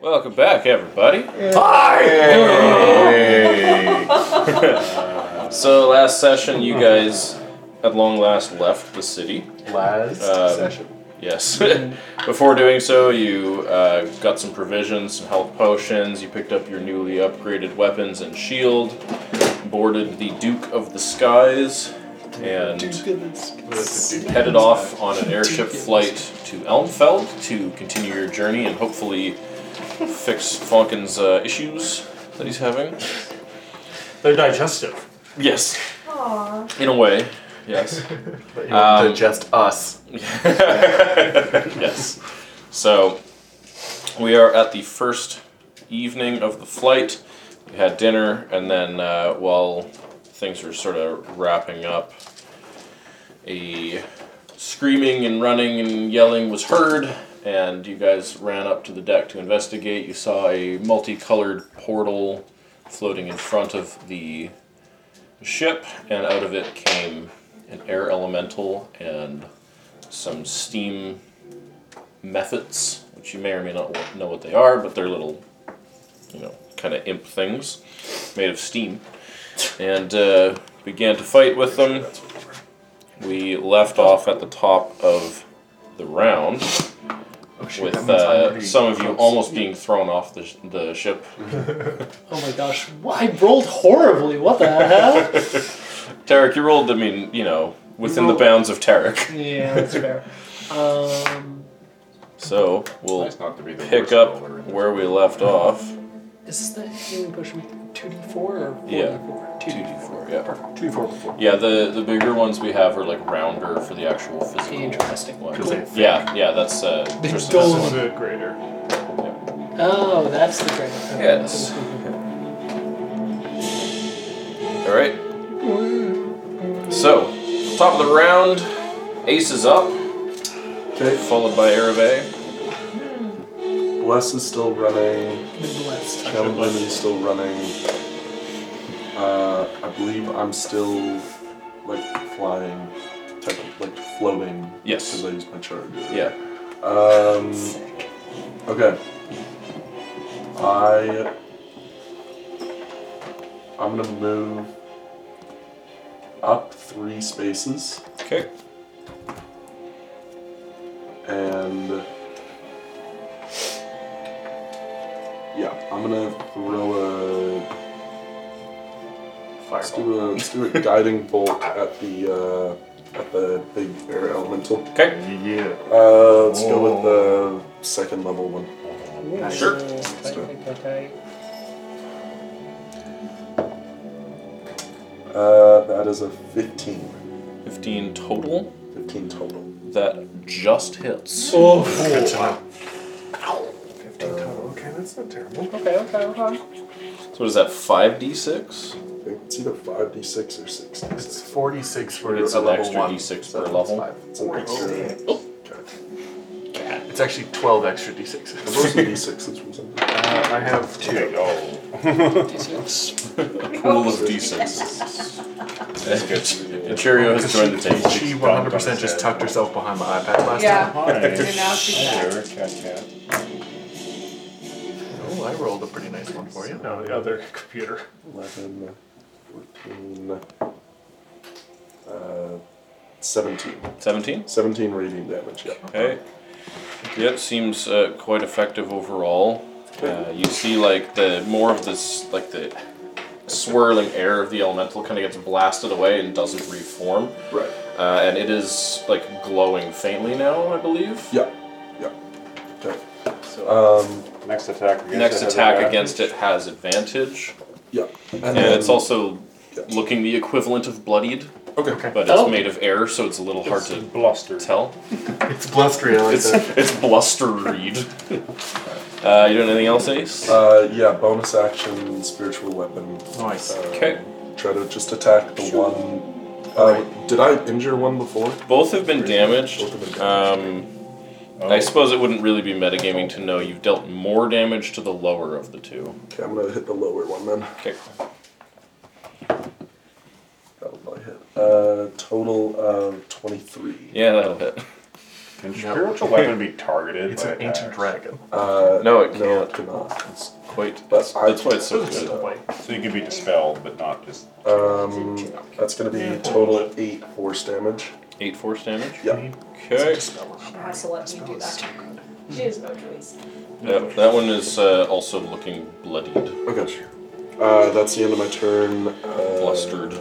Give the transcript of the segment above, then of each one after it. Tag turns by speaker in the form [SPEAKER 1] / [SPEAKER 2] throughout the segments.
[SPEAKER 1] Welcome back, everybody. So last session, you guys, at long last, left the city.
[SPEAKER 2] Last
[SPEAKER 1] Um,
[SPEAKER 2] session.
[SPEAKER 1] Yes. Before doing so, you uh, got some provisions, some health potions. You picked up your newly upgraded weapons and shield. Boarded the Duke of the Skies, and headed off on an airship flight to Elmfeld to continue your journey and hopefully fix Falken's uh, issues that he's having.
[SPEAKER 3] They're digestive.
[SPEAKER 1] Yes,
[SPEAKER 4] Aww.
[SPEAKER 1] in a way. Yes.
[SPEAKER 2] But
[SPEAKER 1] Um,
[SPEAKER 2] to just us.
[SPEAKER 1] yes. So we are at the first evening of the flight. We had dinner, and then uh, while things were sort of wrapping up, a screaming and running and yelling was heard, and you guys ran up to the deck to investigate. You saw a multicolored portal floating in front of the ship, and out of it came an air elemental and some steam methods, which you may or may not wa- know what they are, but they're little, you know, kind of imp things made of steam, and uh, began to fight with them. We left off at the top of the round
[SPEAKER 2] Oh, shoot,
[SPEAKER 1] with
[SPEAKER 2] that means I'm
[SPEAKER 1] uh,
[SPEAKER 2] pretty
[SPEAKER 1] some of you
[SPEAKER 2] close.
[SPEAKER 1] almost being thrown off the, sh- the ship.
[SPEAKER 3] Oh my gosh. Wha- I rolled horribly. What the hell?
[SPEAKER 1] Tarek, you rolled, I mean, you know, within the
[SPEAKER 3] Roll.
[SPEAKER 1] bounds of Tarek.
[SPEAKER 3] yeah, that's fair. Um,
[SPEAKER 1] So we'll
[SPEAKER 5] Nice not to be the
[SPEAKER 1] pick
[SPEAKER 5] worst
[SPEAKER 1] up
[SPEAKER 5] roller in this.
[SPEAKER 1] where we left off.
[SPEAKER 3] is this the healing potion? 2d4 or 4d4?
[SPEAKER 1] Yeah. 2d4, yeah. Yeah, the, the bigger ones we have are like rounder for the actual physical
[SPEAKER 3] Interesting.
[SPEAKER 1] one.
[SPEAKER 2] Cool.
[SPEAKER 1] Yeah, yeah, that's uh,
[SPEAKER 3] They
[SPEAKER 1] Tristan's
[SPEAKER 3] don't-
[SPEAKER 1] one.
[SPEAKER 5] This is a greater.
[SPEAKER 3] Oh, that's the great. okay.
[SPEAKER 1] Yes. All right. So, top of the round, Ace is up,
[SPEAKER 2] Okay.
[SPEAKER 1] followed by Erebe.
[SPEAKER 2] Bless is still running.
[SPEAKER 3] Midwest.
[SPEAKER 2] Gentleman is still running. Uh, I believe I'm still like flying, technically, like floating.
[SPEAKER 1] Yes.
[SPEAKER 2] Because I used my charge.
[SPEAKER 1] Yeah.
[SPEAKER 2] Um. Okay. I. I'm gonna move up three spaces
[SPEAKER 1] Okay.
[SPEAKER 2] and. Yeah, I'm gonna throw a. Let's do a, let's do a guiding bolt at the uh, at the big air elemental.
[SPEAKER 1] Okay.
[SPEAKER 5] Yeah.
[SPEAKER 2] Uh, let's go with the second level one.
[SPEAKER 1] Sure.
[SPEAKER 3] Okay.
[SPEAKER 2] Uh, that is a 15.
[SPEAKER 1] 15 total.
[SPEAKER 2] 15 total.
[SPEAKER 1] That just hits.
[SPEAKER 3] Oh.
[SPEAKER 5] Good to know.
[SPEAKER 2] Uh,
[SPEAKER 5] Okay, that's not terrible.
[SPEAKER 3] Okay, okay, okay.
[SPEAKER 1] So, what is that, 5d6?
[SPEAKER 2] It's either 5d6 or 6d6.
[SPEAKER 5] It's 46 for
[SPEAKER 1] It's
[SPEAKER 5] a
[SPEAKER 1] an
[SPEAKER 5] level
[SPEAKER 1] extra
[SPEAKER 5] one.
[SPEAKER 1] d6
[SPEAKER 2] So
[SPEAKER 1] per
[SPEAKER 2] it's
[SPEAKER 1] level.
[SPEAKER 2] five. It's an extra. Okay.
[SPEAKER 5] It's actually 12 extra d6s.
[SPEAKER 2] Those are d6s from something.
[SPEAKER 5] Uh, I have two.
[SPEAKER 3] D6.
[SPEAKER 1] A pool of d6s. And Cheerio has joined the table.
[SPEAKER 5] She 100% just tucked herself behind my iPad last
[SPEAKER 4] Yeah.
[SPEAKER 5] time.
[SPEAKER 4] You're now seeing that.
[SPEAKER 5] Oh, I rolled a pretty nice one for you.
[SPEAKER 6] No, the other computer.
[SPEAKER 2] 11, 14, uh, 17.
[SPEAKER 1] 17?
[SPEAKER 2] 17 radiant damage, yeah.
[SPEAKER 1] Okay. Yeah, it seems uh, quite effective overall. Uh, you see, like the more of this, like the swirling air of the elemental kind of gets blasted away and doesn't reform,
[SPEAKER 2] Right.
[SPEAKER 1] uh, and it is like glowing faintly now, I believe.
[SPEAKER 2] Yeah. Yeah. Okay.
[SPEAKER 1] So
[SPEAKER 2] Um,
[SPEAKER 7] Next attack against
[SPEAKER 1] next
[SPEAKER 7] it has
[SPEAKER 1] attack
[SPEAKER 7] advantage.
[SPEAKER 1] against it has advantage,
[SPEAKER 2] yeah. And
[SPEAKER 1] and it's also looking the equivalent of bloodied,
[SPEAKER 2] Okay.
[SPEAKER 1] but it's
[SPEAKER 3] Oh.
[SPEAKER 1] made of air, so it's a little hard to
[SPEAKER 7] Bluster.
[SPEAKER 1] tell.
[SPEAKER 5] It's blustery, I like
[SPEAKER 1] It's
[SPEAKER 5] that.
[SPEAKER 1] it's bluster read. Uh, you doing anything else, Ace?
[SPEAKER 2] Uh, yeah, bonus action, spiritual weapon.
[SPEAKER 5] Nice.
[SPEAKER 2] Uh,
[SPEAKER 1] Okay.
[SPEAKER 2] Try to just attack the one. Uh, did I injure one before?
[SPEAKER 1] Both have been damaged.
[SPEAKER 2] Both have been
[SPEAKER 1] Um, I suppose it wouldn't really be metagaming to know you've dealt more damage to the lower of the two.
[SPEAKER 2] Okay, I'm gonna hit the lower one then.
[SPEAKER 1] Okay.
[SPEAKER 2] That'll probably hit. Oh, Uh, total of 23.
[SPEAKER 1] Yeah, that'll hit.
[SPEAKER 6] Can spiritual weapon be targeted?
[SPEAKER 5] It's
[SPEAKER 6] by
[SPEAKER 5] an ancient
[SPEAKER 6] attacks?
[SPEAKER 5] dragon.
[SPEAKER 2] Uh,
[SPEAKER 1] No, it
[SPEAKER 2] No,
[SPEAKER 1] can't.
[SPEAKER 2] it cannot. It's,
[SPEAKER 1] Quite.
[SPEAKER 2] That's-
[SPEAKER 1] That's, why it's so
[SPEAKER 5] It's
[SPEAKER 1] good.
[SPEAKER 5] white.
[SPEAKER 6] So you can be dispelled, but not just.
[SPEAKER 2] um, that's gonna be total eight force damage.
[SPEAKER 1] Eight force damage.
[SPEAKER 2] Yeah. Oh,
[SPEAKER 1] Okay.
[SPEAKER 4] She has to let me do that. She has no choice.
[SPEAKER 1] Yep, that one is uh, also looking bloodied.
[SPEAKER 2] Okay. Uh, that's the end of my turn. Uh,
[SPEAKER 1] Flustered.
[SPEAKER 2] Uh,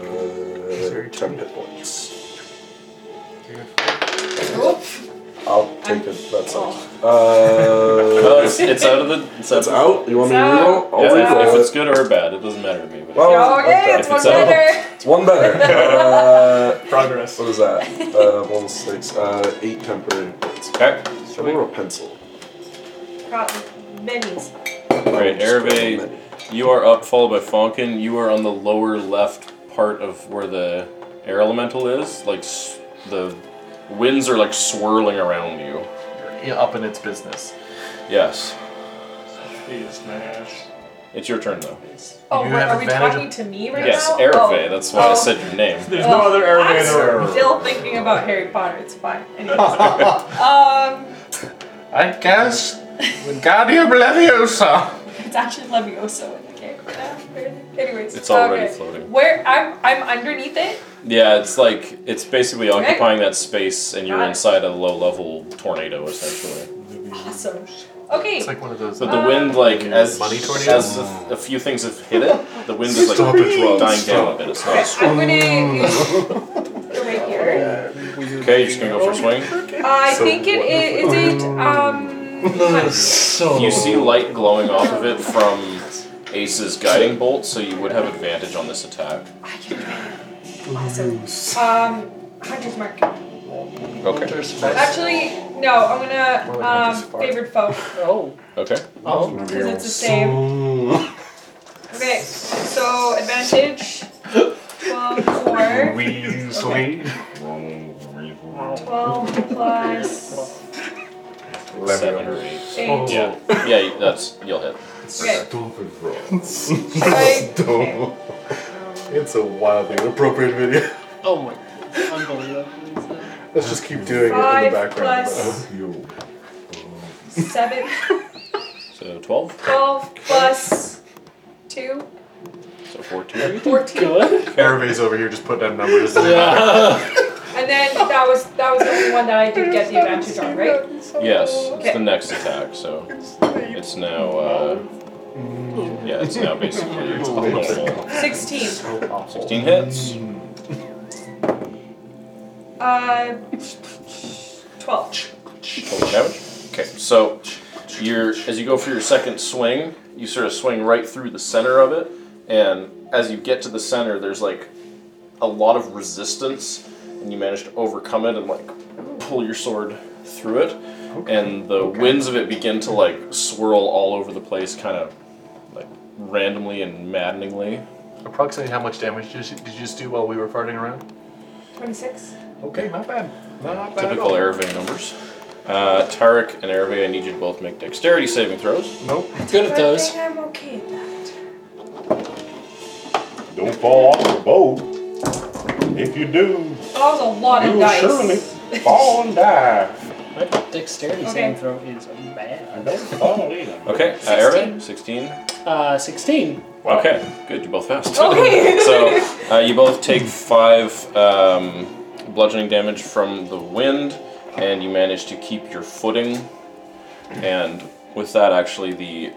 [SPEAKER 5] very
[SPEAKER 2] ten
[SPEAKER 5] tiny.
[SPEAKER 2] hit points. I'll take it. That's it.
[SPEAKER 1] Uh,
[SPEAKER 2] Uh,
[SPEAKER 1] it's, it's out of the. It's,
[SPEAKER 2] that's out. You want me to
[SPEAKER 4] It's
[SPEAKER 2] reroll?
[SPEAKER 4] out.
[SPEAKER 2] I'll
[SPEAKER 1] Yeah,
[SPEAKER 2] reroll
[SPEAKER 1] if,
[SPEAKER 2] it.
[SPEAKER 1] if it's good or bad, it doesn't matter to me. But
[SPEAKER 2] Well,
[SPEAKER 4] Oh,
[SPEAKER 2] okay.
[SPEAKER 4] yay, it's
[SPEAKER 1] If
[SPEAKER 4] one
[SPEAKER 1] it's out.
[SPEAKER 4] better.
[SPEAKER 2] It's one better. Uh,
[SPEAKER 5] Progress.
[SPEAKER 2] what is that? Uh, one six. Uh, eight temporary points.
[SPEAKER 1] okay.
[SPEAKER 2] Can I roll a pencil?
[SPEAKER 4] Got many.
[SPEAKER 1] Alright, Erve, you are up, followed by Fonkin. You are on the lower left part of where the air elemental is. Like, s- the winds are like swirling around you.
[SPEAKER 5] Yeah, up in its business.
[SPEAKER 1] Yes.
[SPEAKER 6] Jeez, man.
[SPEAKER 1] It's your turn, though.
[SPEAKER 4] Oh,
[SPEAKER 5] You
[SPEAKER 4] wait,
[SPEAKER 5] have
[SPEAKER 4] are we
[SPEAKER 5] advantage
[SPEAKER 4] talking to me right
[SPEAKER 1] Yes,
[SPEAKER 4] now?
[SPEAKER 1] Erve.
[SPEAKER 4] Oh.
[SPEAKER 1] That's why I
[SPEAKER 4] Oh.
[SPEAKER 1] said your name.
[SPEAKER 6] There's
[SPEAKER 4] Oh,
[SPEAKER 6] no other
[SPEAKER 4] I'm
[SPEAKER 6] area in the room.
[SPEAKER 4] Still thinking about Harry Potter. It's fine. Anyways. um,
[SPEAKER 5] I guess. Wingardium Leviosa.
[SPEAKER 4] it's actually Levioso in the cave right now. Where- Anyways.
[SPEAKER 1] It's already floating.
[SPEAKER 4] Where I'm, I'm underneath it.
[SPEAKER 1] Yeah, it's like, it's basically
[SPEAKER 4] Okay.
[SPEAKER 1] occupying that space, and you're
[SPEAKER 4] Got it.
[SPEAKER 1] inside a low level tornado, essentially.
[SPEAKER 4] Awesome. Okay.
[SPEAKER 5] It's like one of those.
[SPEAKER 1] But the
[SPEAKER 4] Oh.
[SPEAKER 1] wind, like, as,
[SPEAKER 5] Money tornado?
[SPEAKER 1] as a, a few things have hit it, the wind is like
[SPEAKER 5] Stop it, Rob,
[SPEAKER 1] dying down a
[SPEAKER 5] stop.
[SPEAKER 1] bit. It's
[SPEAKER 4] Okay,
[SPEAKER 1] not
[SPEAKER 4] I'm gonna go right here.
[SPEAKER 1] Okay, you're just gonna go for a swing.
[SPEAKER 4] I think it is. Is it um?
[SPEAKER 3] So
[SPEAKER 1] You see light glowing off of it from Ace's guiding bolt, so you would have advantage on this attack.
[SPEAKER 4] I can Awesome. Um, hunter's mark.
[SPEAKER 1] Okay.
[SPEAKER 4] Actually, no. I'm
[SPEAKER 5] More like
[SPEAKER 4] gonna um
[SPEAKER 5] hunter's mark.
[SPEAKER 4] favored foe
[SPEAKER 3] oh
[SPEAKER 1] Okay.
[SPEAKER 3] oh
[SPEAKER 4] because it's the same. Okay, so advantage. 12, 4,
[SPEAKER 5] We sweet.
[SPEAKER 4] 12 plus
[SPEAKER 1] Seven or eight.
[SPEAKER 4] 8.
[SPEAKER 1] Yeah. Yeah, that's you'll hit.
[SPEAKER 4] Okay.
[SPEAKER 5] It's
[SPEAKER 4] Right. Okay.
[SPEAKER 5] a wildly inappropriate video.
[SPEAKER 3] oh my unbelievable.
[SPEAKER 5] Let's just keep doing it in
[SPEAKER 4] Five
[SPEAKER 5] the background.
[SPEAKER 4] plus-
[SPEAKER 6] You.
[SPEAKER 4] 7,
[SPEAKER 1] So twelve.
[SPEAKER 4] 12 plus 2,
[SPEAKER 1] So fourteen.
[SPEAKER 4] 14.
[SPEAKER 3] Good.
[SPEAKER 5] Hervé's over here just putting down numbers.
[SPEAKER 3] Yeah.
[SPEAKER 4] And then that was that was the only one that I did get the advantage on, right?
[SPEAKER 1] Yes, it's
[SPEAKER 4] Okay.
[SPEAKER 1] the next attack. So it's now. Uh, yeah, it's now basically normal.
[SPEAKER 4] Sixteen.
[SPEAKER 1] Sixteen hits.
[SPEAKER 4] Uh, twelve.
[SPEAKER 1] Total damage. Okay, so you're as you go for your second swing, you sort of swing right through the center of it, and as you get to the center, there's like a lot of resistance, and you manage to overcome it and like pull your sword through it, and the winds of it begin to like swirl all over the place, kind of like randomly and maddeningly.
[SPEAKER 5] Approximately how much damage did you, did you just do while we were farting around?
[SPEAKER 4] Twenty-six.
[SPEAKER 5] Okay, not bad. Not bad
[SPEAKER 1] Typical Erevay numbers. Uh, Tarek and Erevay, I need you to both make dexterity saving throws.
[SPEAKER 5] Nope.
[SPEAKER 3] Good
[SPEAKER 4] I
[SPEAKER 3] at
[SPEAKER 4] think
[SPEAKER 3] those.
[SPEAKER 4] I'm okay at that.
[SPEAKER 6] Don't fall off the boat. If you do,
[SPEAKER 4] Oh, That was a lot of
[SPEAKER 6] you will
[SPEAKER 4] dice.
[SPEAKER 6] surely fall and die.
[SPEAKER 3] My dexterity
[SPEAKER 4] Okay.
[SPEAKER 3] saving throw is
[SPEAKER 6] And
[SPEAKER 3] bad.
[SPEAKER 6] don't fall either.
[SPEAKER 1] Okay, uh, Erevay, 16.
[SPEAKER 3] Uh, sixteen.
[SPEAKER 6] Wow.
[SPEAKER 1] Okay, good. You both passed.
[SPEAKER 4] Okay.
[SPEAKER 1] so uh, you both take five um, bludgeoning damage from the wind, and you manage to keep your footing. And with that, actually, the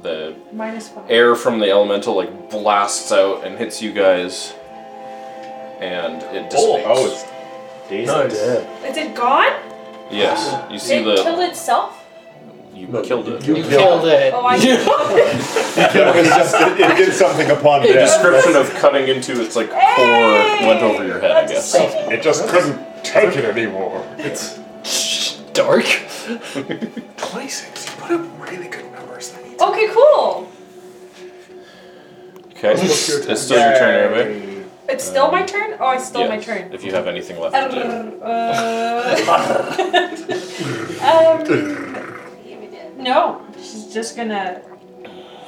[SPEAKER 1] the
[SPEAKER 4] Minus five.
[SPEAKER 1] air from the elemental like blasts out and hits you guys, and it dissipates.
[SPEAKER 6] Oh, it's Daisy.
[SPEAKER 2] Dead.
[SPEAKER 4] Is it gone?
[SPEAKER 1] yes, you see
[SPEAKER 4] Did it kill
[SPEAKER 1] the
[SPEAKER 4] itself?
[SPEAKER 1] you killed it.
[SPEAKER 3] You killed it.
[SPEAKER 4] Oh, I killed it.
[SPEAKER 6] it, just, it, it did something upon
[SPEAKER 1] the
[SPEAKER 6] death.
[SPEAKER 1] description of cutting into its like core
[SPEAKER 4] Hey!
[SPEAKER 1] went over your head, I
[SPEAKER 4] That's
[SPEAKER 1] guess.
[SPEAKER 4] sick.
[SPEAKER 6] It just couldn't take it anymore.
[SPEAKER 5] It's
[SPEAKER 3] Dark.
[SPEAKER 5] 26. You put up really good numbers. That means
[SPEAKER 4] Okay, cool.
[SPEAKER 1] Okay, it's still your turn, Arabic.
[SPEAKER 4] It's still
[SPEAKER 1] Um,
[SPEAKER 4] my turn. Oh, I stole
[SPEAKER 1] Yeah,
[SPEAKER 4] my turn. Um,
[SPEAKER 1] If you have anything left to do.
[SPEAKER 4] Uh, um, no, she's just gonna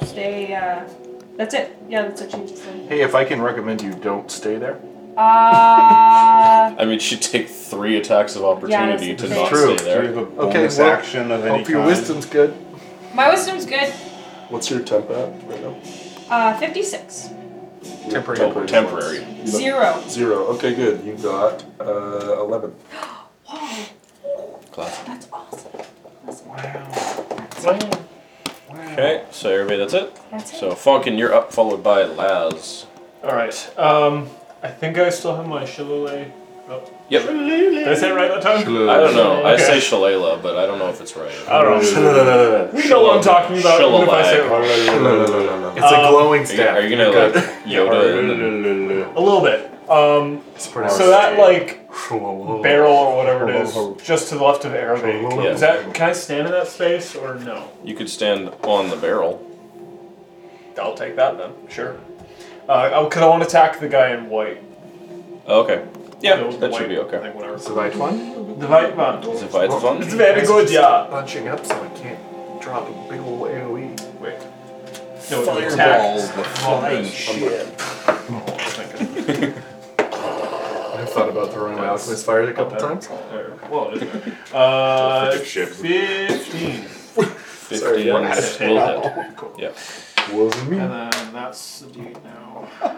[SPEAKER 4] stay. Uh, that's it. Yeah, that's what she just said.
[SPEAKER 5] Hey, if I can recommend you don't stay there,
[SPEAKER 4] Uh,
[SPEAKER 1] I mean, she'd take three attacks of opportunity
[SPEAKER 4] that's
[SPEAKER 1] to
[SPEAKER 4] the
[SPEAKER 1] not
[SPEAKER 2] thing.
[SPEAKER 1] stay
[SPEAKER 2] True.
[SPEAKER 6] Do you
[SPEAKER 1] there.
[SPEAKER 6] have a
[SPEAKER 2] Okay,
[SPEAKER 6] bonus
[SPEAKER 2] well,
[SPEAKER 6] action of any
[SPEAKER 2] Hope your
[SPEAKER 6] kind?
[SPEAKER 2] wisdom's good.
[SPEAKER 4] my wisdom's good.
[SPEAKER 2] What's your temp at right now?
[SPEAKER 4] Uh, 56.
[SPEAKER 2] Your
[SPEAKER 5] Temporary.
[SPEAKER 1] Oh, temporary.
[SPEAKER 2] You got-
[SPEAKER 4] Zero.
[SPEAKER 2] Zero. Okay, good. You got uh, 11.
[SPEAKER 4] Whoa,
[SPEAKER 1] Classic.
[SPEAKER 4] that's awesome.
[SPEAKER 5] Wow.
[SPEAKER 1] Okay, so everybody, that's it.
[SPEAKER 4] That's it.
[SPEAKER 1] So Funkin, you're up, followed by Laz.
[SPEAKER 7] All right. Um, I think I still have my shillelagh.
[SPEAKER 1] Yep.
[SPEAKER 7] Did I say it right that time?
[SPEAKER 1] I don't know. I
[SPEAKER 7] Okay. Uh,
[SPEAKER 1] say Shalala, but I don't know if it's right.
[SPEAKER 7] I don't know. We know what I'm talking about. even if I say it wrong.
[SPEAKER 2] No, no, no, no, no.
[SPEAKER 5] It's a
[SPEAKER 7] Um,
[SPEAKER 5] glowing
[SPEAKER 1] Are you, are
[SPEAKER 5] staff.
[SPEAKER 1] you gonna like Yoda? and then-
[SPEAKER 7] A little bit. Um,
[SPEAKER 5] It's pronounced.
[SPEAKER 7] so that like
[SPEAKER 5] barrel.
[SPEAKER 7] barrel or whatever it is, just to the left of Arabic.
[SPEAKER 1] Yeah.
[SPEAKER 7] Is that? Can I stand in that space or no?
[SPEAKER 1] You could stand on the barrel.
[SPEAKER 7] I'll take that then. Sure. Uh, oh, cause I want to attack the guy in white.
[SPEAKER 1] Oh, okay. Yeah,
[SPEAKER 7] The- the
[SPEAKER 1] that
[SPEAKER 7] white
[SPEAKER 1] should be okay.
[SPEAKER 7] Thing, whatever.
[SPEAKER 5] So that one?
[SPEAKER 7] The white one.
[SPEAKER 1] Is it Viathan?
[SPEAKER 7] It's very good, yeah.
[SPEAKER 5] Bunching up so I can't drop a E. big ol' AoE.
[SPEAKER 7] Wait. No, the attack.
[SPEAKER 6] the
[SPEAKER 7] Oh,
[SPEAKER 6] fly.
[SPEAKER 7] nice. Shit. Oh, I think
[SPEAKER 5] I've thought about throwing my alchemist fires a couple times.
[SPEAKER 7] I- there. Well, it is there. Uh,
[SPEAKER 6] Effective shift.
[SPEAKER 7] fifteen.
[SPEAKER 1] 15
[SPEAKER 5] Sorry, one
[SPEAKER 1] will
[SPEAKER 5] out of
[SPEAKER 7] ten.
[SPEAKER 1] hit.
[SPEAKER 7] Cool.
[SPEAKER 1] Yeah.
[SPEAKER 5] Wasn't me.
[SPEAKER 7] And then that's the D now.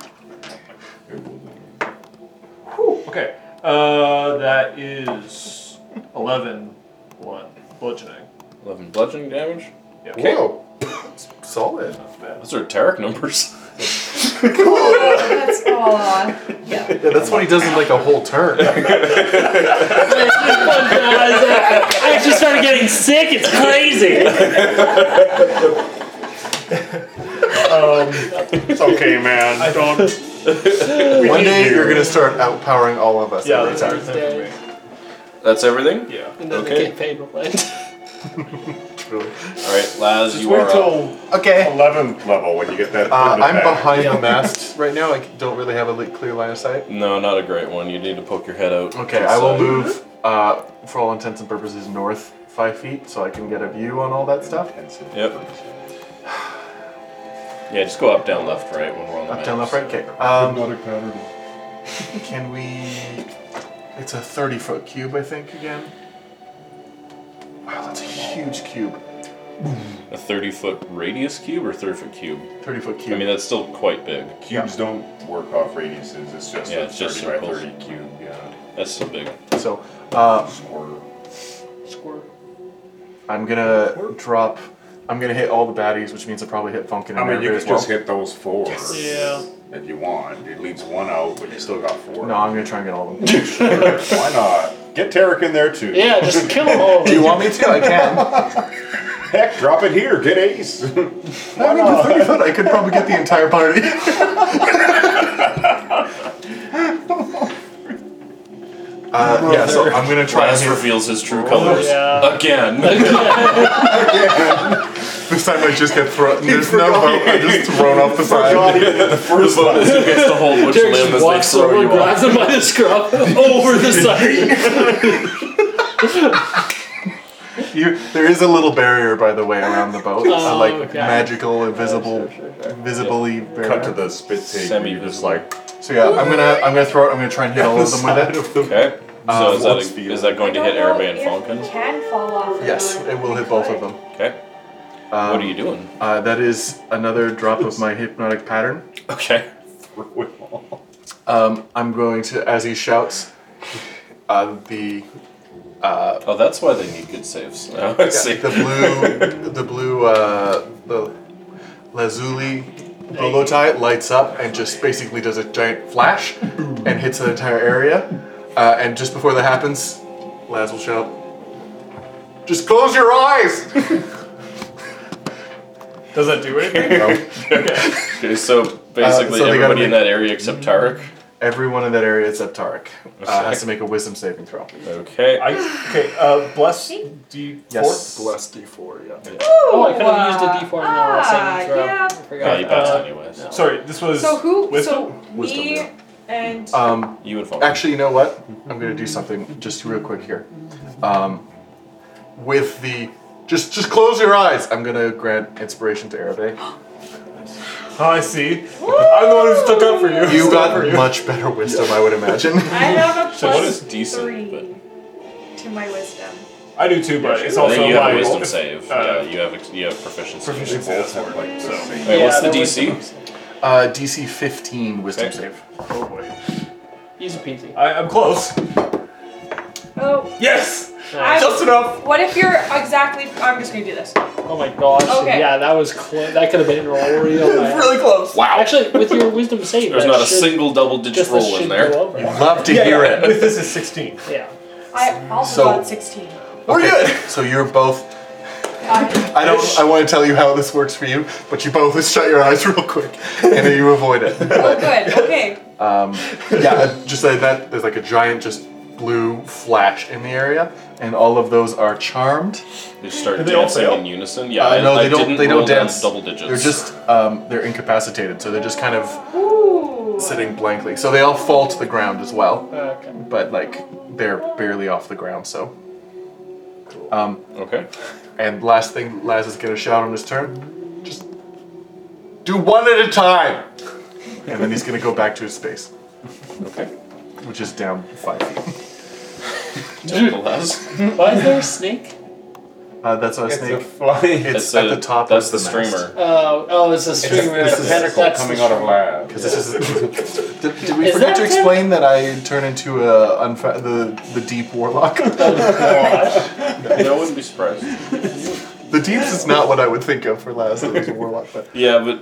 [SPEAKER 7] Whew, okay. Uh, that is 11 1 bludgeoning.
[SPEAKER 1] 11 bludgeoning damage.
[SPEAKER 7] Yeah.
[SPEAKER 5] Whoa. Solid.
[SPEAKER 7] Not bad.
[SPEAKER 1] Those are Taric numbers.
[SPEAKER 4] That's all. Yeah.
[SPEAKER 5] Yeah, that's what he does in like a whole turn.
[SPEAKER 3] I actually started getting sick. It's crazy.
[SPEAKER 6] It's okay, man.
[SPEAKER 7] I don't.
[SPEAKER 5] One day you're gonna start outpowering all of us.
[SPEAKER 7] Yeah,
[SPEAKER 5] every
[SPEAKER 7] that's
[SPEAKER 5] time.
[SPEAKER 7] everything for me.
[SPEAKER 1] That's everything?
[SPEAKER 7] Yeah.
[SPEAKER 3] And then
[SPEAKER 1] Okay.
[SPEAKER 3] they get paid to play.
[SPEAKER 5] Really.
[SPEAKER 1] Alright, Laz,
[SPEAKER 6] Just
[SPEAKER 1] you
[SPEAKER 6] wait
[SPEAKER 1] are up.
[SPEAKER 6] till
[SPEAKER 5] Okay.
[SPEAKER 6] 11th level when you get that.
[SPEAKER 5] Uh,
[SPEAKER 6] third
[SPEAKER 5] I'm
[SPEAKER 6] attack.
[SPEAKER 5] behind the mast right now. I don't really have a li- clear line of sight.
[SPEAKER 1] No, not a great one. You need to poke your head out.
[SPEAKER 5] Okay,
[SPEAKER 1] to the
[SPEAKER 5] I will
[SPEAKER 1] side.
[SPEAKER 5] move, uh, for all intents and purposes, north five feet so I can get a view on all that stuff.
[SPEAKER 1] Yep. Yeah, just go up, down, left, right when we're on the
[SPEAKER 5] Up, down,
[SPEAKER 1] maps.
[SPEAKER 5] left, right. Okay. Um,
[SPEAKER 6] Hypnotic pattern.
[SPEAKER 5] can we? It's a thirty foot cube, I think. Again. Wow, that's a huge cube.
[SPEAKER 1] A 30 foot radius cube or 30 foot cube?
[SPEAKER 5] Thirty foot cube.
[SPEAKER 1] I mean, that's still quite big.
[SPEAKER 6] Cubes don't work off radiuses. It's just
[SPEAKER 1] Yeah,
[SPEAKER 6] a
[SPEAKER 1] it's just
[SPEAKER 6] 30 by
[SPEAKER 1] circles.
[SPEAKER 6] 30 cube. Yeah.
[SPEAKER 1] That's still big.
[SPEAKER 5] so, uh,
[SPEAKER 6] Square.
[SPEAKER 5] I'm gonna drop. I'm gonna hit all the baddies, which means I probably hit Funkin' and
[SPEAKER 6] I mean, you
[SPEAKER 5] everybody as
[SPEAKER 6] can
[SPEAKER 5] well.
[SPEAKER 6] just hit those four
[SPEAKER 7] Yeah.
[SPEAKER 6] if you want. It leaves one out, but you still got four.
[SPEAKER 5] No, I'm gonna try and get all of them.
[SPEAKER 6] Why not? Get Tarek in there too.
[SPEAKER 3] Yeah, just kill them all.
[SPEAKER 5] Do you want me to? I can.
[SPEAKER 6] Heck, drop it here. Get Ace.
[SPEAKER 5] I mean, with 30 foot, I could probably get the entire party. Uh, yeah, so I'm gonna try and
[SPEAKER 1] Laz
[SPEAKER 5] hit.
[SPEAKER 1] reveals his true colors.
[SPEAKER 7] yeah.
[SPEAKER 1] Again.
[SPEAKER 5] This time I just get thrown. There's no vote. I'm just thrown off the side.
[SPEAKER 1] First one is who gets to hold which
[SPEAKER 3] Derek
[SPEAKER 1] limb as
[SPEAKER 3] just
[SPEAKER 1] they
[SPEAKER 3] walks
[SPEAKER 1] throw
[SPEAKER 3] over,
[SPEAKER 1] you off.
[SPEAKER 3] grabs him by the scruff over the side.
[SPEAKER 5] You, there is a little barrier, by the way, around the boat.
[SPEAKER 6] Oh,
[SPEAKER 5] a, like
[SPEAKER 3] okay.
[SPEAKER 5] magical, invisible, visibly barrier.
[SPEAKER 6] Cut to the spit take. and You're just
[SPEAKER 1] Semi-visible.
[SPEAKER 6] like
[SPEAKER 5] So yeah, I'm gonna I'm gonna throw it. I'm gonna try and hit all of them with it.
[SPEAKER 1] Okay.
[SPEAKER 5] Uh,
[SPEAKER 1] So is, that
[SPEAKER 6] what's
[SPEAKER 1] a,
[SPEAKER 6] the-
[SPEAKER 1] is that going to hit
[SPEAKER 4] Arabic
[SPEAKER 1] Araban Falcon?
[SPEAKER 4] Can fall off. or
[SPEAKER 5] Yes,
[SPEAKER 4] not.
[SPEAKER 5] it will hit both of them.
[SPEAKER 1] Okay.
[SPEAKER 5] Um,
[SPEAKER 1] What are you doing?
[SPEAKER 5] Uh, that is another drop of my hypnotic pattern.
[SPEAKER 1] Okay.
[SPEAKER 6] throw it all.
[SPEAKER 5] Um, I'm going to, as he shouts, uh, the
[SPEAKER 1] Oh, that's why they need good saves. Now I see.
[SPEAKER 5] the blue, the blue, uh, the lazuli bolo tie lights up and just basically does a giant flash and hits the entire area. Uh, and just before that happens, Laz will shout, "Just close your eyes."
[SPEAKER 7] Does that do anything?
[SPEAKER 1] Okay, so basically
[SPEAKER 5] Uh, so they gotta
[SPEAKER 1] everybody in
[SPEAKER 5] make- Mm-hmm.
[SPEAKER 1] that area except Tarek.
[SPEAKER 5] Everyone in that area except Tarek uh, has to make a wisdom saving throw.
[SPEAKER 1] Okay.
[SPEAKER 7] I, okay. Uh, bless D4.
[SPEAKER 5] Yes.
[SPEAKER 2] Blessed D4, yeah.
[SPEAKER 3] Oh, I could have used a
[SPEAKER 4] Ooh, uh,
[SPEAKER 3] D4 in the
[SPEAKER 4] ah,
[SPEAKER 3] saving throw. I
[SPEAKER 4] yeah.
[SPEAKER 1] Yeah,
[SPEAKER 3] forgot.
[SPEAKER 1] Oh, you passed
[SPEAKER 7] Uh,
[SPEAKER 1] anyways.
[SPEAKER 7] Sorry, this was.
[SPEAKER 4] So who?
[SPEAKER 7] Wisdom?
[SPEAKER 4] So
[SPEAKER 2] Wisdom,
[SPEAKER 4] me
[SPEAKER 2] yeah.
[SPEAKER 4] and
[SPEAKER 5] Um,
[SPEAKER 1] You would fall.
[SPEAKER 5] Actually, you know what? I'm gonna do something just real quick here. Um, with the just just close your eyes. I'm gonna grant inspiration to Arabe.
[SPEAKER 7] Oh, I see. I'm the one who stuck up for you.
[SPEAKER 5] You
[SPEAKER 7] Stuck up for
[SPEAKER 5] got much better wisdom, I would imagine.
[SPEAKER 4] I have a
[SPEAKER 1] So what is
[SPEAKER 4] plus
[SPEAKER 1] decent,
[SPEAKER 4] three to my wisdom.
[SPEAKER 7] I do too, but it's
[SPEAKER 1] I
[SPEAKER 7] also
[SPEAKER 1] think you
[SPEAKER 7] my
[SPEAKER 1] have a wisdom save.
[SPEAKER 7] uh,
[SPEAKER 1] yeah, you have ex- you have proficiency.
[SPEAKER 7] proficiency. That's the word. So.
[SPEAKER 1] Wait, what's the
[SPEAKER 3] Yeah, that
[SPEAKER 1] DC?
[SPEAKER 5] Uh, DC 15 wisdom
[SPEAKER 1] Okay.
[SPEAKER 5] save.
[SPEAKER 7] Oh boy.
[SPEAKER 3] Easy peasy.
[SPEAKER 7] I, I'm close.
[SPEAKER 4] Oh,
[SPEAKER 7] Yes.
[SPEAKER 4] I-
[SPEAKER 7] Just enough.
[SPEAKER 4] what if you're exactly? I'm just gonna do this.
[SPEAKER 3] Oh my gosh.
[SPEAKER 4] Okay.
[SPEAKER 3] Yeah, that was close. That could have been real.
[SPEAKER 7] It's really close.
[SPEAKER 1] Wow.
[SPEAKER 3] Actually, with your wisdom save,
[SPEAKER 1] There's
[SPEAKER 3] that
[SPEAKER 1] not a
[SPEAKER 3] should-
[SPEAKER 1] single double digit
[SPEAKER 3] just that
[SPEAKER 1] roll in
[SPEAKER 3] should
[SPEAKER 1] there.
[SPEAKER 3] go over.
[SPEAKER 5] Love to hear it.
[SPEAKER 7] With this is 16.
[SPEAKER 3] Yeah.
[SPEAKER 4] I also
[SPEAKER 5] So-
[SPEAKER 4] got 16.
[SPEAKER 5] We're
[SPEAKER 7] good.
[SPEAKER 5] So you're both.
[SPEAKER 4] I,
[SPEAKER 5] I don't. I want to tell you how this works for you, but you both shut your eyes real quick, and then you avoid it.
[SPEAKER 4] oh, good. Okay.
[SPEAKER 5] yeah, just like that. There's like a giant, just blue flash in the area, and all of those are charmed.
[SPEAKER 1] They start
[SPEAKER 7] Did they all
[SPEAKER 1] dancing
[SPEAKER 7] fail?
[SPEAKER 1] in unison. Yeah,
[SPEAKER 5] Uh,
[SPEAKER 1] I,
[SPEAKER 5] no, they
[SPEAKER 1] I
[SPEAKER 5] don't.
[SPEAKER 1] didn't
[SPEAKER 5] They don't
[SPEAKER 1] roll down
[SPEAKER 5] dance.
[SPEAKER 1] double digits.
[SPEAKER 5] They're just. Um, they're incapacitated, so they're just kind of
[SPEAKER 4] Ooh.
[SPEAKER 5] sitting blankly. So they all fall to the ground as well,
[SPEAKER 3] Okay.
[SPEAKER 5] but like they're barely off the ground. So. Um,
[SPEAKER 1] okay.
[SPEAKER 5] and last thing, Laz is gonna shout on his turn. Just do one at a time. And then he's gonna go back to his space,
[SPEAKER 1] Okay.
[SPEAKER 5] which is down five feet.
[SPEAKER 1] Temple has.
[SPEAKER 3] Why is there a snake?
[SPEAKER 5] Uh, that's not a
[SPEAKER 6] It's a
[SPEAKER 5] snake.
[SPEAKER 6] flying.
[SPEAKER 5] It's at the top.
[SPEAKER 1] That's
[SPEAKER 5] of
[SPEAKER 1] the
[SPEAKER 5] mast.
[SPEAKER 1] streamer.
[SPEAKER 3] Oh, oh, it's a string.
[SPEAKER 6] It's a tentacle
[SPEAKER 3] That's the
[SPEAKER 6] coming out of
[SPEAKER 3] string.
[SPEAKER 6] land.
[SPEAKER 5] Because this is. did, did we
[SPEAKER 3] Is
[SPEAKER 5] forget
[SPEAKER 3] that
[SPEAKER 5] to
[SPEAKER 3] him?
[SPEAKER 5] explain that I turn into a unfa- the the deep warlock? the
[SPEAKER 1] Yeah, I wouldn't be surprised.
[SPEAKER 5] deeps is not what I would think of for last as a warlock, but
[SPEAKER 1] Yeah, but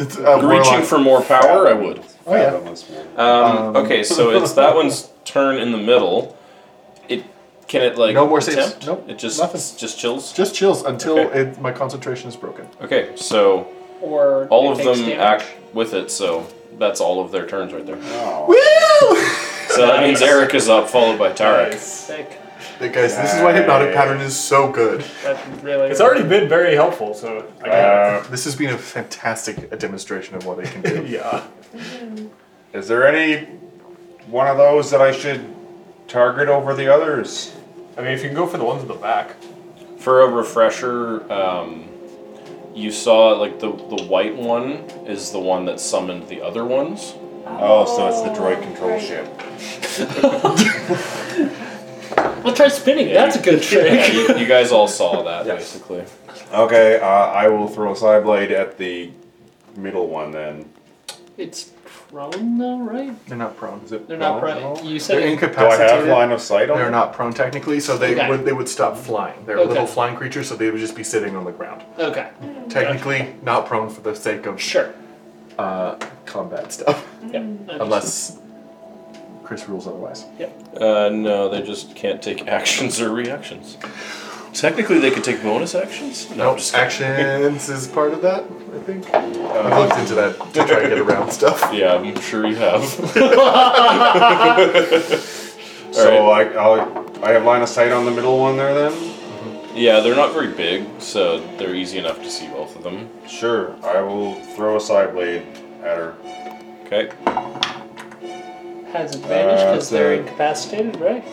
[SPEAKER 5] it's a warlock.
[SPEAKER 1] reaching for more power, I would.
[SPEAKER 5] oh yeah.
[SPEAKER 6] Fathomless man.
[SPEAKER 1] Um, okay, so it's that one's turn in the middle. It can it like
[SPEAKER 5] No more saves.
[SPEAKER 1] attempt?
[SPEAKER 5] Nope,
[SPEAKER 1] It just
[SPEAKER 5] nothing.
[SPEAKER 1] just chills.
[SPEAKER 5] Just chills until
[SPEAKER 1] Okay.
[SPEAKER 5] it, my concentration is broken.
[SPEAKER 1] Okay, so
[SPEAKER 3] Or
[SPEAKER 1] all
[SPEAKER 3] it
[SPEAKER 1] of
[SPEAKER 3] takes
[SPEAKER 1] them
[SPEAKER 3] damage.
[SPEAKER 1] act with it. So that's all of their turns right there.
[SPEAKER 6] Oh.
[SPEAKER 5] Woo!
[SPEAKER 1] So that means Eric is up, followed by Tarek.
[SPEAKER 3] Sick.
[SPEAKER 5] Hey, guys, this is why hypnotic
[SPEAKER 6] Nice.
[SPEAKER 5] pattern is so good.
[SPEAKER 3] That's really.
[SPEAKER 7] It's already been very helpful, so I got
[SPEAKER 6] Uh,
[SPEAKER 5] This has been a fantastic uh, demonstration of what it can do.
[SPEAKER 7] it. Yeah.
[SPEAKER 6] is there any one of those that I should target over the others?
[SPEAKER 7] I mean, if you can go for the ones in the back.
[SPEAKER 1] For a refresher, um, you saw like the the white one is the one that summoned the other ones.
[SPEAKER 6] Oh, so it's the droid control
[SPEAKER 4] right.
[SPEAKER 6] ship.
[SPEAKER 3] Well, try spinning. That's a good
[SPEAKER 1] Yeah,
[SPEAKER 3] trick.
[SPEAKER 1] you, you guys all saw that basically.
[SPEAKER 6] Okay, uh, I will throw a side blade at the middle one then.
[SPEAKER 3] it's prone though, right?
[SPEAKER 5] They're not prone.
[SPEAKER 3] They're not
[SPEAKER 5] prone.
[SPEAKER 3] prone. You said
[SPEAKER 5] They're
[SPEAKER 3] it.
[SPEAKER 6] Do I
[SPEAKER 5] incapacitated.
[SPEAKER 6] have line of sight on
[SPEAKER 5] They're
[SPEAKER 6] it?
[SPEAKER 5] not prone technically, so they
[SPEAKER 3] Okay.
[SPEAKER 5] would they would stop flying. They're
[SPEAKER 3] Okay.
[SPEAKER 5] little flying creatures, so they would just be sitting on the ground.
[SPEAKER 3] Okay.
[SPEAKER 5] Technically, not prone for the sake of
[SPEAKER 3] Sure.
[SPEAKER 5] uh, combat stuff,
[SPEAKER 3] Yeah. understood.
[SPEAKER 5] unless Chris rules otherwise.
[SPEAKER 1] Uh, no, they just can't take actions or reactions. Technically, they could take bonus actions. No,
[SPEAKER 5] No,
[SPEAKER 1] I'm just kidding. Uh,
[SPEAKER 5] actions is part of that. I think I've looked into that to try and get around stuff.
[SPEAKER 1] yeah, I'm sure you have.
[SPEAKER 6] So I, I'll, I have line of sight on the middle one there then?
[SPEAKER 1] yeah, they're not very big, so they're easy enough to see both of them.
[SPEAKER 6] Sure, I will throw a side blade at her.
[SPEAKER 1] Okay,
[SPEAKER 3] has advantage because
[SPEAKER 6] Uh,
[SPEAKER 3] they're
[SPEAKER 6] so-
[SPEAKER 3] incapacitated, right?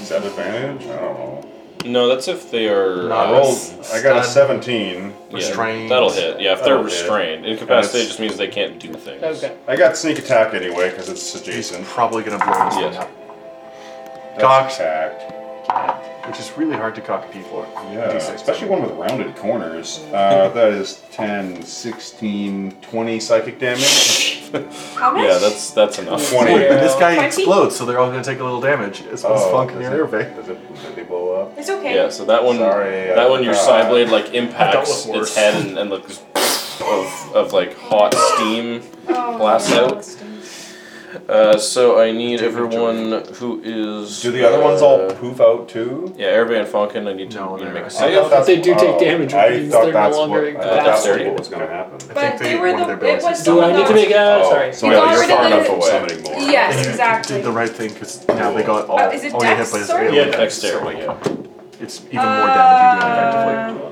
[SPEAKER 6] Is that advantage? I don't know.
[SPEAKER 1] no, that's if they are
[SPEAKER 5] Not
[SPEAKER 6] I
[SPEAKER 1] uh,
[SPEAKER 6] rolled, I got a
[SPEAKER 5] Stunned.
[SPEAKER 6] 17.
[SPEAKER 1] yeah,
[SPEAKER 5] restrained.
[SPEAKER 1] That'll hit. Yeah, if they're
[SPEAKER 6] That'll hit.
[SPEAKER 1] restrained, incapacitated
[SPEAKER 6] That's-
[SPEAKER 1] just means they can't do things.
[SPEAKER 3] Okay.
[SPEAKER 6] I got sneak attack anyway because it's
[SPEAKER 5] He's
[SPEAKER 6] adjacent.
[SPEAKER 5] probably gonna blow this
[SPEAKER 1] Yes.
[SPEAKER 5] one up,
[SPEAKER 6] That's
[SPEAKER 5] Cocked.
[SPEAKER 6] attacked.
[SPEAKER 5] which is really hard to cock a P for.
[SPEAKER 6] Yeah,
[SPEAKER 5] D6.
[SPEAKER 6] especially one with rounded corners. Uh, that is 10, 16, 20 psychic damage.
[SPEAKER 4] How much?
[SPEAKER 1] Yeah, that's that's enough.
[SPEAKER 6] 20.
[SPEAKER 5] Wait, but this guy
[SPEAKER 4] Twenty?
[SPEAKER 5] explodes, so they're all gonna take a little damage. It's oh, funk in
[SPEAKER 6] does
[SPEAKER 5] your
[SPEAKER 6] it-
[SPEAKER 5] survey.
[SPEAKER 6] Does it, did they blow up?
[SPEAKER 4] It's okay.
[SPEAKER 1] Yeah, so that one,
[SPEAKER 6] Sorry,
[SPEAKER 1] that one, your
[SPEAKER 6] uh,
[SPEAKER 1] side blade like impacts
[SPEAKER 7] was worse.
[SPEAKER 1] its head and, and like this of of like hot steam.
[SPEAKER 4] Oh,
[SPEAKER 1] Blast
[SPEAKER 4] no,
[SPEAKER 1] out.
[SPEAKER 4] it stinks.
[SPEAKER 1] Uh, so I need everyone who is.
[SPEAKER 6] Do the other ones all
[SPEAKER 1] uh,
[SPEAKER 6] poof out too?
[SPEAKER 1] Yeah, Airbay and Falcon. I need to
[SPEAKER 5] No,
[SPEAKER 1] need to
[SPEAKER 5] they're-
[SPEAKER 1] make a
[SPEAKER 6] I
[SPEAKER 1] save.
[SPEAKER 6] thought
[SPEAKER 3] if they do
[SPEAKER 6] that's-
[SPEAKER 3] take damage, it
[SPEAKER 6] Oh, I
[SPEAKER 3] means
[SPEAKER 6] thought
[SPEAKER 3] they're no
[SPEAKER 6] that's
[SPEAKER 3] longer
[SPEAKER 6] what, I thought that's
[SPEAKER 1] incapacitated.
[SPEAKER 6] what was going to happen.
[SPEAKER 5] I
[SPEAKER 4] But
[SPEAKER 5] think
[SPEAKER 4] they
[SPEAKER 5] they-
[SPEAKER 4] were
[SPEAKER 5] one of
[SPEAKER 4] the.
[SPEAKER 5] their
[SPEAKER 4] It was
[SPEAKER 5] abilities.
[SPEAKER 3] Do
[SPEAKER 4] someone
[SPEAKER 3] I need to make a?
[SPEAKER 6] Oh,
[SPEAKER 3] sorry.
[SPEAKER 6] So
[SPEAKER 4] Uh, You've
[SPEAKER 6] now you're
[SPEAKER 4] already
[SPEAKER 6] far
[SPEAKER 4] done
[SPEAKER 6] enough
[SPEAKER 4] it.
[SPEAKER 6] away. Summoning more.
[SPEAKER 4] Yes, exactly.
[SPEAKER 5] Did the right thing because now they got all,
[SPEAKER 4] Oh, is it
[SPEAKER 5] all you hit
[SPEAKER 4] dex,
[SPEAKER 5] by is
[SPEAKER 4] sorry?
[SPEAKER 5] AoE.
[SPEAKER 7] Yeah,
[SPEAKER 1] Yeah, Dexterity. Yeah.
[SPEAKER 5] It's even more damage you do
[SPEAKER 4] Uh,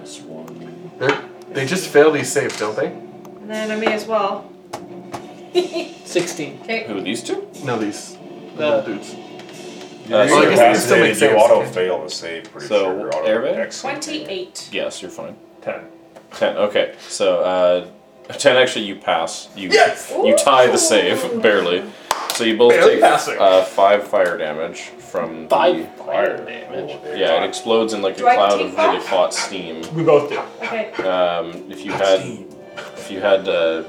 [SPEAKER 5] effectively. They're, they just fail these saves, don't they?
[SPEAKER 4] And then I may as well. okay.
[SPEAKER 3] Sixteen.
[SPEAKER 1] Who these two?
[SPEAKER 5] No, these
[SPEAKER 3] The-
[SPEAKER 5] little dudes.
[SPEAKER 1] Uh,
[SPEAKER 5] Well, I
[SPEAKER 1] so-
[SPEAKER 5] guess it still makes
[SPEAKER 6] you
[SPEAKER 5] sense.
[SPEAKER 6] auto fail the save pretty
[SPEAKER 1] So,
[SPEAKER 6] sure. Auto
[SPEAKER 1] air raid?
[SPEAKER 6] exit.
[SPEAKER 4] 28.
[SPEAKER 1] yes, you're fine.
[SPEAKER 7] 10.
[SPEAKER 1] Ten. Okay. So uh, Ten actually, you pass. You
[SPEAKER 5] Yes!
[SPEAKER 1] you tie the save barely. So you both
[SPEAKER 5] Barely
[SPEAKER 1] take
[SPEAKER 5] passing.
[SPEAKER 1] uh, five fire damage from
[SPEAKER 3] Five
[SPEAKER 1] the
[SPEAKER 3] fire damage.
[SPEAKER 1] Yeah, it explodes in like a
[SPEAKER 4] Do I
[SPEAKER 1] cloud
[SPEAKER 4] take
[SPEAKER 1] of
[SPEAKER 4] that?
[SPEAKER 1] really hot steam.
[SPEAKER 7] We both do.
[SPEAKER 4] Okay.
[SPEAKER 1] Um, if you had if you had uh,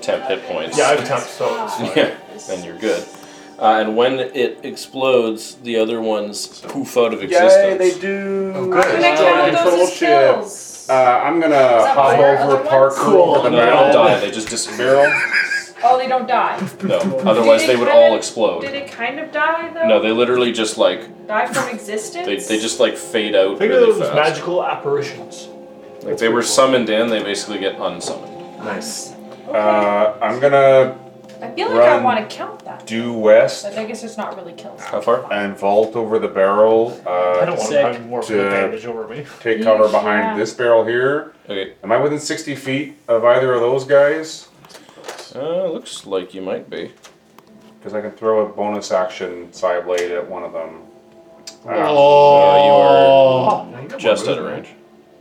[SPEAKER 1] temp hit points,
[SPEAKER 7] Yeah, I've tapped so.
[SPEAKER 1] yeah, then you're good. Uh, and when it explodes, the other ones poof out of existence.
[SPEAKER 6] Yay, they do.
[SPEAKER 5] Oh,
[SPEAKER 4] I'm gonna
[SPEAKER 5] good.
[SPEAKER 4] count those
[SPEAKER 6] control
[SPEAKER 4] as kills.
[SPEAKER 6] Uh, I'm gonna
[SPEAKER 4] that
[SPEAKER 6] hop
[SPEAKER 4] fire?
[SPEAKER 6] over
[SPEAKER 4] Other
[SPEAKER 6] Parker
[SPEAKER 4] ones?
[SPEAKER 3] Cool.
[SPEAKER 6] over the
[SPEAKER 1] No, they don't
[SPEAKER 6] barrel.
[SPEAKER 1] die. They just disappear.
[SPEAKER 6] barrel.
[SPEAKER 4] Oh, they don't die.
[SPEAKER 1] No, otherwise
[SPEAKER 4] Did
[SPEAKER 1] they
[SPEAKER 4] it
[SPEAKER 1] would
[SPEAKER 4] kinda-
[SPEAKER 1] all
[SPEAKER 4] Did
[SPEAKER 1] explode.
[SPEAKER 4] it kind of die though?
[SPEAKER 1] No, they literally just like
[SPEAKER 4] die from existence.
[SPEAKER 1] they, they just like fade out
[SPEAKER 7] Think
[SPEAKER 1] really
[SPEAKER 7] of those
[SPEAKER 1] fast.
[SPEAKER 7] as magical apparitions.
[SPEAKER 1] Like they were summoned in, they basically get unsummoned.
[SPEAKER 2] Nice.
[SPEAKER 4] Okay.
[SPEAKER 6] Uh, I'm gonna
[SPEAKER 4] I feel like I
[SPEAKER 6] run.
[SPEAKER 4] want to count that,
[SPEAKER 6] do west
[SPEAKER 4] but I guess it's not really kills.
[SPEAKER 1] How far?
[SPEAKER 6] and vault over the barrel.
[SPEAKER 7] I
[SPEAKER 6] Uh,
[SPEAKER 7] don't want
[SPEAKER 3] sick.
[SPEAKER 7] to have more
[SPEAKER 6] To-
[SPEAKER 7] advantage over me.
[SPEAKER 6] take cover behind
[SPEAKER 4] Yeah.
[SPEAKER 6] this barrel here.
[SPEAKER 1] Okay.
[SPEAKER 6] Am I within 60 feet of either of those guys?
[SPEAKER 1] Uh, looks like you might be.
[SPEAKER 6] Because I can throw a bonus action psi blade at one of them. Uh,
[SPEAKER 1] Oh,
[SPEAKER 5] Now you got
[SPEAKER 1] Just
[SPEAKER 5] more
[SPEAKER 1] out of
[SPEAKER 5] movement.
[SPEAKER 1] range.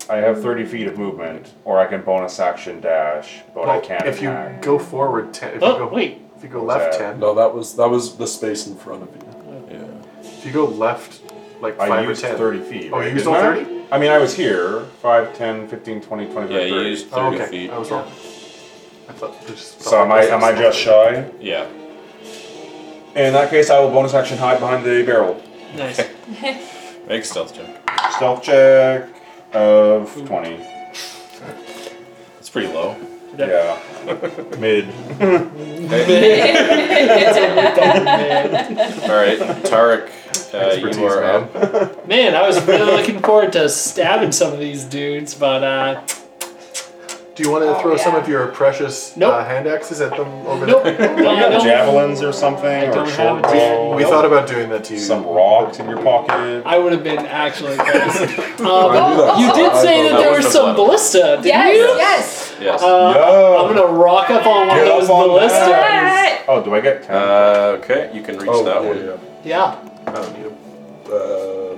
[SPEAKER 6] I have 30 feet of movement, or I can bonus action dash, but I
[SPEAKER 5] Well,
[SPEAKER 6] can't
[SPEAKER 5] if you
[SPEAKER 6] attack.
[SPEAKER 5] go forward ten, if you
[SPEAKER 3] Oh
[SPEAKER 5] go
[SPEAKER 3] wait,
[SPEAKER 5] if you go left
[SPEAKER 6] that?
[SPEAKER 5] ten,
[SPEAKER 2] No, that was that was the space in front of you.
[SPEAKER 1] Yeah.
[SPEAKER 5] if you go left like
[SPEAKER 6] I
[SPEAKER 5] five or
[SPEAKER 6] used
[SPEAKER 5] ten,
[SPEAKER 6] 30 feet.
[SPEAKER 5] Oh,
[SPEAKER 6] right?
[SPEAKER 5] you used
[SPEAKER 6] Didn't
[SPEAKER 5] all
[SPEAKER 6] I?
[SPEAKER 5] 30?
[SPEAKER 6] I mean, I was here. 5, 10, 15, 20, 25,
[SPEAKER 1] Yeah, you
[SPEAKER 6] 30.
[SPEAKER 1] used
[SPEAKER 5] Oh,
[SPEAKER 1] 30
[SPEAKER 5] okay,
[SPEAKER 1] feet.
[SPEAKER 5] I was wrong. I thought they just
[SPEAKER 6] So am I, am I just shy?
[SPEAKER 1] Yeah.
[SPEAKER 6] In that case, I will bonus action hide behind the barrel.
[SPEAKER 3] nice.
[SPEAKER 1] Make a stealth check.
[SPEAKER 6] Stealth check of 20.
[SPEAKER 1] It's pretty low.
[SPEAKER 6] Yeah. Mid.
[SPEAKER 1] Alright, Tarek, uh,
[SPEAKER 5] Expertise,
[SPEAKER 1] you are
[SPEAKER 5] man.
[SPEAKER 1] up.
[SPEAKER 3] Man, I was really looking forward to stabbing some of these dudes, but uh,
[SPEAKER 5] Do you want to
[SPEAKER 4] Oh,
[SPEAKER 5] throw some
[SPEAKER 4] yeah.
[SPEAKER 5] of your precious
[SPEAKER 3] Nope.
[SPEAKER 5] uh, hand axes at them over
[SPEAKER 3] nope.
[SPEAKER 5] there?
[SPEAKER 3] no,
[SPEAKER 6] You got
[SPEAKER 3] no.
[SPEAKER 6] javelins or something, or
[SPEAKER 3] don't
[SPEAKER 6] short
[SPEAKER 3] have-
[SPEAKER 6] bow,
[SPEAKER 5] We thought about doing that to you.
[SPEAKER 6] some rocks in your pocket.
[SPEAKER 3] I would have been actually. pissed. Um,
[SPEAKER 4] Oh,
[SPEAKER 2] I knew that.
[SPEAKER 3] you did
[SPEAKER 2] I
[SPEAKER 3] say that
[SPEAKER 2] vote-
[SPEAKER 1] That
[SPEAKER 3] there
[SPEAKER 1] was
[SPEAKER 3] were
[SPEAKER 1] the
[SPEAKER 3] some
[SPEAKER 1] plan.
[SPEAKER 3] ballista, didn't
[SPEAKER 4] Yes,
[SPEAKER 3] you?
[SPEAKER 4] yes.
[SPEAKER 1] Yes.
[SPEAKER 3] Uh,
[SPEAKER 6] Yo!
[SPEAKER 3] I'm gonna rock up on one
[SPEAKER 6] Get
[SPEAKER 3] of
[SPEAKER 6] up
[SPEAKER 3] those
[SPEAKER 6] on
[SPEAKER 3] ballistas.
[SPEAKER 6] that. Oh, do I get 10?
[SPEAKER 1] Uh, okay, you can reach
[SPEAKER 2] Oh,
[SPEAKER 1] that
[SPEAKER 2] yeah,
[SPEAKER 1] one.
[SPEAKER 2] yeah.
[SPEAKER 3] Yeah.
[SPEAKER 5] I don't need 'em.
[SPEAKER 2] Uh,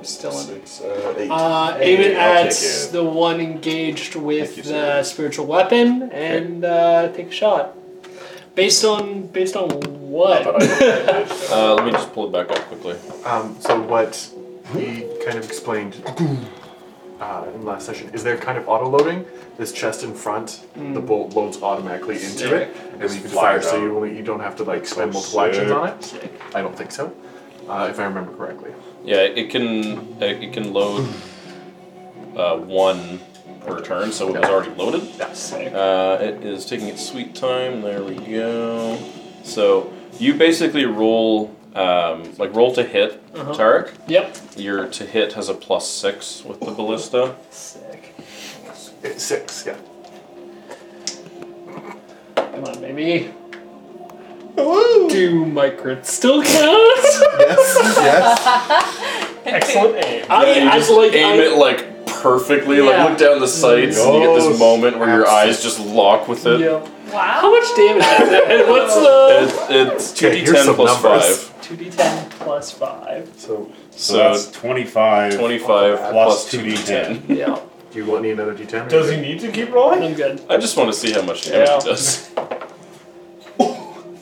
[SPEAKER 3] Still in.
[SPEAKER 2] six, uh, eight.
[SPEAKER 3] Uh,
[SPEAKER 6] Hey,
[SPEAKER 3] aim it
[SPEAKER 6] I'll
[SPEAKER 3] at
[SPEAKER 6] take it.
[SPEAKER 3] the one engaged with
[SPEAKER 6] Thank you,
[SPEAKER 3] the spiritual weapon and uh, take a shot. Based on based on what?
[SPEAKER 6] Not that I-
[SPEAKER 1] Uh, let me just pull it back up quickly.
[SPEAKER 5] Um, so what we kind of explained uh, in last session is they're kind of auto loading. This chest in front, the bolt loads automatically into
[SPEAKER 3] Sick.
[SPEAKER 5] it, and then you can fire.
[SPEAKER 6] flies
[SPEAKER 5] So
[SPEAKER 6] out.
[SPEAKER 5] you only, you don't have to like spend
[SPEAKER 6] So
[SPEAKER 5] multiple actions
[SPEAKER 6] sick.
[SPEAKER 5] on it. I don't think so, uh, if I remember correctly.
[SPEAKER 1] Yeah, it can uh, it can load uh, one per turn, so it was already loaded. Uh, it is taking its sweet time. There we go. So you basically roll um, like roll to hit,
[SPEAKER 3] Uh-huh.
[SPEAKER 1] Tarek.
[SPEAKER 3] Yep.
[SPEAKER 1] Your to hit has a plus six with the ballista.
[SPEAKER 3] Sick.
[SPEAKER 5] It's six, yeah.
[SPEAKER 3] Come on, baby. Do my crits still count?
[SPEAKER 5] Yes, yes.
[SPEAKER 7] Excellent aim.
[SPEAKER 3] I,
[SPEAKER 1] Yeah, you
[SPEAKER 3] I
[SPEAKER 1] just
[SPEAKER 3] like
[SPEAKER 1] aim
[SPEAKER 3] I,
[SPEAKER 1] it like perfectly.
[SPEAKER 3] Yeah.
[SPEAKER 1] Like look down the sights, and you get this
[SPEAKER 6] Yes.
[SPEAKER 1] moment where your eyes just lock with it.
[SPEAKER 3] yeah.
[SPEAKER 4] Wow.
[SPEAKER 3] How much damage is it? What's the
[SPEAKER 1] It, it's two
[SPEAKER 5] Okay,
[SPEAKER 1] d
[SPEAKER 5] here's
[SPEAKER 1] ten
[SPEAKER 5] some
[SPEAKER 1] plus
[SPEAKER 5] numbers.
[SPEAKER 1] five,
[SPEAKER 3] two D ten plus five?
[SPEAKER 5] so
[SPEAKER 6] So that's
[SPEAKER 1] so
[SPEAKER 6] 25.
[SPEAKER 1] twenty five
[SPEAKER 6] Plus
[SPEAKER 1] plus two d ten.
[SPEAKER 3] Yeah.
[SPEAKER 5] do you want need another D10? or-
[SPEAKER 7] Does he need to keep rolling?
[SPEAKER 3] I'm good.
[SPEAKER 1] I just want to see how much damage
[SPEAKER 7] Yeah.
[SPEAKER 1] it does.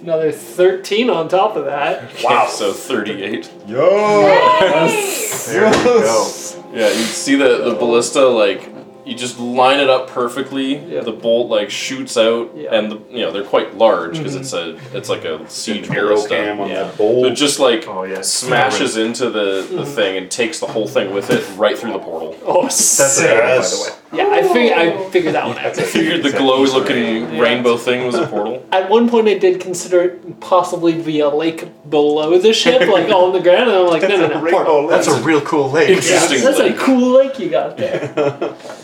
[SPEAKER 3] Another thirteen on top of that.
[SPEAKER 1] Wow. so 38.
[SPEAKER 6] Yo!
[SPEAKER 4] Nice.
[SPEAKER 5] There you go.
[SPEAKER 1] Yeah, you see the, the ballista, like, you just line it up perfectly.
[SPEAKER 3] Yeah.
[SPEAKER 1] The bolt, like, shoots out,
[SPEAKER 3] Yeah.
[SPEAKER 1] and, the, you know, they're quite large
[SPEAKER 5] Mm-hmm.
[SPEAKER 1] because it's a it's like a siege
[SPEAKER 6] Arrow
[SPEAKER 1] ballista.
[SPEAKER 6] cam on
[SPEAKER 3] Yeah.
[SPEAKER 6] that bolt.
[SPEAKER 1] So it just, like,
[SPEAKER 5] Oh yeah,
[SPEAKER 1] smashes into the, the
[SPEAKER 3] Mm-hmm.
[SPEAKER 1] thing and takes the whole thing with it right through the portal.
[SPEAKER 3] Oh,
[SPEAKER 5] That's a
[SPEAKER 3] sick.
[SPEAKER 5] bad one, by
[SPEAKER 6] Yes.
[SPEAKER 5] the way.
[SPEAKER 3] Yeah, I figured I figured that one out.
[SPEAKER 1] I figured the
[SPEAKER 5] Exactly.
[SPEAKER 1] glowy looking
[SPEAKER 3] Yeah.
[SPEAKER 1] rainbow thing was a portal.
[SPEAKER 3] At one point, I did consider it possibly be a lake below the ship, like on the ground, and I'm like, no, no, no. portal.
[SPEAKER 5] That's a real cool lake.
[SPEAKER 1] Yeah.
[SPEAKER 3] Yeah,
[SPEAKER 1] Interesting
[SPEAKER 3] that's
[SPEAKER 1] lake.
[SPEAKER 3] a cool lake you got there.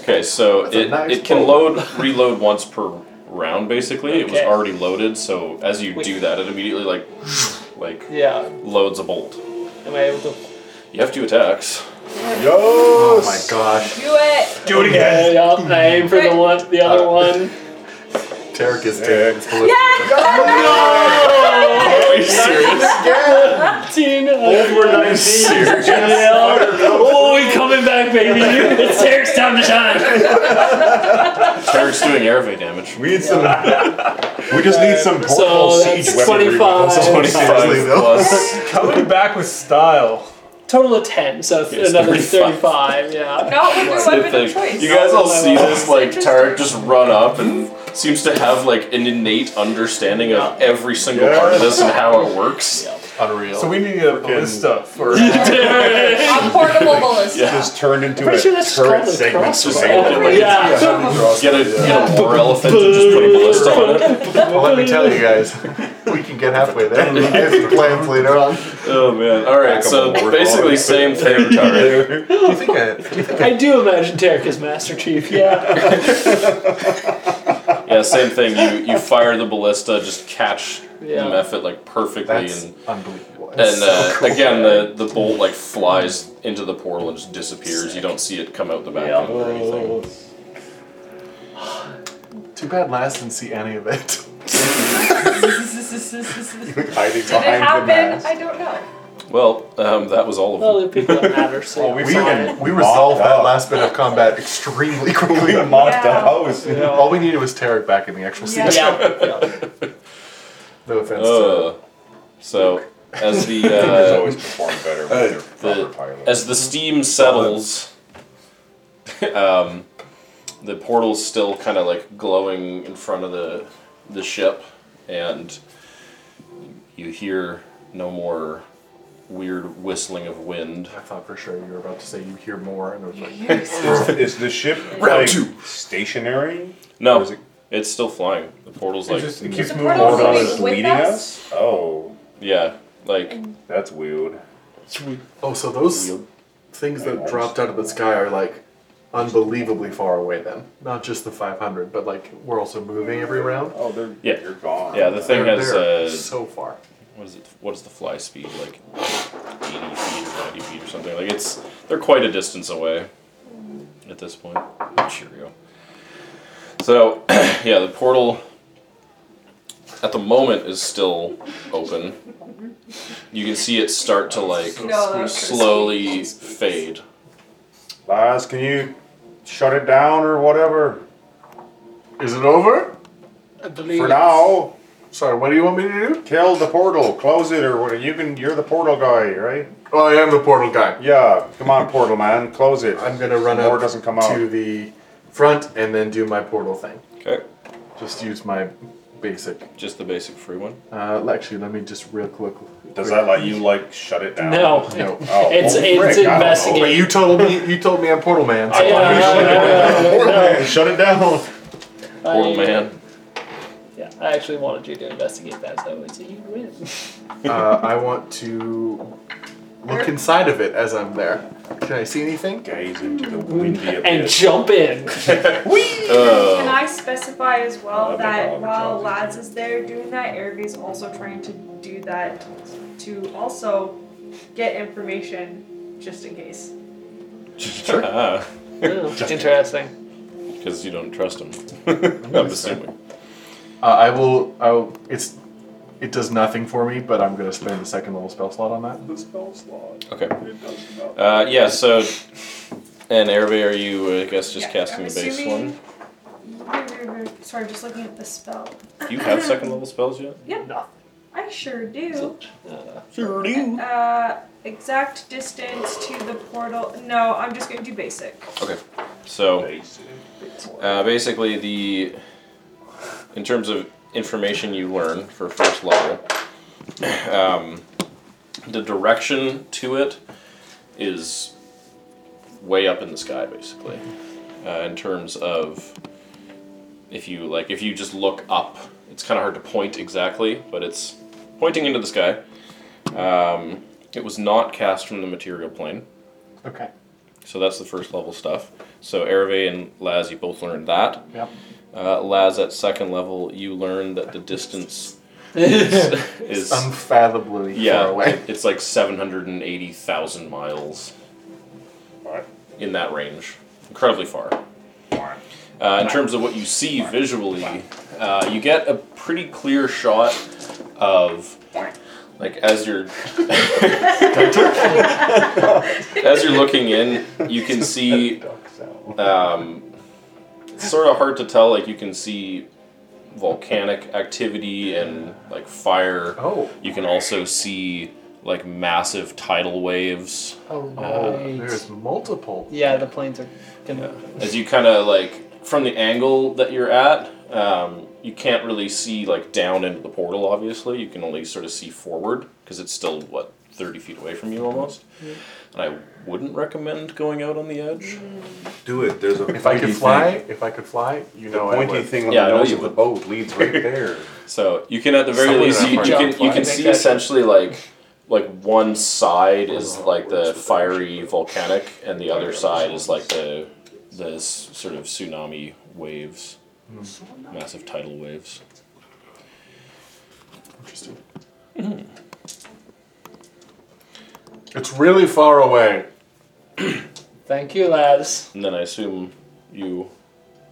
[SPEAKER 1] Okay, so
[SPEAKER 5] a
[SPEAKER 1] it,
[SPEAKER 5] nice
[SPEAKER 1] it can
[SPEAKER 5] portal.
[SPEAKER 1] load, reload once per round, basically. It was
[SPEAKER 3] Okay.
[SPEAKER 1] already loaded, so as you
[SPEAKER 3] Wait.
[SPEAKER 1] do that, it immediately, like, like,
[SPEAKER 3] Yeah.
[SPEAKER 1] loads a bolt.
[SPEAKER 3] Am I able to
[SPEAKER 1] You have two attacks.
[SPEAKER 6] Yo!
[SPEAKER 5] Oh my gosh,
[SPEAKER 4] Do it.
[SPEAKER 7] Do it
[SPEAKER 3] Yeah,
[SPEAKER 7] again.
[SPEAKER 3] yeah, I aim for the one, the other one.
[SPEAKER 5] Tarek is
[SPEAKER 6] Sick.
[SPEAKER 5] dead. It's ballistic.
[SPEAKER 1] Are you serious?
[SPEAKER 3] Teen-
[SPEAKER 6] Over 19.
[SPEAKER 3] Yeah. Oh, we coming coming back, baby. It's Eric's time to shine.
[SPEAKER 1] Tarek's doing airway damage.
[SPEAKER 6] We need some. we just need some portable
[SPEAKER 3] So
[SPEAKER 6] siege
[SPEAKER 3] that's
[SPEAKER 6] weaponry.
[SPEAKER 3] 25.
[SPEAKER 6] That's 25.
[SPEAKER 5] Seriously, though.
[SPEAKER 1] Plus,
[SPEAKER 7] Coming back with style.
[SPEAKER 3] Total of 10, so th-
[SPEAKER 1] Yes,
[SPEAKER 3] another
[SPEAKER 1] 35.
[SPEAKER 3] 35, yeah.
[SPEAKER 4] Not with your
[SPEAKER 1] the
[SPEAKER 4] weapon of
[SPEAKER 1] thing.
[SPEAKER 4] choice. Oh,
[SPEAKER 1] You guys all see this like
[SPEAKER 4] Interesting.
[SPEAKER 1] Tarek just run up and seems to have like an innate understanding of every single part of this and how it works.
[SPEAKER 5] Unreal.
[SPEAKER 7] So we need a ballista for.
[SPEAKER 4] a portable ballista.
[SPEAKER 6] Just turned into
[SPEAKER 3] Pretty
[SPEAKER 6] a
[SPEAKER 3] sure that's
[SPEAKER 6] turret
[SPEAKER 3] called a
[SPEAKER 6] segment
[SPEAKER 3] crossbow.
[SPEAKER 1] survival. Like,
[SPEAKER 3] Yeah.
[SPEAKER 1] Get a get a war elephant and just put a ballista on it.
[SPEAKER 5] well, let me tell you guys, we can get halfway there. I have some plans later on.
[SPEAKER 1] Oh man! All right, so
[SPEAKER 6] Back up a war
[SPEAKER 1] basically
[SPEAKER 6] elephant.
[SPEAKER 1] same thing, Tarek.
[SPEAKER 5] Do you think I, do you think
[SPEAKER 3] I do imagine Tarek is Master Chief, yeah.
[SPEAKER 1] Yeah, same thing. You you fire the ballista, just catch
[SPEAKER 3] Yeah.
[SPEAKER 1] the method like perfectly,
[SPEAKER 5] that's
[SPEAKER 1] and
[SPEAKER 5] unbelievable?
[SPEAKER 1] and uh, again the the bolt like flies into the portal and just disappears. You don't see it come out the back
[SPEAKER 3] Yeah.
[SPEAKER 1] end or anything.
[SPEAKER 5] Too bad Laz didn't see any of it.
[SPEAKER 4] Did
[SPEAKER 6] hiding
[SPEAKER 4] it
[SPEAKER 6] behind the
[SPEAKER 4] happen?
[SPEAKER 6] mask.
[SPEAKER 4] I don't know.
[SPEAKER 1] Well, um, that was all of them.
[SPEAKER 3] Well, the people that matter, so.
[SPEAKER 7] Oh, we
[SPEAKER 5] We,
[SPEAKER 7] fucking
[SPEAKER 5] we resolved that
[SPEAKER 6] up.
[SPEAKER 5] last bit of combat extremely
[SPEAKER 6] We
[SPEAKER 5] quickly.
[SPEAKER 6] mocked the
[SPEAKER 4] Yeah.
[SPEAKER 6] house.
[SPEAKER 5] All we needed was Tarek back in the actual
[SPEAKER 4] Yeah.
[SPEAKER 5] siege.
[SPEAKER 3] yeah. yeah.
[SPEAKER 5] No offense.
[SPEAKER 1] Uh, so as the
[SPEAKER 6] Has
[SPEAKER 1] uh,
[SPEAKER 6] always performed better with their proper
[SPEAKER 1] the-
[SPEAKER 6] pilot.
[SPEAKER 1] as the steam settles, um, the portal's still kind of like glowing in front of the the ship, and you hear no more weird whistling of wind.
[SPEAKER 5] I thought for sure you were about to say you hear more, and I was like,
[SPEAKER 6] is, is the ship
[SPEAKER 1] Round
[SPEAKER 6] like
[SPEAKER 1] two.
[SPEAKER 6] stationary?
[SPEAKER 1] No,
[SPEAKER 6] Is it-
[SPEAKER 1] it's still flying. The portal's like
[SPEAKER 6] Just- it
[SPEAKER 4] The
[SPEAKER 6] keeps moving.
[SPEAKER 4] portal's
[SPEAKER 6] Orbital
[SPEAKER 4] moving
[SPEAKER 6] is
[SPEAKER 4] with
[SPEAKER 6] leading
[SPEAKER 4] us?
[SPEAKER 6] us. Oh,
[SPEAKER 1] yeah, like
[SPEAKER 6] that's weird.
[SPEAKER 5] oh, so those things that dropped out of the sky are like unbelievably far away then. Not just the 500, but like we're also moving every round.
[SPEAKER 6] Oh, they're
[SPEAKER 1] Yeah.
[SPEAKER 6] they're gone.
[SPEAKER 1] yeah. The thing
[SPEAKER 5] They're-
[SPEAKER 1] has
[SPEAKER 5] they're
[SPEAKER 1] uh,
[SPEAKER 5] so far.
[SPEAKER 1] what is it? What is the fly speed like? Eighty feet or ninety feet or something. Like it's they're quite a distance away at this point. Oh, Cheerio. So yeah, the portal at the moment is still open. You can see it start to like
[SPEAKER 4] No, that was
[SPEAKER 1] slowly fade.
[SPEAKER 6] Laz, can you shut it down or whatever Uh.
[SPEAKER 5] Is it over?
[SPEAKER 3] I believe.
[SPEAKER 6] for now?
[SPEAKER 5] Sorry, what do you want me to do?
[SPEAKER 6] Kill the portal, close it, or what? You can. You're the portal guy, right?
[SPEAKER 5] Oh, I am the portal guy.
[SPEAKER 6] Yeah. Come on, portal man, close it.
[SPEAKER 5] I'm gonna run
[SPEAKER 6] More
[SPEAKER 5] up
[SPEAKER 6] doesn't come
[SPEAKER 5] to
[SPEAKER 6] out.
[SPEAKER 5] the front and then do my portal thing.
[SPEAKER 1] Okay,
[SPEAKER 5] Just use my basic.
[SPEAKER 1] just the basic free one.
[SPEAKER 5] Uh, actually, let me just real quick.
[SPEAKER 6] Does that let you like shut it down?
[SPEAKER 3] No.
[SPEAKER 5] No.
[SPEAKER 6] Oh,
[SPEAKER 3] It's-
[SPEAKER 6] well,
[SPEAKER 3] it's
[SPEAKER 6] frick, I don't know.
[SPEAKER 3] investigate.
[SPEAKER 5] But you told me you told me I'm portal man. so-
[SPEAKER 3] Yeah, no, no, no,
[SPEAKER 6] Portal
[SPEAKER 3] no,
[SPEAKER 6] man, shut it down.
[SPEAKER 3] I-
[SPEAKER 1] Portal man.
[SPEAKER 3] Yeah, I actually wanted you to investigate that, though. It's a you win.
[SPEAKER 5] Uh, I want to look inside of it as I'm there. Can I see anything?
[SPEAKER 6] Gaze into the windy
[SPEAKER 3] And
[SPEAKER 6] abyss.
[SPEAKER 3] jump in.
[SPEAKER 1] Oh.
[SPEAKER 4] Can I specify as well
[SPEAKER 6] Uh,
[SPEAKER 4] that
[SPEAKER 6] Bobby
[SPEAKER 4] while
[SPEAKER 6] Jones.
[SPEAKER 4] Lads is there doing that, Ervy's also trying to do that to also get information just in case.
[SPEAKER 1] Ah,
[SPEAKER 3] Oh, interesting.
[SPEAKER 1] because you don't trust him. I'm assuming.
[SPEAKER 5] Uh, I will. I will. It's. It does nothing for me, but I'm gonna spend the second level spell slot on that.
[SPEAKER 6] The spell slot.
[SPEAKER 1] Okay.
[SPEAKER 6] It does not.
[SPEAKER 1] Uh, yeah, so. And Erbe, are you, uh, I guess, just
[SPEAKER 4] Yeah,
[SPEAKER 1] casting
[SPEAKER 4] I'm
[SPEAKER 1] the base
[SPEAKER 4] assuming-
[SPEAKER 1] one?
[SPEAKER 4] Sorry, just looking at the spell.
[SPEAKER 1] Do you have second level spells yet?
[SPEAKER 4] I sure
[SPEAKER 6] Oh,
[SPEAKER 4] do.
[SPEAKER 3] Uh,
[SPEAKER 1] Sure
[SPEAKER 4] Uh, exact distance to the portal. No, I'm just going to do basic.
[SPEAKER 1] Okay. So, uh, basically, the. In terms of information you learn for first level, um, the direction to it is way up in the sky, basically. Uh, in terms of if you like, if you just look up, it's kind of hard to point exactly, but it's pointing into the sky. Um, it was not cast from the material plane.
[SPEAKER 5] Okay.
[SPEAKER 1] So that's the first level stuff. So Erve and Laz, you both learned that.
[SPEAKER 5] Yep.
[SPEAKER 1] Uh, Laz, at second level, you learn that the distance is
[SPEAKER 5] Unfathomably
[SPEAKER 1] yeah,
[SPEAKER 5] far away.
[SPEAKER 1] it- it's like seven hundred and eighty thousand miles
[SPEAKER 6] What?
[SPEAKER 1] in that range. Incredibly far. Uh, in terms of what you see visually, uh, you get a pretty clear shot of like as you're as you're looking in, you can see
[SPEAKER 6] Ducks out.
[SPEAKER 1] um, it's sort of hard to tell. Like you can see volcanic activity and like fire.
[SPEAKER 5] Oh.
[SPEAKER 1] You can also see like massive tidal waves.
[SPEAKER 3] Oh,
[SPEAKER 5] Oh,
[SPEAKER 3] nice.
[SPEAKER 5] there's multiple.
[SPEAKER 3] Yeah, the planes are gonna.
[SPEAKER 1] as you kind of like from the angle that you're at um, you can't really see like down into the portal obviously you can only sort of see forward because it's still what 30 feet away from you almost and i wouldn't recommend going out on the edge
[SPEAKER 8] Do it. There's a
[SPEAKER 5] If I could
[SPEAKER 8] pointy
[SPEAKER 5] fly,
[SPEAKER 8] thing.
[SPEAKER 5] if I could fly, you
[SPEAKER 6] The
[SPEAKER 5] know I
[SPEAKER 6] pointy
[SPEAKER 5] would.
[SPEAKER 6] thing on
[SPEAKER 1] Yeah, I
[SPEAKER 6] the
[SPEAKER 1] know
[SPEAKER 6] nose
[SPEAKER 1] you
[SPEAKER 6] of the
[SPEAKER 1] would.
[SPEAKER 6] boat leads right there.
[SPEAKER 1] so you can at the very
[SPEAKER 5] Somewhere
[SPEAKER 1] least
[SPEAKER 5] around
[SPEAKER 1] you,
[SPEAKER 5] my
[SPEAKER 1] you can
[SPEAKER 3] jump
[SPEAKER 1] you
[SPEAKER 3] line.
[SPEAKER 1] can see
[SPEAKER 3] Exactly.
[SPEAKER 1] essentially like like one side is like the fiery volcanic and the other side is like the the s- sort of tsunami waves massive tidal waves
[SPEAKER 5] Interesting. It's really far away.
[SPEAKER 3] Thank you, lads.
[SPEAKER 1] and then i assume you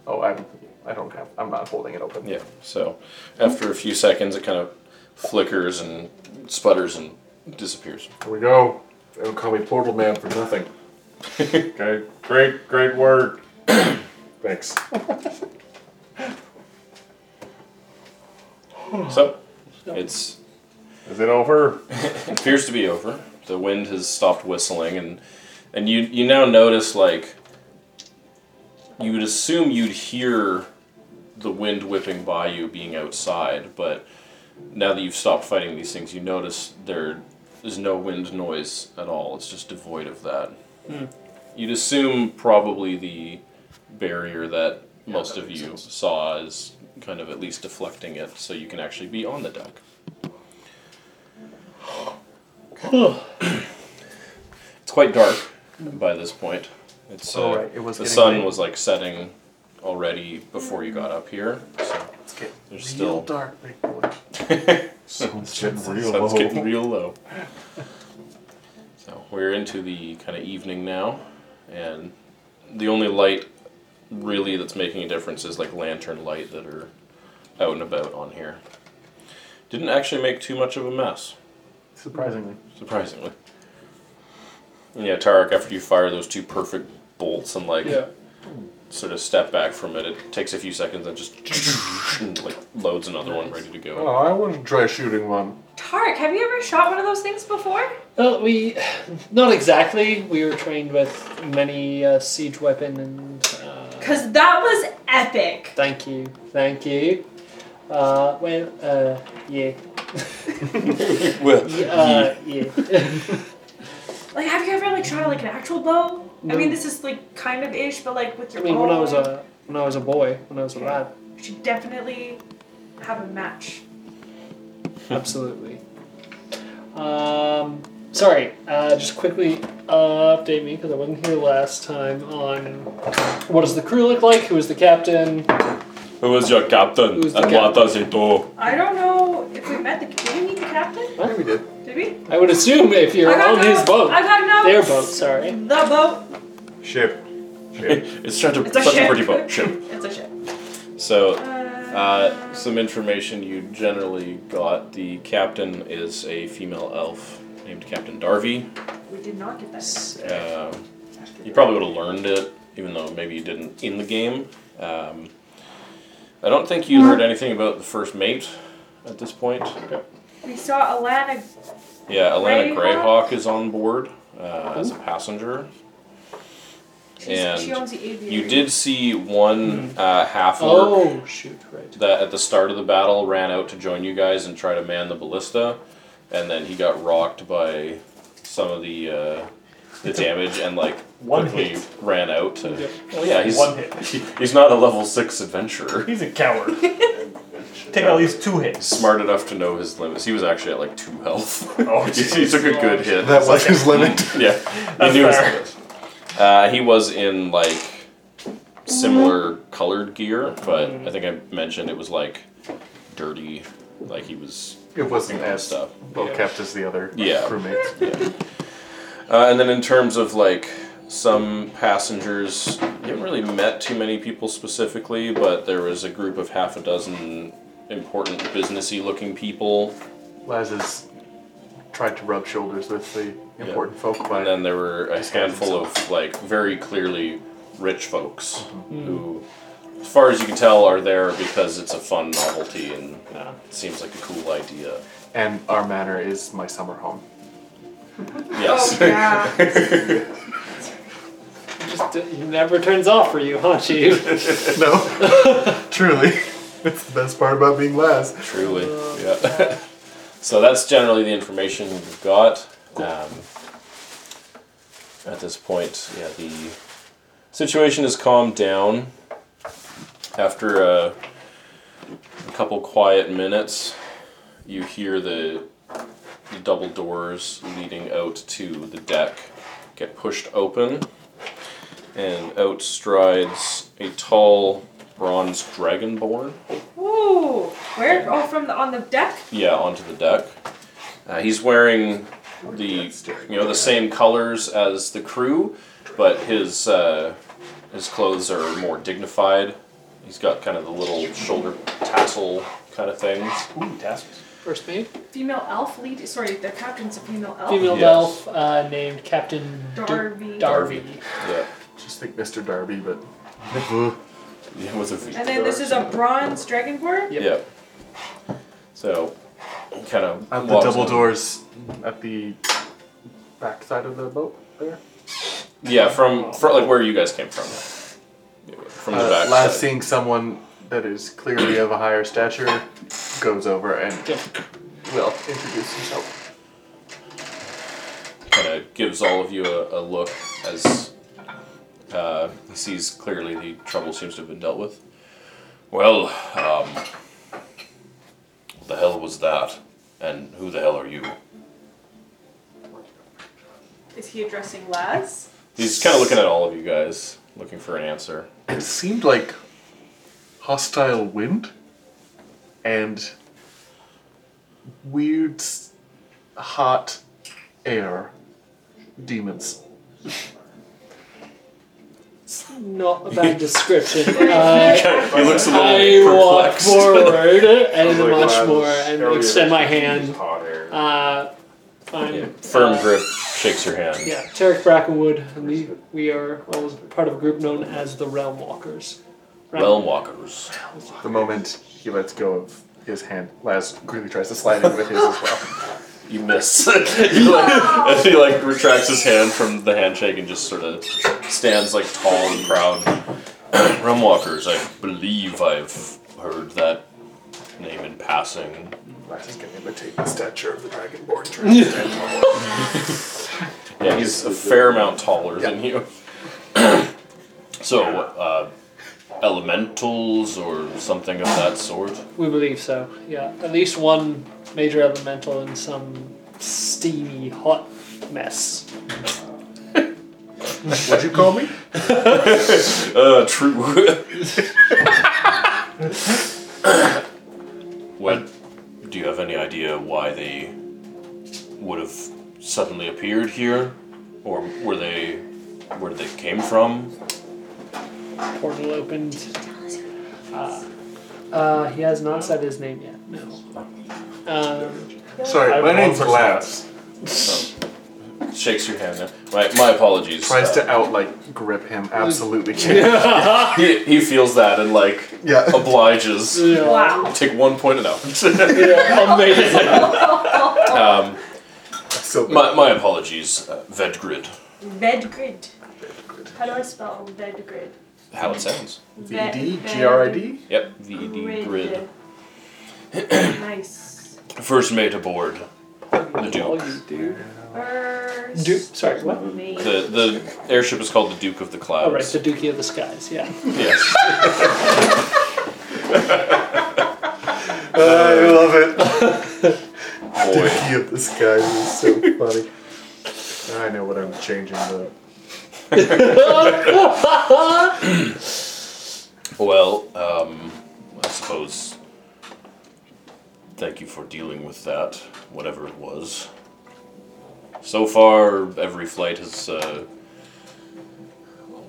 [SPEAKER 5] Oh, I'm. I don't have. I'm not holding it open.
[SPEAKER 1] Yeah. So after a few seconds, it kind of flickers and sputters and disappears.
[SPEAKER 5] Here we go. They don't call me Portal Man for nothing.
[SPEAKER 6] Okay, great, great work.
[SPEAKER 5] Thanks.
[SPEAKER 1] So it's
[SPEAKER 6] Is it over?
[SPEAKER 1] it appears to be over. The wind has stopped whistling, and and you you now notice like you would assume you'd hear the wind whipping by you being outside, but now that you've stopped fighting these things, you notice there is no wind noise at all. It's just devoid of that. You'd assume probably the barrier that most of you saw is kind of at least deflecting it, so you can actually be on the deck. It's quite dark by this point. It's uh,
[SPEAKER 5] Oh, right, it was
[SPEAKER 1] the
[SPEAKER 5] getting
[SPEAKER 1] sun
[SPEAKER 5] late.
[SPEAKER 1] was like setting already before you got up here. So
[SPEAKER 5] It's getting
[SPEAKER 1] There's still-
[SPEAKER 5] real dark, big boy.
[SPEAKER 6] Sounds getting real
[SPEAKER 1] sun's
[SPEAKER 6] low.
[SPEAKER 1] getting real low. So we're into the kind of evening now, and the only light really that's making a difference is like lantern light that are out and about on here. Didn't actually make too much of a mess,
[SPEAKER 5] Surprisingly.
[SPEAKER 1] surprisingly. And yeah, Tarek, after you fire those two perfect bolts and like
[SPEAKER 7] Yeah.
[SPEAKER 1] sort of step back from it, it takes a few seconds and just and, like loads another one ready to
[SPEAKER 5] Oh,
[SPEAKER 1] go.
[SPEAKER 5] I want to try shooting one.
[SPEAKER 4] Tark, have you ever shot one of those things before?
[SPEAKER 3] Well, we, not exactly. We were trained with many uh, siege weapon and. Uh,
[SPEAKER 4] Cause that was epic.
[SPEAKER 3] thank you, thank you. Uh, well, uh, yeah,
[SPEAKER 1] Well,
[SPEAKER 3] yeah, uh, yeah.
[SPEAKER 4] Like, have you ever like shot like an actual bow?
[SPEAKER 3] No.
[SPEAKER 4] I mean, this is like kind of ish, but like with
[SPEAKER 3] I
[SPEAKER 4] your.
[SPEAKER 3] mean, when I was uh,
[SPEAKER 4] own,
[SPEAKER 3] a when I was a boy, when I was a lad,
[SPEAKER 4] you should definitely have a match.
[SPEAKER 3] absolutely. Um, sorry, uh, just quickly update me because I wasn't here last time on what does the crew look like? Who is the captain?
[SPEAKER 1] Who is your captain?
[SPEAKER 3] Who's the
[SPEAKER 1] and what
[SPEAKER 3] captain?
[SPEAKER 1] does he do?
[SPEAKER 4] I don't know if we met the. Did we meet the captain?
[SPEAKER 5] Yeah, we did.
[SPEAKER 4] Did we?
[SPEAKER 3] I would assume if you're
[SPEAKER 4] I
[SPEAKER 3] on
[SPEAKER 4] got
[SPEAKER 3] his
[SPEAKER 4] notes.
[SPEAKER 3] boat,
[SPEAKER 4] I got
[SPEAKER 3] their
[SPEAKER 4] notes.
[SPEAKER 3] boat. Sorry.
[SPEAKER 4] The boat.
[SPEAKER 6] Ship. Ship.
[SPEAKER 1] It's such a,
[SPEAKER 4] It's a
[SPEAKER 1] such
[SPEAKER 4] ship.
[SPEAKER 1] a pretty boat. Ship.
[SPEAKER 4] It's a ship.
[SPEAKER 1] So, uh,
[SPEAKER 4] Uh,
[SPEAKER 1] some information you generally got. The captain is a female elf named Captain Darby.
[SPEAKER 4] we did not get that.
[SPEAKER 1] Um, you probably would have learned it, even though maybe you didn't in the game. Um, I don't think you heard anything about the first mate at this point.
[SPEAKER 4] We saw Alana.
[SPEAKER 1] Yeah, Alana
[SPEAKER 4] Greyhawk?
[SPEAKER 1] Greyhawk is on board uh, as a passenger.
[SPEAKER 4] She's, she
[SPEAKER 1] And
[SPEAKER 4] owns the aviary.
[SPEAKER 1] You did see one
[SPEAKER 7] Hmm.
[SPEAKER 1] uh, half orc
[SPEAKER 3] Oh shoot! Right.
[SPEAKER 1] that at the start of the battle ran out to join you guys and try to man the ballista, and then he got rocked by some of the uh, the damage and like
[SPEAKER 7] One
[SPEAKER 1] quickly
[SPEAKER 7] hit.
[SPEAKER 1] ran out. To,
[SPEAKER 7] Yep.
[SPEAKER 1] Well, yeah, he's
[SPEAKER 7] One hit.
[SPEAKER 1] he- he's not a level six adventurer.
[SPEAKER 7] He's a coward. Take at least two hits.
[SPEAKER 1] Smart enough to know his limits. He was actually at like two health.
[SPEAKER 7] Oh,
[SPEAKER 1] he, he took a good hit.
[SPEAKER 5] That was his limit.
[SPEAKER 1] yeah, he
[SPEAKER 7] That's
[SPEAKER 1] knew his
[SPEAKER 7] fair.
[SPEAKER 1] limits. Uh, he was in like similar colored gear, but
[SPEAKER 7] Mm-hmm.
[SPEAKER 1] I think I mentioned it was like dirty. Like he was
[SPEAKER 5] It wasn't
[SPEAKER 1] and
[SPEAKER 5] as
[SPEAKER 1] stuff.
[SPEAKER 5] well kept as the other
[SPEAKER 1] Yeah.
[SPEAKER 5] crewmates.
[SPEAKER 1] Uh, and then in terms of like some passengers, you haven't really met too many people specifically, but there was a group of half a dozen important businessy looking people.
[SPEAKER 5] Laz is tried to rub shoulders with the important folk by
[SPEAKER 1] And then there were a handful of like very clearly rich folks who, as far as you can tell, are there because it's a fun novelty and
[SPEAKER 3] Yeah.
[SPEAKER 1] seems like a cool idea.
[SPEAKER 5] and our manor is my summer home.
[SPEAKER 1] Yes.
[SPEAKER 4] Oh, yeah.
[SPEAKER 3] Just uh, it never turns off for you, huh, Chief?
[SPEAKER 5] no, truly, it's the best part about being last.
[SPEAKER 1] Truly, yeah. so that's generally the information we've got. Um, at this point, yeah, the situation has calmed down. After a, a couple quiet minutes, you hear the, the double doors leading out to the deck get pushed open, and out strides a tall bronze dragonborn.
[SPEAKER 4] Ooh, where? Oh, from the on the deck.
[SPEAKER 1] Yeah, onto the deck. Uh, he's wearing the you know the same colors as the crew, but his uh, his clothes are more dignified. He's got kind of the little shoulder tassel kind of things.
[SPEAKER 7] Ooh, tassels.
[SPEAKER 3] First mate,
[SPEAKER 4] Female elf lead. Sorry, the captain's a female elf.
[SPEAKER 3] female
[SPEAKER 1] Yes.
[SPEAKER 3] elf uh, named Captain Dar-
[SPEAKER 4] Darby.
[SPEAKER 3] Darby.
[SPEAKER 1] Yeah,
[SPEAKER 5] Just think Mr. Darby, but
[SPEAKER 1] yeah with a V.
[SPEAKER 4] And then this is a bronze dragonborn.
[SPEAKER 3] Yep.
[SPEAKER 1] yeah. So, kind of
[SPEAKER 5] at the
[SPEAKER 1] walks
[SPEAKER 5] double
[SPEAKER 1] in.
[SPEAKER 5] doors at the back side of the boat there.
[SPEAKER 1] Yeah, from, from like where you guys came from. Yeah, From the
[SPEAKER 5] Uh,
[SPEAKER 1] back.
[SPEAKER 5] last
[SPEAKER 1] side.
[SPEAKER 5] seeing someone that is clearly of a higher stature goes over and will introduce himself.
[SPEAKER 1] kind of gives all of you a, a look as uh, he sees clearly the trouble seems to have been dealt with. Well, um, what the hell was that? And who the hell are you?
[SPEAKER 4] Is he addressing Laz?
[SPEAKER 1] He's kind of looking at all of you guys, looking for an answer.
[SPEAKER 5] It seemed like hostile wind and weird s- hot air demons.
[SPEAKER 3] It's not a bad description.
[SPEAKER 4] Pretty
[SPEAKER 3] Uh,
[SPEAKER 4] clear.
[SPEAKER 1] He looks a
[SPEAKER 3] I
[SPEAKER 1] little
[SPEAKER 3] walk
[SPEAKER 1] perplexed.
[SPEAKER 3] forward and
[SPEAKER 6] Like,
[SPEAKER 3] much
[SPEAKER 6] wow,
[SPEAKER 3] more
[SPEAKER 6] this
[SPEAKER 3] and
[SPEAKER 6] area
[SPEAKER 3] extend my
[SPEAKER 6] is
[SPEAKER 3] hand.
[SPEAKER 6] hot air.
[SPEAKER 3] Uh, I'm
[SPEAKER 1] Yeah, Firm
[SPEAKER 3] uh,
[SPEAKER 1] grip shakes your hand.
[SPEAKER 3] Yeah, Tarek Brackenwood, and we, we are all part of a group known as the Realm Walkers. Right?
[SPEAKER 1] Realm walkers.
[SPEAKER 5] The moment he lets go of his hand, Laz quickly tries to slide in with his as well.
[SPEAKER 1] You miss. he, like, he like retracts his hand from the handshake and just sort of stands like tall and proud. Rumwalkers, I believe I've heard that name in passing.
[SPEAKER 5] Laz is going to imitate the stature of the dragonborn. trying to stand tall.
[SPEAKER 1] Yeah, he's a fair amount taller than you. so, uh, elementals or something of that sort?
[SPEAKER 3] We believe so, yeah. At least one major elemental and some steamy, hot mess.
[SPEAKER 5] Would you call me?
[SPEAKER 1] Uh, true. what? Do you have any idea why they would have suddenly appeared here, or were they where they came from?
[SPEAKER 3] Portal opened. Uh, uh, he has not said his name yet, no. Um,
[SPEAKER 5] Sorry,
[SPEAKER 7] I
[SPEAKER 5] my
[SPEAKER 7] have
[SPEAKER 5] name's
[SPEAKER 7] one
[SPEAKER 5] Laz.
[SPEAKER 1] Shakes your hand. There. My my apologies.
[SPEAKER 5] Tries
[SPEAKER 1] Uh,
[SPEAKER 5] to out like grip him. Absolutely can't.
[SPEAKER 1] he, he feels that and like
[SPEAKER 5] Yeah.
[SPEAKER 1] obliges.
[SPEAKER 3] yeah,
[SPEAKER 4] Wow.
[SPEAKER 1] Take one point and out.
[SPEAKER 3] yeah, amazing.
[SPEAKER 1] um,
[SPEAKER 5] So
[SPEAKER 1] my my apologies, uh, Vedgrid.
[SPEAKER 4] Vedgrid. How do I spell Vedgrid?
[SPEAKER 1] How it sounds.
[SPEAKER 4] Ved-
[SPEAKER 5] VD, GRID.
[SPEAKER 1] Yep. V E D grid.
[SPEAKER 4] nice.
[SPEAKER 1] First mate aboard. The Duke.
[SPEAKER 4] First.
[SPEAKER 3] Du- sorry, what?
[SPEAKER 4] mate.
[SPEAKER 1] The the airship is called the Duke of the Clouds.
[SPEAKER 3] Oh, right, the Dookie of the Skies, yeah.
[SPEAKER 1] yes.
[SPEAKER 5] I love it.
[SPEAKER 1] Boy.
[SPEAKER 5] Dookie of the sky is so funny. Now I know what I'm changing the.
[SPEAKER 1] Well, um, I suppose. Thank you for dealing with that, whatever it was. So far, every flight has. Uh,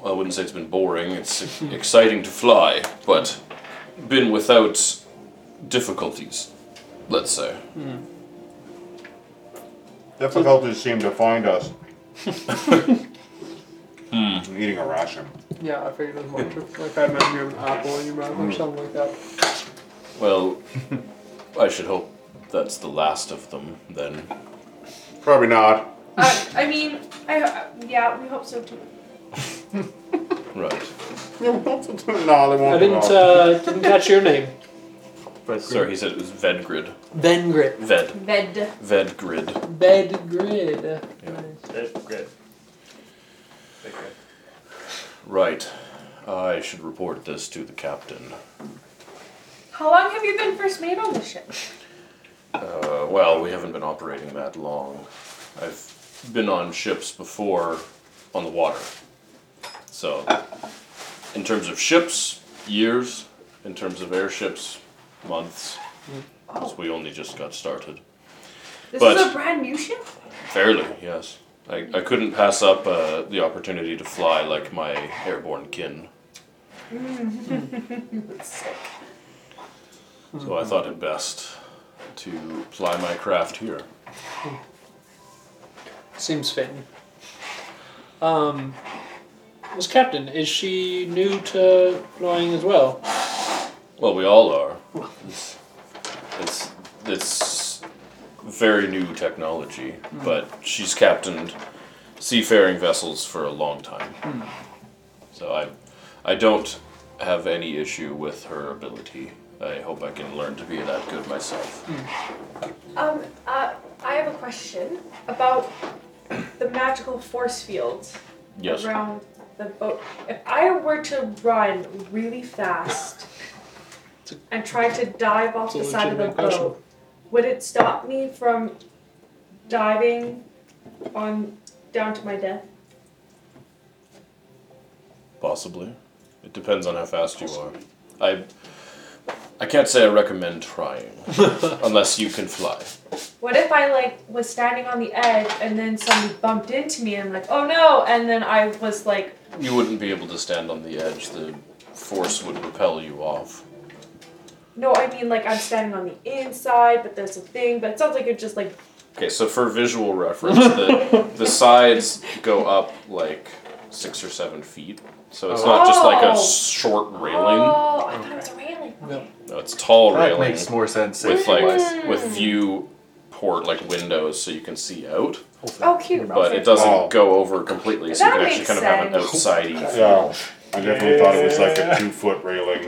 [SPEAKER 1] I wouldn't say it's been boring. It's exciting to fly, but been without difficulties. Let's say.
[SPEAKER 6] Difficulties seem to find us.
[SPEAKER 1] Hmm.
[SPEAKER 6] I'm eating a ration.
[SPEAKER 8] Yeah, I figured it was more true. Like I imagine you have an apple in your mouth or something like that.
[SPEAKER 1] Well, I should hope that's the last of them then.
[SPEAKER 6] Probably not.
[SPEAKER 4] Uh, I mean, I, uh, yeah, we hope so too.
[SPEAKER 1] Right.
[SPEAKER 6] no, they won't.
[SPEAKER 3] I didn't
[SPEAKER 6] be
[SPEAKER 3] uh, didn't catch your name.
[SPEAKER 1] Sorry, he said it was Vedgrid.
[SPEAKER 3] Ben Grid.
[SPEAKER 1] Ved.
[SPEAKER 4] Ved.
[SPEAKER 1] Vedgrid.
[SPEAKER 3] Bed Grid.
[SPEAKER 7] Great. Great.
[SPEAKER 1] Right. I should report this to the captain.
[SPEAKER 4] How long have you been first mate on this ship?
[SPEAKER 1] Uh, well, we haven't been operating that long. I've been on ships before on the water. So, in terms of ships, years. In terms of airships, months. 'Cause we only just got started.
[SPEAKER 4] This
[SPEAKER 1] But-
[SPEAKER 4] is a brand new ship?
[SPEAKER 1] Fairly, yes. I, I couldn't pass up uh, the opportunity to fly like my airborne kin. so I thought it best to ply my craft here.
[SPEAKER 3] Seems fitting. Um, was captain? Is she new to flying as well?
[SPEAKER 1] Well, we all are. It's it's, it's very new technology, but she's captained seafaring vessels for a long time. So I I don't have any issue with her ability. I hope I can learn to be that good myself.
[SPEAKER 4] Um, uh, I have a question about the magical force fields
[SPEAKER 1] Yes.
[SPEAKER 4] around the boat. If I were to run really fast and try to dive off the
[SPEAKER 3] It's a
[SPEAKER 4] side of the
[SPEAKER 3] legitimate question.
[SPEAKER 4] boat, would it stop me from diving on down to my death?
[SPEAKER 1] Possibly. It depends on how fast you are. I I can't say I recommend trying unless you can fly.
[SPEAKER 4] What if I like was standing on the edge and then somebody bumped into me and I'm like, oh no, and then I was like,
[SPEAKER 1] You wouldn't be able to stand on the edge. The force would repel you off.
[SPEAKER 4] no, I mean like I'm standing on the inside, but there's a thing, but it sounds like you're just like
[SPEAKER 1] Okay, so for visual reference, the the sides go up like six or seven feet. So it's not just like a
[SPEAKER 4] Oh.
[SPEAKER 1] short railing.
[SPEAKER 4] Oh, I thought it was a railing.
[SPEAKER 3] No.
[SPEAKER 1] No, it's tall
[SPEAKER 5] That
[SPEAKER 1] railing
[SPEAKER 5] makes more sense.
[SPEAKER 1] with
[SPEAKER 5] safety-wise.
[SPEAKER 1] like with view port like windows so you can see out.
[SPEAKER 4] Oh, cute.
[SPEAKER 1] But
[SPEAKER 4] Okay.
[SPEAKER 1] it doesn't
[SPEAKER 6] Oh.
[SPEAKER 1] go over completely, so you
[SPEAKER 4] That
[SPEAKER 1] can actually
[SPEAKER 4] makes
[SPEAKER 1] kind of have an
[SPEAKER 4] sense.
[SPEAKER 1] outside
[SPEAKER 6] Yeah. I definitely thought it was like a two foot railing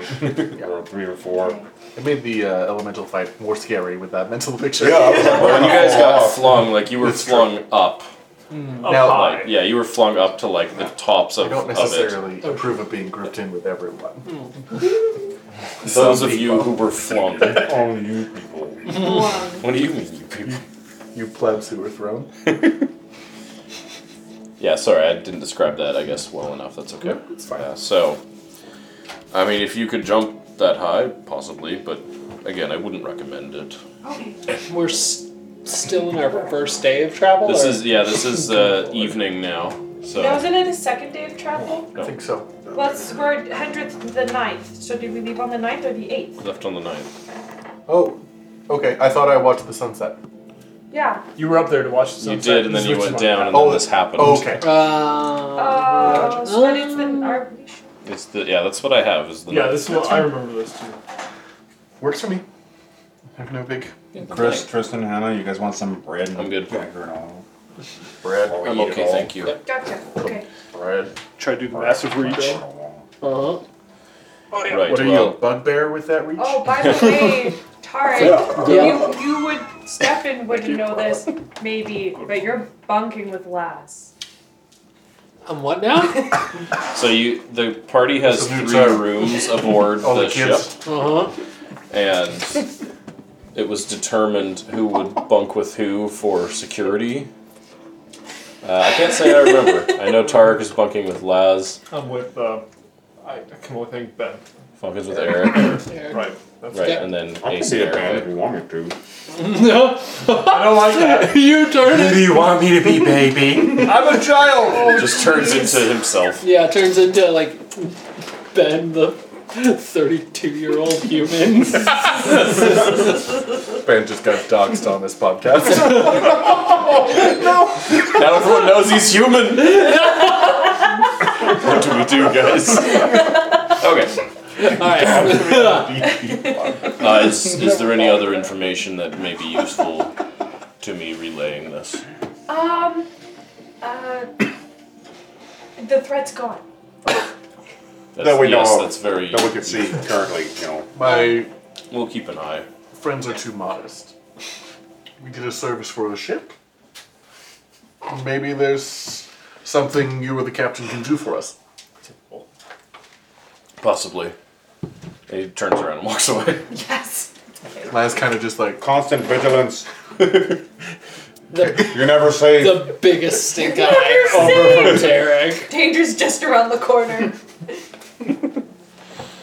[SPEAKER 6] or three or four.
[SPEAKER 5] It made the uh, elemental fight more scary with that mental picture.
[SPEAKER 6] Yeah, I was like,
[SPEAKER 1] When you guys got
[SPEAKER 6] off.
[SPEAKER 1] flung, like you were
[SPEAKER 5] That's true.
[SPEAKER 1] flung up.
[SPEAKER 7] Up
[SPEAKER 5] Now-
[SPEAKER 7] high.
[SPEAKER 1] Like, yeah, you were flung up to like the tops
[SPEAKER 5] I
[SPEAKER 1] of,
[SPEAKER 5] don't
[SPEAKER 1] of it.
[SPEAKER 5] necessarily approve of being grouped in with everyone.
[SPEAKER 1] Those
[SPEAKER 5] Some
[SPEAKER 1] of you who were flung. what
[SPEAKER 6] Oh, you people.
[SPEAKER 4] One.
[SPEAKER 1] do you mean, you people?
[SPEAKER 5] You plebs who were thrown.
[SPEAKER 1] Yeah, sorry, I didn't describe that, I guess, well enough. That's okay.
[SPEAKER 5] It's fine.
[SPEAKER 1] Yeah, so, I mean, if you could jump that high, possibly, but again, I wouldn't recommend it.
[SPEAKER 3] We're s- still in our first day of travel.
[SPEAKER 1] This
[SPEAKER 3] or-
[SPEAKER 1] is, yeah, this is uh, evening now, so.
[SPEAKER 4] Now isn't it a second day of travel?
[SPEAKER 5] I think so.
[SPEAKER 4] Let's we're hundredth the ninth. So did we leave on the 9th or the eighth?
[SPEAKER 1] Left on the ninth.
[SPEAKER 5] Oh, okay. I thought I watched the sunset.
[SPEAKER 4] Yeah.
[SPEAKER 7] You were up there to watch the
[SPEAKER 1] You
[SPEAKER 7] sunset.
[SPEAKER 1] did, and then you went down, and
[SPEAKER 5] Oh,
[SPEAKER 1] then this happened.
[SPEAKER 5] Oh, okay.
[SPEAKER 3] Uh,
[SPEAKER 4] Uh, so then it's the
[SPEAKER 3] Um,
[SPEAKER 4] are we sure?
[SPEAKER 1] It's the, yeah, that's what I have, is the
[SPEAKER 7] Yeah,
[SPEAKER 1] ninth.
[SPEAKER 7] this is what I remember this too.
[SPEAKER 5] Works for me. I have no big
[SPEAKER 6] Chris, Tristan, Hannah, you guys want some bread?
[SPEAKER 1] I'm good.
[SPEAKER 6] Vinegar and all?
[SPEAKER 5] bread.
[SPEAKER 6] Or
[SPEAKER 1] I'm
[SPEAKER 6] eat it
[SPEAKER 1] okay,
[SPEAKER 6] all?
[SPEAKER 1] thank you.
[SPEAKER 4] Gotcha. Okay.
[SPEAKER 5] Bread.
[SPEAKER 7] Try to do the massive reach.
[SPEAKER 3] uh-huh.
[SPEAKER 1] Right,
[SPEAKER 5] What are you, a
[SPEAKER 1] well,
[SPEAKER 5] bugbear with that reach?
[SPEAKER 4] Oh, by the way, Tari,
[SPEAKER 3] Yeah.
[SPEAKER 4] you you would Stefan wouldn't know this, maybe, but you're bunking with Lass.
[SPEAKER 3] I'm what now? uh
[SPEAKER 1] So you, the party has
[SPEAKER 5] Some new
[SPEAKER 1] three
[SPEAKER 5] tire.
[SPEAKER 1] rooms aboard
[SPEAKER 5] All
[SPEAKER 1] the
[SPEAKER 5] the kids.
[SPEAKER 1] ship,
[SPEAKER 3] huh.
[SPEAKER 1] and it was determined who would bunk with who for security. Uh, I can't say I remember. I know Tarek is bunking with Laz,
[SPEAKER 7] I'm with, uh, I, I can only think Ben.
[SPEAKER 1] Funkin's with Eric,
[SPEAKER 7] Right. That's
[SPEAKER 1] right,
[SPEAKER 3] Yeah.
[SPEAKER 1] and then
[SPEAKER 6] I can
[SPEAKER 1] Ace
[SPEAKER 6] see
[SPEAKER 1] and
[SPEAKER 6] a band if
[SPEAKER 1] Eric.
[SPEAKER 6] you want me to.
[SPEAKER 7] I don't like that.
[SPEAKER 3] you turn it.
[SPEAKER 5] do you want me to be, baby?
[SPEAKER 7] I'm a child.
[SPEAKER 1] Just turns into himself.
[SPEAKER 3] Yeah, it turns into like Ben, the thirty-two-year-old human.
[SPEAKER 5] Ben just got doxxed on this podcast.
[SPEAKER 1] Now everyone knows he's human. what do we do, guys? Okay. Uh, is, is there any other information that may be useful to me relaying this?
[SPEAKER 4] Um, uh, the threat's gone.
[SPEAKER 1] That's,
[SPEAKER 6] That we know
[SPEAKER 1] yes,
[SPEAKER 6] of.
[SPEAKER 1] that's very.
[SPEAKER 6] that we can see currently, you know.
[SPEAKER 5] My
[SPEAKER 1] We'll keep an eye.
[SPEAKER 5] friends are too modest. We did a service for the ship. Maybe there's something you or the captain can do for us.
[SPEAKER 1] Possibly. He turns around and walks away.
[SPEAKER 4] Yes.
[SPEAKER 5] Lance kind of just like,
[SPEAKER 6] Constant vigilance.
[SPEAKER 3] The,
[SPEAKER 6] You're never safe.
[SPEAKER 3] the biggest stink
[SPEAKER 4] You're
[SPEAKER 3] eye over from Derek.
[SPEAKER 4] Danger's just around the corner.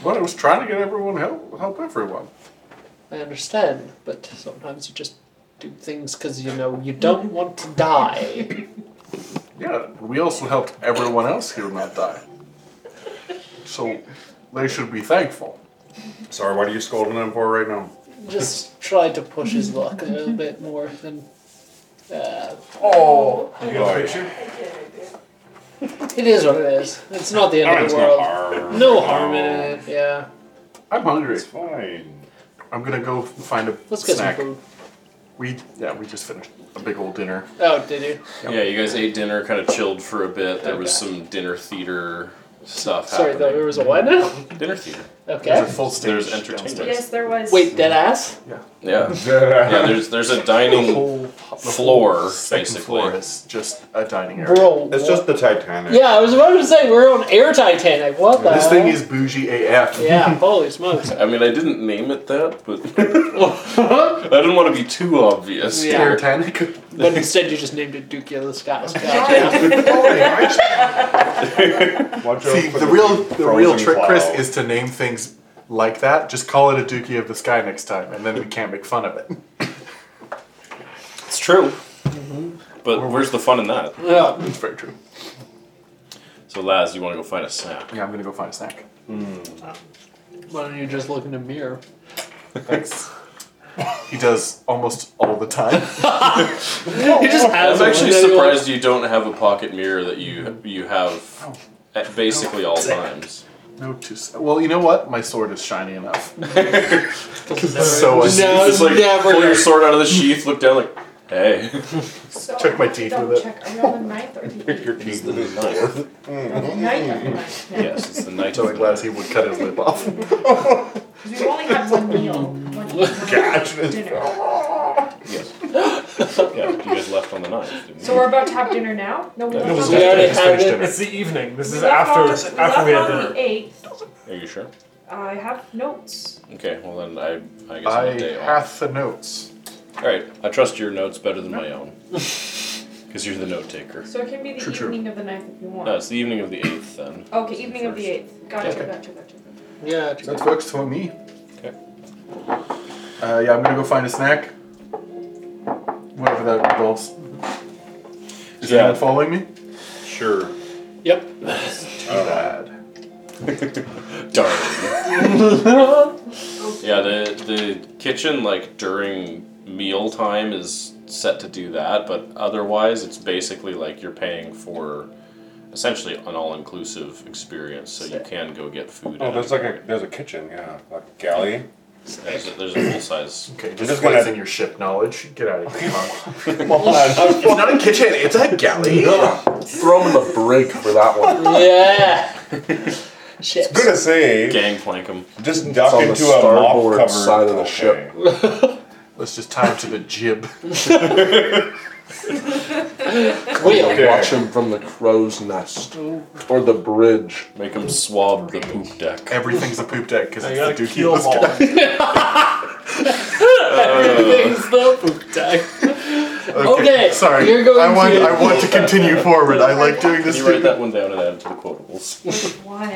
[SPEAKER 5] well, I was trying to get everyone help, help everyone.
[SPEAKER 3] I understand, but sometimes you just do things because you know you don't want to die.
[SPEAKER 5] Yeah, we also helped everyone else here not die. So they should be thankful.
[SPEAKER 6] Sorry, what are you scolding him for right now?
[SPEAKER 3] Just try to push his luck a little bit more than. Uh,
[SPEAKER 8] Oh,
[SPEAKER 6] You get a picture?
[SPEAKER 3] it is what it is. It's not the end of
[SPEAKER 6] Alright,
[SPEAKER 3] the
[SPEAKER 6] it's no
[SPEAKER 3] world.
[SPEAKER 6] harm.
[SPEAKER 3] No harm in it. Yeah.
[SPEAKER 5] I'm hungry.
[SPEAKER 6] It's fine.
[SPEAKER 5] I'm gonna go find a
[SPEAKER 3] Let's get
[SPEAKER 5] snack.
[SPEAKER 3] some food.
[SPEAKER 5] We yeah, we just finished a big old dinner.
[SPEAKER 3] Oh, did you?
[SPEAKER 1] Yeah, you guys ate dinner, kind of chilled for a bit. There was some dinner theater stuff
[SPEAKER 3] Sorry, though,
[SPEAKER 1] happening.
[SPEAKER 3] there was a what now?
[SPEAKER 1] dinner theater.
[SPEAKER 5] There's a
[SPEAKER 3] Okay.
[SPEAKER 5] full stage.
[SPEAKER 1] There's entertainment.
[SPEAKER 5] downstairs.
[SPEAKER 4] yes, there was.
[SPEAKER 3] Wait, dead ass?
[SPEAKER 1] Yeah. Yeah, there's there's a
[SPEAKER 5] The
[SPEAKER 1] dining
[SPEAKER 5] whole the
[SPEAKER 1] floor
[SPEAKER 5] whole second floor
[SPEAKER 1] basically.
[SPEAKER 5] is just a dining area.
[SPEAKER 3] Bro.
[SPEAKER 6] It's
[SPEAKER 3] what-
[SPEAKER 6] just the Titanic.
[SPEAKER 3] Yeah, I was about to say we're on air Titanic. What the?
[SPEAKER 5] This thing
[SPEAKER 3] hell?
[SPEAKER 5] is bougie AF.
[SPEAKER 3] Yeah. Holy smokes.
[SPEAKER 1] I mean, I didn't name it that, but I didn't want to be too obvious.
[SPEAKER 3] Yeah.
[SPEAKER 1] here.
[SPEAKER 5] Titanic.
[SPEAKER 3] But instead, you just named it Dookie of the Skies.
[SPEAKER 6] Watch out
[SPEAKER 5] See,
[SPEAKER 6] for
[SPEAKER 5] the real the real
[SPEAKER 6] frozen
[SPEAKER 5] trick, Chris,
[SPEAKER 6] cloud.
[SPEAKER 5] is to name things like that. Just call it a Dookie of the Sky next time, and then we can't make fun of it.
[SPEAKER 1] It's true.
[SPEAKER 5] Mm-hmm.
[SPEAKER 1] But where's the fun in that?
[SPEAKER 3] Yeah.
[SPEAKER 5] It's very true.
[SPEAKER 1] So, Laz, you want to go find a snack?
[SPEAKER 5] Yeah, I'm gonna go find a snack.
[SPEAKER 3] Why don't you just look in the mirror?
[SPEAKER 5] Thanks. he does almost all the time.
[SPEAKER 3] He just
[SPEAKER 1] I was actually
[SPEAKER 3] one, and then you're
[SPEAKER 1] surprised you don't have a pocket mirror that you you have at basically all times.
[SPEAKER 5] No two. s- Well, you know what? My sword is shiny enough.
[SPEAKER 3] like,
[SPEAKER 5] So
[SPEAKER 3] No,
[SPEAKER 5] I
[SPEAKER 1] Just like
[SPEAKER 3] never.
[SPEAKER 1] pull your sword out of the sheath, look down, like, hey.
[SPEAKER 4] So
[SPEAKER 5] Check
[SPEAKER 4] I
[SPEAKER 5] my
[SPEAKER 4] have to
[SPEAKER 5] teeth
[SPEAKER 4] double
[SPEAKER 5] with it.
[SPEAKER 4] Check. Are we on the ninth or the eighth?
[SPEAKER 6] Your teeth.
[SPEAKER 4] Ninth or the ninth? No,
[SPEAKER 1] yes, it's the night
[SPEAKER 5] so
[SPEAKER 1] of
[SPEAKER 5] like last he would cut his lip off.
[SPEAKER 4] 'cause we only have one meal. One
[SPEAKER 6] Gosh,
[SPEAKER 4] one dinner.
[SPEAKER 1] Yes. yeah, you guys left on the ninth, didn't you?
[SPEAKER 4] So we're about to have dinner now. No, we
[SPEAKER 1] No,
[SPEAKER 4] left
[SPEAKER 1] it was
[SPEAKER 4] on
[SPEAKER 3] we
[SPEAKER 4] the-
[SPEAKER 3] already
[SPEAKER 5] Just
[SPEAKER 3] had
[SPEAKER 5] finished
[SPEAKER 3] it.
[SPEAKER 5] dinner.
[SPEAKER 7] It's the evening. This
[SPEAKER 4] we
[SPEAKER 7] is
[SPEAKER 4] left
[SPEAKER 7] after
[SPEAKER 4] on-
[SPEAKER 7] after we had
[SPEAKER 4] left on
[SPEAKER 7] dinner.
[SPEAKER 4] the eighth.
[SPEAKER 1] Are you sure?
[SPEAKER 4] I have notes.
[SPEAKER 1] Okay, well then I, I guess
[SPEAKER 5] I
[SPEAKER 1] am a day off.
[SPEAKER 5] hath the notes.
[SPEAKER 1] All right, I trust your notes better than my own, because you're the note taker.
[SPEAKER 4] So it can be the
[SPEAKER 5] True, true.
[SPEAKER 4] evening of the ninth if you want.
[SPEAKER 1] No, it's the evening of the eighth then.
[SPEAKER 4] Okay, evening of the eighth. Gotcha,
[SPEAKER 1] Okay.
[SPEAKER 4] gotcha, gotcha.
[SPEAKER 3] Yeah.
[SPEAKER 5] That works for me.
[SPEAKER 1] Okay.
[SPEAKER 5] Uh, yeah, I'm gonna go find a snack. Whatever that involves. Is
[SPEAKER 1] Yeah.
[SPEAKER 5] anyone following me? Oh,
[SPEAKER 6] Sure.
[SPEAKER 3] Yep.
[SPEAKER 5] Too bad.
[SPEAKER 1] Darn. yeah, the the kitchen like during meal time is set to do that, but otherwise it's basically like you're paying for essentially an all-inclusive experience, so you can go get food.
[SPEAKER 6] Oh,
[SPEAKER 1] at
[SPEAKER 6] there's
[SPEAKER 1] it.
[SPEAKER 6] like a there's a kitchen, yeah, like a galley.
[SPEAKER 1] there's a, there's a full-size
[SPEAKER 5] Okay,
[SPEAKER 6] just
[SPEAKER 5] just
[SPEAKER 6] gonna-
[SPEAKER 5] plays in your ship knowledge. Get out of here. Come on.
[SPEAKER 2] it's not a kitchen, it's a galley.
[SPEAKER 5] Throw him in the break for that one.
[SPEAKER 3] Yeah. Shit.
[SPEAKER 6] gonna say,
[SPEAKER 1] gangplank them.
[SPEAKER 6] just duck
[SPEAKER 2] on the
[SPEAKER 6] into a mop
[SPEAKER 2] starboard
[SPEAKER 6] covered
[SPEAKER 2] side of the ship.
[SPEAKER 6] Okay.
[SPEAKER 5] Let's just tie him to the jib.
[SPEAKER 3] Wheel.
[SPEAKER 6] Okay.
[SPEAKER 2] Watch him from the crow's nest or the bridge.
[SPEAKER 1] Make them swab the poop deck.
[SPEAKER 5] Everything's a poop deck because
[SPEAKER 7] You
[SPEAKER 5] it's
[SPEAKER 7] gotta
[SPEAKER 5] the dookie.
[SPEAKER 7] kill
[SPEAKER 5] of
[SPEAKER 7] them
[SPEAKER 5] the
[SPEAKER 7] all.
[SPEAKER 5] sky.
[SPEAKER 3] Everything's the poop deck. Okay,
[SPEAKER 5] Sorry.
[SPEAKER 3] you're going
[SPEAKER 5] I want.
[SPEAKER 3] to-
[SPEAKER 5] I want to continue forward. I like doing this.
[SPEAKER 1] Can you write
[SPEAKER 5] stupid-
[SPEAKER 1] that one down and add it to the quotables?
[SPEAKER 4] There's one.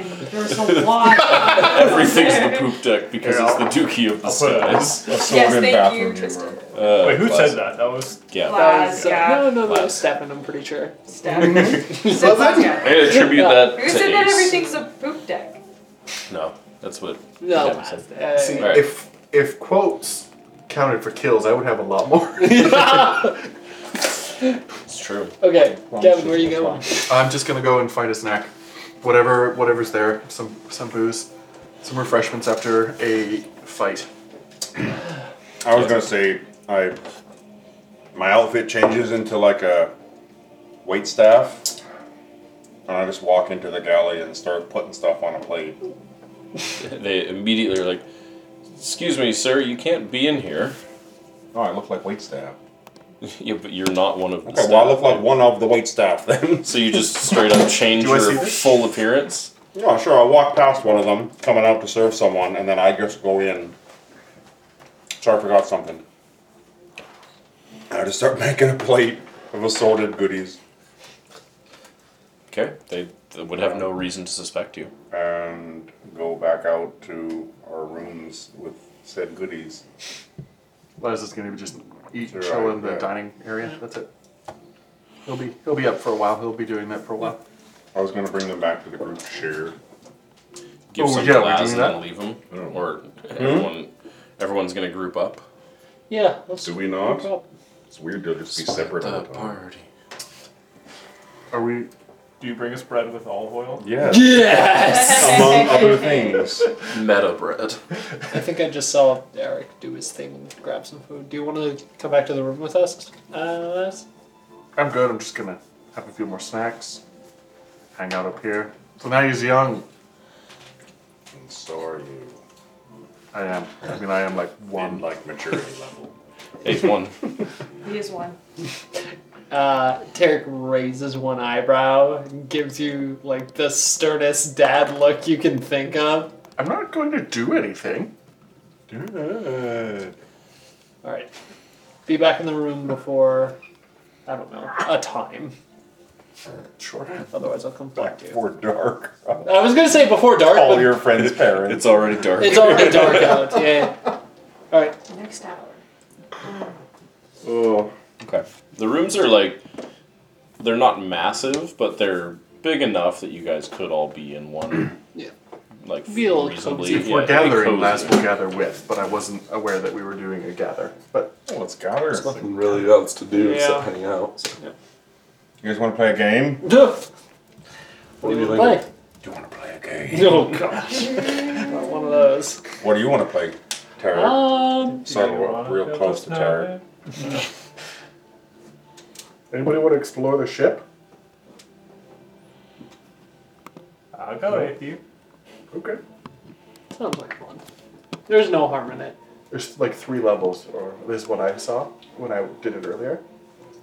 [SPEAKER 4] There's a lot.
[SPEAKER 1] Everything's the poop deck because it's the dookie of the
[SPEAKER 7] put it on.
[SPEAKER 1] skies.
[SPEAKER 6] A sword
[SPEAKER 4] yes,
[SPEAKER 6] in
[SPEAKER 4] thank you,
[SPEAKER 6] bathroom
[SPEAKER 4] Tristan.
[SPEAKER 1] Uh,
[SPEAKER 7] Wait, who
[SPEAKER 1] bless-
[SPEAKER 7] said that? That was
[SPEAKER 1] Yeah.
[SPEAKER 3] Uh,
[SPEAKER 4] Blaz, yeah.
[SPEAKER 3] No, no, no.
[SPEAKER 1] Blaz.
[SPEAKER 3] Stepping, I'm pretty sure.
[SPEAKER 4] Stab. Said Blaz,
[SPEAKER 1] I
[SPEAKER 4] yeah.
[SPEAKER 1] attribute that
[SPEAKER 4] Who
[SPEAKER 1] to
[SPEAKER 4] said that
[SPEAKER 1] Ace.
[SPEAKER 4] everything's a poop deck?
[SPEAKER 1] No, that's what.
[SPEAKER 3] No.
[SPEAKER 1] Adam said.
[SPEAKER 3] uh,
[SPEAKER 5] See,
[SPEAKER 1] Alright.
[SPEAKER 5] if if quotes counted for kills, I would have a lot more.
[SPEAKER 1] It's true.
[SPEAKER 3] Okay, Gavin, where are you going?
[SPEAKER 5] I'm just gonna go and find a snack, whatever, whatever's there. Some some booze, some refreshments after a fight.
[SPEAKER 6] I was gonna say I my outfit changes into like a wait staff. And I just walk into the galley and start putting stuff on a plate.
[SPEAKER 1] They immediately are like, "Excuse me, sir, you can't be in here."
[SPEAKER 6] Oh, I look like wait staff.
[SPEAKER 1] yeah, but you're not one of the
[SPEAKER 6] Okay,
[SPEAKER 1] staff.
[SPEAKER 6] well I look like one of the wait staff then.
[SPEAKER 1] So you just straight up change
[SPEAKER 5] Do I see
[SPEAKER 1] your
[SPEAKER 5] this?
[SPEAKER 1] full appearance.
[SPEAKER 6] oh sure, I walk past one of them coming out to serve someone and then I just go in. Sorry I forgot something. I just start making a plate of assorted goodies.
[SPEAKER 1] Okay, they, they would have no reason to suspect you.
[SPEAKER 6] and go back out to our rooms with said goodies.
[SPEAKER 5] Les is gonna be just eat and
[SPEAKER 6] Sure,
[SPEAKER 5] chill
[SPEAKER 6] I-
[SPEAKER 5] in the
[SPEAKER 6] yeah.
[SPEAKER 5] dining area. That's it. He'll be he'll be up for a while. He'll be doing that for a while.
[SPEAKER 6] I was gonna bring them back to the group to share.
[SPEAKER 1] Give
[SPEAKER 5] Oh,
[SPEAKER 1] some
[SPEAKER 5] yeah,
[SPEAKER 1] to
[SPEAKER 5] we're
[SPEAKER 1] Laz
[SPEAKER 5] doing
[SPEAKER 1] and
[SPEAKER 5] that?
[SPEAKER 1] then leave them, or
[SPEAKER 5] Hmm?
[SPEAKER 1] everyone, everyone's gonna group up.
[SPEAKER 3] Yeah, let's
[SPEAKER 6] Do we not? It's weird to just be separate
[SPEAKER 1] Uh,
[SPEAKER 6] all the time.
[SPEAKER 1] party.
[SPEAKER 5] Are we?
[SPEAKER 7] Do you bring us bread with olive oil?
[SPEAKER 6] Yeah.
[SPEAKER 3] Yes!
[SPEAKER 6] Among other things.
[SPEAKER 1] Meta bread.
[SPEAKER 3] I think I just saw Eric do his thing and grab some food. Do you want to come back to the room with us? Uh, Les?
[SPEAKER 5] I'm good. I'm just gonna have a few more snacks, hang out up here. So now he's young.
[SPEAKER 6] And so are you.
[SPEAKER 5] I am. I mean, I am like
[SPEAKER 6] One
[SPEAKER 5] one.
[SPEAKER 6] like maturity level.
[SPEAKER 1] Eight one.
[SPEAKER 4] He is one.
[SPEAKER 3] Uh, Tarek raises one eyebrow and gives you like the sternest dad look you can think of.
[SPEAKER 5] I'm not going to do anything.
[SPEAKER 6] Dude.
[SPEAKER 3] All right, be back in the room before I don't know a time.
[SPEAKER 5] Sure.
[SPEAKER 3] Otherers, I'll come back to you.
[SPEAKER 6] We're dark.
[SPEAKER 3] I was gonna say before dark,
[SPEAKER 6] All
[SPEAKER 3] but
[SPEAKER 6] your friends' parents.
[SPEAKER 1] It's already dark.
[SPEAKER 3] it's already dark out. Yeah. All right.
[SPEAKER 4] Next hour.
[SPEAKER 6] Oh.
[SPEAKER 1] Okay. The rooms are like they're not massive, but they're big enough that you guys could all be in one.
[SPEAKER 3] Yeah.
[SPEAKER 1] Like
[SPEAKER 3] Be a little
[SPEAKER 1] reasonably.
[SPEAKER 3] cozy.
[SPEAKER 5] If we're
[SPEAKER 1] yeah, it'd be
[SPEAKER 5] gathering,
[SPEAKER 1] cozy.
[SPEAKER 5] last we'll gather with, but I wasn't aware that we were doing a gather. But
[SPEAKER 6] Well, it's got her. You
[SPEAKER 2] Nothing really else to do
[SPEAKER 3] Yeah.
[SPEAKER 2] except hang out. So.
[SPEAKER 6] guys wanna play a game?
[SPEAKER 3] Duh. What
[SPEAKER 2] What
[SPEAKER 3] do you
[SPEAKER 2] do you
[SPEAKER 3] want to
[SPEAKER 6] Do you wanna play a game?
[SPEAKER 3] play? Oh gosh, not one of those.
[SPEAKER 6] What do you wanna play, Tara?
[SPEAKER 3] Um,
[SPEAKER 6] Sorry, we're real close to Tara.
[SPEAKER 5] anybody want to explore the ship?
[SPEAKER 7] I'll go with you.
[SPEAKER 5] Okay.
[SPEAKER 3] sounds like fun. There's no harm in it.
[SPEAKER 5] There's like three levels, or this is what I saw when I did it earlier.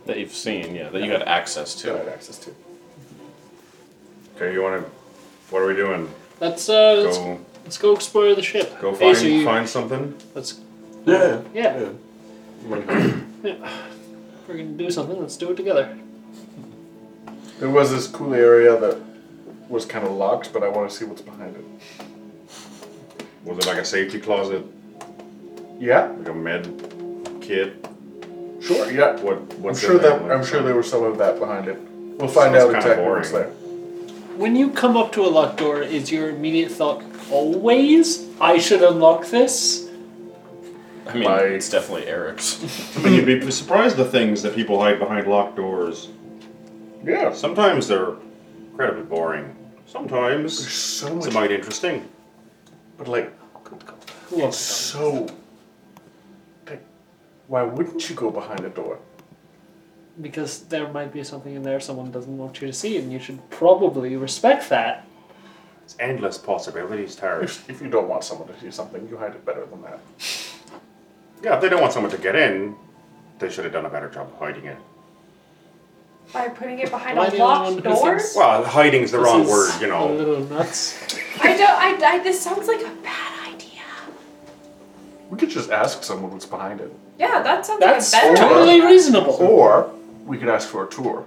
[SPEAKER 1] that you've seen, yeah, that you had access
[SPEAKER 5] That I
[SPEAKER 1] to.
[SPEAKER 5] had access to.
[SPEAKER 6] Okay, you wanna what are we doing?
[SPEAKER 3] Let's uh, let's
[SPEAKER 6] Go
[SPEAKER 3] Let's go explore the ship.
[SPEAKER 6] go
[SPEAKER 3] Hey,
[SPEAKER 6] find
[SPEAKER 3] so you-
[SPEAKER 6] find something?
[SPEAKER 3] Let's,
[SPEAKER 2] Yeah.
[SPEAKER 3] yeah,
[SPEAKER 2] Yeah.
[SPEAKER 3] we're gonna do something. Let's do it together.
[SPEAKER 5] There was this cool area that was kind of locked, but I want to see what's behind it.
[SPEAKER 6] Was it like a safety closet,
[SPEAKER 5] Yeah,
[SPEAKER 6] like a med kit?
[SPEAKER 5] sure. Yeah,
[SPEAKER 6] What?
[SPEAKER 5] I'm
[SPEAKER 6] What's
[SPEAKER 5] sure
[SPEAKER 6] in there?
[SPEAKER 5] that I'm sure there was some of that behind it. We'll find
[SPEAKER 6] Sounds
[SPEAKER 5] out
[SPEAKER 6] kinda
[SPEAKER 5] exactly what's there.
[SPEAKER 6] boring.
[SPEAKER 3] When you come up to a locked door, is your immediate thought always, I should unlock this?
[SPEAKER 1] I mean,
[SPEAKER 5] My-
[SPEAKER 1] it's definitely Eric's.
[SPEAKER 6] I mean, you'd be surprised the things that people hide behind locked doors.
[SPEAKER 5] Yeah,
[SPEAKER 6] Sometimes they're incredibly boring. Sometimes
[SPEAKER 5] so
[SPEAKER 6] it's
[SPEAKER 5] much,
[SPEAKER 6] mighty interesting.
[SPEAKER 5] but like
[SPEAKER 3] Who
[SPEAKER 5] it's
[SPEAKER 3] else?
[SPEAKER 5] so. Like, why wouldn't you go behind a door?
[SPEAKER 3] Because there might be something in there someone doesn't want you to see, and you should probably respect that.
[SPEAKER 6] It's endless possibilities, Tara.
[SPEAKER 5] If, if you don't want someone to see something, you hide it better than that.
[SPEAKER 6] yeah, if they don't want someone to get in, they should have done a better job of hiding it.
[SPEAKER 4] By putting it behind
[SPEAKER 3] Am I
[SPEAKER 4] a
[SPEAKER 3] the only one
[SPEAKER 4] locked
[SPEAKER 3] who
[SPEAKER 4] door?
[SPEAKER 3] thinks-
[SPEAKER 6] Well, hiding's the
[SPEAKER 3] This
[SPEAKER 6] wrong
[SPEAKER 3] is
[SPEAKER 6] word, you
[SPEAKER 3] A
[SPEAKER 6] know.
[SPEAKER 3] little nuts.
[SPEAKER 4] I don't. I, I. This sounds like a bad idea.
[SPEAKER 5] We could just ask someone what's behind it,
[SPEAKER 4] Yeah, that sounds
[SPEAKER 3] That's
[SPEAKER 4] like a better.
[SPEAKER 5] over.
[SPEAKER 3] totally reasonable.
[SPEAKER 5] or we could ask for a tour.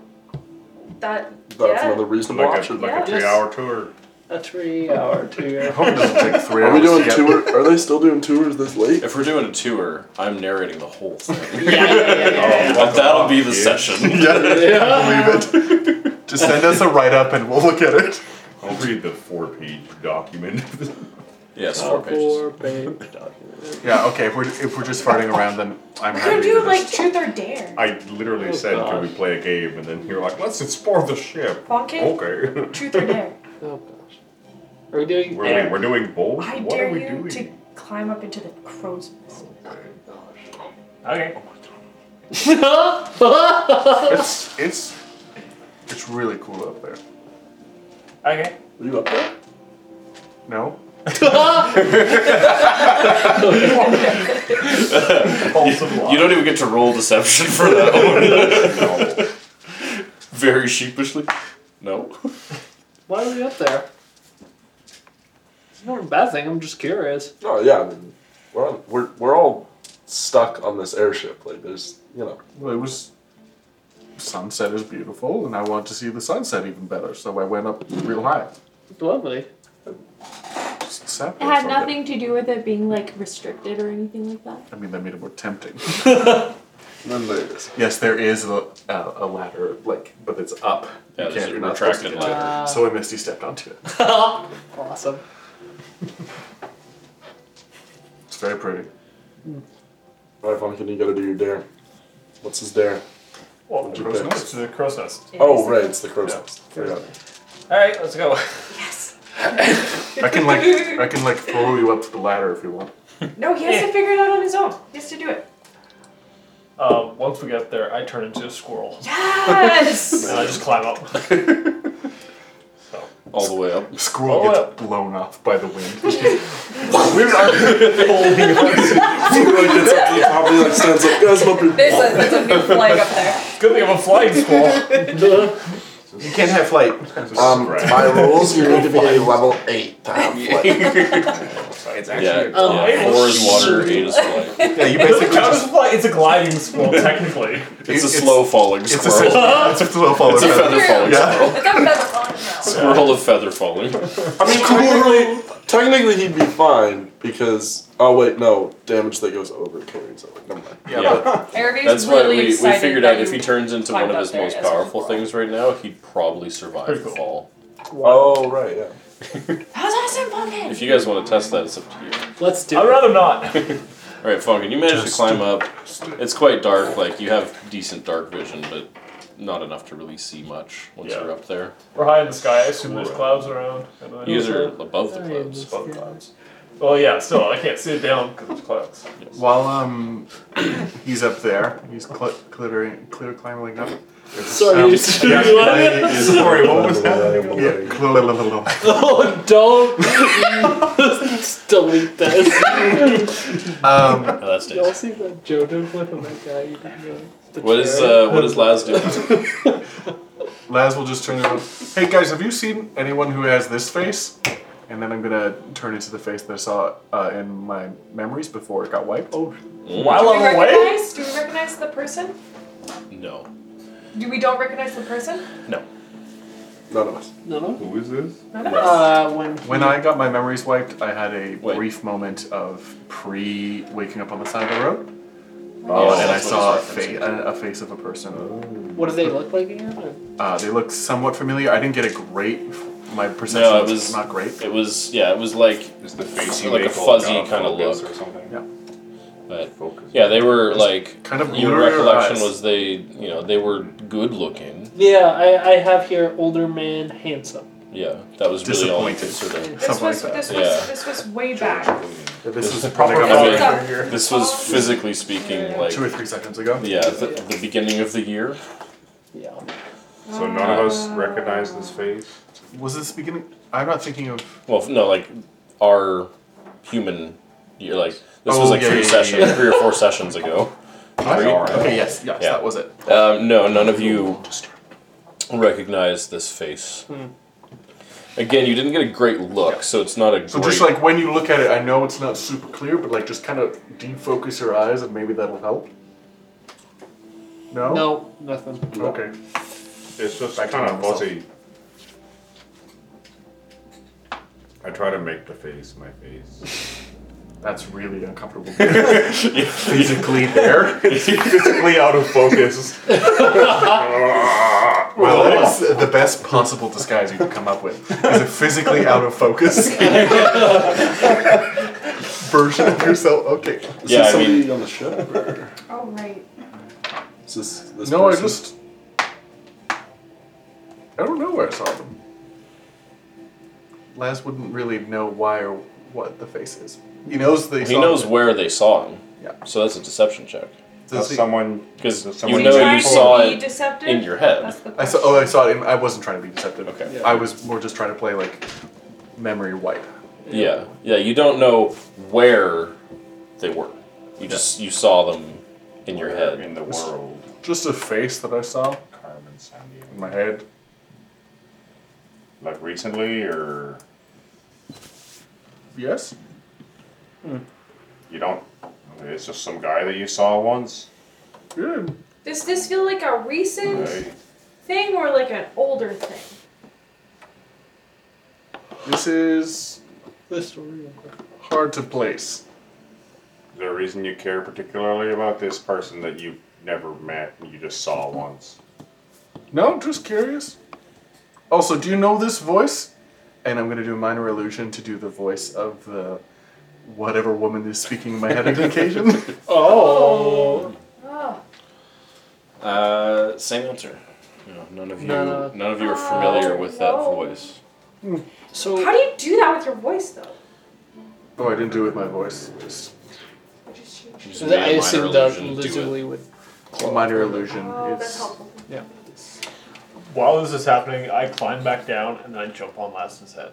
[SPEAKER 4] That.
[SPEAKER 2] That's
[SPEAKER 4] yeah.
[SPEAKER 2] another reasonable
[SPEAKER 6] Like a,
[SPEAKER 2] option.
[SPEAKER 6] like
[SPEAKER 4] Yeah.
[SPEAKER 6] a three-hour tour.
[SPEAKER 3] A three hour tour.
[SPEAKER 5] I hope it doesn't take three
[SPEAKER 2] Are
[SPEAKER 5] hours.
[SPEAKER 2] we doing
[SPEAKER 5] to get-
[SPEAKER 2] tour? Are they still doing tours this late?
[SPEAKER 1] if we're doing a tour, I'm narrating the whole thing.
[SPEAKER 3] Yeah, yeah, yeah, yeah.
[SPEAKER 1] But that'll be the session.
[SPEAKER 5] I believe it. Just send us a write up and we'll look at it.
[SPEAKER 6] I'll read the four-page document.
[SPEAKER 1] Yes, four pages.
[SPEAKER 8] Corporate document.
[SPEAKER 5] Yeah, okay, if we're, if we're just farting around, then I'm
[SPEAKER 4] We're gonna
[SPEAKER 5] happy
[SPEAKER 4] do
[SPEAKER 5] with
[SPEAKER 4] like
[SPEAKER 5] this.
[SPEAKER 4] truth or dare.
[SPEAKER 6] I literally
[SPEAKER 8] Oh,
[SPEAKER 6] said, "Can
[SPEAKER 8] gosh.
[SPEAKER 6] we play a game?" And then you're like, "Let's explore the ship."
[SPEAKER 4] Bonking?
[SPEAKER 6] Okay.
[SPEAKER 4] Truth or dare.
[SPEAKER 8] Oh gosh. Are we doing?
[SPEAKER 6] We're, wait, we're doing both.
[SPEAKER 4] I
[SPEAKER 6] what
[SPEAKER 4] dare
[SPEAKER 6] are we
[SPEAKER 4] you
[SPEAKER 6] doing?
[SPEAKER 4] to climb up into the crow's nest.
[SPEAKER 7] Okay.
[SPEAKER 5] It's, it's, it's really cool up there.
[SPEAKER 7] Okay.
[SPEAKER 2] Were you up there?
[SPEAKER 5] No?
[SPEAKER 1] You don't even get to roll deception for that one. Very sheepishly. No.
[SPEAKER 3] Why are we up there? It's not a bad thing. I'm just curious.
[SPEAKER 2] Oh yeah, I mean, we're on, we're we're all stuck on this airship. Like there's you know
[SPEAKER 5] Well, it was. Sunset is beautiful, and I want to see the sunset even better, so I went up real high.
[SPEAKER 3] Lovely.
[SPEAKER 5] It's sad
[SPEAKER 9] It had
[SPEAKER 5] that it's not good.
[SPEAKER 9] nothing to do with it being like restricted or anything like that.
[SPEAKER 5] I mean, that made it more tempting.
[SPEAKER 2] then there's
[SPEAKER 5] yes, there is a, a, a ladder, like, but it's up.
[SPEAKER 1] Yeah,
[SPEAKER 5] You
[SPEAKER 1] there's
[SPEAKER 5] can't-
[SPEAKER 1] a
[SPEAKER 5] you're not supposed to
[SPEAKER 1] retracted
[SPEAKER 5] get to it.
[SPEAKER 1] ladder.
[SPEAKER 5] So I Misty stepped onto it.
[SPEAKER 3] Awesome.
[SPEAKER 5] It's very pretty.
[SPEAKER 2] all right, Funkin, you gotta do your dare. What's his dare?
[SPEAKER 7] Well,
[SPEAKER 2] What'd you pick?
[SPEAKER 7] to the crow's nest.
[SPEAKER 4] It
[SPEAKER 2] Oh
[SPEAKER 4] is-
[SPEAKER 2] right, it's the crow's
[SPEAKER 7] Yeah.
[SPEAKER 2] nest. Forgot.
[SPEAKER 7] All right, let's go.
[SPEAKER 4] Yes.
[SPEAKER 5] I can like I can like throw you up to the ladder if you want.
[SPEAKER 4] No, he has to figure it out on his own. He has to do it.
[SPEAKER 7] Um, once we get up there, I turn into a squirrel
[SPEAKER 4] Yes.
[SPEAKER 7] and I just climb up. so
[SPEAKER 1] All the way up.
[SPEAKER 5] The squirrel
[SPEAKER 7] Oh,
[SPEAKER 5] gets
[SPEAKER 7] well.
[SPEAKER 5] blown off by the wind. We're not holding on to-
[SPEAKER 2] Really gets up to the top, he like stands up. Guys, I'm up here."
[SPEAKER 4] There's a, there's a new flag up there.
[SPEAKER 7] good thing I'm a flying squirrel.
[SPEAKER 5] You can't have flight.
[SPEAKER 2] Um, by rules, you need to be a level eight to have flight.
[SPEAKER 6] It's
[SPEAKER 1] Yeah,
[SPEAKER 6] actually
[SPEAKER 3] Oh,
[SPEAKER 1] yeah. Four is water, eight is flight.
[SPEAKER 5] Yeah, you
[SPEAKER 7] Doesn't
[SPEAKER 5] basically
[SPEAKER 7] count as
[SPEAKER 5] just,
[SPEAKER 7] a fly. It's a gliding squirrel technically.
[SPEAKER 1] It's a
[SPEAKER 5] It's-
[SPEAKER 1] slow falling
[SPEAKER 5] it's
[SPEAKER 1] squirrel.
[SPEAKER 5] a it's a little follow
[SPEAKER 1] It's a feather falling
[SPEAKER 5] Yeah.
[SPEAKER 1] squirrel.
[SPEAKER 4] It's not a feather falling
[SPEAKER 1] Squirrel
[SPEAKER 4] now.
[SPEAKER 1] of feather falling.
[SPEAKER 2] I mean, technically, technically he'd be fine because oh wait, no, damage that goes over carries over. Never mind.
[SPEAKER 1] Yeah,
[SPEAKER 4] Arabi's
[SPEAKER 1] that's what
[SPEAKER 4] really
[SPEAKER 1] we, we
[SPEAKER 4] excited
[SPEAKER 1] figured
[SPEAKER 4] that
[SPEAKER 1] out. If he turns into
[SPEAKER 4] climbed
[SPEAKER 1] one of
[SPEAKER 4] up
[SPEAKER 1] his
[SPEAKER 4] there
[SPEAKER 1] most
[SPEAKER 4] as well.
[SPEAKER 1] powerful things right now, he'd probably survive
[SPEAKER 7] Pretty
[SPEAKER 1] the fall.
[SPEAKER 7] cool.
[SPEAKER 2] Oh right, yeah.
[SPEAKER 4] That was awesome, Pumpkin.
[SPEAKER 1] If you guys want to test that, it's up to you.
[SPEAKER 3] Let's do
[SPEAKER 7] I'd
[SPEAKER 3] it.
[SPEAKER 7] rather not.
[SPEAKER 1] All right, Funkin, you managed to
[SPEAKER 5] Just
[SPEAKER 1] climb up. It's quite dark. Like you have decent dark vision, but not enough to really see much once
[SPEAKER 7] Yeah.
[SPEAKER 1] you're up there.
[SPEAKER 7] We're high in the sky. I assume there's clouds around. and then-
[SPEAKER 1] You guys are above the clouds.
[SPEAKER 7] Above clouds. Well, yeah. Still, I can't see it down because there's clouds.
[SPEAKER 5] While um he's up there, he's cl- clittering clear climbing up. Um,
[SPEAKER 3] Sorry, you just
[SPEAKER 5] Yeah,
[SPEAKER 2] Sorry, what
[SPEAKER 5] was
[SPEAKER 2] that?
[SPEAKER 5] yeah, cl-
[SPEAKER 3] Oh, don't delete that.
[SPEAKER 5] um,
[SPEAKER 1] Oh, that's
[SPEAKER 8] Y'all
[SPEAKER 1] nice.
[SPEAKER 8] see that JoJo clip of that guy? You didn't know? The
[SPEAKER 1] What is
[SPEAKER 8] chair?
[SPEAKER 1] uh, what is Laz doing?
[SPEAKER 5] Laz will just turn around. Hey guys, have you seen anyone who has this face? And then I'm gonna turn into the face that I saw uh, in my memories before it got wiped.
[SPEAKER 8] Oh,
[SPEAKER 7] While
[SPEAKER 4] do we
[SPEAKER 7] I'm away,
[SPEAKER 4] recognize? Do we recognize the person?
[SPEAKER 1] No,
[SPEAKER 4] Do we don't recognize the person?
[SPEAKER 1] no.
[SPEAKER 2] None of us.
[SPEAKER 8] no, no.
[SPEAKER 6] Who is this?
[SPEAKER 4] None of us.
[SPEAKER 8] Uh, when he,
[SPEAKER 5] When I got my memories wiped, I had a
[SPEAKER 1] Wait.
[SPEAKER 5] brief moment of pre waking up on the side of the road, Uh,
[SPEAKER 1] Oh,
[SPEAKER 5] and I
[SPEAKER 1] that's
[SPEAKER 5] saw a,
[SPEAKER 1] what Oh. he's
[SPEAKER 5] fa- a, a face of a person.
[SPEAKER 3] what do they look like again?
[SPEAKER 5] Uh, they looked somewhat familiar. I didn't get a great. My perception
[SPEAKER 1] No, it
[SPEAKER 5] was,
[SPEAKER 1] was-
[SPEAKER 5] not great.
[SPEAKER 1] It was yeah, it was like
[SPEAKER 6] Is the face you
[SPEAKER 1] Like a
[SPEAKER 6] make all
[SPEAKER 1] fuzzy
[SPEAKER 6] out
[SPEAKER 1] kinda
[SPEAKER 6] focus
[SPEAKER 1] look.
[SPEAKER 6] or something?
[SPEAKER 5] Yeah.
[SPEAKER 1] but
[SPEAKER 6] Focus.
[SPEAKER 1] Yeah, they were like
[SPEAKER 5] kind of
[SPEAKER 1] your
[SPEAKER 5] blur your
[SPEAKER 1] recollection
[SPEAKER 5] eyes.
[SPEAKER 1] was they you know they were good looking.
[SPEAKER 3] Yeah, I, I have here older man, handsome.
[SPEAKER 1] Yeah, that was really all I could sort
[SPEAKER 5] Disappointed.
[SPEAKER 1] of.
[SPEAKER 4] This
[SPEAKER 5] something
[SPEAKER 4] was
[SPEAKER 5] like that.
[SPEAKER 4] this
[SPEAKER 1] Yeah.
[SPEAKER 4] was this was way back.
[SPEAKER 5] This is
[SPEAKER 1] proper
[SPEAKER 5] probably
[SPEAKER 1] Yeah, color.
[SPEAKER 5] got my-
[SPEAKER 4] What's up?
[SPEAKER 7] here.
[SPEAKER 1] This was physically speaking like
[SPEAKER 5] two or three seconds ago.
[SPEAKER 1] yeah the, the beginning of the year.
[SPEAKER 3] Yeah.
[SPEAKER 6] So none of us recognize this face.
[SPEAKER 5] Was this beginning? I'm not thinking of.
[SPEAKER 1] Well, no, like our human year. Like this was
[SPEAKER 5] Oh,
[SPEAKER 1] like
[SPEAKER 5] yeah,
[SPEAKER 1] three
[SPEAKER 5] yeah, yeah,
[SPEAKER 1] sessions,
[SPEAKER 5] yeah.
[SPEAKER 1] three or four sessions ago.
[SPEAKER 5] Three?
[SPEAKER 6] all right.
[SPEAKER 5] Okay, yes, yes,
[SPEAKER 1] Yeah.
[SPEAKER 5] that was it.
[SPEAKER 1] Um, no, none of you recognize this face. Again, you didn't get a great look, so it's not a
[SPEAKER 5] So
[SPEAKER 1] great.
[SPEAKER 5] just like when you look at it, I know it's not super clear, but like just kind of defocus your eyes and maybe that'll help. No?
[SPEAKER 3] No, nothing.
[SPEAKER 5] Okay.
[SPEAKER 6] It's just
[SPEAKER 5] Back to
[SPEAKER 6] kind of
[SPEAKER 5] myself.
[SPEAKER 6] fuzzy. I try to make the face my face.
[SPEAKER 5] That's really uncomfortable. physically there.
[SPEAKER 6] Physically out of focus.
[SPEAKER 5] Well, that is the best possible disguise you could come up with. Is a physically out of focus version of yourself. Okay.
[SPEAKER 2] Is
[SPEAKER 1] Yeah,
[SPEAKER 2] this
[SPEAKER 1] I mean-
[SPEAKER 2] somebody on the ship? Or
[SPEAKER 4] Oh, right.
[SPEAKER 2] is this, this
[SPEAKER 5] No, I
[SPEAKER 2] person?
[SPEAKER 5] just. I don't know where I saw them. Laz wouldn't really know why or what the face is. He knows they.
[SPEAKER 1] He knows where they saw him.
[SPEAKER 5] Yeah.
[SPEAKER 1] So that's a deception check.
[SPEAKER 6] Does someone
[SPEAKER 1] Because
[SPEAKER 6] Does
[SPEAKER 1] you
[SPEAKER 6] someone
[SPEAKER 1] know
[SPEAKER 6] try
[SPEAKER 1] you
[SPEAKER 4] to
[SPEAKER 1] saw
[SPEAKER 4] be
[SPEAKER 1] it
[SPEAKER 4] deceptive?
[SPEAKER 1] in your head.
[SPEAKER 4] Eh, That's the
[SPEAKER 5] I saw. Oh, I saw it. In, I wasn't trying to be deceptive.
[SPEAKER 1] Okay.
[SPEAKER 8] Yeah.
[SPEAKER 5] I was more just trying to play like memory wipe.
[SPEAKER 1] Yeah. Yeah, you don't know where they were. You just you saw them in your
[SPEAKER 6] Where
[SPEAKER 1] head.
[SPEAKER 6] in the world?
[SPEAKER 5] Just a face that I saw
[SPEAKER 6] Carmen San Diego.
[SPEAKER 5] in my head.
[SPEAKER 6] Like recently, or
[SPEAKER 5] Yes.
[SPEAKER 6] you don't? Okay, it's just some guy that you saw once.
[SPEAKER 5] Yeah.
[SPEAKER 4] Does this feel like a recent
[SPEAKER 6] Okay.
[SPEAKER 4] thing or like an older thing?
[SPEAKER 5] This is
[SPEAKER 8] This story.
[SPEAKER 5] hard to place.
[SPEAKER 6] Is there a reason you care particularly about this person that you've never met and you just saw once?
[SPEAKER 5] No, just curious. Also, do you know this voice? And I'm gonna do a minor illusion to do the voice of the whatever woman is speaking in my head on occasion.
[SPEAKER 3] Oh.
[SPEAKER 4] Oh,
[SPEAKER 1] Uh, same answer. No, none of you
[SPEAKER 3] No, no.
[SPEAKER 1] none of you are familiar
[SPEAKER 4] Oh,
[SPEAKER 1] with that
[SPEAKER 4] no.
[SPEAKER 1] voice.
[SPEAKER 3] So
[SPEAKER 4] how do you do that with your voice though?
[SPEAKER 5] oh, I didn't do it with my voice. Just
[SPEAKER 4] Or just change-
[SPEAKER 1] Just
[SPEAKER 3] So
[SPEAKER 1] made a
[SPEAKER 3] that I
[SPEAKER 1] minor
[SPEAKER 3] assume that
[SPEAKER 1] illusion to it.
[SPEAKER 3] Lazuli would.
[SPEAKER 5] a minor illusion.
[SPEAKER 4] Oh, that's
[SPEAKER 5] it's
[SPEAKER 4] helpful.
[SPEAKER 7] While this is happening, I climb back down and then I jump on Laston's head.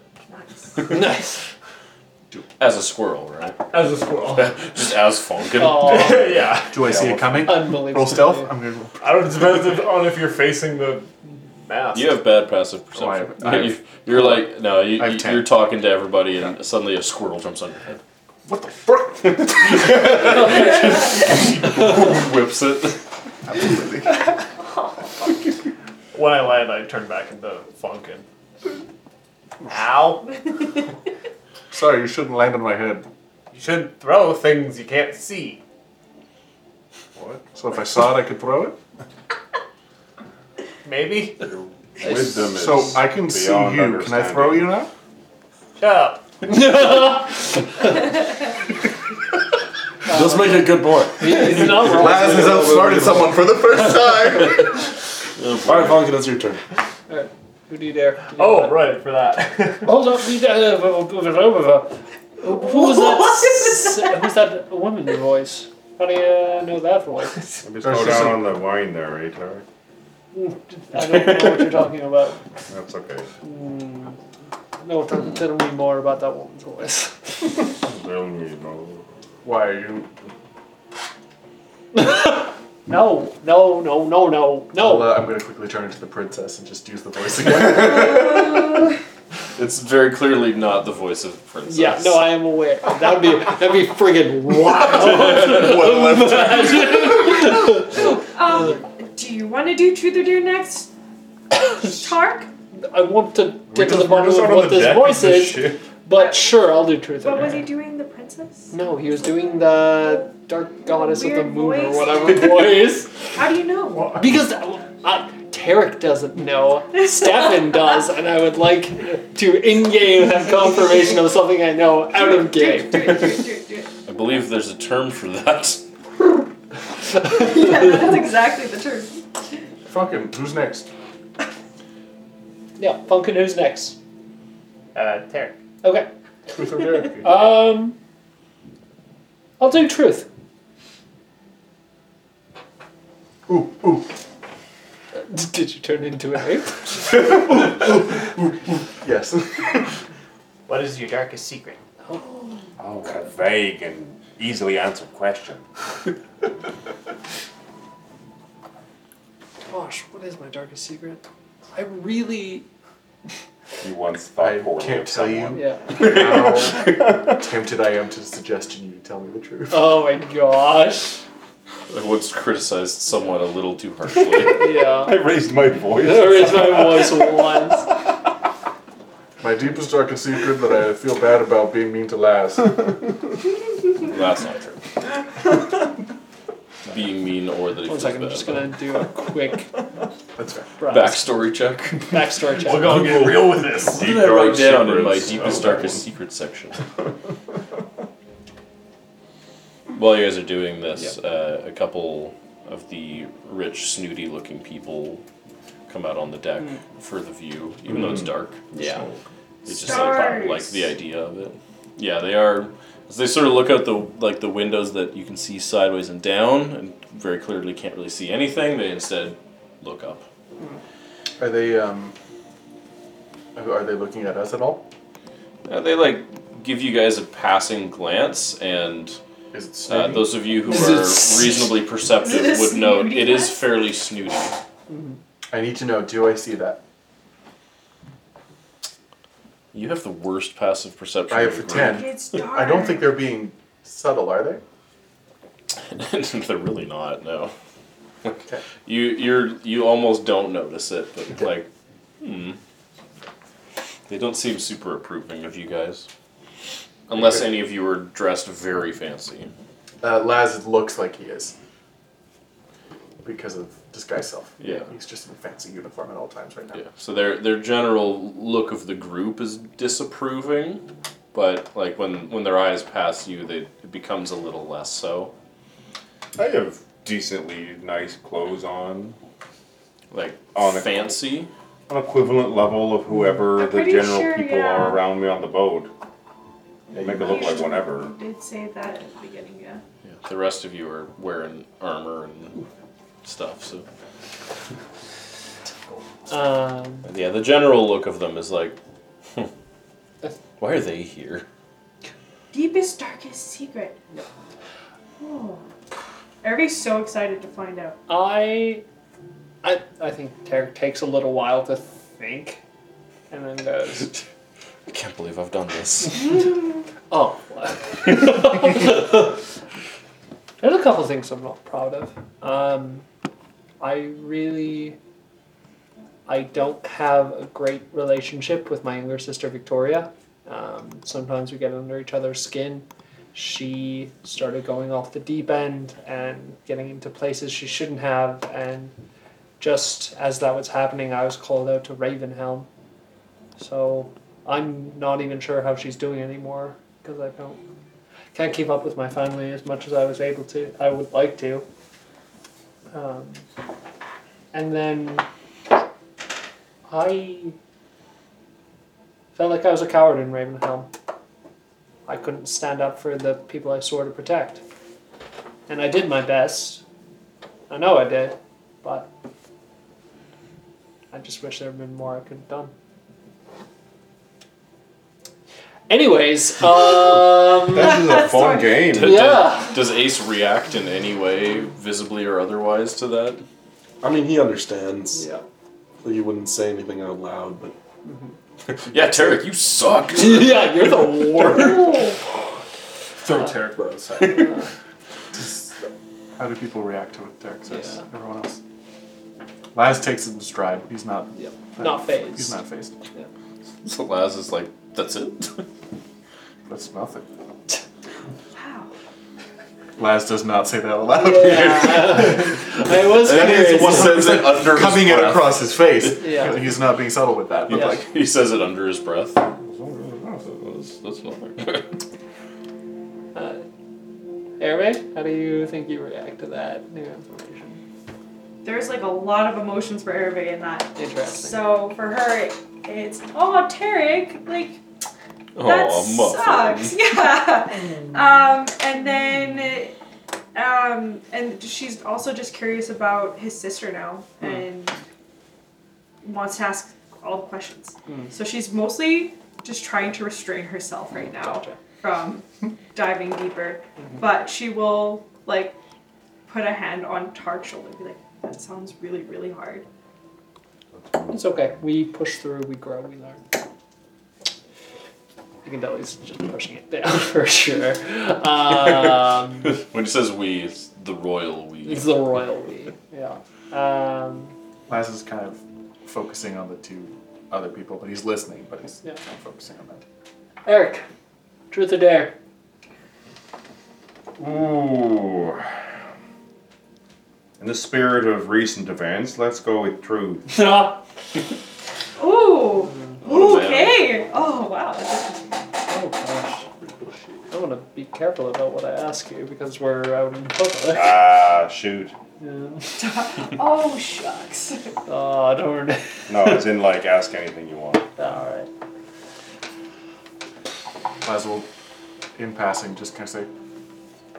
[SPEAKER 4] Nice.
[SPEAKER 3] Nice.
[SPEAKER 1] As a squirrel, right?
[SPEAKER 7] As a squirrel.
[SPEAKER 1] Just as funkin.
[SPEAKER 3] Oh,
[SPEAKER 7] yeah.
[SPEAKER 5] do I see it coming?
[SPEAKER 3] unbelievable.
[SPEAKER 5] Roll stealth. I'm gonna. roll-
[SPEAKER 7] I don't it depends if- on if you're facing the mask.
[SPEAKER 1] You have bad passive
[SPEAKER 5] Oh, I have-
[SPEAKER 1] perception.
[SPEAKER 5] I have-
[SPEAKER 1] You- you're like no, you,
[SPEAKER 5] I have
[SPEAKER 1] you-
[SPEAKER 5] ten.
[SPEAKER 1] you're talking to everybody, and suddenly a squirrel jumps on your head.
[SPEAKER 5] What the fuck?
[SPEAKER 1] Whips it.
[SPEAKER 5] Absolutely.
[SPEAKER 7] When I land, I turn back into Funkin. Ow.
[SPEAKER 5] Sorry, you shouldn't land on my head.
[SPEAKER 7] You shouldn't throw things you can't see.
[SPEAKER 5] So if I saw it, I could throw it.
[SPEAKER 7] Maybe?
[SPEAKER 6] Wisdom is.
[SPEAKER 5] So I can see
[SPEAKER 6] beyond
[SPEAKER 5] you. Can I throw you now?
[SPEAKER 7] Shut up.
[SPEAKER 2] Does make a good boy.
[SPEAKER 3] It's not wrong.
[SPEAKER 5] Laz has outsmarted someone for the first time.
[SPEAKER 2] All right, Falcon, it's your turn.
[SPEAKER 3] Who do you dare?
[SPEAKER 7] Oh, right, for that.
[SPEAKER 3] Hold up. we- uh, Who was that? Who's that woman voice? How do you know that voice?
[SPEAKER 6] Go down on the wine there, eh, Terry?
[SPEAKER 3] I don't know what you're talking about.
[SPEAKER 6] That's okay.
[SPEAKER 3] No, tell, tell me more about that woman's voice.
[SPEAKER 6] They'll need no-
[SPEAKER 5] Why are you?
[SPEAKER 3] No, no, no, no, no,
[SPEAKER 5] I'll,
[SPEAKER 3] no.
[SPEAKER 5] uh, I'm gonna quickly turn into the princess and just use the voice again.
[SPEAKER 1] It's very clearly not the voice of the princess.
[SPEAKER 3] Yeah, no, I am aware. That would be that'd be friggin' wild.
[SPEAKER 5] What left?
[SPEAKER 4] Um, do you want to do truth or dare next? Tark?
[SPEAKER 3] I want to
[SPEAKER 6] We're
[SPEAKER 3] get to the
[SPEAKER 6] just- we're
[SPEAKER 3] bottom
[SPEAKER 6] just
[SPEAKER 3] of
[SPEAKER 6] out on
[SPEAKER 3] what
[SPEAKER 6] the
[SPEAKER 3] this
[SPEAKER 6] deck of
[SPEAKER 3] voice
[SPEAKER 6] this
[SPEAKER 3] is,
[SPEAKER 6] ship.
[SPEAKER 3] but sure, I'll do truth or
[SPEAKER 4] What was
[SPEAKER 3] dare.
[SPEAKER 4] he doing? The princess?
[SPEAKER 3] No, he was doing the dark goddess of the
[SPEAKER 4] Weird
[SPEAKER 3] moon or
[SPEAKER 4] voice.
[SPEAKER 3] whatever voice.
[SPEAKER 4] How do you know?
[SPEAKER 3] Because uh, Tarek doesn't know, Stefan does, and I would like to in game have confirmation of something I know out of
[SPEAKER 4] Do it,
[SPEAKER 3] game.
[SPEAKER 4] do it, do it, do it, do it.
[SPEAKER 1] I believe there's a term for that.
[SPEAKER 4] Yeah, that's exactly the truth.
[SPEAKER 5] Fucking. Who's next?
[SPEAKER 3] Yeah, Funkin, who's next?
[SPEAKER 7] Uh, Terry.
[SPEAKER 3] Okay.
[SPEAKER 5] Truth or dare?
[SPEAKER 3] Um, I'll do truth.
[SPEAKER 5] ooh, ooh.
[SPEAKER 3] D- Did you turn into an ape?
[SPEAKER 5] Yes.
[SPEAKER 7] What is your darkest secret?
[SPEAKER 6] Oh, what a vague and easily answered question.
[SPEAKER 3] Gosh, what is my darkest secret? I really,
[SPEAKER 6] You once
[SPEAKER 5] I
[SPEAKER 6] thought poorly
[SPEAKER 5] can't
[SPEAKER 6] of
[SPEAKER 5] tell you.
[SPEAKER 6] someone.
[SPEAKER 3] yeah.
[SPEAKER 5] How tempted I am to suggestion you tell me the truth.
[SPEAKER 3] Oh my gosh.
[SPEAKER 1] I once criticized someone a little too harshly.
[SPEAKER 3] Yeah.
[SPEAKER 6] I raised my voice.
[SPEAKER 3] There is my voice once.
[SPEAKER 5] My deepest darkest secret that I feel bad about being mean to Laz.
[SPEAKER 1] That's not true. being mean or that he
[SPEAKER 3] One
[SPEAKER 1] feels
[SPEAKER 3] second, I'm
[SPEAKER 1] bad
[SPEAKER 3] just
[SPEAKER 1] about
[SPEAKER 3] gonna do a quick
[SPEAKER 5] That's fair.
[SPEAKER 1] it.
[SPEAKER 3] browse.
[SPEAKER 1] backstory check.
[SPEAKER 3] backstory check.
[SPEAKER 7] We're gonna get real with this.
[SPEAKER 1] What did I write
[SPEAKER 6] dark
[SPEAKER 1] down in my
[SPEAKER 6] secrets.
[SPEAKER 1] deepest,
[SPEAKER 6] Oh,
[SPEAKER 1] darkest secret section? While you guys are doing this, uh, a couple of the rich, snooty-looking people come out on the deck for the view, even though it's dark.
[SPEAKER 3] Yeah.
[SPEAKER 1] It's just like, like
[SPEAKER 4] Stars.
[SPEAKER 1] the idea of it. Yeah, they are. As they sort of look out the like the windows that you can see sideways and down, and very clearly can't really see anything. They instead look up.
[SPEAKER 5] Are they um? Are they looking at us at all?
[SPEAKER 1] Uh, they like give you guys a passing glance, and
[SPEAKER 5] Is it
[SPEAKER 1] uh,
[SPEAKER 5] snooty?
[SPEAKER 1] those of you who
[SPEAKER 3] Is
[SPEAKER 1] are
[SPEAKER 3] it-
[SPEAKER 1] reasonably perceptive
[SPEAKER 4] Is it
[SPEAKER 1] would note
[SPEAKER 4] snooty
[SPEAKER 1] it is
[SPEAKER 4] glass?
[SPEAKER 1] fairly snooty.
[SPEAKER 5] I need to know. Do I see that?
[SPEAKER 1] You have the worst passive perception.
[SPEAKER 5] I have
[SPEAKER 1] of the
[SPEAKER 5] for
[SPEAKER 1] group.
[SPEAKER 5] ten.
[SPEAKER 4] It's dark.
[SPEAKER 5] I don't think they're being subtle, are they?
[SPEAKER 1] They're really not. No.
[SPEAKER 5] Okay.
[SPEAKER 1] You you're you almost don't notice it, but like, hmm. They don't seem super approving of you guys, unless any of you are dressed very fancy.
[SPEAKER 5] Uh, Laz looks like he is because of disguise self.
[SPEAKER 1] Yeah.
[SPEAKER 5] He's just in a fancy uniform at all times right now.
[SPEAKER 1] Yeah. So their their general look of the group is disapproving, but like when when their eyes pass you, they it becomes a little less so.
[SPEAKER 6] I have decently nice clothes on.
[SPEAKER 1] Like
[SPEAKER 6] On a-
[SPEAKER 1] fancy.
[SPEAKER 6] An equivalent level of whoever
[SPEAKER 4] I'm
[SPEAKER 6] the
[SPEAKER 4] pretty
[SPEAKER 6] general
[SPEAKER 4] sure,
[SPEAKER 6] people
[SPEAKER 4] yeah.
[SPEAKER 6] are around me on the boat.
[SPEAKER 5] Yeah,
[SPEAKER 6] Make
[SPEAKER 5] you-
[SPEAKER 6] it look like whatever.
[SPEAKER 4] Did say that at the beginning, yeah.
[SPEAKER 1] Yeah. The rest of you are wearing armor and stuff. So.
[SPEAKER 3] Um,
[SPEAKER 1] Yeah, the general look of them is like, hmm, why are they here?
[SPEAKER 4] Deepest, darkest secret. Oh. Everybody's so excited to find out.
[SPEAKER 3] I, I, I think Tarek takes a little while to think, and then goes,
[SPEAKER 1] I can't believe I've done this.
[SPEAKER 3] "Oh." well." There's a couple things I'm not proud of. Um, I really, I don't have a great relationship with my younger sister Victoria. Um, sometimes we get under each other's skin. She started going off the deep end and getting into places she shouldn't have, and just as that was happening, I was called out to Ravenhelm. So I'm not even sure how she's doing anymore because I don't can't keep up with my family as much as I was able to. I would like to. Um, and then I felt like I was a coward in Ravenhelm. I couldn't stand up for the people I swore to protect. And I did my best. I know I did, but I just wish there had been more I could have done. Anyways, um.
[SPEAKER 6] This is a fun
[SPEAKER 4] Sorry.
[SPEAKER 6] game.
[SPEAKER 3] Yeah.
[SPEAKER 1] Does Ace react in any way, visibly or otherwise, to that?
[SPEAKER 2] I mean, he understands.
[SPEAKER 3] Yeah.
[SPEAKER 2] He wouldn't say anything out loud, but
[SPEAKER 1] Yeah, Tarek, you suck.
[SPEAKER 3] yeah, you're the worst.
[SPEAKER 7] Throw Tarek by the side.
[SPEAKER 5] Just- How do people react to what Derek says?
[SPEAKER 3] Yeah.
[SPEAKER 5] Everyone else. Laz takes it in stride. He's not.
[SPEAKER 3] Yep. Not phased.
[SPEAKER 5] He's not phased.
[SPEAKER 1] so Laz is like, that's it.
[SPEAKER 5] That's nothing.
[SPEAKER 4] Wow.
[SPEAKER 5] Laz does not say that aloud.
[SPEAKER 3] I was
[SPEAKER 5] That is
[SPEAKER 3] curious.
[SPEAKER 5] one hundred percent
[SPEAKER 1] under his
[SPEAKER 5] coming out
[SPEAKER 1] breath.
[SPEAKER 5] across his face.
[SPEAKER 3] Yeah.
[SPEAKER 5] He's not being subtle with that. But
[SPEAKER 3] Yeah.
[SPEAKER 5] like,
[SPEAKER 1] he says it under his breath. That's, that's nothing.
[SPEAKER 3] Uh, Airway, how do you think you react to that new information?
[SPEAKER 4] There's like a lot of emotions for Hervé in that.
[SPEAKER 3] Interesting.
[SPEAKER 4] So for her, it- it's oh Tarek, like that
[SPEAKER 1] oh,
[SPEAKER 4] sucks. Yeah. Um, and then, um, and she's also just curious about his sister now
[SPEAKER 1] Hmm.
[SPEAKER 4] and wants to ask all the questions.
[SPEAKER 1] Hmm.
[SPEAKER 4] So she's mostly just trying to restrain herself right now
[SPEAKER 3] Gotcha.
[SPEAKER 4] from diving deeper,
[SPEAKER 1] Mm-hmm.
[SPEAKER 4] but she will like put a hand on Tark's shoulder and be like, "That sounds really, really hard."
[SPEAKER 3] It's okay. We push through, we grow, we learn. You can tell he's just pushing it down for sure. Um,
[SPEAKER 1] When he says we, it's the royal we.
[SPEAKER 3] it's the royal we. Yeah. Um,
[SPEAKER 5] Laz is kind of focusing on the two other people, but he's listening, but he's
[SPEAKER 3] Yeah.
[SPEAKER 5] not focusing on that.
[SPEAKER 3] Eric, truth or dare?
[SPEAKER 6] Ooh. In the spirit of recent events, let's go with truth.
[SPEAKER 7] oh,
[SPEAKER 4] Ooh.
[SPEAKER 1] Oh, man.
[SPEAKER 4] Okay. Oh wow. That's-
[SPEAKER 3] Oh gosh. I want to be careful about what I ask you because we're out in public.
[SPEAKER 6] Ah, shoot.
[SPEAKER 3] Yeah.
[SPEAKER 4] Oh shucks.
[SPEAKER 3] Oh darn.
[SPEAKER 6] No, it's in like ask anything you want.
[SPEAKER 3] All right.
[SPEAKER 5] Might as well, in passing, just kind of say,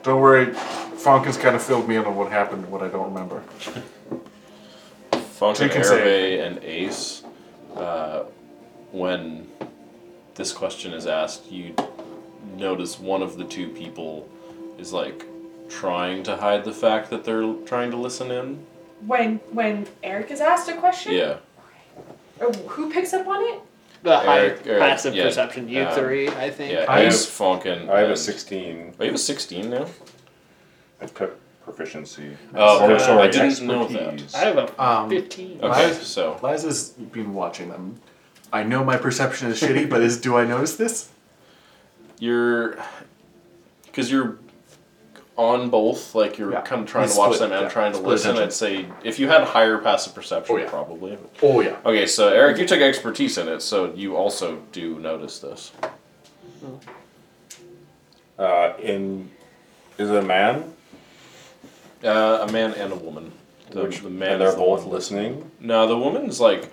[SPEAKER 5] don't worry, Fonkin's kind of filled me in on what happened, what I don't remember.
[SPEAKER 1] Funk
[SPEAKER 5] You
[SPEAKER 1] and
[SPEAKER 5] can say
[SPEAKER 1] Hervé and Ace, uh, when this question is asked, you notice one of the two people is like trying to hide the fact that they're trying to listen in.
[SPEAKER 4] When when Eric is asked a question.
[SPEAKER 1] Yeah.
[SPEAKER 4] Oh, who picks up on it?
[SPEAKER 3] The high
[SPEAKER 1] Eric- Eric,
[SPEAKER 3] passive
[SPEAKER 1] yeah,
[SPEAKER 3] perception. You
[SPEAKER 1] um,
[SPEAKER 3] three, I think.
[SPEAKER 1] Yeah.
[SPEAKER 5] I have-
[SPEAKER 1] Ace, Funk, and.
[SPEAKER 6] I have a
[SPEAKER 1] and-
[SPEAKER 6] 16.
[SPEAKER 1] Oh, you have a 16 now?
[SPEAKER 6] I took proficiency.
[SPEAKER 1] Oh,
[SPEAKER 6] Or,
[SPEAKER 1] okay.
[SPEAKER 6] sorry,
[SPEAKER 1] I didn't know
[SPEAKER 6] expertise.
[SPEAKER 3] I have a
[SPEAKER 5] Um,
[SPEAKER 3] fifteen.
[SPEAKER 1] Okay,
[SPEAKER 5] Liz-
[SPEAKER 1] so.
[SPEAKER 5] Liza's been watching them. I know my perception is shitty, but is do I notice this?
[SPEAKER 1] you're because you're on both like you're
[SPEAKER 5] Yeah.
[SPEAKER 1] kind of trying
[SPEAKER 5] You
[SPEAKER 1] to watch
[SPEAKER 5] split,
[SPEAKER 1] them and
[SPEAKER 5] yeah.
[SPEAKER 1] trying to
[SPEAKER 5] Split
[SPEAKER 1] listen
[SPEAKER 5] attention.
[SPEAKER 1] i'd say if you had higher passive perception
[SPEAKER 5] Oh, yeah.
[SPEAKER 1] probably
[SPEAKER 5] Oh yeah.
[SPEAKER 1] okay so eric you took expertise in it so you also do notice this
[SPEAKER 6] Uh, in. Is it a man?
[SPEAKER 1] uh, a man and a woman the, the man
[SPEAKER 6] and they're
[SPEAKER 1] is the
[SPEAKER 6] both
[SPEAKER 1] one-
[SPEAKER 6] listening.
[SPEAKER 1] no the woman's like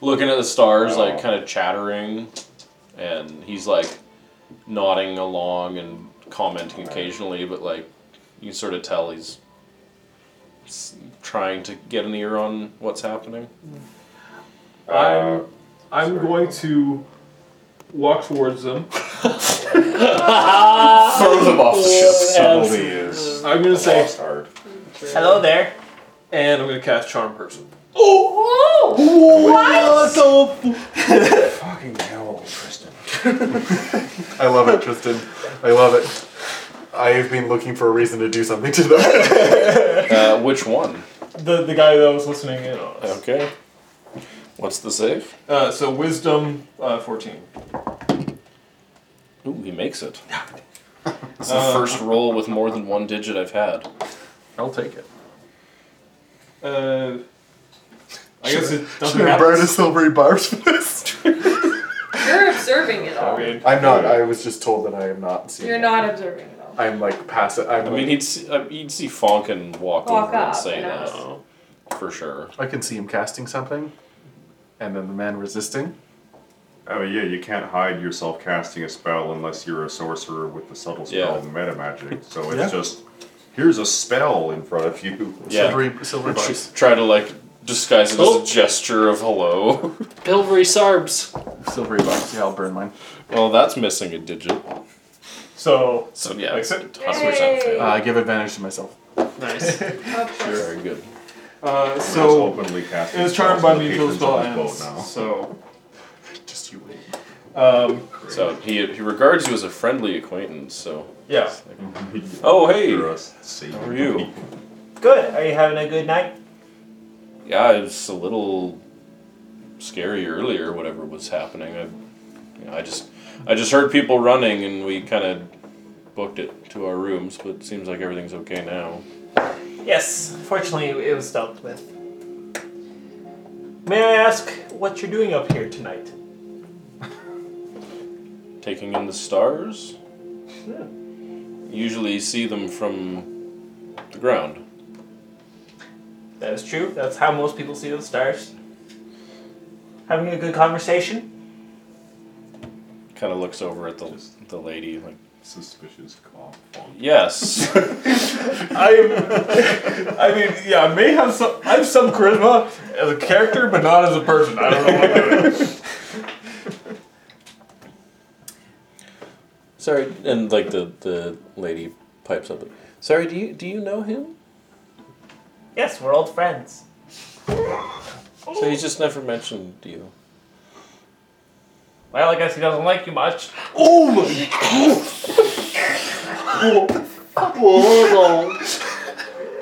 [SPEAKER 1] looking at the stars
[SPEAKER 6] Oh.
[SPEAKER 1] like kind of chattering and he's like nodding along and commenting occasionally but like you can sort of tell he's s- trying to get an ear on what's happening.
[SPEAKER 6] Uh,
[SPEAKER 7] I'm I'm going to walk towards them.
[SPEAKER 1] Throw them off the ship.
[SPEAKER 6] subtlety is.
[SPEAKER 7] I'm gonna
[SPEAKER 6] a
[SPEAKER 7] say
[SPEAKER 6] lost art.
[SPEAKER 7] hello there, and I'm gonna cast charm person.
[SPEAKER 6] Fucking hell, Tristan.
[SPEAKER 5] I love it, Tristan. I love it. I've been looking for a reason to do something to them.
[SPEAKER 1] Uh, which one?
[SPEAKER 7] The the guy that was listening in on us.
[SPEAKER 1] Okay. What's the save?
[SPEAKER 7] Uh, so wisdom uh, fourteen.
[SPEAKER 1] Ooh, he makes it. It's the first roll with more than one digit I've had.
[SPEAKER 5] I'll take it.
[SPEAKER 7] Uh, I guess it doesn't
[SPEAKER 5] Should I burn a
[SPEAKER 7] matter.
[SPEAKER 5] silvery barbs for this?
[SPEAKER 4] You're observing it all.
[SPEAKER 7] I mean,
[SPEAKER 5] I'm not. I was just told that I am not. Seeing
[SPEAKER 4] You're
[SPEAKER 5] it.
[SPEAKER 4] not observing it all.
[SPEAKER 5] I'm like pass it. I'm
[SPEAKER 1] I
[SPEAKER 5] I
[SPEAKER 1] mean, he'd see, uh, he'd see Fonkin walk,
[SPEAKER 4] Walk
[SPEAKER 1] over
[SPEAKER 4] up
[SPEAKER 1] and say
[SPEAKER 4] and
[SPEAKER 1] that
[SPEAKER 4] ask.
[SPEAKER 1] for sure.
[SPEAKER 5] I can see him casting something, and then the man resisting.
[SPEAKER 6] I mean, yeah, you can't hide yourself casting a spell unless you're a sorcerer with the subtle spell
[SPEAKER 1] Yeah.
[SPEAKER 6] meta magic. So it's
[SPEAKER 5] Yeah.
[SPEAKER 6] just here's a spell in front of you.
[SPEAKER 1] Yeah.
[SPEAKER 5] Silvery, silvery barbs.
[SPEAKER 1] Just try to like disguise it
[SPEAKER 3] Oh.
[SPEAKER 1] as a gesture of hello.
[SPEAKER 3] Pilvery sarbs.
[SPEAKER 5] Silvery barbs. Yeah, I'll burn mine.
[SPEAKER 1] well, that's missing a digit.
[SPEAKER 7] so
[SPEAKER 1] So yeah,
[SPEAKER 7] Like
[SPEAKER 1] it's
[SPEAKER 7] so-
[SPEAKER 1] a hundred percent
[SPEAKER 4] Yay.
[SPEAKER 1] fail.
[SPEAKER 5] Uh, I give advantage to myself.
[SPEAKER 3] Nice.
[SPEAKER 4] Of course.
[SPEAKER 1] Very good.
[SPEAKER 7] uh,
[SPEAKER 6] Just
[SPEAKER 7] so
[SPEAKER 6] openly
[SPEAKER 7] it
[SPEAKER 6] casting.
[SPEAKER 7] was charmed by
[SPEAKER 6] spells
[SPEAKER 7] me
[SPEAKER 6] on
[SPEAKER 7] until
[SPEAKER 6] patrons
[SPEAKER 7] the spell
[SPEAKER 6] on this
[SPEAKER 7] ends.
[SPEAKER 6] boat now.
[SPEAKER 7] So
[SPEAKER 5] Just you wait.
[SPEAKER 7] um,
[SPEAKER 1] So he, he regards you as a friendly acquaintance. So
[SPEAKER 7] yeah.
[SPEAKER 1] oh hey,
[SPEAKER 6] You're a sea
[SPEAKER 1] how are you?
[SPEAKER 10] Good. Are you having a good night?
[SPEAKER 1] Yeah, it's a little scary earlier. Whatever was happening, I you know, I just I just heard people running and we kind of booked it to our rooms, but it seems like everything's okay now.
[SPEAKER 10] Yes. Fortunately, it was dealt with. May I ask what you're doing up here tonight?
[SPEAKER 1] taking in the stars. Usually see them from the ground.
[SPEAKER 10] That is true. That's how most people see the stars. Having a good conversation?
[SPEAKER 1] Kind of looks over at the, the lady like,
[SPEAKER 6] Suspicious cough.
[SPEAKER 1] yes.
[SPEAKER 7] I I mean, yeah, I may have some. I have some charisma as a character, but not as a person. I don't know what I'm doing.
[SPEAKER 1] Sorry, and like the, the lady pipes up. Sorry, do you do you know him?
[SPEAKER 10] Yes, we're old friends.
[SPEAKER 1] So he's just never mentioned you.
[SPEAKER 10] Well, I guess he doesn't like you much.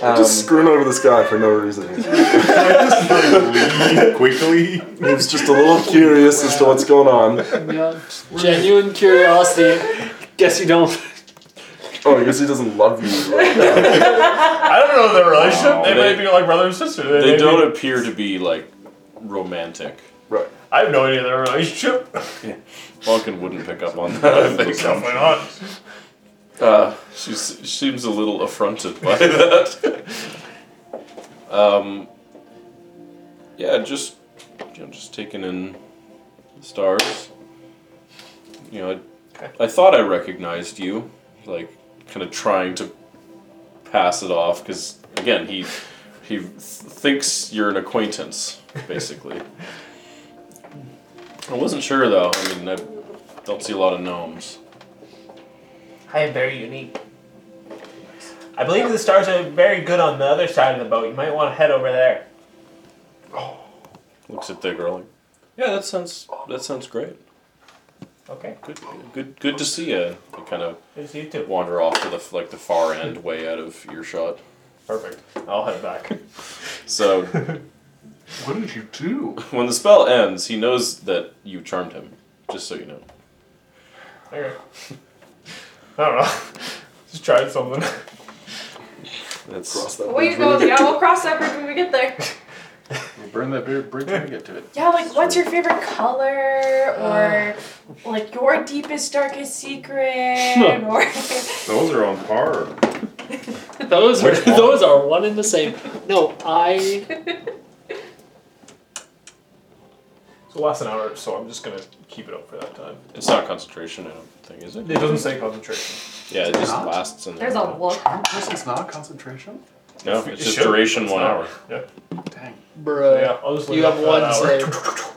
[SPEAKER 6] Um,
[SPEAKER 2] just screwing over this guy for no reason.
[SPEAKER 6] Quickly.
[SPEAKER 2] He's just a little curious as to what's going on.
[SPEAKER 3] Yeah. Genuine curiosity. Guess you don't.
[SPEAKER 2] Oh, I guess he doesn't love you. Right?
[SPEAKER 7] I don't know their relationship. they,
[SPEAKER 1] They-
[SPEAKER 7] might be like brother and sister. They,
[SPEAKER 1] They
[SPEAKER 7] may
[SPEAKER 1] don't
[SPEAKER 7] Be,
[SPEAKER 1] appear to be like romantic.
[SPEAKER 2] right.
[SPEAKER 7] I have no idea their relationship.
[SPEAKER 1] Vulcan wouldn't pick up on that. I think.
[SPEAKER 7] Definitely not.
[SPEAKER 1] Uh, she s- seems a little affronted by that. um, yeah, just you know, just taking in the stars. You know, I, I thought I recognized you, like kind of trying to pass it off because again he he th- thinks you're an acquaintance basically. I wasn't sure though. I mean, I don't see a lot of gnomes.
[SPEAKER 10] I am very unique. I believe the stars are very good on the other side of the boat. You might want to head over there.
[SPEAKER 1] Looks at the girl. like, Yeah, that sounds that sounds great.
[SPEAKER 10] Okay,
[SPEAKER 1] Good, good, good to see you. You kind of
[SPEAKER 10] there's you too.
[SPEAKER 1] wander off to the f- like the far end, way out of earshot.
[SPEAKER 10] Perfect. I'll head back.
[SPEAKER 1] So
[SPEAKER 5] What did you do?
[SPEAKER 1] when the spell ends, he knows that you charmed him. Just so you know.
[SPEAKER 10] Okay. I don't know. Just tried something.
[SPEAKER 1] That's
[SPEAKER 2] that
[SPEAKER 4] Away you go. Yeah, we'll cross that bridge when we get there.
[SPEAKER 5] Burn that beer, bridge when we get to it.
[SPEAKER 9] Yeah, like what's your favorite color
[SPEAKER 3] Uh.
[SPEAKER 9] or like your deepest darkest secret or
[SPEAKER 6] Those are on par.
[SPEAKER 3] Those are those are one and the same. No, I
[SPEAKER 7] It's the last an hour, so I'm just gonna keep it up for that time.
[SPEAKER 1] it's not concentration. I don't think is it?
[SPEAKER 7] It doesn't say concentration.
[SPEAKER 1] Yeah, it just
[SPEAKER 5] not?
[SPEAKER 1] lasts. In
[SPEAKER 4] There's a look.
[SPEAKER 5] Person's not concentration?
[SPEAKER 1] No, it's
[SPEAKER 7] It
[SPEAKER 1] just
[SPEAKER 7] should.
[SPEAKER 1] duration
[SPEAKER 7] It's
[SPEAKER 1] one
[SPEAKER 7] not.
[SPEAKER 1] hour.
[SPEAKER 5] Dang.
[SPEAKER 3] bruh.
[SPEAKER 7] yeah, I'll just leave
[SPEAKER 3] You
[SPEAKER 7] it up
[SPEAKER 3] have
[SPEAKER 7] for that
[SPEAKER 3] one
[SPEAKER 7] hour.
[SPEAKER 3] save.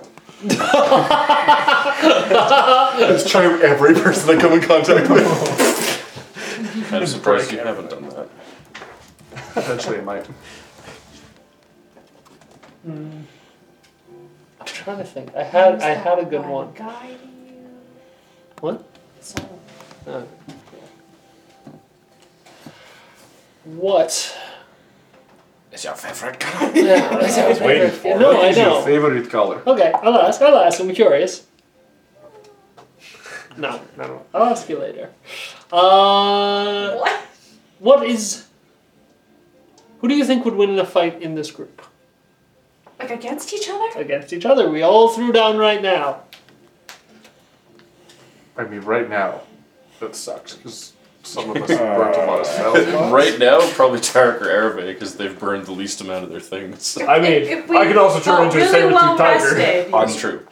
[SPEAKER 5] Let's charm every person I come in contact with.
[SPEAKER 1] Kind of surprised you haven't done that.
[SPEAKER 5] Eventually, I might.
[SPEAKER 3] I'm trying to think. I had I had a good one.
[SPEAKER 9] Guide you.
[SPEAKER 3] What?
[SPEAKER 9] So
[SPEAKER 3] No. What?
[SPEAKER 1] It's your favorite color.
[SPEAKER 3] Yeah, that's
[SPEAKER 6] I was waiting for it.
[SPEAKER 3] No, I
[SPEAKER 2] Your
[SPEAKER 3] know.
[SPEAKER 2] favorite color.
[SPEAKER 3] Okay, I'll ask. I'll ask. I'm curious. No, no, no. I'll ask you later. Uh,
[SPEAKER 4] What?
[SPEAKER 3] what is? Who do you think would win in a fight in this group
[SPEAKER 9] like against each other?
[SPEAKER 3] against each other? We all threw down right now.
[SPEAKER 5] I mean, right now, that sucks because some of us burnt a lot of spells.
[SPEAKER 1] Right now, probably Tarek or Erve because they've burned the least amount of their things.
[SPEAKER 7] I mean,
[SPEAKER 4] If- if we
[SPEAKER 7] I could also turn
[SPEAKER 4] felt
[SPEAKER 7] into a
[SPEAKER 4] really
[SPEAKER 7] saber
[SPEAKER 4] well
[SPEAKER 7] tooth tiger.
[SPEAKER 4] rested,
[SPEAKER 1] That's true.